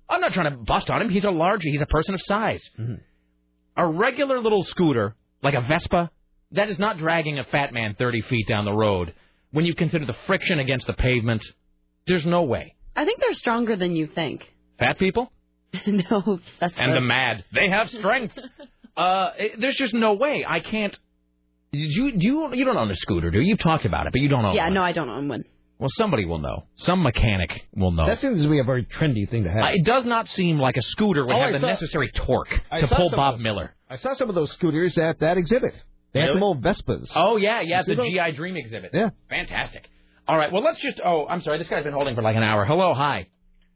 S2: I'm not trying to bust on him. He's a large. He's a person of size. A regular little scooter, like a Vespa, that is not dragging a fat man 30 feet down the road. When you consider the friction against the pavement, there's no way.
S3: I think they're stronger than you think. [LAUGHS]
S2: Fat people
S3: no, that's
S2: and the mad, they have strength. uh, it- there's just no way. I can't. Did you do you, you don't own a scooter, do you? You've talked about it, but you don't own.
S3: Yeah,
S2: one.
S3: no, I don't own one.
S2: Well, somebody will know. Some mechanic will know.
S4: That seems to be a very trendy thing to have.
S2: Uh, it does not seem like a scooter would
S4: Oh, I
S2: have the
S4: saw-
S2: necessary torque
S4: I
S2: to
S4: saw
S2: pull
S4: some
S2: Bob
S4: of those.
S2: Miller.
S4: I saw some of those scooters at that exhibit. They had
S2: Really?
S4: some old Vespas.
S2: Oh yeah, yeah,
S4: You see
S2: the
S4: those?
S2: GI Dream exhibit.
S4: Yeah.
S2: Fantastic. All right, well let's just. Oh, I'm sorry, this guy's been holding for like an hour. Hello, hi.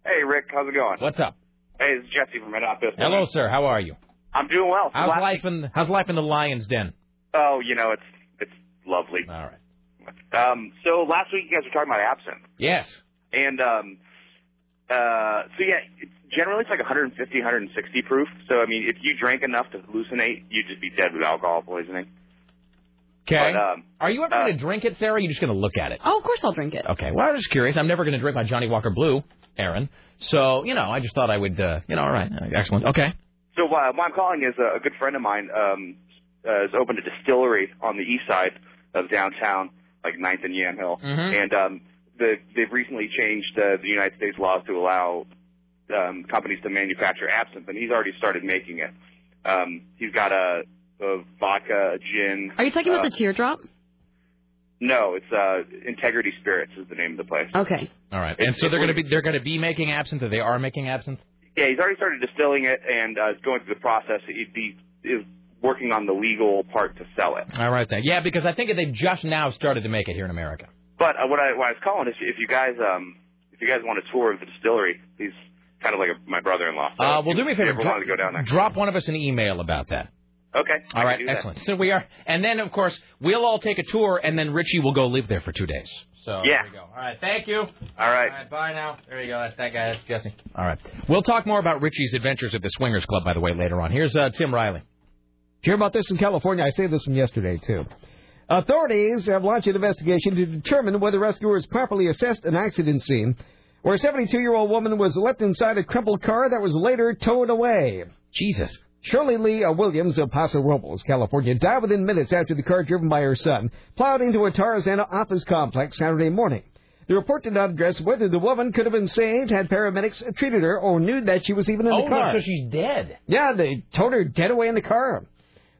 S25: Hey, Rick, how's it going?
S2: What's up?
S25: Hey, it's Jesse from Red Hot Pistol.
S2: Hello, sir. How are you?
S25: I'm doing well.
S2: How's
S25: Glad-
S2: life in How's life in the lion's den?
S25: Oh, you know, it's it's lovely.
S2: All right.
S25: Um, so last week you guys were talking about absinthe,
S2: Yes.
S25: and um, uh, so yeah, it's generally it's like 150, 160 proof. So I mean, if you drank enough to hallucinate, you'd just be dead with alcohol poisoning.
S2: Okay.
S25: But, um,
S2: are you ever
S25: uh,
S2: going to drink it, Sarah? Or are you just going to look at it?
S3: Oh, of course I'll drink it.
S2: Okay. Well, I was just curious. I'm never going to drink my Johnny Walker Blue, Aaron. So you know, I just thought I would. Uh, you know, all right, excellent. Okay.
S25: So uh, why, why I'm calling is uh, a, a good friend of mine um, uh, has opened a distillery on the east side of downtown, like Ninth and Yamhill,
S2: Mm-hmm.
S21: Mhm.
S25: and um, the, they've recently changed uh, the United States laws to allow um, companies to manufacture absinthe, and he's already started making it. Um, he's got a, a vodka, a gin.
S3: Are you talking
S25: uh,
S3: about the teardrop?
S25: No, it's uh, Integrity Spirits is the name of the place.
S3: Okay.
S2: Oh. All right. And so they're going to be they're going to be making absinthe. Or they are making absinthe.
S25: Yeah, he's already started distilling it and uh, is going through the process. He'd be is working on the legal part to sell it.
S2: All right then. Yeah, because I think they've just now started to make it here in America.
S25: But uh, what I what I was calling is if you guys um if you guys want a tour of the distillery, he's kind of like a, my brother-in-law. So
S2: Uh, well, do me a
S25: if
S2: favor.
S25: you ever
S2: dro-
S25: wanted to go down there.
S2: Drop one of us an email about that.
S25: Okay. I
S2: All
S25: can
S2: right,
S25: do that.
S2: excellent. So we are, and then of course we'll all take a tour, and then Richie will go live there for two days. So
S25: yeah.
S2: we go. All right. Thank you.
S25: All right.
S2: bye now. There you go. That's that guy. That's Jesse. All right. We'll talk more about Richie's adventures at the Swingers Club, by the way, later on. Here's uh, Tim Riley.
S4: Hear about this in California? I saved this from yesterday, too. Authorities have launched an investigation to determine whether rescuers properly assessed an accident scene where a 72 year old woman was left inside a crumpled car that was later towed away.
S2: Jesus.
S4: Shirley Lee uh, Williams of Paso Robles, California, died within minutes after the car driven by her son plowed into a Tarzana office complex Saturday morning. The report did not address whether the woman could have been saved had paramedics treated her or knew that she was even in
S2: Oh,
S4: the
S2: no,
S4: car.
S2: so she's dead.
S4: Yeah, they towed her dead away in the car.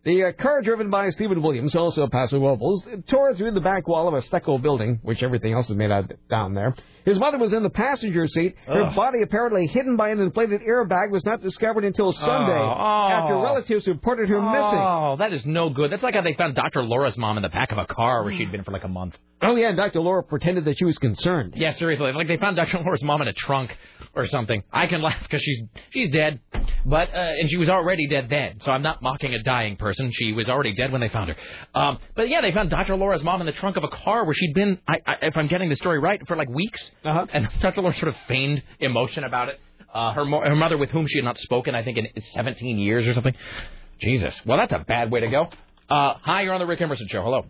S4: The uh, car driven by Stephen Williams, also of Paso Robles, tore through the back wall of a stucco building, which everything else is made out down there. His mother was in the passenger seat. Her
S2: Ugh.
S4: body, apparently hidden by an inflated airbag, was not discovered until Sunday
S2: Oh, oh.
S4: after relatives reported her missing.
S2: Oh, that is no good. That's like how they found Dr. Laura's mom in the back of a car
S4: Hmm.
S2: where she'd been for like a month.
S4: Oh, yeah, and Dr. Laura pretended that she was concerned.
S2: Yeah, seriously. Like they found Dr. Laura's mom in a trunk or something. I can laugh because she's she's dead, but uh, and she was already dead then. So I'm not mocking a dying person. She was already dead when they found her. Um, but yeah, they found Dr. Laura's mom in the trunk of a car where she'd been, I, I, if I'm getting the story right, for like weeks.
S4: Uh-huh.
S2: And [LAUGHS] Dr. Laura sort of feigned emotion about it. Uh, her mo- her mother, with whom she had not spoken, I think in 17 years or something. Jesus. Well, that's a bad way to go. Uh, hi, you're on the Rick Emerson show. Hello.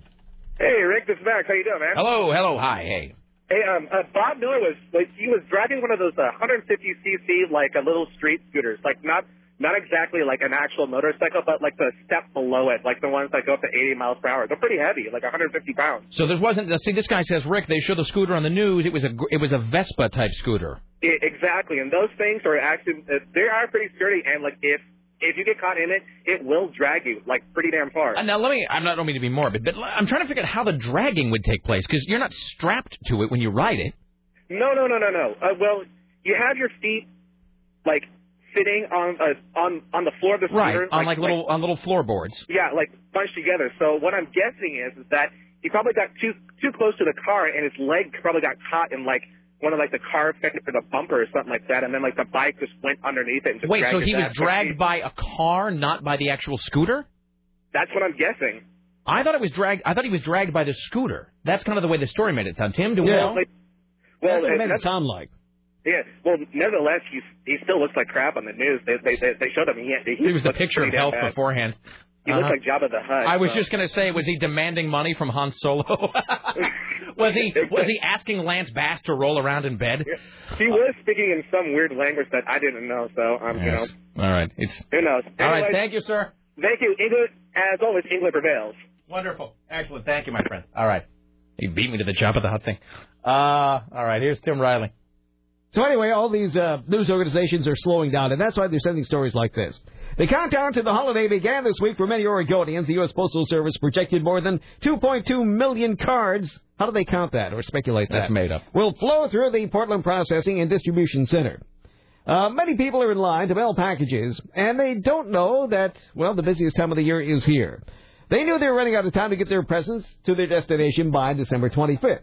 S9: Hey, Rick, this is Max. How you doing, man?
S2: Hello. Hello. Hi. Hey.
S9: Hey, um, uh, Bob Miller was like he was driving one of those uh, 150cc like a little street scooters, like not not exactly like an actual motorcycle, but like the step below it, like the ones that go up to 80 miles per hour. They're pretty heavy, like 150 pounds.
S2: So there wasn't. See, this guy says, Rick, they showed the scooter on the news. It was a it was a Vespa type scooter.
S9: I E, exactly, and those things are actually uh, they are pretty sturdy, and like if if you get caught in it, it will drag you like pretty damn far.
S2: Uh, Now let me. I'm not I don't mean to be morbid, but l- I'm trying to figure out how the dragging would take place because you're not strapped to it when you ride it.
S9: No, no, no, no, no. Uh, well, you have your feet like sitting on uh, on on the floor of the
S2: Right.
S9: scooter,
S2: on like, little on little floorboards.
S9: Yeah, like bunched together. So what I'm guessing is is that he probably got too too close to the car, and his leg probably got caught in like one of like the car fender or the bumper or something like that, and then like the bike just went underneath it. And just
S2: Wait,
S9: dragged
S2: so
S9: his
S2: he was
S9: ass.
S2: dragged by a car, not by the actual scooter?
S9: That's what I'm guessing.
S2: I thought it was dragged. I thought he was dragged by the scooter. That's kind of the way the story made it sound. Tim, do we know?
S9: Like, well, uh, that's-
S4: sound like.
S9: yeah. Well, nevertheless, he he still looks like crap on the news. They they they, they showed him. He, had- he
S2: It was the
S9: looked
S2: picture of
S9: pretty damn
S2: health
S9: bad.
S2: beforehand.
S9: He
S2: Uh-huh.
S9: looked like Jabba the Hutt.
S2: I was
S9: so-
S2: just going to say, was he demanding money from Han Solo? [LAUGHS] was he was he asking Lance Bass to roll around in bed?
S9: He was speaking in some weird language that I didn't know. So um, you know,
S2: Yes. All right. It's
S9: who knows?
S2: All right,
S9: Anyways,
S2: thank you, sir.
S9: Thank you, England. As always, England prevails.
S2: Wonderful. Excellent. Thank you, my friend. All right. He beat me to the job of the hot thing. Uh, all right. Here's Tim Riley.
S4: So anyway, all these uh, news organizations are slowing down, and that's why they're sending stories like this. The countdown to the holiday began this week for many Oregonians. The U.S. Postal Service projected more than 2.2 million cards. How do they count that or speculate that?
S2: That's made up.
S4: Will flow through the Portland Processing and Distribution Center. Uh, many people are in line to mail packages, and they don't know that, well, the busiest time of the year is here. They knew they were running out of time to get their presents to their destination by December 25th.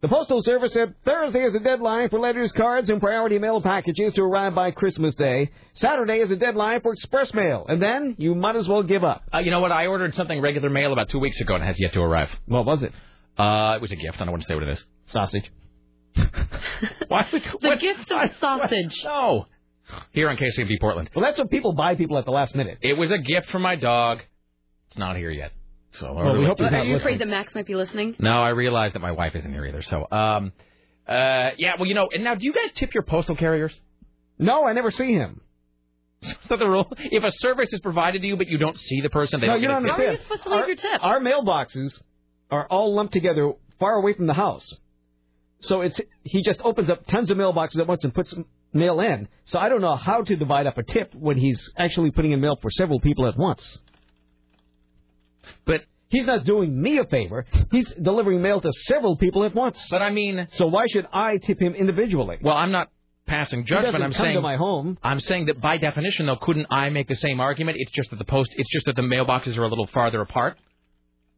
S4: The Postal Service said Thursday is a deadline for letters, cards, and priority mail packages to arrive by Christmas Day. Saturday is a deadline for express mail, and then you might as well give up.
S2: Uh, you know what? I ordered something regular mail about two weeks ago and it has yet to arrive.
S4: What was it?
S2: Uh, it was a gift. I don't want to say what it is.
S4: [LAUGHS] Sausage.
S2: Why would
S3: The gift of sausage.
S2: No. Here on KCB Portland.
S4: Well, that's what people buy people at the last minute.
S2: It was a gift from my dog. It's not here yet. So I
S4: Well, we
S2: ordered
S4: hope
S2: it.
S4: he's
S3: Are you afraid that Max might be listening?
S2: No, I realize that my wife isn't here either. So, um, uh, yeah. [LAUGHS] Well, you know, and now do you guys tip your postal carriers?
S4: No, I never see him.
S2: Is that the rule? If a service is provided to you but you don't see the person, they
S4: no,
S2: don't
S4: you
S2: get
S4: don't
S2: a tip.
S4: understand. our, Our mailboxes are all lumped together, far away from the house. So it's he just opens up tons of mailboxes at once and puts mail in. So I don't know how to divide up a tip when he's actually putting in mail for several people at once.
S2: But
S4: he's not doing me a favor. He's delivering mail to several people at once.
S2: But I mean,
S4: so why should I tip him individually?
S2: Well, I'm not passing
S4: He doesn't
S2: judgment. I'm
S4: come
S2: saying
S4: to my home.
S2: I'm saying that by definition, though, couldn't I make the same argument? It's just that the post. It's just that the mailboxes are a little farther apart.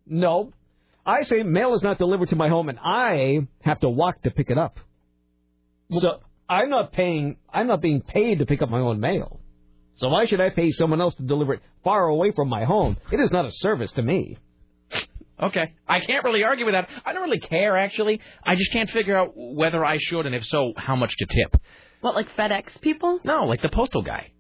S4: No, I say mail is not delivered to my home, and I have to walk to pick it up. So I'm not paying. I'm not being paid to pick up my own mail. So why should I pay someone else to deliver it far away from my home? It is not a service to me.
S2: Okay, I can't really argue with that. I don't really care actually. I just can't figure out whether I should, and if so, how much to tip.
S3: What, like FedEx people?
S2: No, like the postal guy.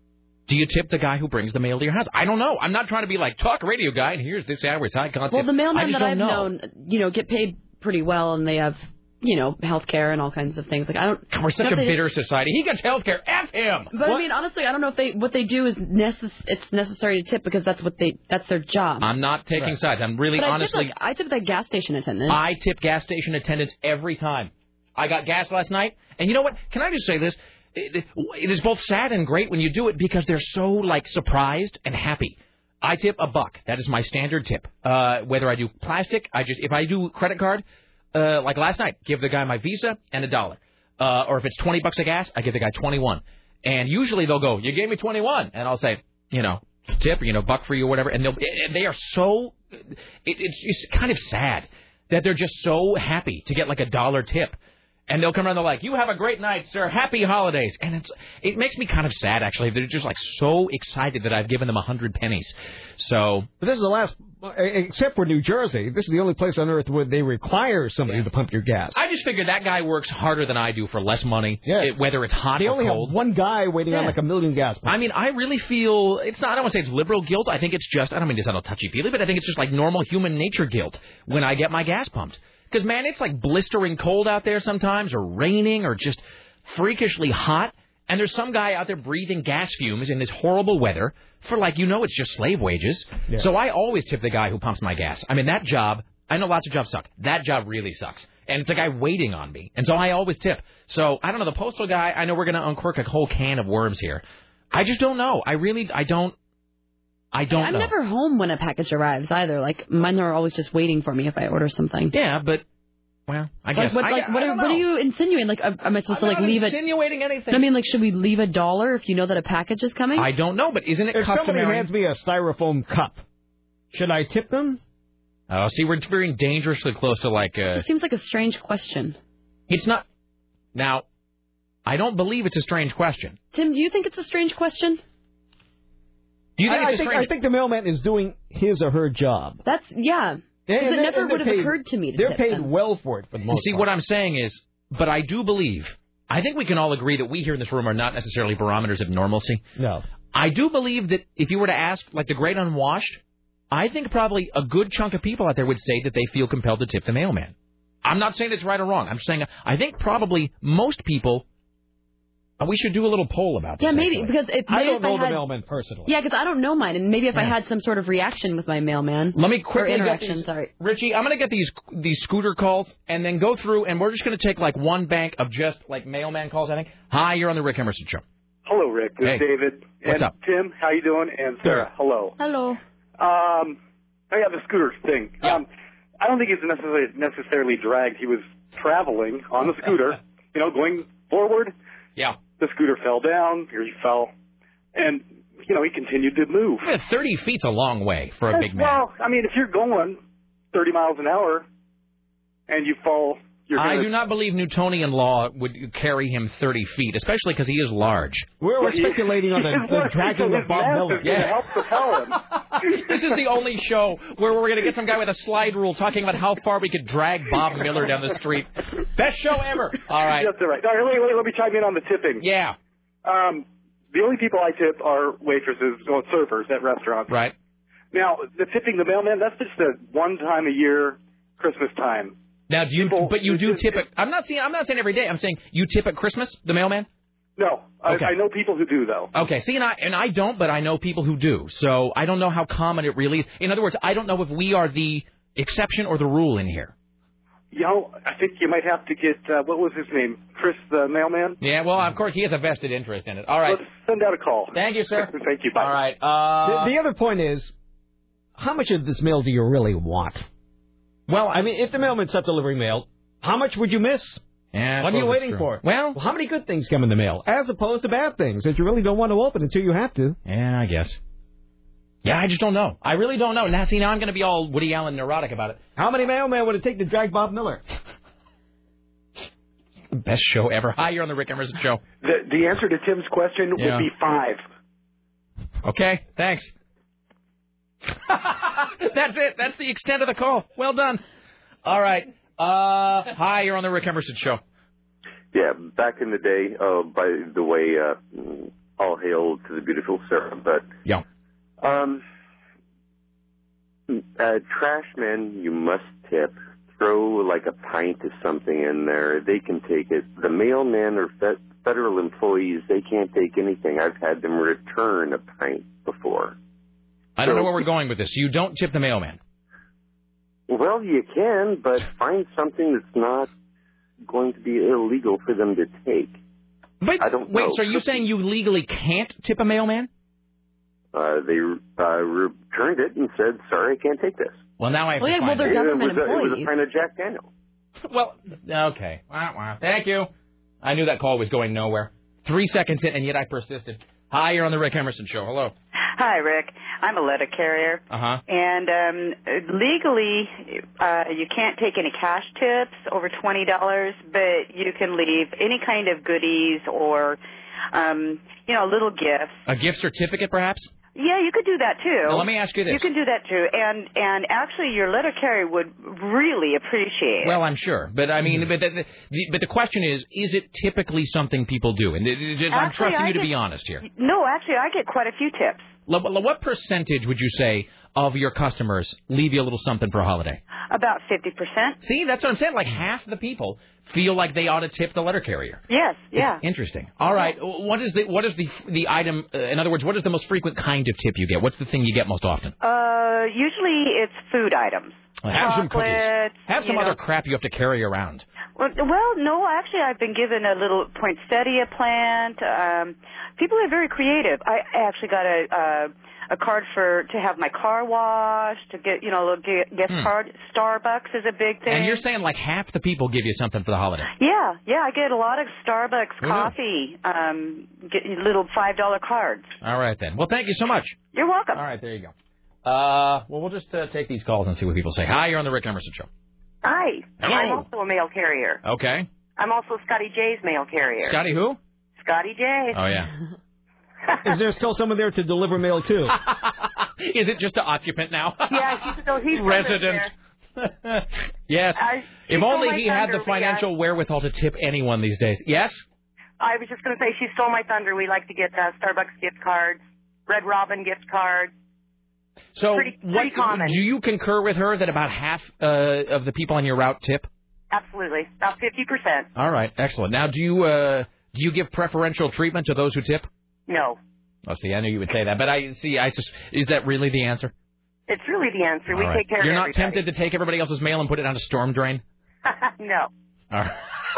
S2: Do you tip the guy who brings the mail to your house? I don't know. I'm not trying to be like talk radio guy, and here's this hour's high concept.
S3: Well, the
S2: I
S3: mailmen
S2: just
S3: that
S2: don't
S3: I've
S2: know.
S3: known, you know, get paid pretty well, and they have, you know, health care and all kinds of things. Like I don't.
S2: We're such
S3: not
S2: a
S3: that-
S2: bitter society. He gets health care. F him.
S3: But I mean, honestly, I don't know if they what they do is necess- it's necessary to tip because that's what they that's their job.
S2: I'm not taking sides. I'm really
S3: but I
S2: honestly.
S3: tip, like, I tip that gas station attendant.
S2: I tip gas station attendants every time. I got gas last night, and you know what? Can I just say this? It, it is both sad and great when you do it because they're so like surprised and happy. I tip a buck. That is my standard tip. Uh, whether I do plastic, I just if I do credit card, uh, like last night, give the guy my Visa and a dollar. Uh, or if it's twenty bucks of gas, I give the guy twenty one. And usually they'll go, "You gave me twenty one," and I'll say, you know, tip, or, you know, buck for you, or whatever. And they'll and they are so it, it's it's kind of sad that they're just so happy to get like a dollar tip. And they'll come around, they're like, "You have a great night, sir. Happy holidays." And it's it makes me kind of sad actually. They're just like so excited that I've given them a hundred pennies. So
S4: But this is the last, e, except for New Jersey, this is the only place on earth where they require somebody to pump your gas.
S2: I just figure that guy works harder than I do for less money, it- whether it's hot
S4: They
S2: or
S4: only
S2: cold.
S4: have one guy waiting on
S2: Yeah.
S4: like a million gas pumps.
S2: I mean, I really feel it's not. I don't want to say it's liberal guilt. I think it's just. I don't mean to sound all touchy feely, but I think it's just like normal human nature guilt when I get my gas pumped. Because man, it's like blistering cold out there sometimes, or raining, or just freakishly hot. And there's some guy out there breathing gas fumes in this horrible weather for like you know it's just slave wages. So I always tip the guy who pumps my gas. I mean that job. I know lots of jobs suck. That job really sucks. And it's a guy waiting on me. And so I always tip. So I don't know the postal guy. I know we're gonna uncork a whole can of worms here. I just don't know. I really, I don't, I don't
S3: I'm
S2: know.
S3: never home when a package arrives either. Like mine are always just waiting for me if I order something.
S2: Yeah, but well, I
S3: Like,
S2: guess.
S3: what,
S2: I,
S3: like, what,
S2: I
S3: are,
S2: don't
S3: what are
S2: know.
S3: you insinuating? Like, am am I supposed
S2: I'm
S3: to like
S2: not
S3: leave it?
S2: insinuating anything.
S3: I mean, like, should we leave a dollar if you know that a package is coming?
S2: I don't know, but isn't it
S4: if somebody
S2: customary?
S4: hands me a styrofoam cup, should I tip them?
S2: Oh, see, we're veering dangerously close to [LAUGHS] like. Uh,
S3: It seems like a strange question.
S2: it's not. Now, I don't believe it's a strange question.
S3: Tim, do you think it's a strange question?
S2: Do you
S4: I,
S2: think it's a
S4: I think,
S2: strange-
S4: I think the mailman is doing his or her job.
S3: That's yeah.
S4: And-
S3: Because it
S4: and-
S3: never
S4: and they're
S3: would have
S4: paid-
S3: occurred to me. To
S4: They're
S3: tip
S4: paid
S3: them.
S4: well for it, for the
S2: You
S4: most
S2: see,
S4: part.
S2: what I'm saying is, but I do believe. I think we can all agree that we here in this room are not necessarily barometers of normalcy.
S4: No.
S2: I do believe that if you were to ask, like the great unwashed, I think probably a good chunk of people out there would say that they feel compelled to tip the mailman. I'm not saying it's right or wrong. I'm saying I think probably most people. uh, We should do a little poll about this.
S3: Yeah, maybe
S2: actually.
S3: because if
S4: I
S3: maybe
S4: don't
S3: if
S4: know
S3: I
S4: the
S3: had,
S4: mailman personally.
S3: Yeah, because I don't know mine, and maybe if I had some sort of reaction with my mailman.
S2: Let me
S3: or
S2: quickly get
S3: interaction.
S2: these,
S3: sorry,
S2: Richie. I'm gonna get these these scooter calls and then go through, and we're just gonna take like one bank of just like mailman calls. I think. Hi, you're on the Rick Emerson show.
S10: Hello, Rick. This
S2: Hey.
S10: is David.
S2: What's
S10: and
S2: up?
S10: Tim, how you doing? And Sarah, hello.
S3: Hello.
S10: Um, I got the scooter thing. Um, I don't think he's necessarily necessarily dragged. He was traveling on the
S2: [LAUGHS]
S10: scooter, you know, going forward.
S2: Yeah.
S10: The scooter fell down. Here he fell, and you know he continued to move.
S2: Yeah, 30 feet's a long way for a big man.
S10: Well, I mean, if you're going 30 miles an hour and you fall, you're
S2: I
S10: gonna-
S2: do not believe Newtonian law would carry him 30 feet, especially because he is large.
S4: We're,
S10: Well, he- speculating on the- the dragging of Bob Miller.
S2: Yeah.
S10: help propel him.
S2: this is the only show where we're going to get some guy with a slide rule talking about how far we could drag Bob Miller down the street. Best show ever. Uh, All right.
S10: That's all right. All right wait, wait, let me chime in on the tipping.
S2: Yeah.
S10: Um, the only people I tip are waitresses or servers at restaurants.
S2: Right.
S10: Now, the tipping the mailman, that's just a one time a year Christmas time.
S2: Now, do you? but you do tip it. I'm not saying. I'm not saying every day. I'm saying you tip at Christmas, the mailman.
S10: No,
S2: Okay.
S10: I, I know people who do, though.
S2: Okay, see, and I and I don't, but I know people who do. So I don't know how common it really is. In other words, I don't know if we are the exception or the rule in here.
S10: You know, I think you might have to get, uh, what was his name? Chris the mailman?
S2: Yeah, well, of course, he has a vested interest in it. All right.
S10: Let's send out a call.
S2: Thank you, sir.
S10: Thank you. Bye.
S2: All right. Uh,
S4: the, the other point is, how much of this mail do you really want?
S2: Well,
S4: I mean, if the mailman stopped delivering mail, how much would you miss?
S2: Yeah,
S4: what are you
S2: suppose that's
S4: waiting
S2: true.
S4: for?
S2: Well,
S4: how many good things come in the mail, as opposed to bad things that you really don't want to open until you have to.
S2: Yeah, I guess. Yeah, I just don't know. I really don't know. Now, see, now I'm going to be all Woody Allen neurotic about it.
S4: How many mailmen would it take to drag Bob Miller?
S2: [LAUGHS] Best show ever. Hi, you're on the Rick Emerson show.
S11: The, the answer to Tim's question
S2: Yeah.
S11: would be five.
S2: Okay, thanks. [LAUGHS] That's it. That's the extent of the call. Well done. All right. Uh, hi, you're on the Rick Emerson show.
S12: Yeah, back in the day, uh, by the way, uh, all hail to the beautiful Sarah, but.
S2: Yeah.
S12: Um, uh, trash men, you must tip. Throw like a pint of something in there. They can take it. The mailmen or fe- federal employees, they can't take anything. I've had them return a pint before.
S2: I don't know where we're going with this. You don't tip the mailman.
S12: Well, you can, but find something that's not going to be illegal for them to take.
S2: But
S12: I don't
S2: Wait,
S12: know.
S2: so are you saying you legally can't tip a mailman?
S12: Uh, they uh, returned it and said, "Sorry, I can't take this."
S2: Well, now
S14: Oh,
S2: I have to find
S12: It
S2: out.
S12: was a- It was a friend of Jack Daniel.
S2: Well, okay. Wah, wah. Thank you. I knew that call was going nowhere. Three seconds in, and yet I persisted. Hi, you're on the Rick Emerson Show. Hello.
S8: Hi, Rick. I'm a letter carrier,
S2: Uh huh.
S8: and um, legally, uh, you can't take any cash tips over twenty dollars, but you can leave any kind of goodies or, um, you know, little gifts.
S2: A gift certificate, perhaps?
S8: Yeah, you could do that too.
S2: Now, let me ask you this.
S8: You can do that too, and and actually, your letter carrier would really appreciate it.
S2: Well, I'm sure, but I
S8: Mm-hmm.
S2: mean, but the, the, but the question is, is it typically something people do? And it- it- it- I'm
S8: Actually,
S2: trusting
S8: I
S2: you to
S8: get-
S2: be honest here.
S8: no, actually, I get quite a few tips.
S2: Lo- lo- What percentage would you say of your customers leave you a little something for a holiday?
S8: About fifty percent.
S2: See, that's what I'm saying. Like half the people feel like they ought to tip the letter carrier.
S8: Yes.
S2: It's
S8: Yeah.
S2: interesting. All right. What is the what is the the item? Uh, in other words, what is the most frequent kind of tip you get? What's the thing you get most often?
S8: Uh, usually it's food items.
S2: Have some cookies.
S8: Chocolates,
S2: Have some
S8: you know.
S2: other crap you have to carry around.
S8: Well, well, no, actually, I've been given a little poinsettia plant. Um, people are very creative. I I actually got a uh, a card for to have my car washed, to get you know a little gi- gift
S2: Hmm.
S8: card. Starbucks is a big thing.
S2: And you're saying like half the people give you something for the holiday.
S8: yeah, yeah, I get a lot of Starbucks
S2: Who knew?
S8: coffee, um, get little five dollar cards.
S2: All right then. Well, thank you so much.
S8: You're welcome.
S2: All right, there you go. Uh, well, we'll just uh, take these calls and see what people say. Hi, you're on the Rick Emerson show.
S13: Hi.
S2: Hello.
S13: I'm also a mail carrier.
S2: Okay.
S13: I'm also Scotty J's mail carrier.
S2: Scotty who?
S13: Scotty J.
S2: Oh yeah.
S3: [LAUGHS]
S4: Is there still someone there to deliver mail to?
S2: Is it just an occupant now? [LAUGHS]
S13: yeah, he's, so he's still
S2: Resident.
S13: there.
S2: yes.
S13: I-
S2: if
S13: you
S2: only
S13: stole my
S2: he had
S13: thunder,
S2: the
S13: Leon.
S2: financial wherewithal to tip anyone these days. Yes.
S13: I was just going to say she stole my thunder. We like to get uh, Starbucks gift cards, Red Robin gift cards.
S2: So
S13: Pretty- pretty
S2: what
S13: common.
S2: do you concur with her that about half uh, of the people on your route tip?
S13: Absolutely, about fifty percent.
S2: All right, excellent. Now, do you uh, do you give preferential treatment to those who tip?
S13: No,
S2: Oh, see, I knew you would say that, but I see. I sus- is that really the answer?
S13: it's really the answer. we
S2: All right.
S13: take care
S2: You're
S13: of
S2: not
S13: everybody.
S2: tempted to take everybody else's mail and put it on a storm drain.
S13: [LAUGHS] no,
S2: All right.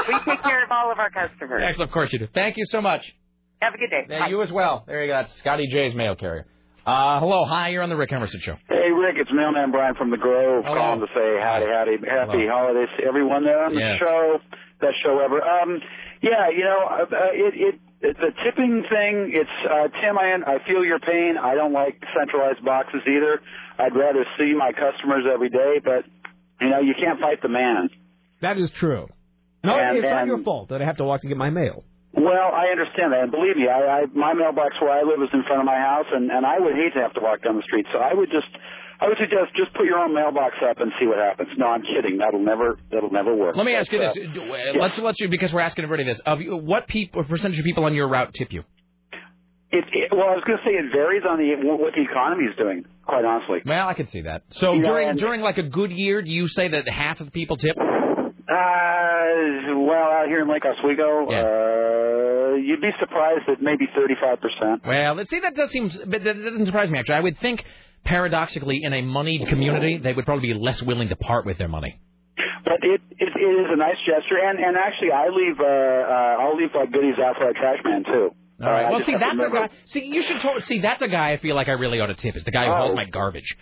S13: we take care of all of our customers.
S2: Excellent. Of course you do. Thank you so much.
S13: Have a good day.
S2: Yeah, you as well. There you go. That's Scotty J's mail carrier. Uh, hello. Hi. You're on the Rick Emerson show.
S14: Hey Rick, it's Mailman Brian from the Grove
S2: Hello.
S14: calling to say howdy, howdy, happy
S2: Hello.
S14: holidays to everyone there on the
S2: Yes.
S14: show, best show ever. Um, yeah, you know, uh, uh, it, it it the tipping thing. It's uh, Tim. I I feel your pain. I don't like centralized boxes either. I'd rather see my customers every day, but you know, you can't fight the man.
S4: That is true. No,
S14: And-
S4: it's
S14: and-
S4: not your fault that I have to walk to get my mail.
S14: Well, I understand that, and believe me, I, I my mailbox where I live is in front of my house, and and I would hate to have to walk down the street. So I would just, I would suggest just put your own mailbox up and see what happens. No, I'm kidding. That'll never, that'll never work.
S2: Let me ask you this.
S14: That's, uh,
S2: Do- uh,
S14: yeah.
S2: Let's let you because we're asking everybody this. Of you- what people, what percentage of people on your route tip you?
S14: It, it, well, I was going to say it varies on the what the economy is doing. Quite honestly.
S2: Well, I could see that. So
S14: You know,
S2: during
S14: uh, and-
S2: during like a good year, do you say that half of the people tip?
S14: Uh, well, out here in Lake Oswego, uh, you'd be surprised that maybe 35 percent.
S2: Well, let's see, that does seem, but that doesn't surprise me actually. I would think paradoxically, in a moneyed community, they would probably be less willing to part with their money.
S14: But it, it it is a nice gesture, and and actually, I leave uh, uh I'll leave like goodies out for a trash man too.
S2: All right.
S14: Uh, I
S2: Well,
S14: just
S2: see,
S14: have to
S2: that's a
S14: remember-
S2: guy. See, you should totally see that's a guy. I feel like I really ought to tip. Is the guy who hauls my garbage.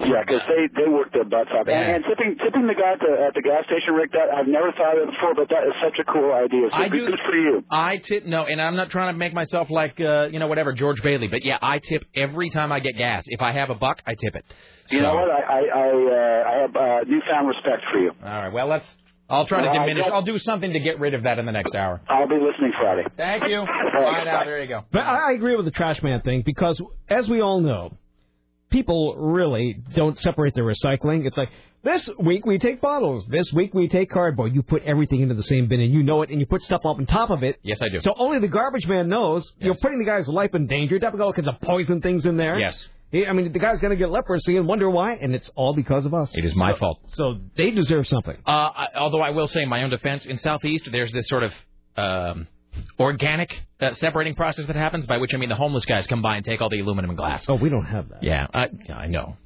S14: Oh. Yeah, because they they work their butts up,
S2: Yeah.
S14: and, and tipping tipping the guy at the at the gas station, Rick. That I've never thought of it before, but that is such a cool idea. So
S2: I
S14: good,
S2: do-
S14: good for you.
S2: I tip no, and I'm not trying to make myself like uh, you know whatever George Bailey, but yeah, I tip every time I get gas. If I have a buck, I tip it.
S14: You know what? I I I, uh, I have uh, newfound respect for you.
S2: All right. Well, let's. I'll try to
S14: Well, I
S2: diminish.
S14: don't-
S2: I'll do something to get rid of that in the next hour.
S14: I'll be listening Friday.
S2: Thank you. All right, now there you go.
S4: But I I agree with the trash man thing because, as we all know, people really don't separate their recycling. It's like this week we take bottles, this week we take cardboard. You put everything into the same bin, and you know it, and you put stuff up on top of it.
S2: Yes, I do.
S4: So only the garbage man knows you're putting the guy's life in danger. You have to go all kinds of poison things in there.
S2: Yes.
S4: He- I mean, the guy's going to get leprosy and wonder why, and it's all because of us. It
S2: is my fault.
S4: So they deserve something.
S2: Uh, I, although I will say, in my own defense, in Southeast, there's this sort of um, organic uh, separating process that happens, by which I mean the homeless guys come by and take all the aluminum and glass.
S4: Oh, we don't have that.
S2: Yeah, I, I know.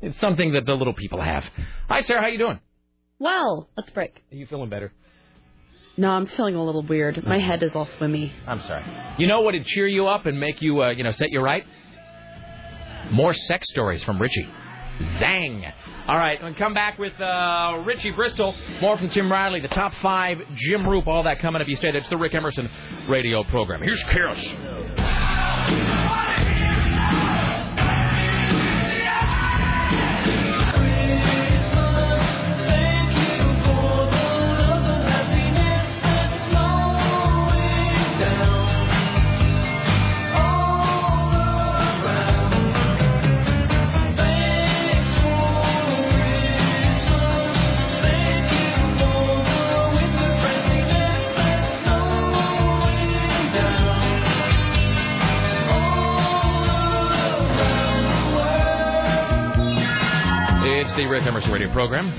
S2: It's something that the little people have. Hi, Sarah. How you doing?
S3: Well, let's break.
S4: Are you feeling better?
S3: No, I'm feeling a little weird. My head is all swimmy.
S2: I'm sorry. You know what would cheer you up and make you, uh, you know, set you right? More sex stories from Richie. Zang. All right, and come back with uh, Richie Bristol. More from Tim Riley, the top five, Jim Roop, all that coming up. You stay. That's the Rick Emerson radio program. Here's Kiss. It's the Rick Emerson radio program.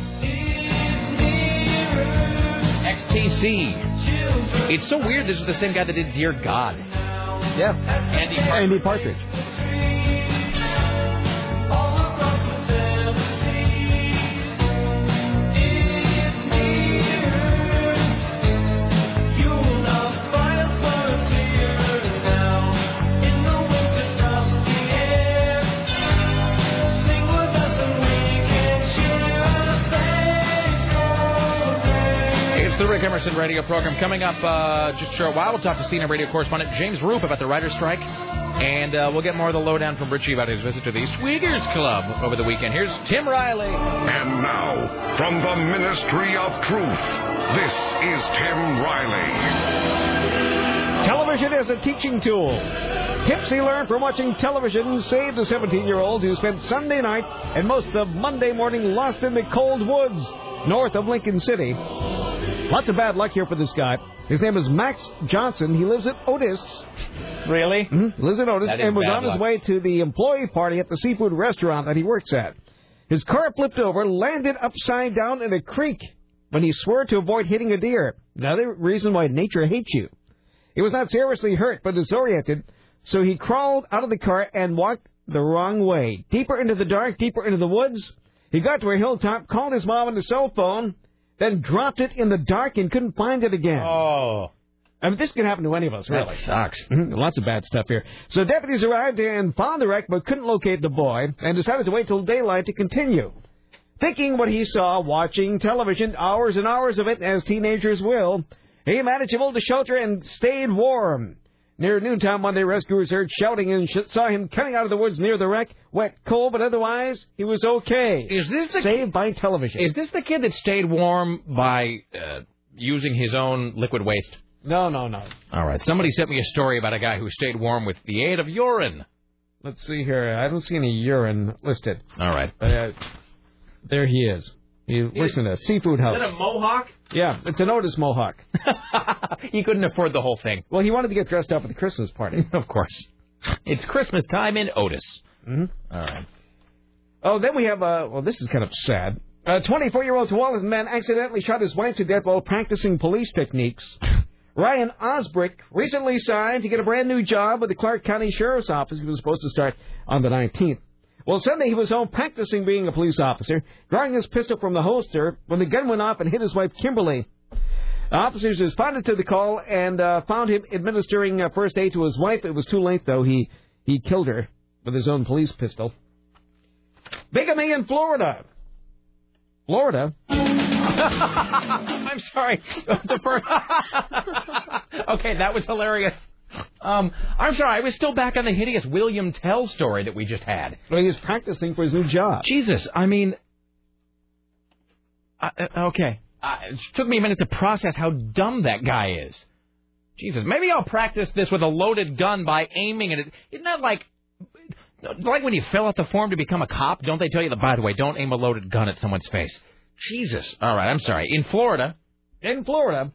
S2: XTC. It's so weird. This is the same guy that did Dear God. Yeah. Andy Partridge. Andy Partridge. It's the Rick Emerson radio program. Coming up uh, just short while, we'll talk to CNN radio correspondent James Roop about the writer's strike. And uh, we'll get more of the lowdown from Richie about his visit to the Swedish Club over the weekend. Here's Tim Riley.
S5: And now, from the Ministry of Truth, this is Tim Riley.
S4: Television is a teaching tool. Tips he learned from watching television saved the 17 year old who spent Sunday night and most of Monday morning lost in the cold woods north of Lincoln City. Lots of bad luck here for this guy. His name is Max Johnson. He lives at Otis.
S2: Really?
S4: hmm Lives at Otis
S24: That is
S4: and was
S24: bad
S4: on his
S24: luck.
S4: way to the employee party at the seafood restaurant that he works at. His car flipped over, landed upside down in a creek when he swore to avoid hitting a deer. Another reason why nature hates you. He was not seriously hurt, but disoriented, so he crawled out of the car and walked the wrong way. Deeper into the dark, deeper into the woods. He got to a hilltop, called his mom on the cell phone, then dropped it in the dark and couldn't find it again.
S2: Oh.
S4: I mean, this can happen to any of us, really.
S2: That sucks.
S4: Mhm, [LAUGHS] Lots of bad stuff here. So deputies arrived and found the wreck, but couldn't locate the boy, and decided to wait till daylight to continue. Thinking what he saw, watching television, hours and hours of it, as teenagers will, he managed to hold a shelter and stayed warm. Near noontime, Monday, rescuers heard shouting and sh- saw him coming out of the woods near the wreck, wet, cold, but otherwise he was okay.
S2: Is this the
S4: saved by television?
S2: Is this the kid that stayed warm by uh, using his own liquid waste?
S4: No, no, no.
S2: All right. Somebody sent me a story about a guy who stayed warm with the aid of urine.
S4: Let's see here. I don't see any urine listed.
S2: All right.
S4: Uh, there he is. He works in a seafood house.
S2: mohawk?
S4: Yeah, it's an Otis mohawk.
S2: [LAUGHS] he couldn't afford the whole thing.
S4: Well, he wanted to get dressed up for the Christmas party.
S2: [LAUGHS] of course. It's Christmas time in Otis.
S4: Mm-hmm.
S2: All right.
S4: Oh, then we have, uh, well, this is kind of sad. A 24 year old Tualatin man accidentally shot his wife to death while practicing police techniques. Ryan Osbrick recently signed to get a brand new job with the Clark County Sheriff's Office. He was supposed to start on the 19th. Well, Sunday he was home practicing being a police officer, drawing his pistol from the holster when the gun went off and hit his wife, Kimberly. Officers responded to the call and uh, found him administering uh, first aid to his wife. It was too late, though. He, he killed her with his own police pistol. Bigamy in Florida. Florida?
S2: [LAUGHS] I'm sorry. The first... [LAUGHS] okay, that was hilarious. Um, I'm sorry. I was still back on the hideous William Tell story that we just had.
S4: Well, he was practicing for his new job.
S2: Jesus, I mean, I, uh, okay. Uh, it took me a minute to process how dumb that guy is. Jesus, maybe I'll practice this with a loaded gun by aiming at it. Isn't that like, like when you fill out the form to become a cop? Don't they tell you that? By the way, don't aim a loaded gun at someone's face. Jesus. All right, I'm sorry. In Florida,
S4: In Florida.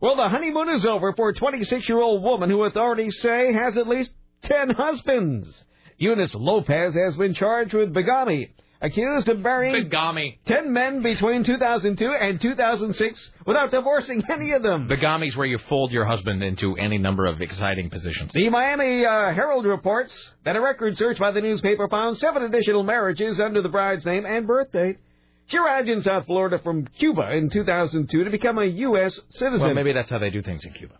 S4: Well, the honeymoon is over for a 26 year old woman who authorities say has at least 10 husbands. Eunice Lopez has been charged with bigamy, accused of marrying
S2: bigamy.
S4: 10 men between 2002 and 2006 without divorcing [LAUGHS] any of them.
S2: Bigamy's where you fold your husband into any number of exciting positions.
S4: The Miami uh, Herald reports that a record search by the newspaper found seven additional marriages under the bride's name and birth date. She arrived in South Florida from Cuba in 2002 to become a U.S. citizen.
S2: Well, maybe that's how they do things in Cuba.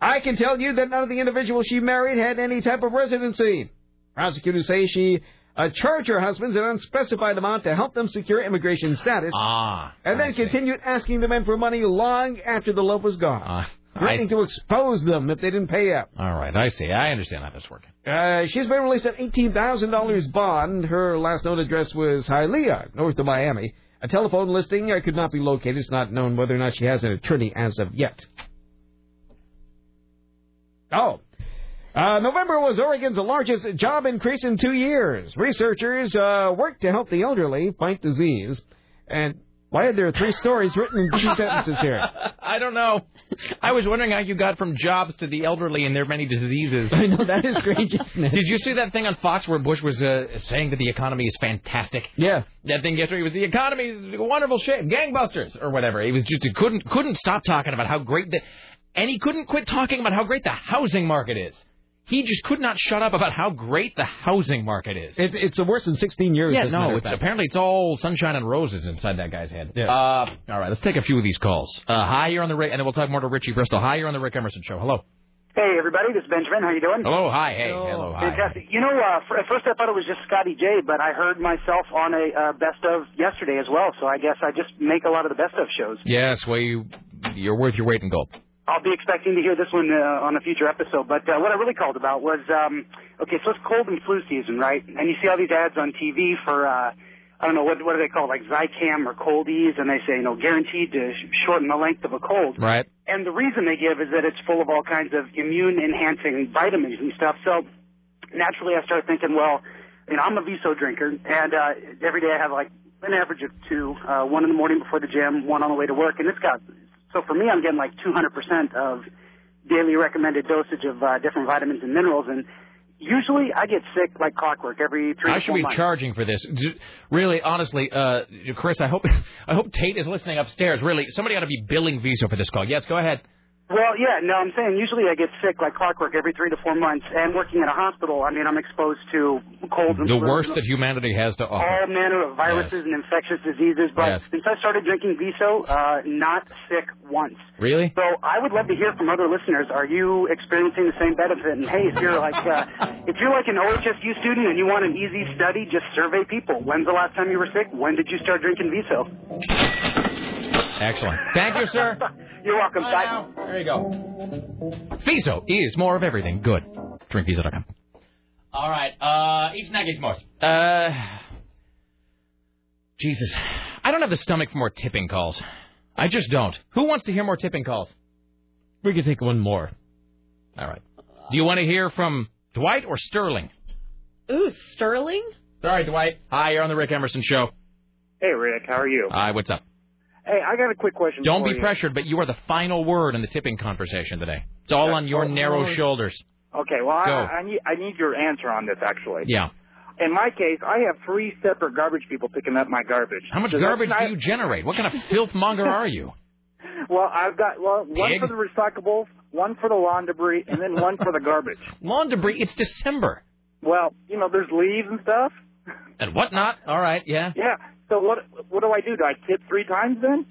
S4: I can tell you that none of the individuals she married had any type of residency. Prosecutors say she uh, charged her husbands an unspecified amount to help them secure immigration status,
S2: Ah.
S4: and then continued asking the men for money long after the loaf was gone,
S2: I
S4: threatening
S2: see.
S4: to expose them if they didn't pay up.
S2: Ah, All right, I see. I understand how this works.
S4: Uh, she's been released on eighteen thousand dollars bond. Her last known address was Hialeah, north of Miami. A telephone listing uh, could not be located. It's not known whether or not she has an attorney as of yet. Oh. Uh, November was Oregon's largest job increase in two years. Researchers uh, work to help the elderly fight disease. And why are there three stories written in
S2: [LAUGHS]
S4: two sentences here?
S2: I don't know. I was wondering how you got from jobs to the elderly and their many diseases.
S4: I know that is great, isn't it?
S2: Did you see that thing on Fox where Bush was uh, saying that the economy is fantastic?
S4: Yeah.
S2: That thing yesterday was the economy is in wonderful shape, gangbusters or whatever. He was just he couldn't couldn't stop talking about how great the and he couldn't quit talking about how great the housing market is. He just could not shut up about how great the housing market is.
S4: It, it's the worst in 16 years.
S2: Yeah,
S4: as a matter
S2: no,
S4: of
S2: it's
S4: fact.
S2: apparently it's all sunshine and roses inside that guy's head. Uh, all right, let's take a few of these calls. Uh, hi, you're on the Rick, and then we'll talk more to Richie Bristol. Hi, you're on the Rick Emerson Show. Hello.
S15: Hey, everybody, this is Benjamin. How you doing?
S2: Hello, hi, hey, hello, hi.
S15: Fantastic. You know, uh, fir- at first I thought it was just Scotty J, but I heard myself on a uh, best of yesterday as well, so I guess I just make a lot of the best of shows.
S2: Yes, well, you, you're worth your weight in gold.
S15: I'll be expecting to hear this one uh, on a future episode. But uh, what I really called about was um, okay, so it's cold and flu season, right? And you see all these ads on TV for uh, I don't know what what do they call it, like Zycam or coldies, and they say you know guaranteed to sh- shorten the length of a cold.
S2: Right.
S15: And the reason they give is that it's full of all kinds of immune enhancing vitamins and stuff. So naturally, I start thinking, well, you know, I'm a Viso drinker, and uh, every day I have like an average of two, uh, one in the morning before the gym, one on the way to work, and it's got. So for me, I'm getting like 200% of daily recommended dosage of uh, different vitamins and minerals, and usually I get sick like clockwork every three.
S2: I
S15: to
S2: should
S15: four
S2: be
S15: months.
S2: charging for this. J- Really, honestly, uh, Chris, I hope [LAUGHS] I hope Tate is listening upstairs. Really, somebody ought to be billing Visa for this call. Yes, go ahead.
S15: Well, yeah, no, I'm saying usually I get sick like clockwork every three to four months, and working in a hospital, I mean, I'm exposed to colds and
S2: The
S15: flu,
S2: worst that humanity has to offer.
S15: all manner of viruses and infectious diseases. But
S2: Oh. Yes.
S15: since I started drinking Viso, uh, not sick once.
S2: Really?
S15: So I would love to hear from other listeners. Are you experiencing the same benefit? And hey, if you're like uh, if you're like an OHSU student and you want an easy study, just survey people. When's the last time you were sick? When did you start drinking Viso?
S2: Excellent. Thank you, sir.
S15: [LAUGHS] You're welcome. Bye.
S2: There you go. Viso is more of everything good. DrinkVisa.com. All right. Uh, each snack, each more. [LAUGHS] Uh, Jesus, I don't have the stomach for more tipping calls. I just don't. Who wants to hear more tipping calls?
S4: We could take one more.
S2: All right. Do you want to hear from Dwight or Sterling?
S3: Ooh, Sterling?
S2: Sorry, Dwight. Hi, you're on the Rick Emerson Show.
S16: Hey, Rick, how are you?
S2: Hi, what's up?
S16: Hey, I got a quick question.
S2: Don't
S16: for
S2: be
S16: you.
S2: pressured, but you are the final word in the tipping conversation today. It's all on your narrow shoulders.
S16: Okay, well,
S2: Go.
S16: I, I need I need your answer on this actually.
S2: Yeah.
S16: In my case, I have three separate garbage people picking up my garbage.
S2: How much
S16: Does that
S2: garbage
S16: mean I-
S2: do you generate? What kind of filth monger are you?
S16: Well, I've got well one
S2: Pig?
S16: for the recyclables, one for the lawn debris, and then one for the garbage.
S2: Lawn debris? It's December.
S16: Well, you know, there's leaves and stuff.
S2: And whatnot. All right, yeah.
S16: Yeah. So what what do I do? Do I tip three times then?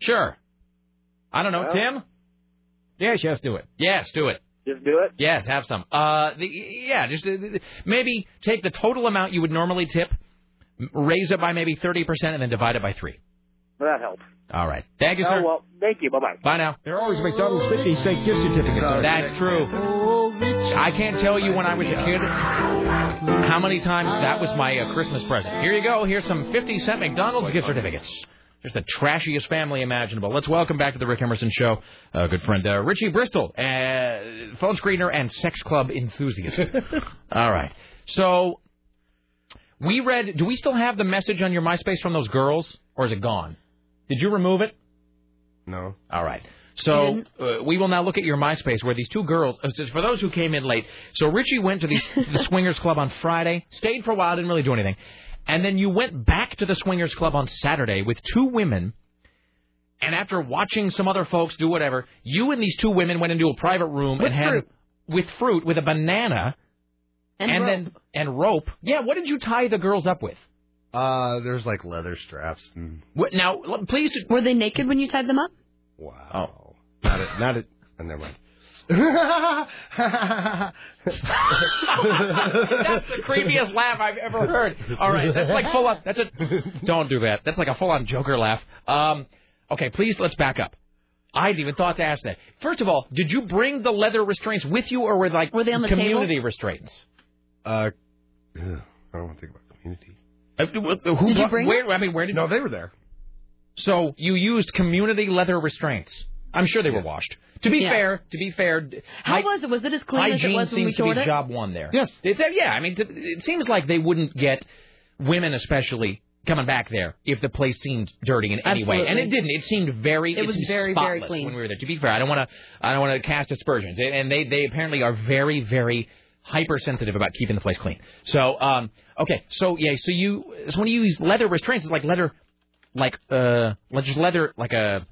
S2: Sure. I don't know,
S16: Well-
S2: Tim?
S4: Yes, yes, do it.
S2: Yes, do it.
S16: Just do it?
S2: Yes, have some. Uh, the, yeah, just uh, th- th- maybe take the total amount you would normally tip, m- raise it by maybe 30%, and then divide it by three.
S16: Well, that helps.
S2: All right. Thank you,
S16: oh,
S2: sir.
S16: well, thank you. Bye bye.
S2: Bye now.
S4: There are always McDonald's 50 cent gift certificates.
S2: That's true. I can't tell you when I was a kid how many times that was my uh, Christmas present. Here you go. Here's some 50 cent McDonald's gift certificates. Just the trashiest family imaginable. Let's welcome back to the Rick Emerson Show, uh, good friend uh, Richie Bristol, uh, phone screener and sex club enthusiast.
S4: [LAUGHS]
S2: All right. So we read. Do we still have the message on your MySpace from those girls, or is it gone? Did you remove it?
S1: No.
S2: All right. So uh, we will now look at your MySpace where these two girls, uh, so for those who came in late, so Richie went to the, the Swingers Club on Friday, stayed for a while, didn't really do anything. And then you went back to the Swingers Club on Saturday with two women. And after watching some other folks do whatever, you and these two women went into a private room and had with fruit, with a banana,
S3: And
S2: [LAUGHS] then and rope. Yeah, what did you tie the girls up with?
S17: Uh, there's like leather straps and
S2: What, now, l- please.
S3: Were they naked when you tied them
S2: [LAUGHS]
S3: up?
S2: Oh.
S17: wow. Not it. Not it.
S7: oh,
S17: And never
S3: [LAUGHS]
S17: mind.
S2: That's the creepiest laugh I've ever heard. All right, that's like full on. That's a. [LAUGHS] Don't do that. That's like a full on Joker laugh. Um, okay, please let's back up. I hadn't even thought to ask that. First of all, did you bring the leather restraints with you, or were like
S3: were they on the
S2: community restraints?
S17: Uh, ugh, I don't want to think about community.
S2: Uh, who
S17: Did you
S2: brought-
S17: bring
S2: where, I mean, where did? No,
S17: they were there.
S2: So you used community leather restraints. I'm sure they were washed. To be
S3: Yeah.
S2: fair, to be fair, d-
S3: How
S2: hy-
S3: was it? Was it as clean as it
S2: hygiene
S3: was when we
S2: seems to
S3: toured
S2: be
S3: it?
S2: job one there.
S3: Yes.
S2: They said, yeah. I mean, t- it seems like they wouldn't get women, especially coming back there, if the place seemed dirty in any way, and
S3: Absolutely.
S2: it didn't. It seemed very.
S3: It was
S2: seemed
S3: very, very
S2: spotless
S3: clean.
S2: when we were there. To be fair, I don't want to. I don't want to cast aspersions, And- and they they apparently are very very hypersensitive about keeping the place clean. So um okay, so yeah, so you so when you use leather restraints, it's like leather, like uh, like just leather like a.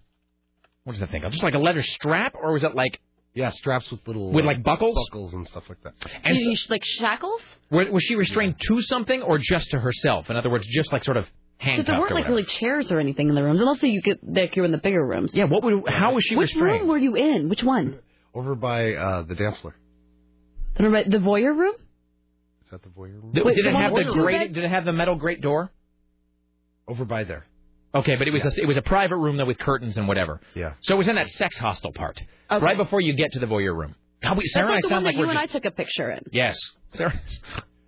S2: What is that thing? Just like a leather strap, or was it like
S17: yeah, straps with little
S2: with
S17: uh,
S2: like buckles?
S17: buckles and stuff like that.
S2: And
S3: you, you sh- like shackles?
S2: Were- Was she restrained to something or just to herself? In other words, just like sort of
S3: Because
S2: handcuffed
S3: there
S2: or
S3: weren't like
S2: whatever.
S3: really chairs or anything in the rooms. Unless you get like you were in the bigger rooms.
S2: Yeah. What would? How was she
S3: Which
S17: restrained?
S3: room were you in? Which one?
S17: Over by uh, the dance floor.
S3: The, the voyeur room?
S17: Is that the voyeur room?
S2: Th-
S3: Wait,
S2: did
S3: the
S2: it
S3: one
S2: have the
S3: with the
S2: grate?
S3: bed?
S2: Did it have the metal grate door?
S17: Over by there.
S2: Okay, but it was a, it was a private room though with curtains and whatever.
S17: Yeah.
S2: So it was in that sex hostel part,
S3: Okay.
S2: right before you get to the voyeur room. God, we, Sarah
S3: That's like
S2: and I
S3: the one
S2: sound
S3: that
S2: like
S3: you
S2: we're
S3: and
S2: just
S3: I took a picture
S2: [LAUGHS]
S3: in.
S2: yes, Sarah.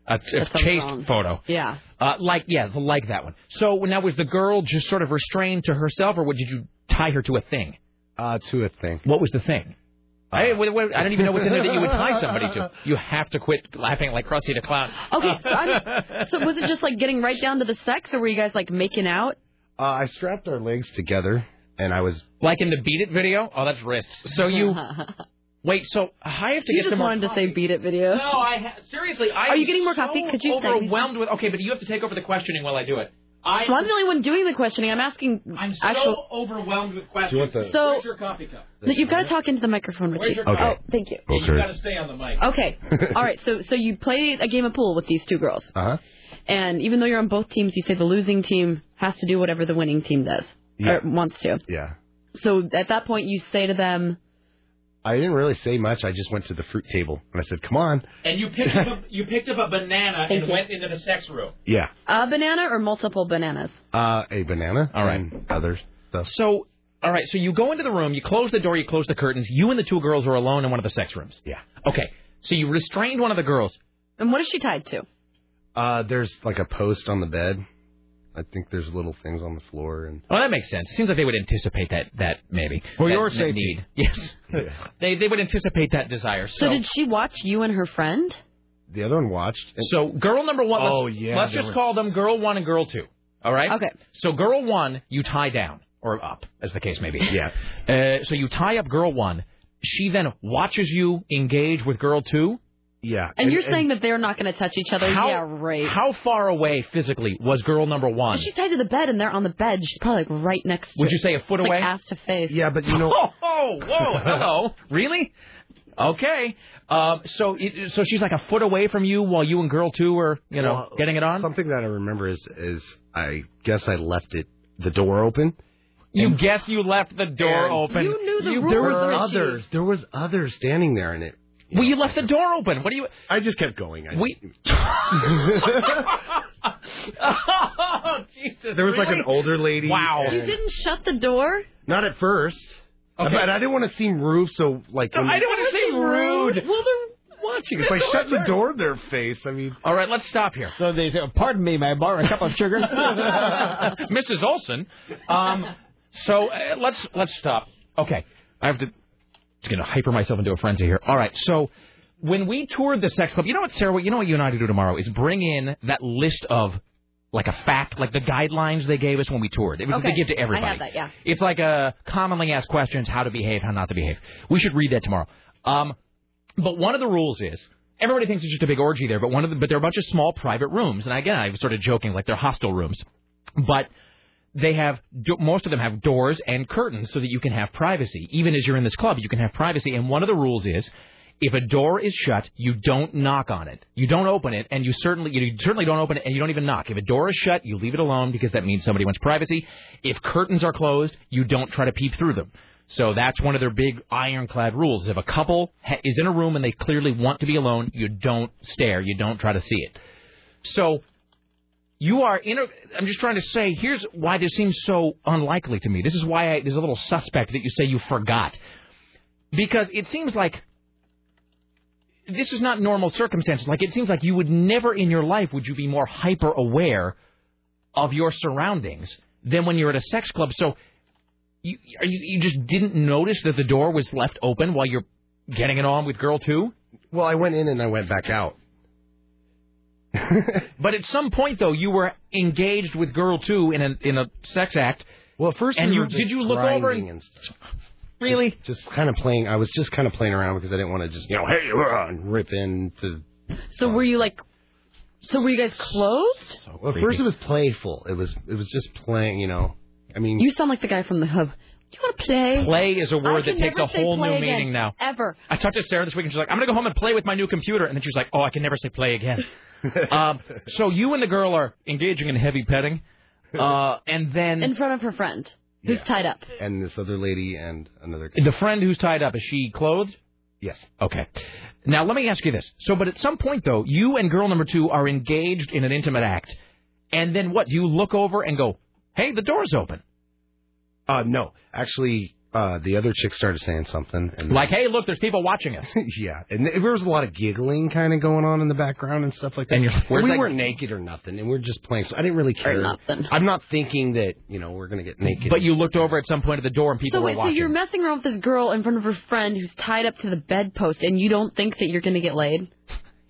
S2: A, a
S3: That sounds
S2: chaste
S3: wrong.
S2: photo.
S3: Yeah.
S2: Uh, like yeah, like that one. So now was the girl just sort of restrained to herself, or what, did you tie her to a thing?
S17: Uh, to a thing.
S2: What was the thing?
S3: Uh.
S2: I, what- what- I don't even know what's in there that you would tie somebody
S3: [LAUGHS]
S2: to. You have to quit laughing like Krusty the Clown. Uh,
S3: Okay, so, I'm, so was it just like getting right down to the sex, or were you guys like making out?
S17: Uh, I strapped our legs together, and I was
S2: Like in the Beat It video? Oh, that's wrists.
S3: [LAUGHS]
S2: So you
S3: Uh-huh.
S2: wait. So uh, I have to
S3: you
S2: get
S3: just
S2: some more.
S3: wanted to
S2: coffee.
S3: say "beat it" video.
S2: No, I ha- seriously. I
S3: Are you
S2: am
S3: getting more
S2: so
S3: coffee? Could you send me some?
S2: Overwhelmed with. Okay, but you have to take over the questioning while I do it. I.
S3: Well, I'm the only one doing the questioning. I'm asking. I'm
S2: so overwhelmed with questions.
S17: Do you want the-
S3: So-
S2: Where's your coffee cup?
S3: You've got to talk into the microphone,
S2: Where's
S3: Richie.
S2: your
S3: Oh,
S2: coffee?
S3: thank you.
S2: Yeah, you got to stay on the mic.
S3: Okay.
S2: [LAUGHS]
S3: All right. So, so you play a game of pool with these two girls,
S17: Uh huh.
S3: and even though you're on both teams, you say the losing team has to do whatever the winning team does or wants to.
S17: Yeah.
S3: So at that point, you say to them,
S17: I didn't really say much. I just went to the fruit table and I said, "Come on."
S2: And you picked up a, you picked up a banana
S3: Thank you.
S2: into the sex room.
S17: Yeah.
S3: "A banana or multiple bananas."
S17: Uh, a banana. All right. And others. Stuff.
S2: So, all right. So you go into the room, you close the door, you close the curtains. You and the two girls are alone in one of the sex rooms.
S17: Yeah.
S2: Okay. So you restrained one of the girls.
S3: And what is she tied to?
S17: Uh, there's like a post on the bed. I think there's little things on the floor and.
S2: Well, Oh, that makes sense. It seems like they would anticipate that that maybe
S17: For
S2: that,
S17: your
S2: that
S17: safety.
S2: need. Yes. They they would anticipate that desire. So,
S3: So did she watch you and her friend?
S17: The other one watched.
S2: So girl number one. Let's,
S17: Oh, yeah,
S2: Let's
S17: they
S2: just
S17: were-
S2: call them girl one and girl two. All right.
S3: Okay.
S2: So girl one, you tie down or up, as the case may be. Yeah. Uh, so you tie up girl one. She then watches you engage with girl two.
S17: Yeah.
S3: And, you're saying that they're not going to touch each other?
S2: How,
S3: yeah, right.
S2: How far away physically was girl number one?
S3: She's tied to the bed, and they're on the bed. She's probably like right next. to
S2: Would you say a foot
S3: like
S2: away?
S3: ass to
S17: [LAUGHS]
S3: face?
S17: Yeah, but you know.
S2: Oh, [LAUGHS] oh, whoa, hello, really? Okay. Um, so, it, so she's like a foot away from you while you and girl two are, you know,
S17: Well,
S2: getting it on.
S17: Something that I remember is is I guess I left it the door open.
S2: You guess you left the door
S17: And-
S2: open.
S17: You
S3: knew the
S17: there was
S3: rules, Richie.
S17: others. There was others standing there, and it.
S2: Well, you left the door open. What do you?
S17: I just kept going. I,
S2: We. [LAUGHS] oh,
S17: [LAUGHS]
S2: Jesus.
S17: there was like an
S2: really?
S17: older lady.
S2: Wow.
S17: and-
S3: You didn't shut the door.
S17: Not at first.
S2: Okay.
S17: But I didn't want to seem rude, so like.
S2: No,
S17: when
S2: I
S17: they-
S2: don't want to seem rude.
S3: Well, they're watching.
S17: If I shut the door in their face, I mean.
S2: All right, let's stop here.
S4: So they say, oh, pardon me, may I borrow a cup of sugar?
S2: [LAUGHS] Mrs. Olson. [LAUGHS] Um, so uh, let's let's stop. Okay, I have to. It's gonna hyper myself into a frenzy here. All right, so when we toured the sex club, you know what, Sarah? What you know what you and I have to do tomorrow is bring in that list of like a fact, like the guidelines they gave us when we toured. It was
S3: Okay.
S2: they give to everybody.
S3: I have that, yeah.
S2: It's like uh commonly asked questions, how to behave, how not to behave. We should read that tomorrow. Um, but one of the rules is everybody thinks it's just a big orgy there, but one of the but there are a bunch of small private rooms, and again, I was sort of joking, like they're hostel rooms, but they have do- most of them have doors and curtains so that you can have privacy. Even as you're in this club, you can have privacy. And one of the rules is If a door is shut, you don't knock on it. You don't open it, and you certainly you certainly don't open it, and you don't even knock. If a door is shut, you leave it alone because that means somebody wants privacy. If curtains are closed, you don't try to peep through them. So that's one of their big ironclad rules. If a couple ha- is in a room and they clearly want to be alone, you don't stare. You don't try to see it. So you are in a, I'm just trying to say here's why this seems so unlikely to me. This is why I, there's a little suspect that you say you forgot. Because it seems like this is not normal circumstances. Like it seems like you would never in your life would you be more hyper aware of your surroundings than when you're at a sex club. So you are you, you just didn't notice that the door was left open while you're getting it on with girl two?
S17: Well, I went in and I went back out. [LAUGHS]
S2: But at some point though, you were engaged with girl two in a in a sex act.
S17: Well, first
S2: and
S17: we
S2: you
S17: were
S2: did
S17: just
S2: you look over
S17: grinding
S2: and
S17: Really? Just, kind of playing. I was just kind of playing around because I didn't want to just you know hey uh, and rip into.
S3: So were you like? So were you guys closed?
S17: Well,
S3: creepy.
S17: first it was playful. It was it was just playing. You know, I mean.
S3: You sound like the guy from the hub. You want to play?
S2: Play is a word
S3: I
S2: that
S3: can
S2: takes
S3: never
S2: a
S3: say
S2: whole
S3: play
S2: new
S3: again,
S2: meaning now.
S3: Ever.
S2: I talked to Sarah this week, and she's like, "I'm gonna go home and play with my new computer," and then she was like, "Oh, I can never say play again." um, so you and the girl are engaging in heavy petting, uh, and then
S3: in front of her friend who's tied up.
S17: and this other lady and another.
S2: the friend who's tied up is she clothed?
S17: Yes.
S2: Okay. Now let me ask you this. So, but at some point though, you and girl number two are engaged in an intimate act, and then what? Do you look over and go, "Hey, the door's open."
S17: Uh, no, actually, uh, the other chick started saying something, and
S2: Like, hey, look, there's people watching us.
S17: [LAUGHS] yeah, and there was a lot of giggling kind of going on in the background and stuff like that.
S2: And you're like, where's
S17: we
S2: that-
S17: weren't naked or nothing, and we are just playing, so I didn't really care. I'm not thinking that you know we're gonna get naked.
S2: But you looked over at some point at the door and people
S3: So
S2: were
S3: wait, so
S2: watching.
S3: you're messing around with this girl in front of her friend who's tied up to the bedpost, and you don't think that you're going to get laid?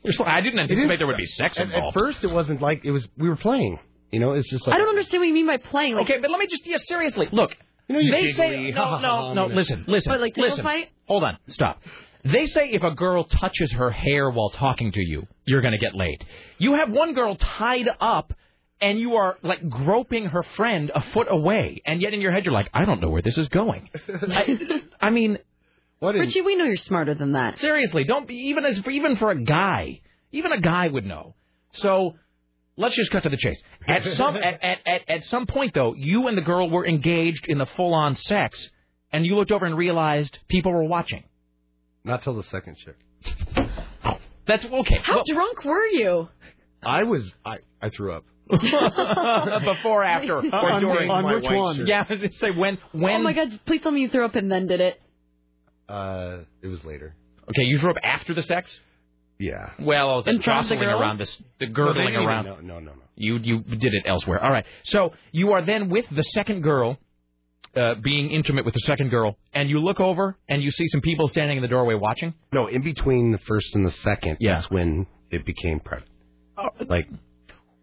S2: You're so- I didn't anticipate there would be sex
S17: At, at
S2: involved.
S17: first, it wasn't like it was. We were playing. You know, it's just like
S3: I don't understand what you mean by playing. Like,
S2: okay, but let me just yeah, seriously, look.
S17: You know, you
S2: they
S17: giggly,
S2: say no, no,
S17: I'm
S2: [LAUGHS] no.
S17: gonna-
S2: Listen, listen,
S3: But, like, tickle
S2: listen.
S3: fight?
S2: Hold on, stop. They say if a girl touches her hair while talking to you, you're gonna get laid. You have one girl tied up, and you are like groping her friend a foot away, and yet in your head you're like, I don't know where this is going. I, I mean,
S17: what
S3: is? Richie, we know you're smarter than that.
S2: Seriously, don't be even as even for a guy, even a guy would know. So let's just cut to the chase.
S3: [LAUGHS]
S2: At some at, at, at, at some point though, you and the girl were engaged in the full on sex, and you looked over and realized people were watching.
S17: Not till the second chick.
S2: That's okay.
S3: How drunk were
S2: [LAUGHS]
S3: you?
S17: I was. I I threw up.
S2: [LAUGHS] [LAUGHS]
S3: [LAUGHS]
S2: Before, after, or
S17: On-
S2: during?
S17: on which one?
S2: Yeah, [LAUGHS] I was gonna say when when.
S3: Oh my God! Please tell me you threw up and then did it.
S17: Uh, it was later.
S2: Okay, you drove after the sex.
S17: Yeah.
S2: Well, the
S17: In front of the
S2: jostling
S17: girl?
S2: around this, the
S17: No, they
S2: girdling
S17: didn't even
S2: around.
S17: know- No, no, no.
S2: You you did it elsewhere. All right. So you are then with the second girl, uh, being intimate with the second girl, and you look over and you see some people standing in the doorway watching.
S17: No, in between the first and the second, that's when it became private. Like,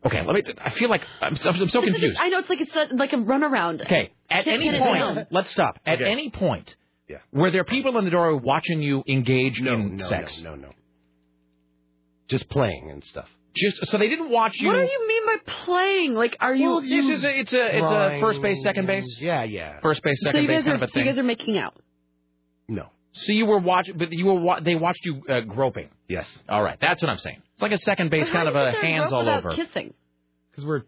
S2: okay, let me. Oh, I feel like I'm, so- I'm so
S3: It's like
S2: confused.
S3: a- I know it's like it's a, like a runaround.
S2: Okay. At
S3: Can't
S2: any
S3: pin it down.
S2: point, let's stop. At any point, were there people in the doorway watching you engage in
S17: no,
S2: sex?
S17: no, no. Just playing and stuff.
S2: Just so they didn't watch you.
S3: What do you mean by playing? Like, are you?
S2: Well, this is a, it's a it's a first base, second base.
S17: Yeah, yeah.
S2: First base,
S3: so
S2: second
S3: you
S2: base
S3: guys
S2: kind
S3: are
S2: of a
S3: so
S2: thing.
S3: you guys are making out.
S17: No.
S2: So you were watching, but you were wa- they watched you uh, groping.
S17: Yes.
S2: All right, that's what I'm saying. It's like a second base
S3: But
S2: kind
S3: how
S2: of
S3: do you
S2: a
S3: sit there and
S2: hands
S3: grope
S2: all
S3: without
S2: over.
S3: Kissing.
S17: Because we're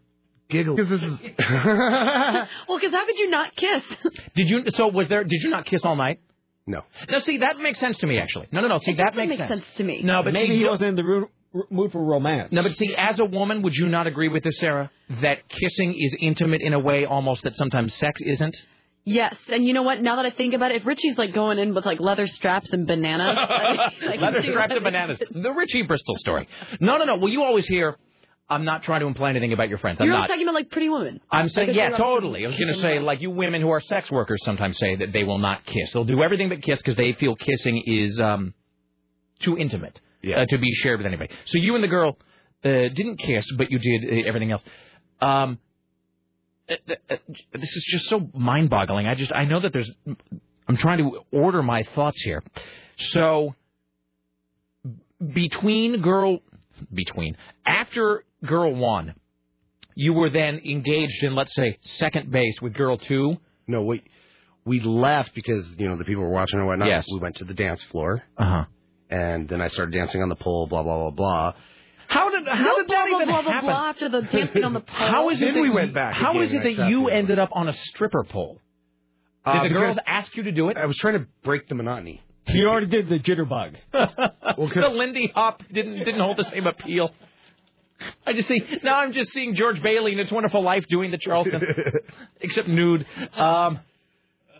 S17: giggling.
S3: well, because how could you not kiss?
S2: [LAUGHS]
S3: [LAUGHS]
S2: Did you? So was there? Did you not kiss all night?
S17: No.
S2: No, see that makes sense to me actually. No, no, no. See
S3: It
S2: that
S3: doesn't
S2: makes
S3: make
S2: sense.
S3: sense to me.
S2: No, but
S4: maybe
S2: see,
S4: he
S2: no-
S4: wasn't in the ru- ru- mood for romance.
S2: No, but see, as a woman, would you not agree with this, Sarah? That kissing is intimate in a way almost that sometimes sex isn't.
S3: Yes, and you know what? Now that I think about it, if Richie's like going in with like leather straps and bananas, [LAUGHS]
S2: [LAUGHS]
S3: I can
S2: Leather
S3: see
S2: straps
S3: why
S2: and bananas. The Richie Bristol story. No, no, no. Well, you always hear, "I'm not trying to imply anything about your friends. I'm
S3: You're
S2: not."
S3: talking about like Pretty Woman.
S2: I'm saying,
S3: Like,
S2: yeah,
S3: they're
S2: totally. I was going to say, like you women who are sex workers sometimes say that they will not kiss. They'll do everything but kiss because they feel kissing is um, too intimate uh, to be shared with anybody. So you and the girl uh, didn't kiss, but you did uh, everything else. Um, uh, uh, this is just so mind-boggling. I just I know that there's. I'm trying to order my thoughts here. So between girl, between after girl one you were then engaged in, let's say, second base with girl two.
S17: No, wait. We left because, you know, the people were watching and whatnot.
S2: Yes.
S17: We went to the dance floor.
S2: Uh huh.
S17: and then I started dancing on the pole, blah blah blah blah.
S2: How did how
S3: no
S2: did
S3: blah,
S2: that
S3: blah,
S2: even
S3: blah, blah,
S2: happen?
S3: blah after the dancing
S2: [LAUGHS]
S3: on the pole.
S2: How is it that you- How
S17: again
S2: is it
S17: and I
S2: that you
S17: stopped
S2: ended up on a stripper [LAUGHS] pole? Did
S17: Uh,
S2: the girls
S17: because
S2: ask you to do it?
S17: I was trying to break the monotony.
S4: You already did the jitterbug.
S2: the Lindy Hop didn't didn't hold the same appeal. I just see now. I'm just seeing George Bailey in It's Wonderful Life doing the [LAUGHS] Charleston, except nude. Um,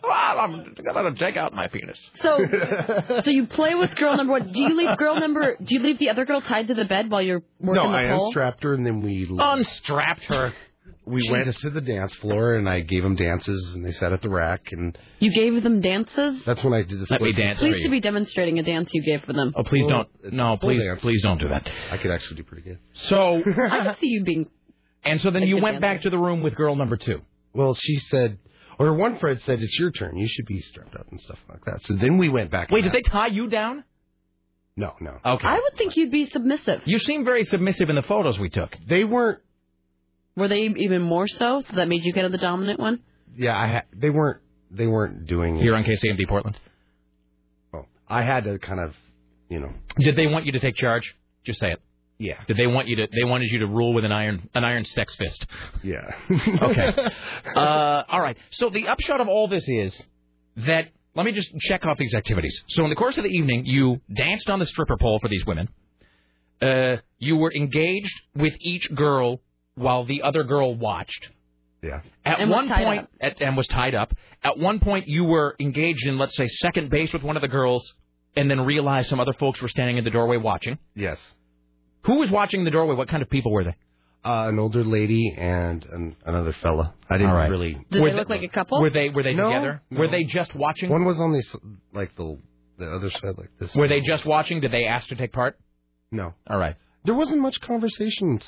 S2: well, I'm gonna take out my penis.
S3: So, so you play with girl number one. Do you leave girl number? Do you leave the other girl tied to the bed while you're working
S17: No,
S3: the
S17: I
S3: pole? Oh.
S17: unstrapped her and then we
S2: unstrapped her.
S17: We went to the dance floor and I gave them dances and they sat at the rack and
S3: You gave them dances.
S17: that's when I did the.
S2: Let me
S17: split.
S2: dance
S3: Pleased to be demonstrating a dance you gave for them.
S2: Oh, please don't. No, please,
S17: dance.
S2: please don't do that.
S17: I could actually do pretty good.
S2: So,
S3: I can see you being.
S2: and so then you went back to the room with girl number two.
S17: Well, she said, or one friend said, it's your turn. You should be strapped up and stuff like that. So then we went back.
S2: [LAUGHS] Wait, did they tie you down?
S17: No, no.
S2: Okay.
S3: I would think you'd be submissive.
S2: You seem very submissive in the photos we took.
S17: They weren't.
S3: Were they even more so? So that made you kind of the dominant one.
S17: Yeah, I ha- they weren't. They weren't doing
S2: Here on KCMD Portland.
S17: Well, I had to kind of, you know.
S2: Did they want you to take charge? Just say it.
S17: Yeah.
S2: Did they want you to? They wanted you to rule with an iron, an iron sex fist.
S17: Yeah.
S2: okay.
S17: [LAUGHS]
S2: Uh, all right. So the upshot of all this is that let me just check off these activities. So in the course of the evening, you danced on the stripper pole for these women. Uh, you were engaged with each girl while the other girl watched.
S17: Yeah.
S2: At
S3: And was
S2: one
S3: tied
S2: point,
S3: up.
S2: at, and was tied up. At one point, you were engaged in, let's say, second base with one of the girls, and then realized some other folks were standing in the doorway watching.
S17: Yes.
S2: Who was watching the doorway? What kind of people were they?
S17: Uh, an older lady and an, another fella. I didn't
S2: All right.
S17: really.
S3: Did
S2: Were
S3: they
S2: they-
S3: look like a couple?
S2: Were they were they
S17: No,
S2: together?
S17: no.
S2: Were they just watching?
S17: One was on the s- like the the other side like this.
S2: Were they just watching? Did they ask to take part?
S17: No.
S2: All right.
S17: There wasn't much conversations.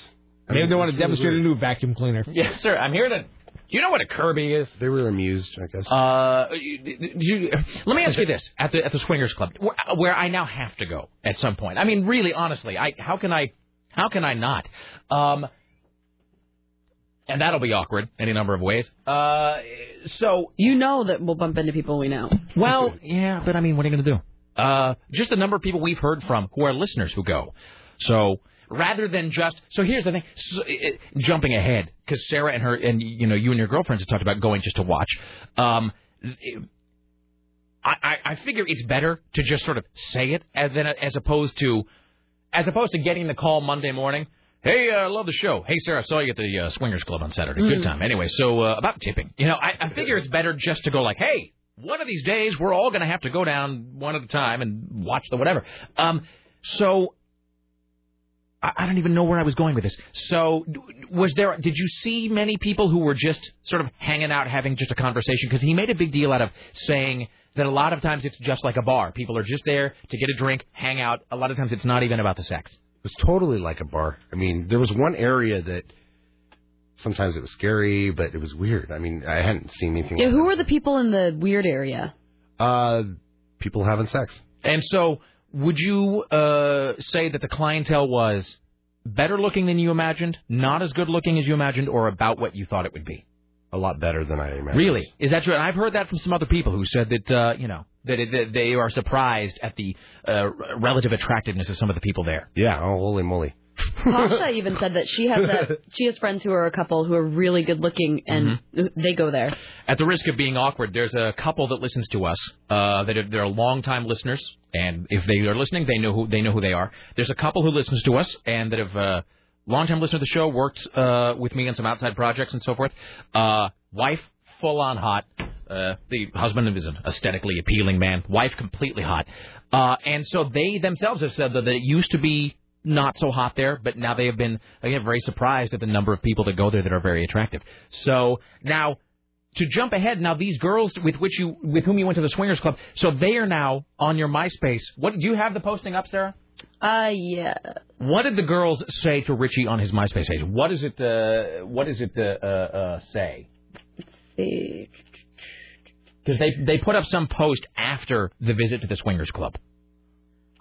S4: Maybe they want to demonstrate a new vacuum cleaner.
S2: [LAUGHS] Yes, sir. I'm here to. You know what a Kirby is?
S17: They were amused, I guess.
S2: Uh, you, you, let me ask you this: at the at the swingers club, where, where I now have to go at some point. I mean, really, honestly, I how can I how can I not? Um, and that'll be awkward any number of ways. Uh, so
S3: you know that we'll bump into people we know.
S2: Well, yeah, but I mean, what are you going to do? Uh, just the number of people we've heard from who are listeners who go. So rather than just so here's the thing, so, it, jumping ahead because Sarah and her and you know you and your girlfriends have talked about going just to watch. Um, it- I, I I figure it's better to just sort of say it as than as opposed to as opposed to getting the call Monday morning. Hey, uh, love the show. Hey, Sarah, I saw you at the uh, Swingers Club on Saturday. Good
S18: Mm.
S2: time. Anyway, so uh, about tipping, you know, I, I figure it's better just to go like, hey, one of these days we're all going to have to go down one at a time and watch the whatever. Um, so I, I don't even know where I was going with this. So d- was there? Did you see many people who were just sort of hanging out, having just a conversation? Because he made a big deal out of saying that a lot of times it's just like a bar. People are just there to get a drink, hang out. A lot of times it's not even about the sex.
S17: It was totally like a bar. I mean, there was one area that sometimes it was scary, but it was weird. I mean, I hadn't seen anything.
S3: Yeah,
S17: like
S3: who were the people in the weird area?
S17: that. Uh, people having sex.
S2: And so, would you uh, say that the clientele was better looking than you imagined, not as good looking as you imagined, or about what you thought it would be?
S17: A lot better than I imagined.
S2: Really? Is that true? And I've heard that from some other people who said that uh, you know that, it, that they are surprised at the uh, relative attractiveness of some of the people there.
S17: Yeah. Oh, holy moly.
S3: Pasha even said that she has
S2: [LAUGHS]
S3: that she has friends who are a couple who are really good looking and
S2: Mm-hmm.
S3: they go there.
S2: At the risk of being awkward, there's a couple that listens to us. Uh, that are, they're longtime listeners, and if they are listening, they know who they know who they are. There's a couple who listens to us, and that have uh, longtime listener to the show, worked uh, with me on some outside projects and so forth. Uh, wife, full on hot. Uh, the husband is an aesthetically appealing man. Wife, completely hot. Uh, and so they themselves have said that, that it used to be not so hot there, but now they have been again very surprised at the number of people that go there that are very attractive. So now to jump ahead, now these girls with which you with whom you went to the swingers club, so they are now on your MySpace. What do you have the posting up, Sarah?
S3: Uh yeah.
S2: What did the girls say to Richie on his MySpace page? What does it uh, What does it uh, uh, uh, say?
S3: Because
S2: they they put up some post after the visit to the swingers club.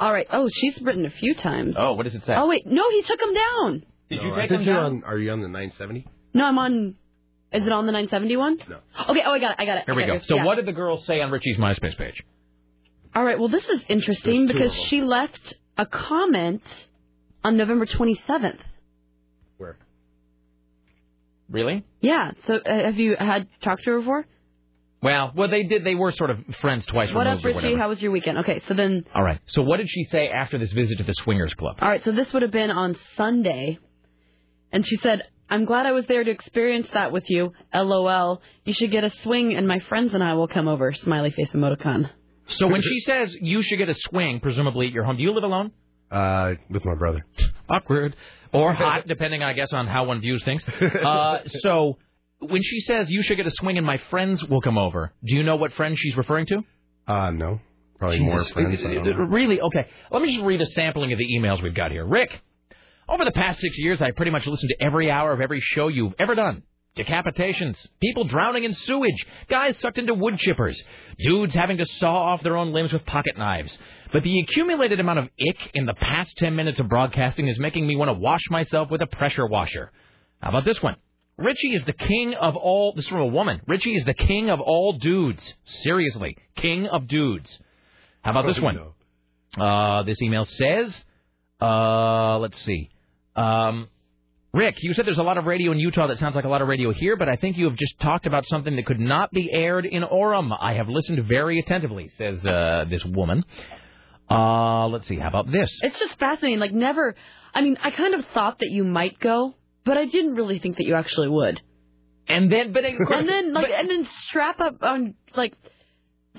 S3: All right. Oh, she's written a few times.
S2: Oh, what does it say?
S3: Oh wait, no, he took them down.
S2: Did you
S17: No, I
S2: take
S17: think
S2: them
S17: you're
S2: down?
S17: on- are you on the 970?
S3: No, I'm on. Is it on the 971? No. Okay. Oh, I got it. I got it.
S2: Here we
S3: I
S2: go.
S3: got it.
S2: So
S3: Yeah.
S2: what did the girls say on Richie's MySpace page?
S3: All right. Well, this is interesting
S17: There's two
S3: because
S17: of 'em.
S3: she left a comment on November 27th.
S2: Where? Really?
S3: Yeah. So uh, have you had talked to her before?
S2: Well, well, they did. They were sort of friends twice
S3: What up,
S2: removed or
S3: Richie?
S2: whatever.
S3: How was your weekend? Okay. So then,
S2: All right. So what did she say after this visit to the swingers club?
S3: all right. So this would have been on Sunday, and she said, "I'm glad I was there to experience that with you. LOL. You should get a swing, and my friends and I will come over." Smiley face emoticon.
S2: So when she says you should get a swing, presumably at your home, do you live alone?
S17: Uh, with my brother.
S2: [LAUGHS] Awkward.
S17: [LAUGHS]
S2: Or hot, depending, I guess, on how one views things. Uh, so when she says you should get a swing and my friends will come over, do you know what friends she's referring to?
S17: Uh, no. Probably
S2: Jesus,
S17: more friends. I don't
S2: uh,
S17: know.
S2: Really? Okay. Let me just read a sampling of the emails we've got here. Rick, over the past six years, I pretty much listened to every hour of every show you've ever done. Decapitations, people drowning in sewage, guys sucked into wood chippers, dudes having to saw off their own limbs with pocket knives. But the accumulated amount of ick in the past 10 minutes of broadcasting is making me want to wash myself with a pressure washer. How about this one? Richie is the king of all. This is from a woman. Richie is the king of all dudes. Seriously, king of dudes. How about this one? Uh, this email says, uh, let's see. Um, Rick, you said there's a lot of radio in Utah that sounds like a lot of radio here, but I think you have just talked about something that could not be aired in Orem. I have listened very attentively, says uh, this woman. Uh, let's see. How about this?
S3: It's just fascinating. Like never. I mean, I kind of thought that you might go, but I didn't really think that you actually would.
S2: And then, but
S3: and
S2: [LAUGHS]
S3: then like and then strap up on like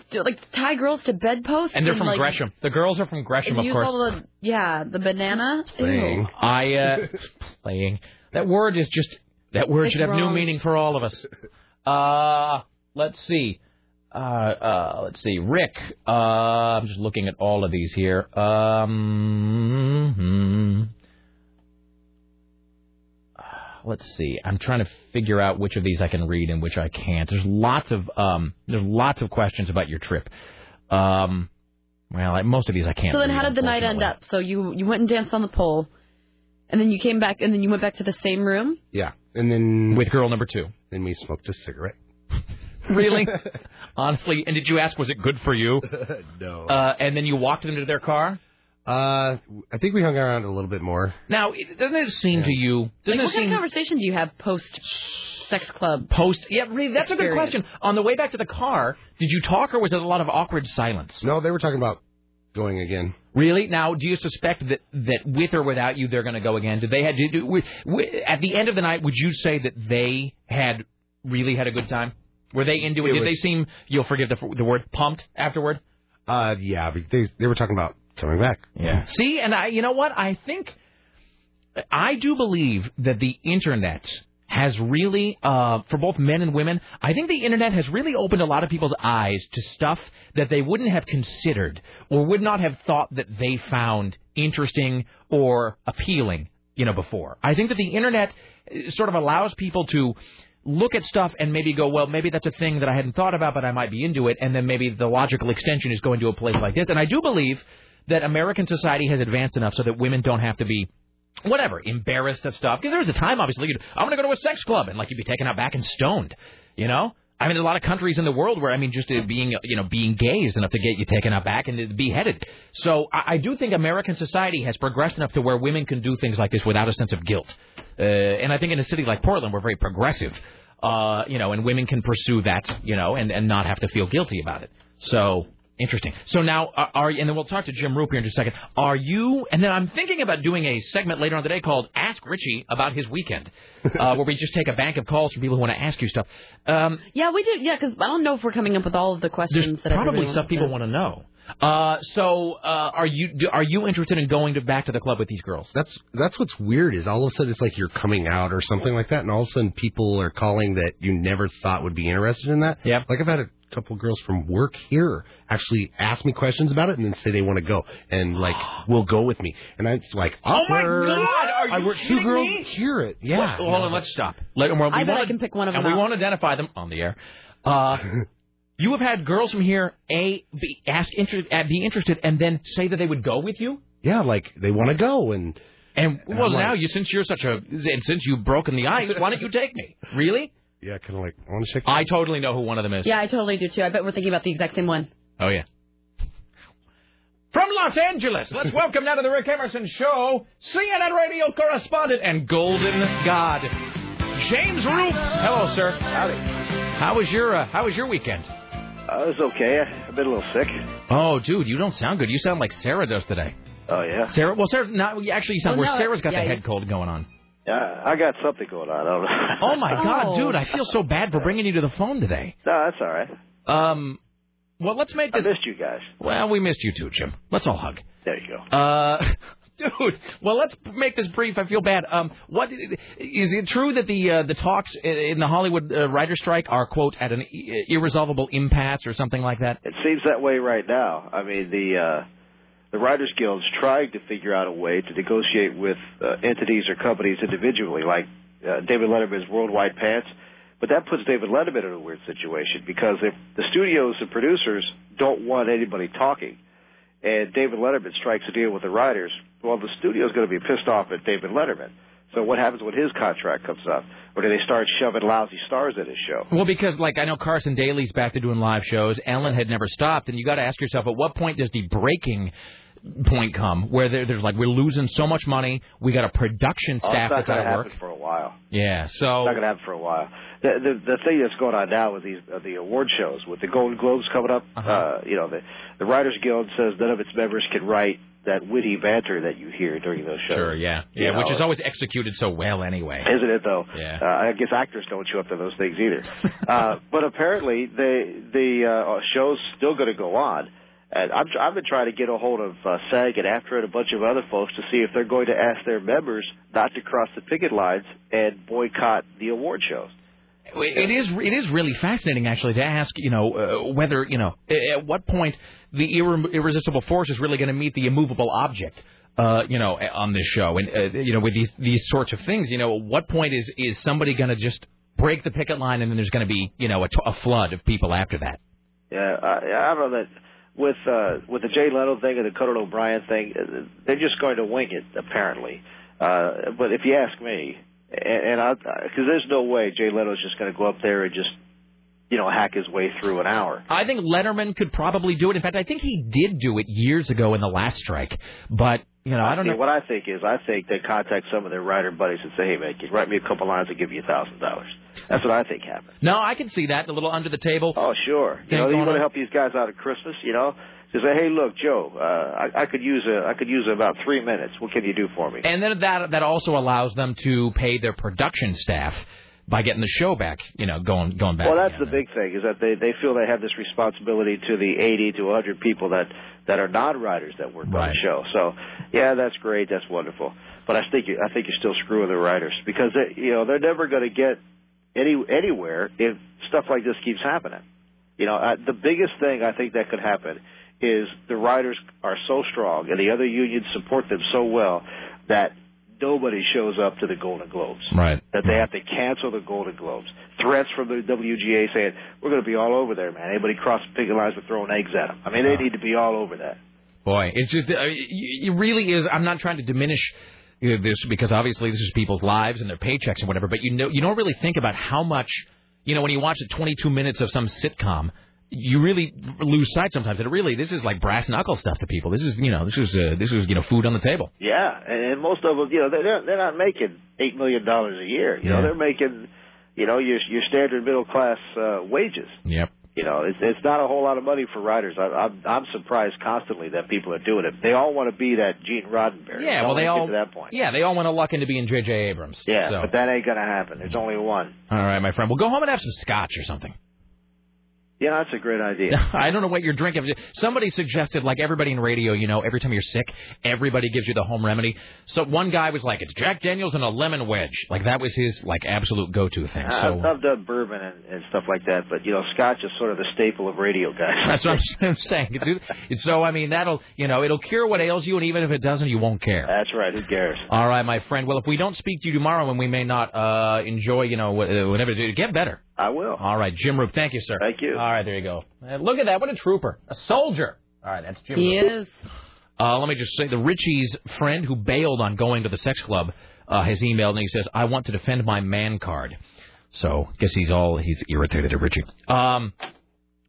S3: do- like tie girls to bedposts.
S2: And they're from
S3: like,
S2: Gresham. The girls are from Gresham,
S3: and
S2: of
S3: use
S2: course.
S3: all the- yeah, the banana.
S2: [LAUGHS]
S3: Ew.
S2: I uh,
S3: [LAUGHS]
S2: playing. That word is just that word
S3: It's
S2: should have new
S3: wrong.
S2: meaning for all
S3: [LAUGHS]
S2: of us. Uh, let's see. Uh, uh, let's see, Rick. Uh, I'm just looking at all of these here. Um, [SIGHS] hmm. let's see. I'm trying to figure out which of these I can read and which I can't. There's lots of um, there's lots of questions about your trip. Um, well, I- most of these I can't.
S3: So then,
S2: read,
S3: how did the night end up? So you you went and danced on the pole, and then you came back, and then you went back to the same room.
S17: Yeah, and then
S2: with girl number two.
S17: Then we smoked a cigarette.
S2: Really? Honestly, and did you ask was it good for you?
S17: [LAUGHS] no.
S2: Uh, and then you walked them to their car.
S17: Uh, I think we hung around a little bit more.
S2: Now, it- doesn't it seem to you?
S3: Like,
S2: Doesn't
S3: what
S2: it seem
S3: kind of conversation do you have post sex club?
S2: post? Yeah, really, that's a good
S3: Experience.
S2: question. On the way back to the car, did you talk or was it a lot of awkward silence?
S17: No, they were talking about going again.
S2: Really? Now, do you suspect that that with or without you, they're going to go again? Did they had did, w- w- at the end of the night? Would you say that they had really had a good time? Were they into it?
S17: It
S2: did
S17: was-
S2: they seem? You'll forgive the the word pumped afterward.
S17: Uh, yeah, but they they were talking about coming back. Yeah.
S2: See, and I, you know what? I think I do believe that the internet has really, uh, for both men and women, I think the internet has really opened a lot of people's eyes to stuff that they wouldn't have considered or would not have thought that they found interesting or appealing, you know, before. I think that the internet uh, sort of allows people to look at stuff and maybe go, well, maybe that's a thing that I hadn't thought about, but I might be into it, and then maybe the logical extension is going to a place like this. And I do believe that American society has advanced enough so that women don't have to be whatever embarrassed of stuff because there was a time obviously you'd, I'm going to go to a sex club and like you'd be taken out back and stoned, you know. I mean, there's a lot of countries in the world where I mean, just uh, being you know being gay is enough to get you taken out back and beheaded. So I, I do think American society has progressed enough to where women can do things like this without a sense of guilt. Uh, and I think in a city like Portland, we're very progressive, uh, you know, and women can pursue that, you know, and and not have to feel guilty about it. So Interesting. So now, uh, are and then we'll talk to Jim Roop here in just a second. Are you? And then I'm thinking about doing a segment later on today called "Ask Richie About His Weekend,"
S3: [LAUGHS]
S2: uh, where we just take a bank of calls from people who want to ask you stuff. Um,
S3: Yeah, we did. Yeah, because I don't know if we're coming up with all of the questions that everybody
S2: probably stuff
S3: wants
S2: people
S3: to-
S2: want to know. Uh, so, uh, are you do, are you interested in going to back to the club with these girls?
S17: That's that's what's weird is all of a sudden it's like you're coming out or something like that, and all of a sudden people are calling that you never thought would be interested in that. Yeah. Like I've had a couple girls from work here actually ask me questions about it and then say they want to go and like
S2: [GASPS]
S17: will go with me, and I'm just like,
S2: Oh my
S17: awkward.
S2: God, are
S17: I
S2: you
S17: work two
S2: kidding
S17: girls
S2: me?
S17: hear it. Yeah.
S2: Well, hold on, let's stop. Let, we
S17: I bet
S2: wanna-
S17: I can pick one of
S2: and
S17: them
S2: we
S17: out.
S2: won't identify them on the air.
S17: [LAUGHS]
S2: Uh, you have had girls from here a be ask interest, uh, be interested, and then say that they would go with you.
S17: Yeah, like they want to go and
S2: and Well,
S17: I'm like-
S2: now you since you're such a and since you've broken the ice, why don't you take me? Really?
S17: Yeah, kind of like I want to shake.
S2: I totally know who one of them is.
S3: Yeah, I totally do too. I bet we're thinking about the exact same one.
S2: Oh yeah. From Los Angeles, let's [LAUGHS] welcome now to the Rick Emerson Show, CNN radio correspondent and golden god, James Roop. Hello, sir. Howdy. How was your uh, How was your weekend?
S18: Uh, it was okay. I've been a little sick.
S2: Oh, dude, you don't sound good. You sound like Sarah does today.
S18: Oh yeah.
S2: Sarah, well, Sarah's not. well, Actually, you sound
S18: Oh,
S2: worse.
S18: no,
S2: Sarah's got
S18: yeah,
S2: the
S18: yeah.
S2: head cold going on.
S18: Yeah, I got something going on. I don't know.
S2: Oh my God, dude, I feel so bad for bringing you to the phone today.
S18: [LAUGHS] No, that's all right.
S2: Um, well, let's make this.
S18: I missed you guys.
S2: Well, we missed you too, Jim. Let's all hug.
S18: There you go.
S2: Uh, [LAUGHS] dude, well, let's make this brief. I feel bad. Um, what is it true that the uh, the talks i- in the Hollywood uh, writer strike are quote at an i- irresolvable impasse or something like that?
S18: It seems that way right now. I mean, the uh, the Writers Guild's trying to figure out a way to negotiate with uh, entities or companies individually, like uh, David Letterman's Worldwide Pants. But that puts David Letterman in a weird situation because if the studios and producers don't want anybody talking, and David Letterman strikes a deal with the writers, well, the studio's going to be pissed off at David Letterman. So what happens when his contract comes up? Or do they start shoving lousy stars in his show?
S2: Well, because like I know Carson Daly's back to doing live shows. Ellen had never stopped, and you got to ask yourself, at what point does the breaking point come where there- there's like we're losing so much money, we got a production
S18: Oh,
S2: staff
S18: it's
S2: that's
S18: not
S2: out
S18: going to
S2: of work.
S18: happen for a while.
S2: Yeah, so
S18: It's not going to happen for a while. The, the the thing that's going on now with these uh, the award shows, with the Golden Globes coming up,
S2: Uh-huh.
S18: uh you know, the the Writers Guild says none of its members can write that witty banter that you hear during those shows.
S2: Sure, yeah,
S18: You
S2: yeah,
S18: know,
S2: which is always executed so well anyway.
S18: [LAUGHS] Isn't it though?
S2: Yeah.
S18: Uh, I guess actors don't chew up to those things
S2: [LAUGHS]
S18: either. uh, but apparently, the the uh, show's still going to go on. And I'm, tr- I've been trying to get a hold of uh, SAG and AFTRA and a bunch of other folks to see if they're going to ask their members not to cross the picket lines and boycott the award shows.
S2: It is it is really fascinating actually to ask you know uh, whether you know at what point the irre- irresistible force is really going to meet the immovable object uh, you know on this show and uh, you know with these these sorts of things you know at what point is is somebody going to just break the picket line and then there's going to be you know a, t- a flood of people after that.
S18: Yeah, I, I don't know that with uh, with the Jay Leno thing and the Conan O'Brien thing, uh, they're just going to wing it apparently. Uh, but if you ask me, and, and I because there's no way Jay Leno's just going to go up there and just you know hack his way through an hour.
S2: I think Letterman could probably do it. In fact, I think he did do it years ago in the last strike. But you know, I don't
S18: See,
S2: know.
S18: What I think is, I think they contact some of their writer buddies and say, "Hey, man, can you write me a couple lines and give you a thousand dollars?" That's what I think happened.
S2: No, I can see that a little under the table.
S18: Oh, sure. You know, you want to help these guys out at Christmas, you know? Just say, hey, look, Joe, uh, I, I could use a, I could use about three minutes. What can you do for me?
S2: And then that that also allows them to pay their production staff by getting the show back, you know, going going back.
S18: Well, that's the big thing is that they they feel they have this responsibility to the 80 to 100 people that that are non-writers that work on the show. So, yeah, that's great, that's wonderful. But I think you, I think you're still screwing the writers because they, you know they're never going to get any anywhere if stuff like this keeps happening. You know, I, the biggest thing I think that could happen is the writers are so strong and the other unions support them so well that nobody shows up to the Golden Globes
S2: Right.
S18: that they have to cancel the Golden Globes. Threats from the WGA saying we're going to be all over there, man. Anybody crossing picket lines, we're throwing eggs at them. I mean, they need to be all over that.
S2: Boy, it's just I mean, it it really is. I'm not trying to diminish you know, this because obviously this is people's lives and their paychecks and whatever. But you know, you don't really think about how much you know when you watch the 22 minutes of some sitcom. You really lose sight sometimes that it really this is like brass knuckle stuff to people. This is you know this is uh, this is you know food on the table.
S18: Yeah, and, and most of them, you know, they're not, they're not making eight million dollars a year. You know,
S2: Yeah.
S18: they're making, you know, your your standard middle class uh, wages.
S2: Yep.
S18: You know, it's it's not a whole lot of money for writers. I, I'm I'm surprised constantly that people are doing it. They all want to be that Gene Roddenberry.
S2: Yeah, well they
S18: get
S2: all
S18: to that point.
S2: yeah they all want to luck into being J.J. Abrams.
S18: Yeah,
S2: So.
S18: but that ain't gonna happen. There's only one.
S2: All right, my friend. Well, go home and have some scotch or something.
S18: Yeah, that's a great idea.
S2: [LAUGHS] I don't know what you're drinking. Somebody suggested, like everybody in radio, you know, every time you're sick, everybody gives you the home remedy. So one guy was like, "It's Jack Daniels and a lemon wedge." Like that was his like absolute go-to thing.
S18: [LAUGHS] I've,
S2: So
S18: I've done bourbon and, and stuff like that, but you know, scotch is sort of the staple of radio guys. [LAUGHS]
S2: that's what I'm- [LAUGHS] I'm saying. Dude. So I mean, that'll you know, it'll cure what ails you, and even if it doesn't, you won't care.
S18: That's right. Who cares?
S2: All right, my friend. Well, if we don't speak to you tomorrow, and we may not uh, enjoy, you know, wh- whatever, dude, get better.
S18: I will.
S2: All right, Jim Roop. Thank you, sir. Thank you. All right, there you go. Uh, Look at that. What a trooper, a soldier. All right, that's Jim.
S3: He is.
S2: Roop. Uh, let me just say, the Richie's friend who bailed on going to the sex club uh, has emailed and he says, "I want to defend my man card." So guess he's all he's irritated at Richie. Um,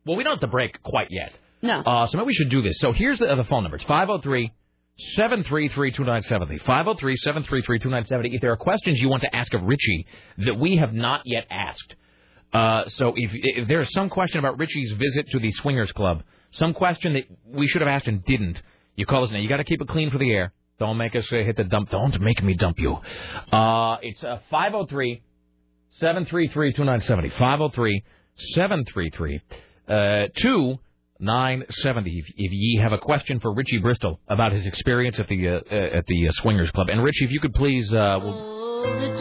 S2: well, we don't have to break quite yet.
S3: No.
S2: Uh, so maybe we should do this. So here's the, the phone number. It's 503 733 2970. 503 733 2970. If there are questions you want to ask of Richie that we have not yet asked. Uh, so if, if there is some question about Richie's visit to the Swingers Club, some question that we should have asked and didn't, you call us now. You got to keep it clean for the air. Don't make us uh, hit the dump. Don't make me dump you. Uh, it's 503 733 2970. 503 733 uh, 2970. If if ye have a question for Richie Bristol about his experience at the uh, uh, at the uh, Swingers Club. And Richie, if you could please. Uh, we'll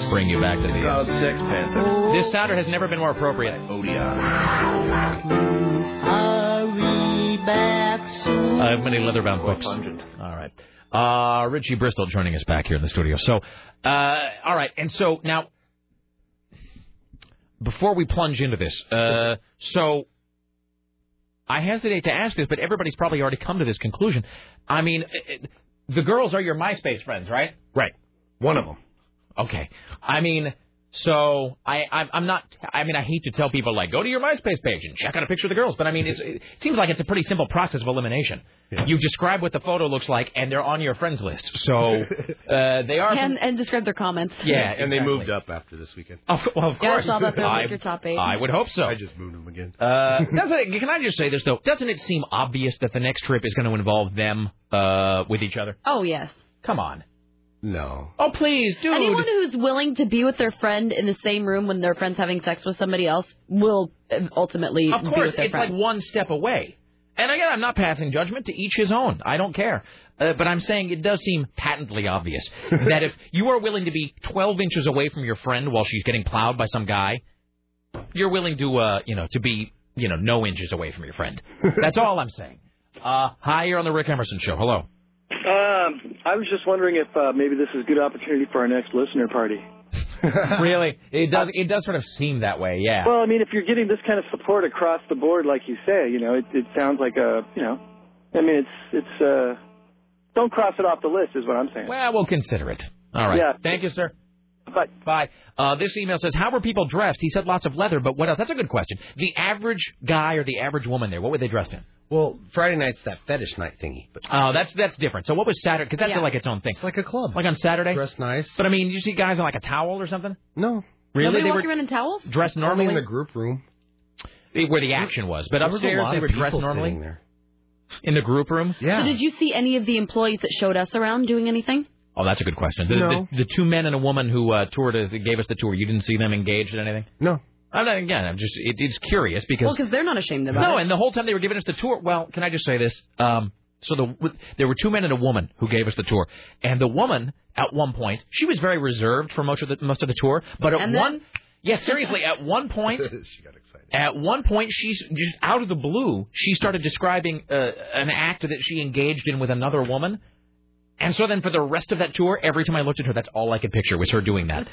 S2: Bring you back to the. uh,
S19: Called Sex Panther.
S2: This sounder has never been more appropriate. I have many leatherbound books. All right. Uh, Richie Bristol joining us back here in the studio. So, uh, all right. And so now, before we plunge into this, uh, so I hesitate to ask this, but everybody's probably already come to this conclusion. I mean, it, it- the girls are your MySpace friends, right? Right. One of them. Okay. I mean, so I, I'm, I'm not. I mean, I hate to tell people like go to your MySpace page and check out a picture of the girls, but I mean, it's, it seems like it's a pretty simple process of elimination. You describe what the photo looks like, and they're on your friends list. So [LAUGHS] uh, they are.
S3: and, and describe their comments.
S2: yeah,
S17: and they
S2: exactly.
S17: moved up after this weekend.
S2: Oh, well, of course.
S3: Yeah, I saw that they're
S2: [LAUGHS] I-
S3: like your top eight.
S2: I would hope so.
S17: I just moved them again. [LAUGHS]
S2: Uh, doesn't it, can I just say this though? Doesn't it seem obvious that the next trip is going to involve them uh, with each other?
S3: Oh yes.
S2: Come on.
S17: No.
S2: Oh please, dude.
S3: Anyone who's willing to be with their friend in the same room when their friend's having sex with somebody else will uh, ultimately
S2: Of
S3: be
S2: course,
S3: with their
S2: it's
S3: friend.
S2: like one step away. And again, I'm not passing judgment to each his own. I don't care. Uh, but I'm saying it does seem patently obvious that if you are willing to be 12 inches away from your friend while she's getting plowed by some guy, you're willing to, uh, you know, to be, you know, no inches away from your friend. That's all I'm saying. Uh, hi, you're on the Rick Emerson show. Hello.
S20: Um, I was just wondering if uh, maybe this is a good opportunity for our next listener party.
S2: really, it does. It does sort of seem that way. Yeah.
S20: Well, I mean, if you're getting this kind of support across the board, like you say, you know, it, it sounds like a, you know, I mean, it's it's uh, don't cross it off the list is what I'm saying.
S2: Well, we'll consider it. All right.
S20: Yeah.
S2: Thank you, sir. Bye. Bye. Uh, this email says, "How were people dressed?" He said, "Lots of leather, but what else?" That's a good question. The average guy or the average woman there, what were they dressed in?
S17: Well, Friday night's that fetish night thingy. But
S2: Oh, that's that's different. So what was Saturday? Because that's
S17: Yeah.
S2: like its own thing. It's
S17: like a club.
S2: Like on Saturday.
S17: Dressed nice.
S2: But I mean, you see guys in like a towel or something.
S17: No.
S2: Really,
S3: Nobody
S2: they
S3: walking
S2: were
S3: around in towels?
S2: dressed normally
S17: Only in the group room.
S2: It- where the action was. But
S17: There was a
S2: upstairs,
S17: lot
S2: they
S17: of
S2: were dressed
S17: people
S2: normally
S17: sitting there.
S2: in the group room.
S3: So did you see any of the employees that showed us around doing anything?
S2: Oh, that's a good question. The,
S3: No.
S2: the, the two men and a woman who uh, toured us, gave us the tour. You didn't see them engaged in anything.
S17: No.
S2: I'm not, again, I'm just it, it's curious because
S3: Well, because they're not ashamed about
S2: no,
S3: it.
S2: and the whole time they were giving us the tour. Well, can I just say this? Um, so the w- there were two men and a woman who gave us the tour, and the woman at one point she was very reserved for most of the most of the tour, but at
S21: And then-
S2: one, yes, seriously, at
S21: [LAUGHS]
S2: one point. At one point, she's just out of the blue. She started describing uh, an act that she engaged in with another woman, and so then for the rest of that tour, every time I looked at her, that's all I could picture was her doing
S21: [LAUGHS]
S2: that.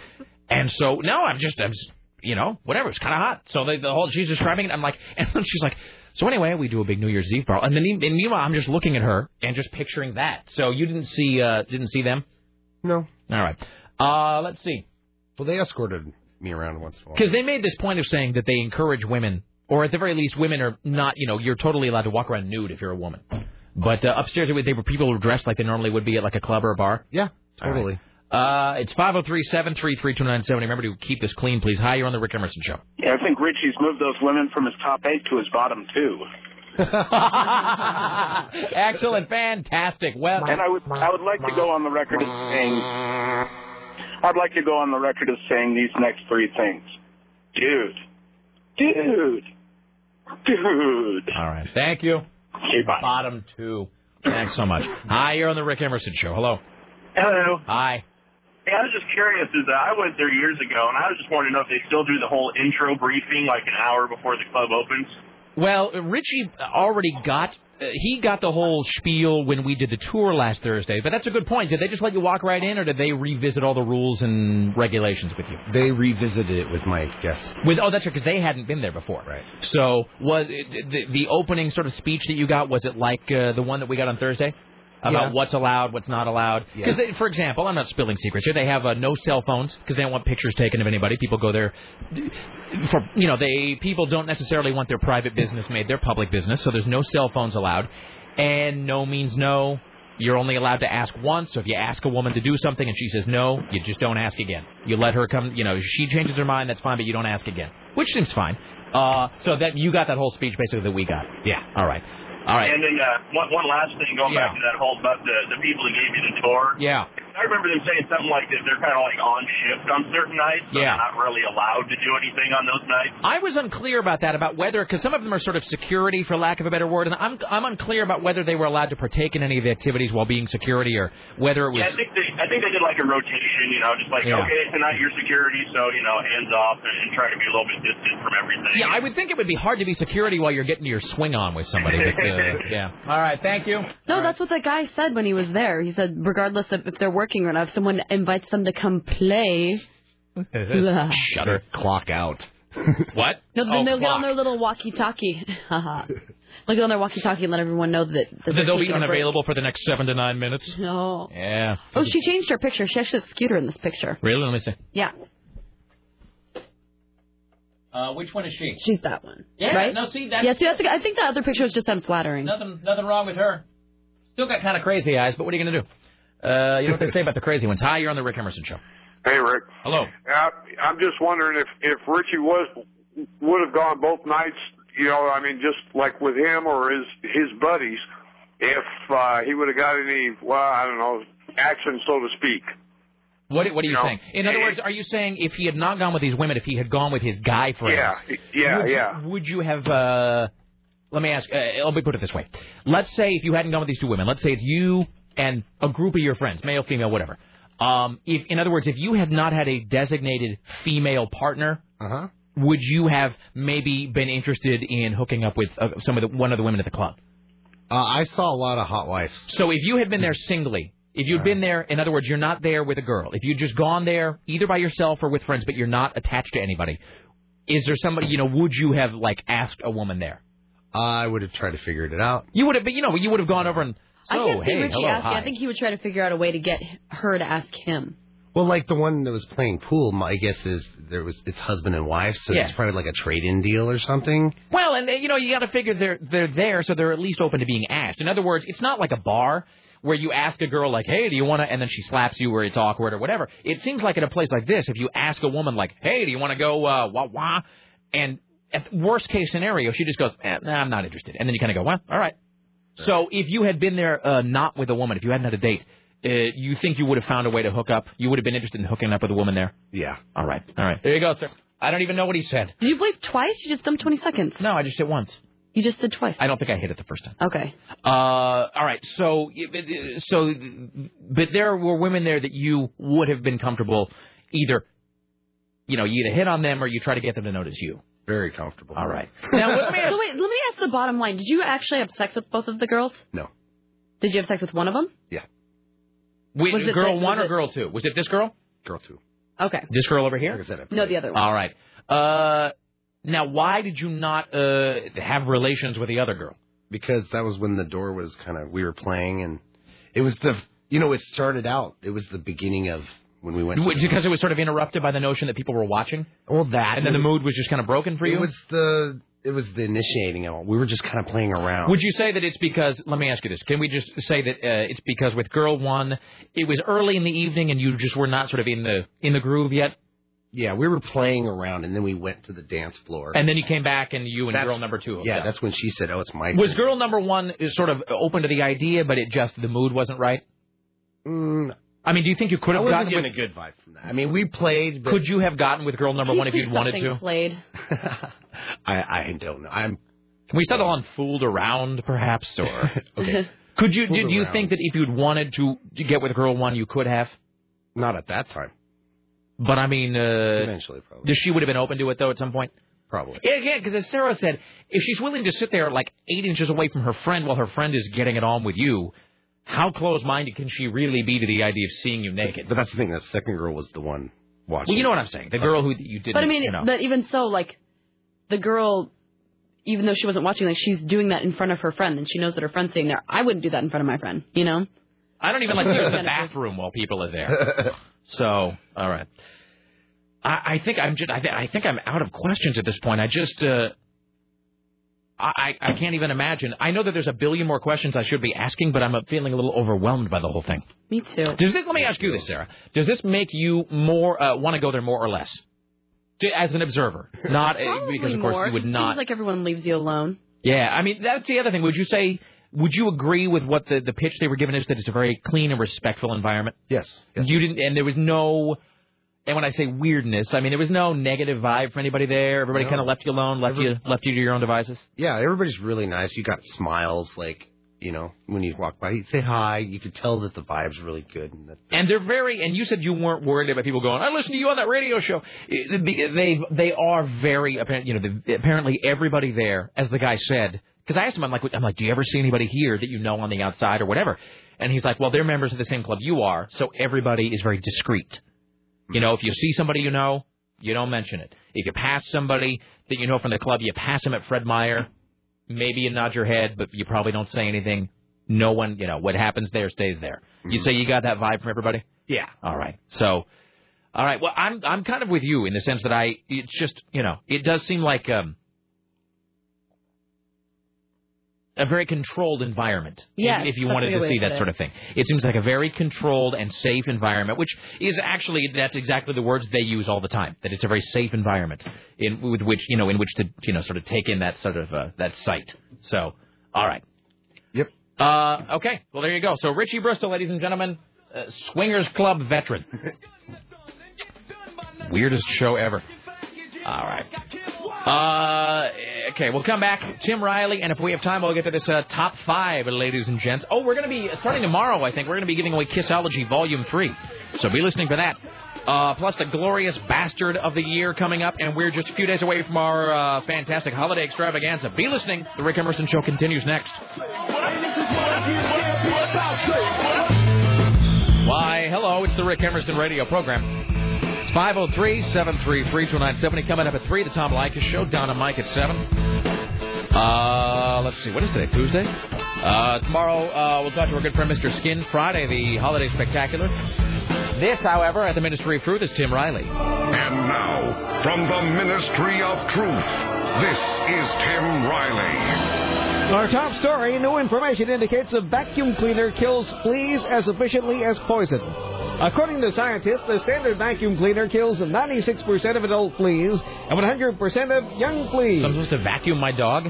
S2: And so now I'm just, I'm, s- you know, whatever. It's kind of hot. So the, the whole she's describing it. I'm like, [LAUGHS] and then she's like, so anyway, we do a big New Year's Eve ball, and then and meanwhile, I'm just looking at her and just picturing that. So you didn't see, uh, didn't see them.
S17: No.
S2: All right. Uh, let's see.
S17: Well, they escorted me around once in a while.
S2: Because they made this point of saying that they encourage women, or at the very least, women are not, you know, you're totally allowed to walk around nude if you're a woman. But uh, upstairs, they were, they were people who were dressed like they normally would be at like a club or a bar.
S17: Yeah,
S2: totally. Uh, it's 503-733-2970. Remember to keep this clean, please. Hi, you're on the Rick Emerson Show.
S21: Yeah, I think Richie's moved those women from his top eight to his bottom two.
S2: Excellent, fantastic. Well,
S21: and I would I would like to go on the record as saying I'd like to go on the record as saying these next three things, dude, dude, dude.
S2: All right, thank you. Bottom two. Thanks so much. Hi, you're on the Rick Emerson Show. Hello.
S21: Hello.
S2: Hi.
S21: Hey, I was just curious. Is uh, I went there years ago, and I was just wanting to know if they still do the whole intro briefing like an hour before the club opens.
S2: Well, Richie already got uh, he got the whole spiel when we did the tour last Thursday. But that's a good point. Did they just let you walk right in, or did they revisit all the rules and regulations with you?
S17: They revisited it with Mike, yes.
S2: With oh, that's right, because they hadn't been there before.
S3: [LAUGHS]
S2: Right. uh, So was it, the the opening sort of speech that you got was it like uh, the one that we got on Thursday? about
S6: Yeah.
S2: what's allowed, what's not allowed. Because, for example, I'm not spilling secrets here. They have uh, no cell phones because they don't want pictures taken of anybody. People go there for you know they people don't necessarily want their private business made their public business. So there's no cell phones allowed, and no means no. You're only allowed to ask once. So if you ask a woman to do something and she says no, you just don't ask again. You let her come. You know, if she changes her mind, that's fine, but you don't ask again, which seems fine. Uh, so that you got that whole speech basically that we got. Yeah. All right. All right.
S19: And then uh, one, one last thing, going back to that whole about the, the people who gave you the tour.
S2: Yeah.
S19: I remember them saying something like that. They're kind of like on shift on certain nights. So
S2: Yeah.
S19: They're not really allowed to do anything on those nights.
S2: I was unclear about that, about whether, because some of them are sort of security, for lack of a better word, and I'm I'm unclear about whether they were allowed to partake in any of the activities while being security, or whether it was.
S19: Yeah, I think they I think they did like a rotation. You know, just like
S2: Yeah.
S19: okay, tonight you're security, so you know, hands off and, and try to be a little bit distant from everything.
S2: Yeah, I would think it would be hard to be security while you're getting your swing on with somebody. But, uh, yeah. All right. Thank you.
S3: No, that's what that guy said when he was there. He said, regardless of if they're working or not, if someone invites them to come play, Blah.
S2: Shutter.
S17: Clock [LAUGHS] out.
S2: what?
S3: no,
S2: Oh,
S3: then they'll get on their little walkie-talkie. [LAUGHS] Haha. they'll get on their walkie-talkie and let everyone know that, that
S2: Then they'll be
S3: taking a break.
S2: unavailable for the next seven to nine minutes.
S3: No.
S2: Yeah.
S3: Oh, she changed her picture. She actually has a scooter in this picture.
S2: Really? Let me see.
S3: Yeah,
S2: Uh, which one is she?
S3: she's that one.
S2: Yeah,
S3: Right?
S2: no, see, that's-
S3: yeah, see, that's the, I think the other picture was just unflattering.
S2: Nothing, nothing wrong with her. Still got kind of crazy eyes, but what are you going to do? Uh, you know what they say about the crazy ones. Hi, you're on the Rick Emerson show.
S22: Hey, Rick.
S2: Hello.
S22: I, I'm just wondering if if Richie was would have gone both nights. You know, I mean, just like with him or his his buddies, if uh, he would have got any, well, I don't know, action, so to speak.
S2: What What are you
S22: No.
S2: saying? In other words, are you saying if he had not gone with these women, if he had gone with his guy friends?
S22: Yeah, yeah,
S2: would you-
S22: yeah.
S2: would you have? Uh, let me ask. Uh, let me put it this way. Let's say if you hadn't gone with these two women. Let's say it's you and a group of your friends, male, female, whatever. Um, if in other words, if you had not had a designated female partner,
S17: uh-huh.
S2: would you have maybe been interested in hooking up with uh, some of the one of the women at the club?
S17: Uh, I saw a lot of hot wives.
S2: So if you had been there singly, if you had been there, in other words, you're not there with a girl. If you'd just gone there either by yourself or with friends, but you're not attached to anybody, is there somebody you know? Would you have like asked a woman there?
S17: I would have tried to figure it out.
S2: You would have, been, you know, you would have gone over and.
S3: I
S2: So,
S3: can't see
S2: hey,
S3: Richie
S2: hello,
S3: asking.
S2: hi.
S3: I think he would try to figure out a way to get her to ask him.
S17: Well, like the one that was playing pool, my guess is there was it's husband and wife, so
S2: Yeah.
S17: it's probably like a trade-in deal or something.
S2: Well, and uh, you know, you got to figure they're they're there, so they're at least open to being asked. In other words, it's not like a bar where you ask a girl like, "Hey, do you want to?" and then she slaps you, or it's awkward, or whatever. It seems like at a place like this, if you ask a woman like, "Hey, do you want to go uh, wah wah?" and at the worst case scenario, she just goes, eh, nah, "I'm not interested," and then you kind of go, "Well, all right." So if you had been there uh, not with a woman, if you hadn't had a date. Uh, you think you would have found a way to hook up? You would have been interested in hooking up with a woman there?
S17: Yeah.
S2: All right. All right. There you go, sir. I don't even know what he said.
S3: Did you bleep twice? You just dumped 20 seconds.
S2: No, I just hit once.
S3: You just did twice. Oh.
S2: I don't think I hit it the first time.
S3: Okay.
S2: Uh, all right. So, uh, so, but there were women there that you would have been comfortable either, you know, you either hit on them or you try to get them to notice you.
S17: Very comfortable.
S2: All right.
S3: [LAUGHS] so wait, let me ask the bottom line. Did you actually have sex with both of the girls?
S17: No.
S3: Did you have sex with one of them?
S2: Wait,
S3: Was it
S2: girl
S3: the-
S2: one
S3: was
S2: or
S3: it-
S2: girl two? Was it this girl?
S17: Girl two.
S3: Okay.
S2: This girl over here?
S3: No, the other one.
S2: All right. Uh, now why did you not uh have relations with the other girl?
S17: Because that was when the door was kind of we were playing, and it was the you know it started out. It was the beginning of when we went. to
S2: Was it Because it was sort of interrupted by the notion that people were watching.
S17: Well, that
S2: and then the mood was just kind of broken for you.
S17: It was the it was the initiating of it. We were just kind of playing around.
S2: Would you say that it's because? Let me ask you this: Can we just say that uh, it's because with girl one, it was early in the evening and you just were not sort of in the in the groove yet,
S17: yeah, we were playing around, and then we went to the dance floor.
S2: and then you came back and you and
S17: That's-
S2: girl number two. hooked
S17: yeah,
S2: up.
S17: that's when she said, "Oh, it's my."
S2: was girl number one is sort of open to the idea, but it just the mood wasn't right.
S17: Mm,
S2: I mean, do you think you could have
S17: I wasn't
S2: gotten
S17: getting
S2: with-
S17: a good vibe from that. I mean, we played. But
S2: Could you have gotten with girl number
S3: He
S2: one if you'd
S3: thinks
S2: wanted
S3: something
S2: to?
S3: Played.
S17: I I don't know. I'm.
S2: Can we settle on fooled around,
S17: [LAUGHS]
S2: perhaps, or
S17: Okay.
S2: could you?
S17: Fooled
S2: Did you
S17: around.
S2: think that if you'd wanted to, to get with girl one, you could have?
S17: Not at that time.
S2: But I mean, uh,
S17: Eventually, probably.
S2: Does she would have been open to it though at some point?
S17: Probably.
S2: Yeah, yeah. Because as Sarah said, if she's willing to sit there like eight inches away from her friend while her friend is getting it on with you, how close-minded can she really be to the idea of seeing you naked?
S17: But that's the thing. That second girl was the one watching.
S2: Well, you know what I'm saying. The girl who you didn't.
S3: But I mean,
S2: you know.
S3: but even so, like, the girl even though she wasn't watching, like she's doing that in front of her friend, and she knows that her friend's sitting there. I wouldn't do that in front of my friend, you know.
S2: I don't even like to go to
S3: [LAUGHS]
S2: the bathroom while people are there. So, all right. I, I think I'm just. I, th- I think I'm out of questions at this point. I just. Uh, I, I I can't even imagine. I know that there's a billion more questions I should be asking, but I'm uh, feeling a little overwhelmed by the whole thing.
S3: Me too.
S2: Does this? Let me ask you this, Sarah. Does this make you more uh, want to go there more or less, J- as an observer? Not uh, because of course
S3: more.
S2: you would
S3: It
S2: not.
S3: Seems like everyone leaves you alone.
S2: Yeah, I mean that's the other thing. Would you say? Would you agree with what the the pitch they were giving is that it's a very clean and respectful environment?
S17: Yes.
S2: You didn't, and there was no. And when I say weirdness, I mean there was no negative vibe for anybody there. Everybody
S17: No.
S2: kind of left you alone, left you left you to your own devices.
S17: Yeah, everybody's really nice. You got smiles, like you know, when you walk by, you say hi. You could tell that the vibe's really good. And that,
S2: And they're very. And you said you weren't worried about people going. I listened to you on that radio show. It- it- They they are very apparent. You know, the, apparently everybody there, as the guy said, because I asked him, I'm like, I'm like, do you ever see anybody here that you know on the outside or whatever? And he's like, well, they're members of the same club you are, so everybody is very discreet. You know, if you see somebody you know, you don't mention it. If you pass somebody that you know from the club, you pass them at Fred Meyer. Maybe you nod your head, but you probably don't say anything. No one, you know, what happens there stays there. You say you got that vibe from everybody.
S17: Yeah.
S2: All right. So, all right. Well, I'm I'm kind of with you in the sense that I it's just you know it does seem like um a very controlled environment. if-
S6: Yes,
S2: If you
S6: that's
S2: wanted
S6: a
S2: to
S6: good way
S2: see
S6: to
S2: that
S6: put it.
S2: sort of thing, it seems like a very controlled and safe environment, which is actually that's exactly the words they use all the time. That it's a very safe environment in with which you know in which to you know sort of take in that sort of uh, that sight. So, all right.
S17: Yep.
S2: Uh, okay. Well, there you go. So Richie Bristol, ladies and gentlemen, uh, swingers club veteran. Weirdest show ever. All right. Uh, okay, we'll come back. Tim Riley, and if we have time, we'll get to this uh, top five, ladies and gents. Oh, we're going to be starting tomorrow. I think we're going to be giving away Kissology Volume Three, so be listening for that. Uh, plus, the glorious bastard of the year coming up, and we're just a few days away from our uh, fantastic holiday extravaganza. Be listening. The Rick Emerson Show continues next. Why, hello, it's the Rick Emerson radio program. It's 503 733 2970. Coming up at 3, the Tom Likas show. Down on Mike at 7. Uh, let's see, what is today? Tuesday? Uh, tomorrow, uh, we'll talk to our good friend Mr. Skin. Friday, the holiday spectacular. This, however, at the Ministry of Truth is Tim Riley.
S5: And now, from the Ministry of Truth, this is Tim Riley.
S4: Our top story new information indicates a vacuum cleaner kills fleas as efficiently as poison. According to scientists, the standard vacuum cleaner kills 96% of adult fleas and 100% of young fleas. I'm
S2: supposed to vacuum my dog?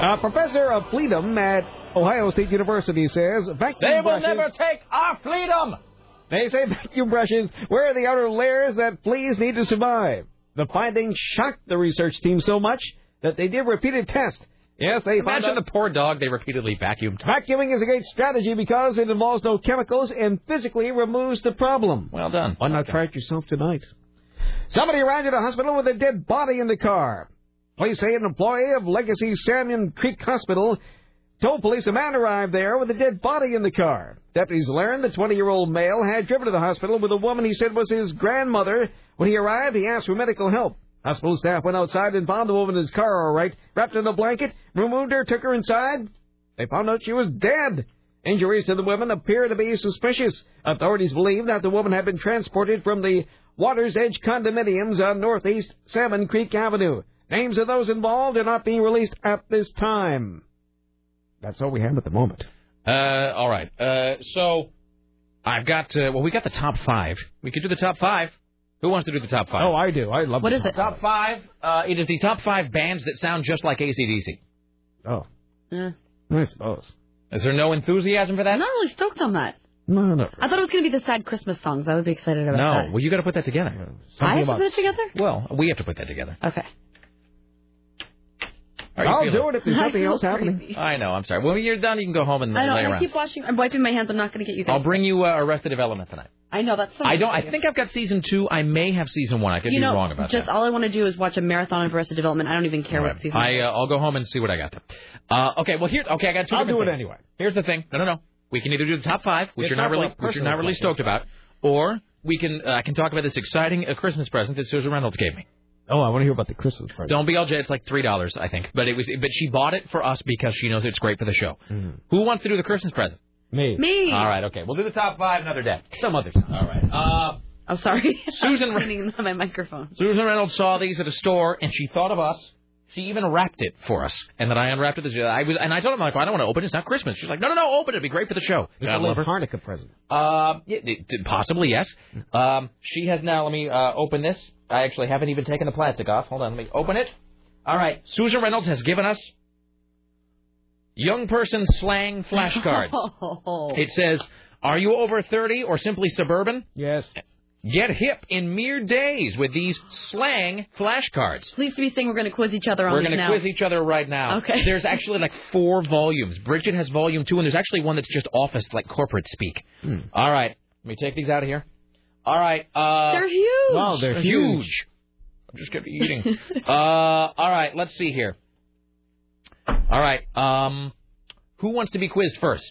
S4: A professor of fleedom at Ohio State University says vacuum
S6: They will
S4: brushes-
S6: never
S2: take our freedom.
S4: They say vacuum brushes where the outer layers that fleas need to survive. The findings shocked the research team so much that they did repeated tests. Yes, they found
S2: Imagine
S4: out
S2: the poor dog they repeatedly vacuumed.
S4: Vacuuming is a great strategy because it involves no chemicals and physically removes the problem.
S2: Well done.
S4: Why not try it yourself tonight? Somebody arrived at a hospital with a dead body in the car. Police say an employee of Legacy Salmon Creek Hospital told police a man arrived there with a dead body in the car. Deputies learned the 20-year-old male had driven to the hospital with a woman he said was his grandmother. When he arrived, he asked for medical help. Hospital staff went outside and found the woman in his car all right, wrapped in a blanket, removed her, took her inside. They found out she was dead. Injuries to the woman appear to be suspicious. Authorities believe that the woman had been transported from the Waters Edge condominiums on Northeast Salmon Creek Avenue. Names of those involved are not being released at this time. That's all we have at the moment.
S2: Uh, all right. Uh, so I've got. Uh, well, we got the top five. We could do the top five. Who wants to do the top five? Oh,
S4: I do. I love.
S2: What is it? Top five. Uh, it is the top five bands that sound just like ACDC.
S4: Oh.
S3: Yeah.
S4: I suppose.
S2: Is there no enthusiasm for that?
S3: I'm not really stoked on that.
S4: No, no.
S3: I thought it was going to be the sad Christmas songs. I would be excited about
S2: No.
S3: that.
S2: Well, you got to put that together.
S3: I have to put it together.
S2: Well, we have to put that together.
S3: Okay.
S2: How are you
S3: I'll
S2: feeling?
S3: do it if there's nothing [LAUGHS] I feel else happening. crazy.
S2: I know. I'm sorry. Well, when you're done, you can go home and
S3: I
S2: lay
S3: don't. I
S2: around.
S3: keep washing. I'm wiping my hands. I'm not going to get you guys.
S2: I'll bring you uh, Arrested Development tonight.
S3: I know that's. So
S2: I don't. I
S3: exciting.
S2: think I've got season two. I may have season one. I could
S3: you
S2: be
S3: know,
S2: wrong about
S3: just
S2: that.
S3: all I want to do is watch a marathon of Arrested Development. I don't even care what season.
S2: I uh, I'll go home and see what I got. Uh, okay. Well, here. Okay, I got two.
S3: I'll
S2: different
S3: do it
S2: things.
S3: anyway.
S2: Here's the thing. No, no, no. We can either do the top five, which
S6: It's
S2: you're not
S6: not
S2: really,
S6: like
S2: which you're
S6: personal
S2: not really
S6: questions.
S2: stoked about, or we can. uh, I can talk about this exciting uh, Christmas present that Susan Reynolds gave me.
S4: Oh, I want to hear about the Christmas party.
S2: Don't be all jet. It's like three dollars, I think. But it was, but she bought it for us because she knows it's great for the show. Who wants to do the Christmas present?
S4: Me.
S3: Me.
S2: All right. Okay. We'll do the top five another day. Some other time. All right. Uh,
S3: [LAUGHS] I'm Oh, sorry.
S2: Susan-
S3: I was leaning on my microphone.
S2: Susan Reynolds saw these at a store and she thought of us. She even wrapped it for us, and then I unwrapped it. This I was, and I told him like, well, I don't want to open it. It's not Christmas. She's like, No, no, no, open it. It'd be great for the show.
S4: It's
S2: God
S4: a
S2: love her.
S4: Hanukkah present.
S2: Uh, yeah, it- it- possibly yes. Um, she has now. Let me uh, open this. I actually haven't even taken the plastic off. Hold on. Let me open it. All right. Susan Reynolds has given us young person
S4: [LAUGHS]
S2: slang [LAUGHS] flashcards. It says, "Are you over 30 or simply suburban?"
S4: Yes.
S2: Get hip in mere days with these slang flashcards.
S3: Please to be saying we're going to quiz each other on
S2: We're
S3: these
S2: going to
S3: now.
S2: quiz each other right now.
S3: Okay.
S2: There's actually like four volumes. Bridget has volume two, and there's actually one that's just office, like corporate speak. All right. Let me take these out of here. All right. Uh,
S3: They're huge.
S4: Wow, they're huge.
S2: I'm just going to be
S3: [LAUGHS]
S2: eating. uh, all right. Let's see here. All right. Um, who wants to be quizzed first?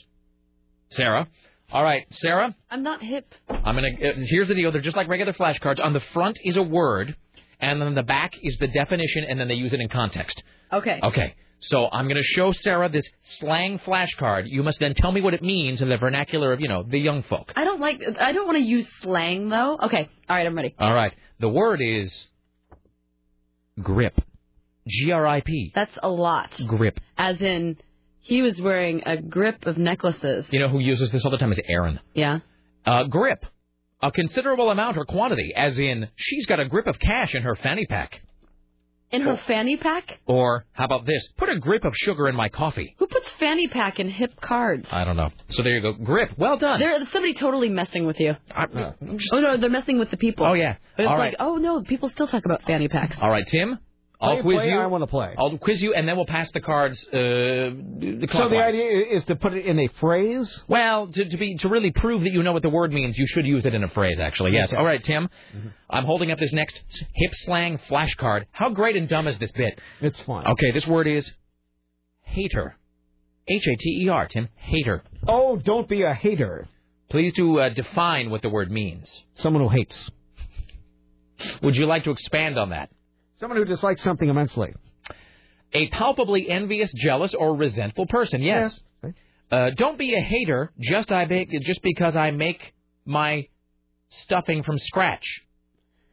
S2: Sarah. All right, Sarah.
S3: I'm not hip.
S2: I'm gonna. uh, Here's the deal. They're just like regular flashcards. On the front is a word, and then the back is the definition, and then they use it in context.
S3: Okay.
S2: Okay. So I'm going to show Sarah this slang flashcard. You must then tell me what it means in the vernacular of, you know, the young folk.
S3: I don't like. I don't want to use slang though. Okay. All right. I'm ready.
S2: All right. The word is grip. G R I P.
S3: That's a lot.
S2: Grip.
S3: As in, he was wearing a grip of necklaces.
S2: You know who uses this all the time is Aaron.
S3: Yeah.
S2: Uh, grip. A considerable amount or quantity, as in, she's got a grip of cash in her fanny pack.
S3: In
S2: Oh.
S3: her fanny pack.
S2: Or, how about this? Put a grip of sugar in my coffee.
S3: Who puts fanny pack in hip cards?
S2: I don't know. So there you go. Grip. Well done.
S3: They're somebody totally messing with you.
S2: I- uh,
S3: oh no, they're messing with the people. Oh
S2: yeah.
S3: But it's
S2: All
S3: like,
S2: right.
S3: oh no, people still talk about fanny packs.
S2: All right, Tim. I'll
S4: Play,
S2: quiz
S4: play,
S2: you.
S4: I wanna play.
S2: I'll quiz you, and then we'll pass the cards. Uh, the
S4: So the idea is to put it in a phrase.
S2: Well, to, to be to really prove that you know what the word means, you should use it in a phrase. Actually, yes.
S4: Okay. Mm-hmm.
S2: All right, Tim. I'm holding up this next s- hip slang flashcard. How great and dumb is this bit?
S4: It's fine.
S2: Okay, this word is hater. H A T E R. Tim, hater.
S4: Oh, don't be a hater.
S2: Please do uh, define what the word means.
S4: Someone who hates.
S2: Would you like to expand on that?
S4: Someone who dislikes something immensely.
S2: A palpably envious, jealous, or resentful person. Yes. Uh, don't be a hater just I bake, just because I make my stuffing from scratch.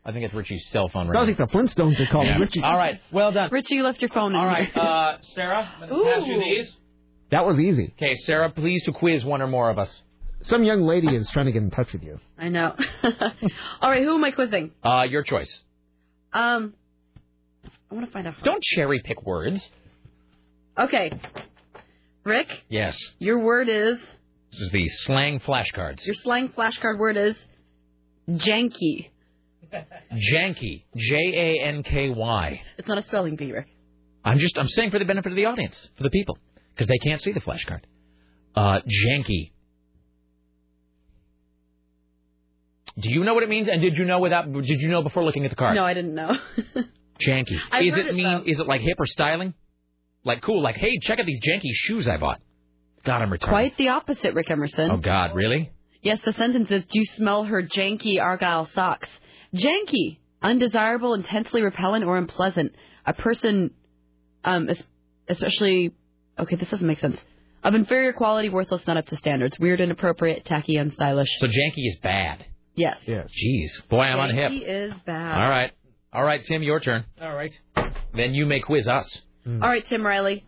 S2: I think it's Richie's cell phone.
S4: Sounds like the Flintstones are called
S2: Yeah.
S4: Richie.
S2: All right. Well done.
S3: Richie, you left your phone. All
S2: right, uh, Sarah, I'm gonna pass you these.
S4: That was easy.
S2: Okay, Sarah, please to quiz one or more of us.
S4: Some young lady is trying to get in touch with you.
S3: I know. [LAUGHS] All right, who am I quizzing?
S2: Uh, your choice.
S3: Um, I want to find out.
S2: Don't cherry pick words.
S3: Okay, Rick,
S2: Yes.
S3: your word is
S2: This is the slang flashcards.
S3: your slang flashcard word is janky.
S2: Janky. J A N K Y.
S3: It's not a spelling bee, Rick.
S2: I'm just I'm saying for the benefit of the audience, for the people, because they can't see the flashcard. Uh, janky. Do you know what it means? And did you know without? Did you know before looking at the card?
S3: No, I didn't know.
S2: Janky.
S3: I've
S2: is
S3: heard
S2: it
S3: it,
S2: mean?
S3: though.
S2: Is it like hip or styling? Like cool? Like hey, check out these janky shoes I bought. God, I'm retarded.
S3: Quite the opposite, Rick Emerson.
S2: Oh God, really?
S3: Yes, the sentence is Do you smell her janky Argyle socks? Janky, undesirable, intensely repellent, or unpleasant. A person, um, es- especially, okay, this doesn't make sense. Of inferior quality, worthless, not up to standards. Weird, inappropriate, tacky, unstylish.
S2: So janky is bad.
S3: Yes.
S4: Yes.
S2: Jeez, boy, I'm on hip.
S3: Janky uh, is bad.
S2: All right, all right, Tim, your turn.
S4: All right. Hmm.
S2: Then you may quiz us.
S3: All right, Tim Riley.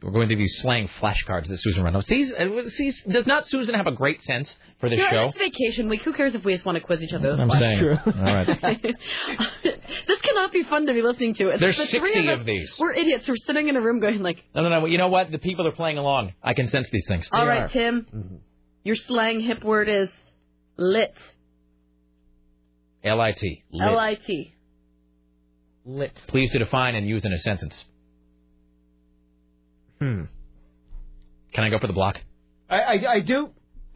S2: We're going to be slang flashcards that Susan Reynolds. Sees, uh, sees, does not Susan have a great sense for this
S3: Yeah,
S2: show?
S3: It's vacation week. Who cares if we just want to quiz each other?
S2: I'm
S3: Why?
S2: saying. All
S4: [LAUGHS]
S2: right.
S3: [LAUGHS] this cannot be fun to be listening to. It's
S2: There's
S3: the three
S2: 60
S3: us-
S2: of these.
S3: We're idiots. We're sitting in a room going like,
S2: No, no, no. You know what? The people are playing along. I can sense these things.
S3: All right, Tim.
S4: Mm-hmm.
S3: Your slang hip word is lit.
S2: L I T.
S3: L I T.
S4: Lit.
S2: Please to define and use in a sentence.
S4: Hmm.
S2: Can I go for the block?
S4: [LAUGHS] I, I, I do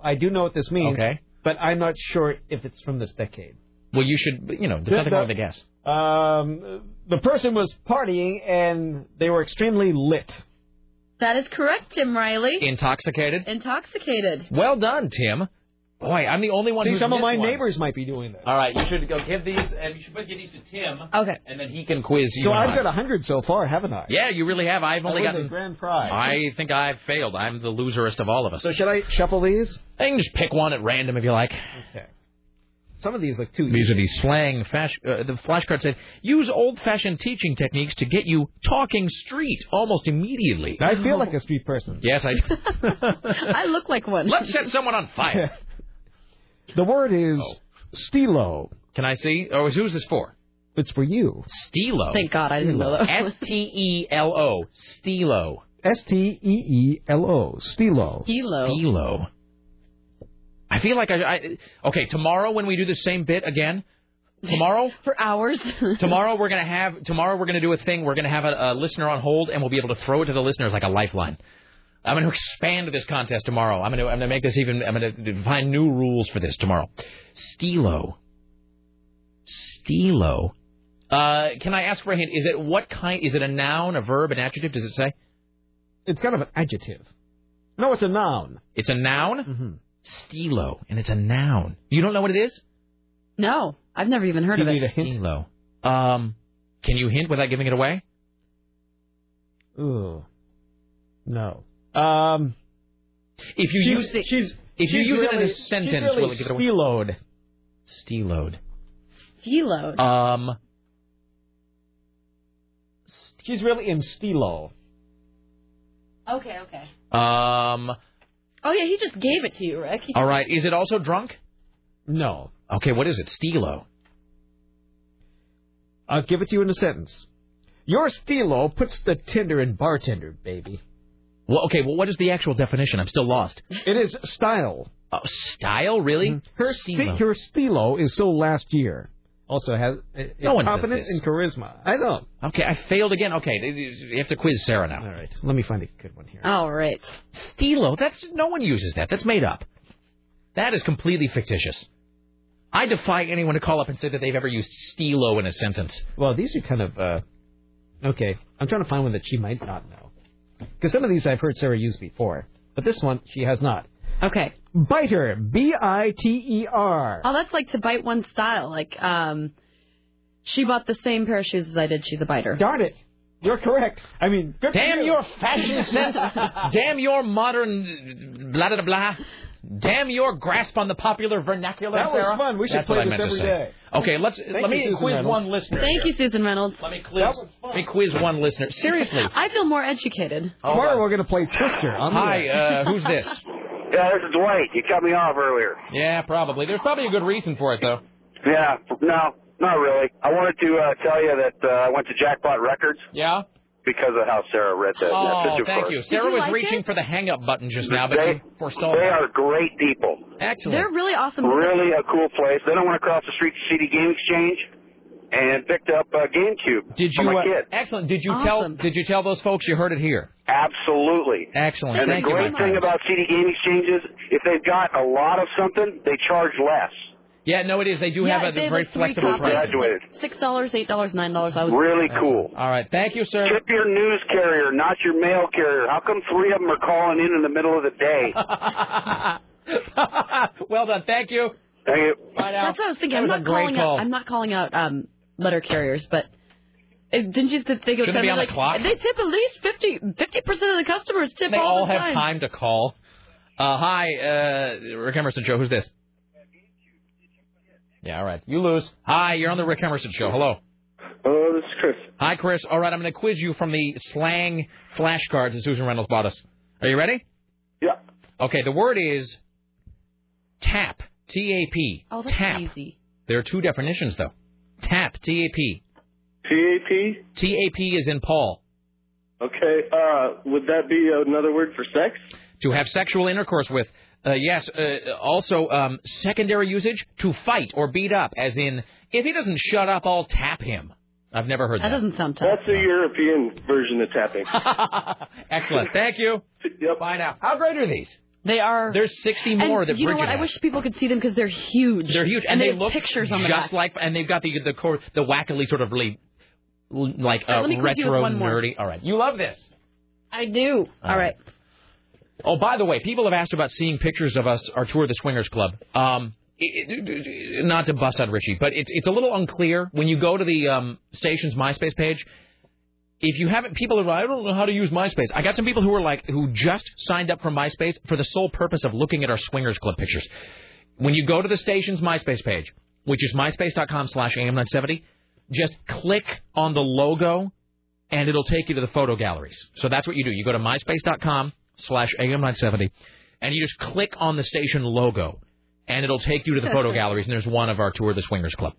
S4: I do know what this means.
S2: Okay.
S4: But I'm not sure if it's from this decade.
S2: Well, you should. You know, there's nothing wrong with a guess.
S4: Um, the person was partying and they were extremely lit.
S3: That is correct, Tim Riley.
S2: Intoxicated.
S3: Intoxicated.
S2: Well done, Tim. Boy, I'm the only one
S4: See,
S2: who's
S4: some of
S2: missed
S4: my
S2: one.
S4: neighbors might be doing that.
S2: All right, [LAUGHS] you should go give these, and you should give these to Tim.
S3: Okay.
S2: And then he can quiz you.
S4: So
S2: and
S4: I've
S2: I.
S4: got a hundred so far, haven't I?
S2: Yeah, you really have. I've
S4: That
S2: only
S4: was a
S2: gotten
S4: grand prize.
S2: I think I've failed. I'm the loserest of all of us.
S4: So should I shuffle these?
S2: I can just pick one at random if you like.
S4: Okay. Some of these look too.
S2: These are the slang. Fash, uh, the flashcard said, use old-fashioned teaching techniques to get you talking street almost immediately.
S4: I feel like a street person. [LAUGHS]
S2: Yes, I.
S3: [LAUGHS] I look like one.
S2: Let's set someone on fire.
S4: [LAUGHS]
S2: Oh.
S4: The word is stilo.
S2: Can I see? Oh, is- who's this for?
S4: It's for you.
S2: Stilo.
S3: Thank God I didn't know that.
S2: S T E L O. Stilo.
S4: S T E E L O. Stilo.
S3: Stilo.
S2: Stilo. I feel like I, I. Okay, tomorrow when we do the same bit again, tomorrow
S3: [LAUGHS] for hours.
S2: tomorrow we're gonna have. Tomorrow we're gonna do a thing. We're gonna have a, a listener on hold, and we'll be able to throw it to the listeners like a lifeline. I'm going to expand this contest tomorrow. I'm going to I'm going to make this even. I'm going to find new rules for this tomorrow. Stilo. Stilo. Uh, can I ask for a hint? Is it what kind? Is it a noun, a verb, an adjective? Does it say?
S4: It's kind of an adjective. No, it's a noun.
S2: It's a noun. Mm-hmm. Stilo, and it's a noun. You don't know what it is?
S3: No, I've never even heard of it.
S2: Stilo. Um, can you hint without giving it away?
S4: Ooh. No. Um.
S2: If you
S4: She's-
S2: use it,
S4: she's-
S2: if you
S4: she's
S2: use it in
S4: really-
S2: a
S4: she's
S2: sentence,
S4: really
S2: will it give it away?
S4: Stiloed.
S2: Stiloed.
S3: Stilo.
S2: Um,
S4: She's really in stilo.
S3: Okay, okay.
S2: um.
S3: Oh yeah, he just gave it to you, Rick. He-
S2: All right. Is it also drunk?
S4: No.
S2: Okay. What is it? Stilo.
S4: I'll give it to you in a sentence. Your stilo puts the tender in bartender, baby.
S2: Well, okay. Well, what is the actual definition? I'm still lost.
S4: It is style. Mm-hmm.
S2: Oh, style, really?
S4: Her sti-
S2: Stilo.
S4: her stilo is so last year. Also has uh,
S2: No one says
S4: confidence
S2: this.
S4: and charisma. I know.
S2: Okay, I failed again. Okay, you have to quiz Sarah now. All
S4: right. Let me find a good one here.
S3: All right.
S2: Stilo. That's no one uses that. That's made up. That is completely fictitious. I defy anyone to call up and say that they've ever used stilo in a sentence.
S4: Well, these are kind of uh, okay. I'm trying to find one that she might not know, because some of these I've heard Sarah use before, but this one she has not.
S3: Okay.
S4: Biter, E B-I-T-E-R.
S3: Oh, that's like to bite one style. Like, um, she bought the same pair of shoes as I did. She's a biter.
S4: Darn it! You're correct. I mean, good for
S2: Damn
S4: you.
S2: your fashion sense. Damn your modern blah blah blah. Damn your grasp on the popular vernacular.
S4: That was
S2: Sarah.
S4: fun. We should
S2: That's
S4: play
S2: what I
S4: this
S2: meant to
S4: every
S2: say.
S4: day.
S2: Okay, let's
S4: Thank
S2: let
S4: you,
S2: me
S4: Susan
S2: quiz
S4: Reynolds.
S2: one listener.
S3: Thank you, Susan Reynolds.
S2: Let me quiz. Let me quiz one listener. Seriously.
S3: [LAUGHS] I feel more educated.
S4: [LAUGHS] Tomorrow we're gonna play Twister. On the
S2: Hi,
S4: air. [LAUGHS]
S2: uh, who's this?
S14: Yeah, this is Dwight. You cut me off earlier.
S2: Yeah, probably. There's probably a good reason for it though.
S14: Yeah, no, not really. I wanted to uh, tell you that uh, I went to Jackpot Records.
S2: Yeah.
S14: Because of how Sarah read that
S2: Oh,
S14: message. of
S2: thank
S14: course.
S2: you. Sarah was reaching for the hang up button just now, but
S14: They-
S2: you forestalled
S14: They
S2: her.
S14: are great people.
S2: Excellent.
S3: They're really awesome.
S14: Really a cool place. Then I went across the street to CD Game Exchange and picked up uh, GameCube
S2: Did
S14: for
S2: you
S14: my
S2: uh,
S14: kid.
S2: excellent? Did you tell did you tell those folks you heard it here?
S14: Absolutely.
S2: Excellent.
S14: And
S2: Thank
S14: the
S2: you,
S14: great
S2: my
S14: thing
S2: friend.
S14: about CD Game Exchange is if they've got a lot of something, they charge less.
S2: Yeah, no, it [LAUGHS] is. They do
S3: Yeah,
S2: have a
S3: they have,
S2: very
S3: like, three
S2: flexible
S3: copies.
S2: price.
S14: Graduated.
S3: Six dollars, eight dollars, nine dollars. I was
S14: Really cool.
S2: All right, thank you, sir.
S14: Tip your news carrier, not your mail carrier. How come three of them are calling in in the middle of the
S2: [LAUGHS]
S14: day?
S2: well done. Thank you.
S14: Thank you.
S2: Bye now.
S3: That's what I was thinking.
S2: That
S3: I'm
S2: was
S3: not
S2: a great
S3: calling
S2: call.
S3: out. I'm not calling out um, letter carriers, but uh, didn't you think it was
S2: Shouldn't it be on the
S3: like,
S2: clock?
S3: They tip at least 50 percent of the customers tip
S2: They
S3: all,
S2: all
S3: the
S2: have
S3: time.
S2: time to call. Uh, hi, uh, Rick Emerson Show. Who's this? Yeah, all right. You lose. Hi, you're on the Rick Emerson Show. Hello.
S6: Hello, this is Chris.
S2: Hi, Chris. All right, I'm going to quiz you from the slang flashcards that Susan Reynolds bought us. Are you ready?
S6: Yeah.
S2: Okay, the word is tap. T A P.
S3: Oh, that's
S2: Tap.
S3: easy.
S2: There are two definitions, though. Tap. T A P.
S6: P-A-P?
S2: T A P is in Paul.
S6: Okay, uh, would that be another word for sex?
S2: to have sexual intercourse with. Uh, yes, uh, also um, secondary usage to fight or beat up, as in if he doesn't shut up, I'll tap him. I've never heard that.
S3: doesn't sound tough.
S6: That's the European version of tapping.
S2: [LAUGHS] Excellent. Thank you.
S6: yep.
S2: Bye now. How great are these?
S3: They are.
S2: There's 60
S3: And
S2: more that
S3: you know
S2: Bridget
S3: what? I
S2: has.
S3: wish people could see them because they're huge.
S2: They're huge,
S3: and, they,
S2: they,
S3: have
S2: look
S3: pictures on the
S2: just
S3: back.
S2: like, and they've got the the cor- the wackily sort of really l- like
S3: All right,
S2: uh,
S3: let me quiz you with
S2: retro
S3: one more.
S2: nerdy. All right, you love this.
S3: I do. all right.
S2: Oh, by the way, people have asked about seeing pictures of us, our tour of the Swingers Club. Um, it- it- it- not to bust on Richie, but it's it's a little unclear when you go to the um, station's MySpace page. If you haven't, people are like, I don't know how to use MySpace. I got some people who are like, who just signed up for MySpace for the sole purpose of looking at our Swingers Club pictures. When you go to the station's MySpace page, which is myspace.com slash AM970, just click on the logo and it'll take you to the photo galleries. So that's what you do. You go to myspace.com slash AM970, and you just click on the station logo, and it'll take you to the photo galleries. And there's one of our tour of the Swingers Club.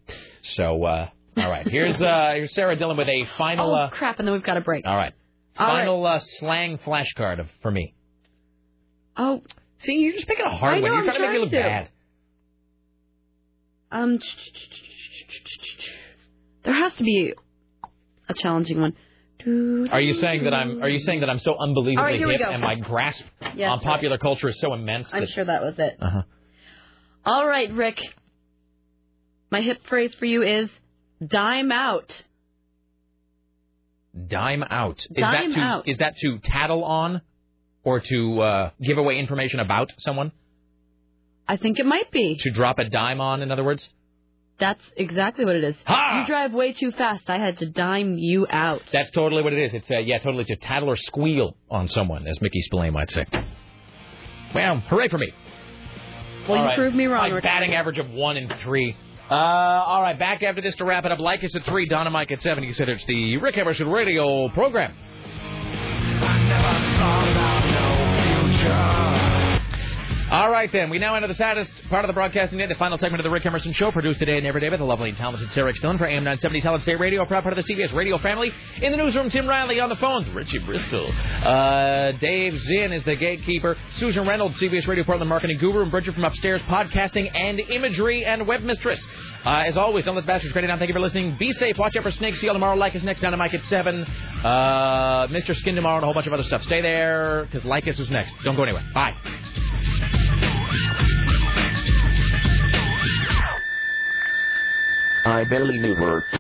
S2: So, uh, all right. Here's, uh, here's Sarah Dillon with a final...
S3: Oh
S2: uh,
S3: crap! And then we've got a break.
S2: all right.
S3: All right.
S2: Final uh, slang flashcard of- for me.
S3: Oh,
S2: see, you're just picking a
S3: I
S2: hard
S3: know,
S2: one. You're
S3: I'm
S2: trying to make me look bad.
S3: Um, there has to be a challenging one.
S2: Are you saying that I'm? Are you saying that I'm so
S3: All right,
S2: unbelievably
S3: here we
S2: hip
S3: go.
S2: and my grasp
S3: Yes,
S2: on
S3: sir.
S2: popular culture is so immense?
S3: I'm
S2: that,
S3: sure that was it.
S2: Uh-huh.
S3: All right, Rick. My hip phrase for you is dime out.
S2: Dime out. Is
S3: Dime
S2: that to,
S3: out.
S2: Is that to tattle on, or to uh, give away information about someone?
S3: I think it might be.
S2: To drop a dime on, in other words.
S3: That's exactly what it is.
S2: Ha!
S3: You drive way too fast. I had to dime you out.
S2: That's totally what it is. It's uh, yeah, totally to tattle or squeal on someone, as Mickey Spillane might say. Well, hooray for me!
S3: Well,
S2: All
S3: you
S2: right.
S3: proved me wrong.
S2: My
S3: Rick.
S2: batting average of one and three. Uh, all right, back after this to wrap it up. Like us at three, Donna Mike at seven. You said it's the Rick Emerson Radio program. All right, then. We now enter the saddest part of the broadcasting day, the final segment of the Rick Emerson Show, produced today and every day by the lovely and talented Sarah Stone for AM 970 Talent State Radio, proud part of the CBS Radio family. In the newsroom, Tim Riley on the phones, Richie Bristol. Uh, Dave Zinn is the gatekeeper, Susan Reynolds, CBS Radio Portland marketing guru, and Bridget from upstairs, podcasting and imagery and web mistress. Uh, as always, don't let the bastards credit down. Thank you for listening. Be safe. Watch out for Snake Seal tomorrow. Like us next down to Mike at 7. Uh, Mr. Skin tomorrow and a whole bunch of other stuff. Stay there, because Like us is next. Don't go anywhere. Bye.
S7: I barely knew her.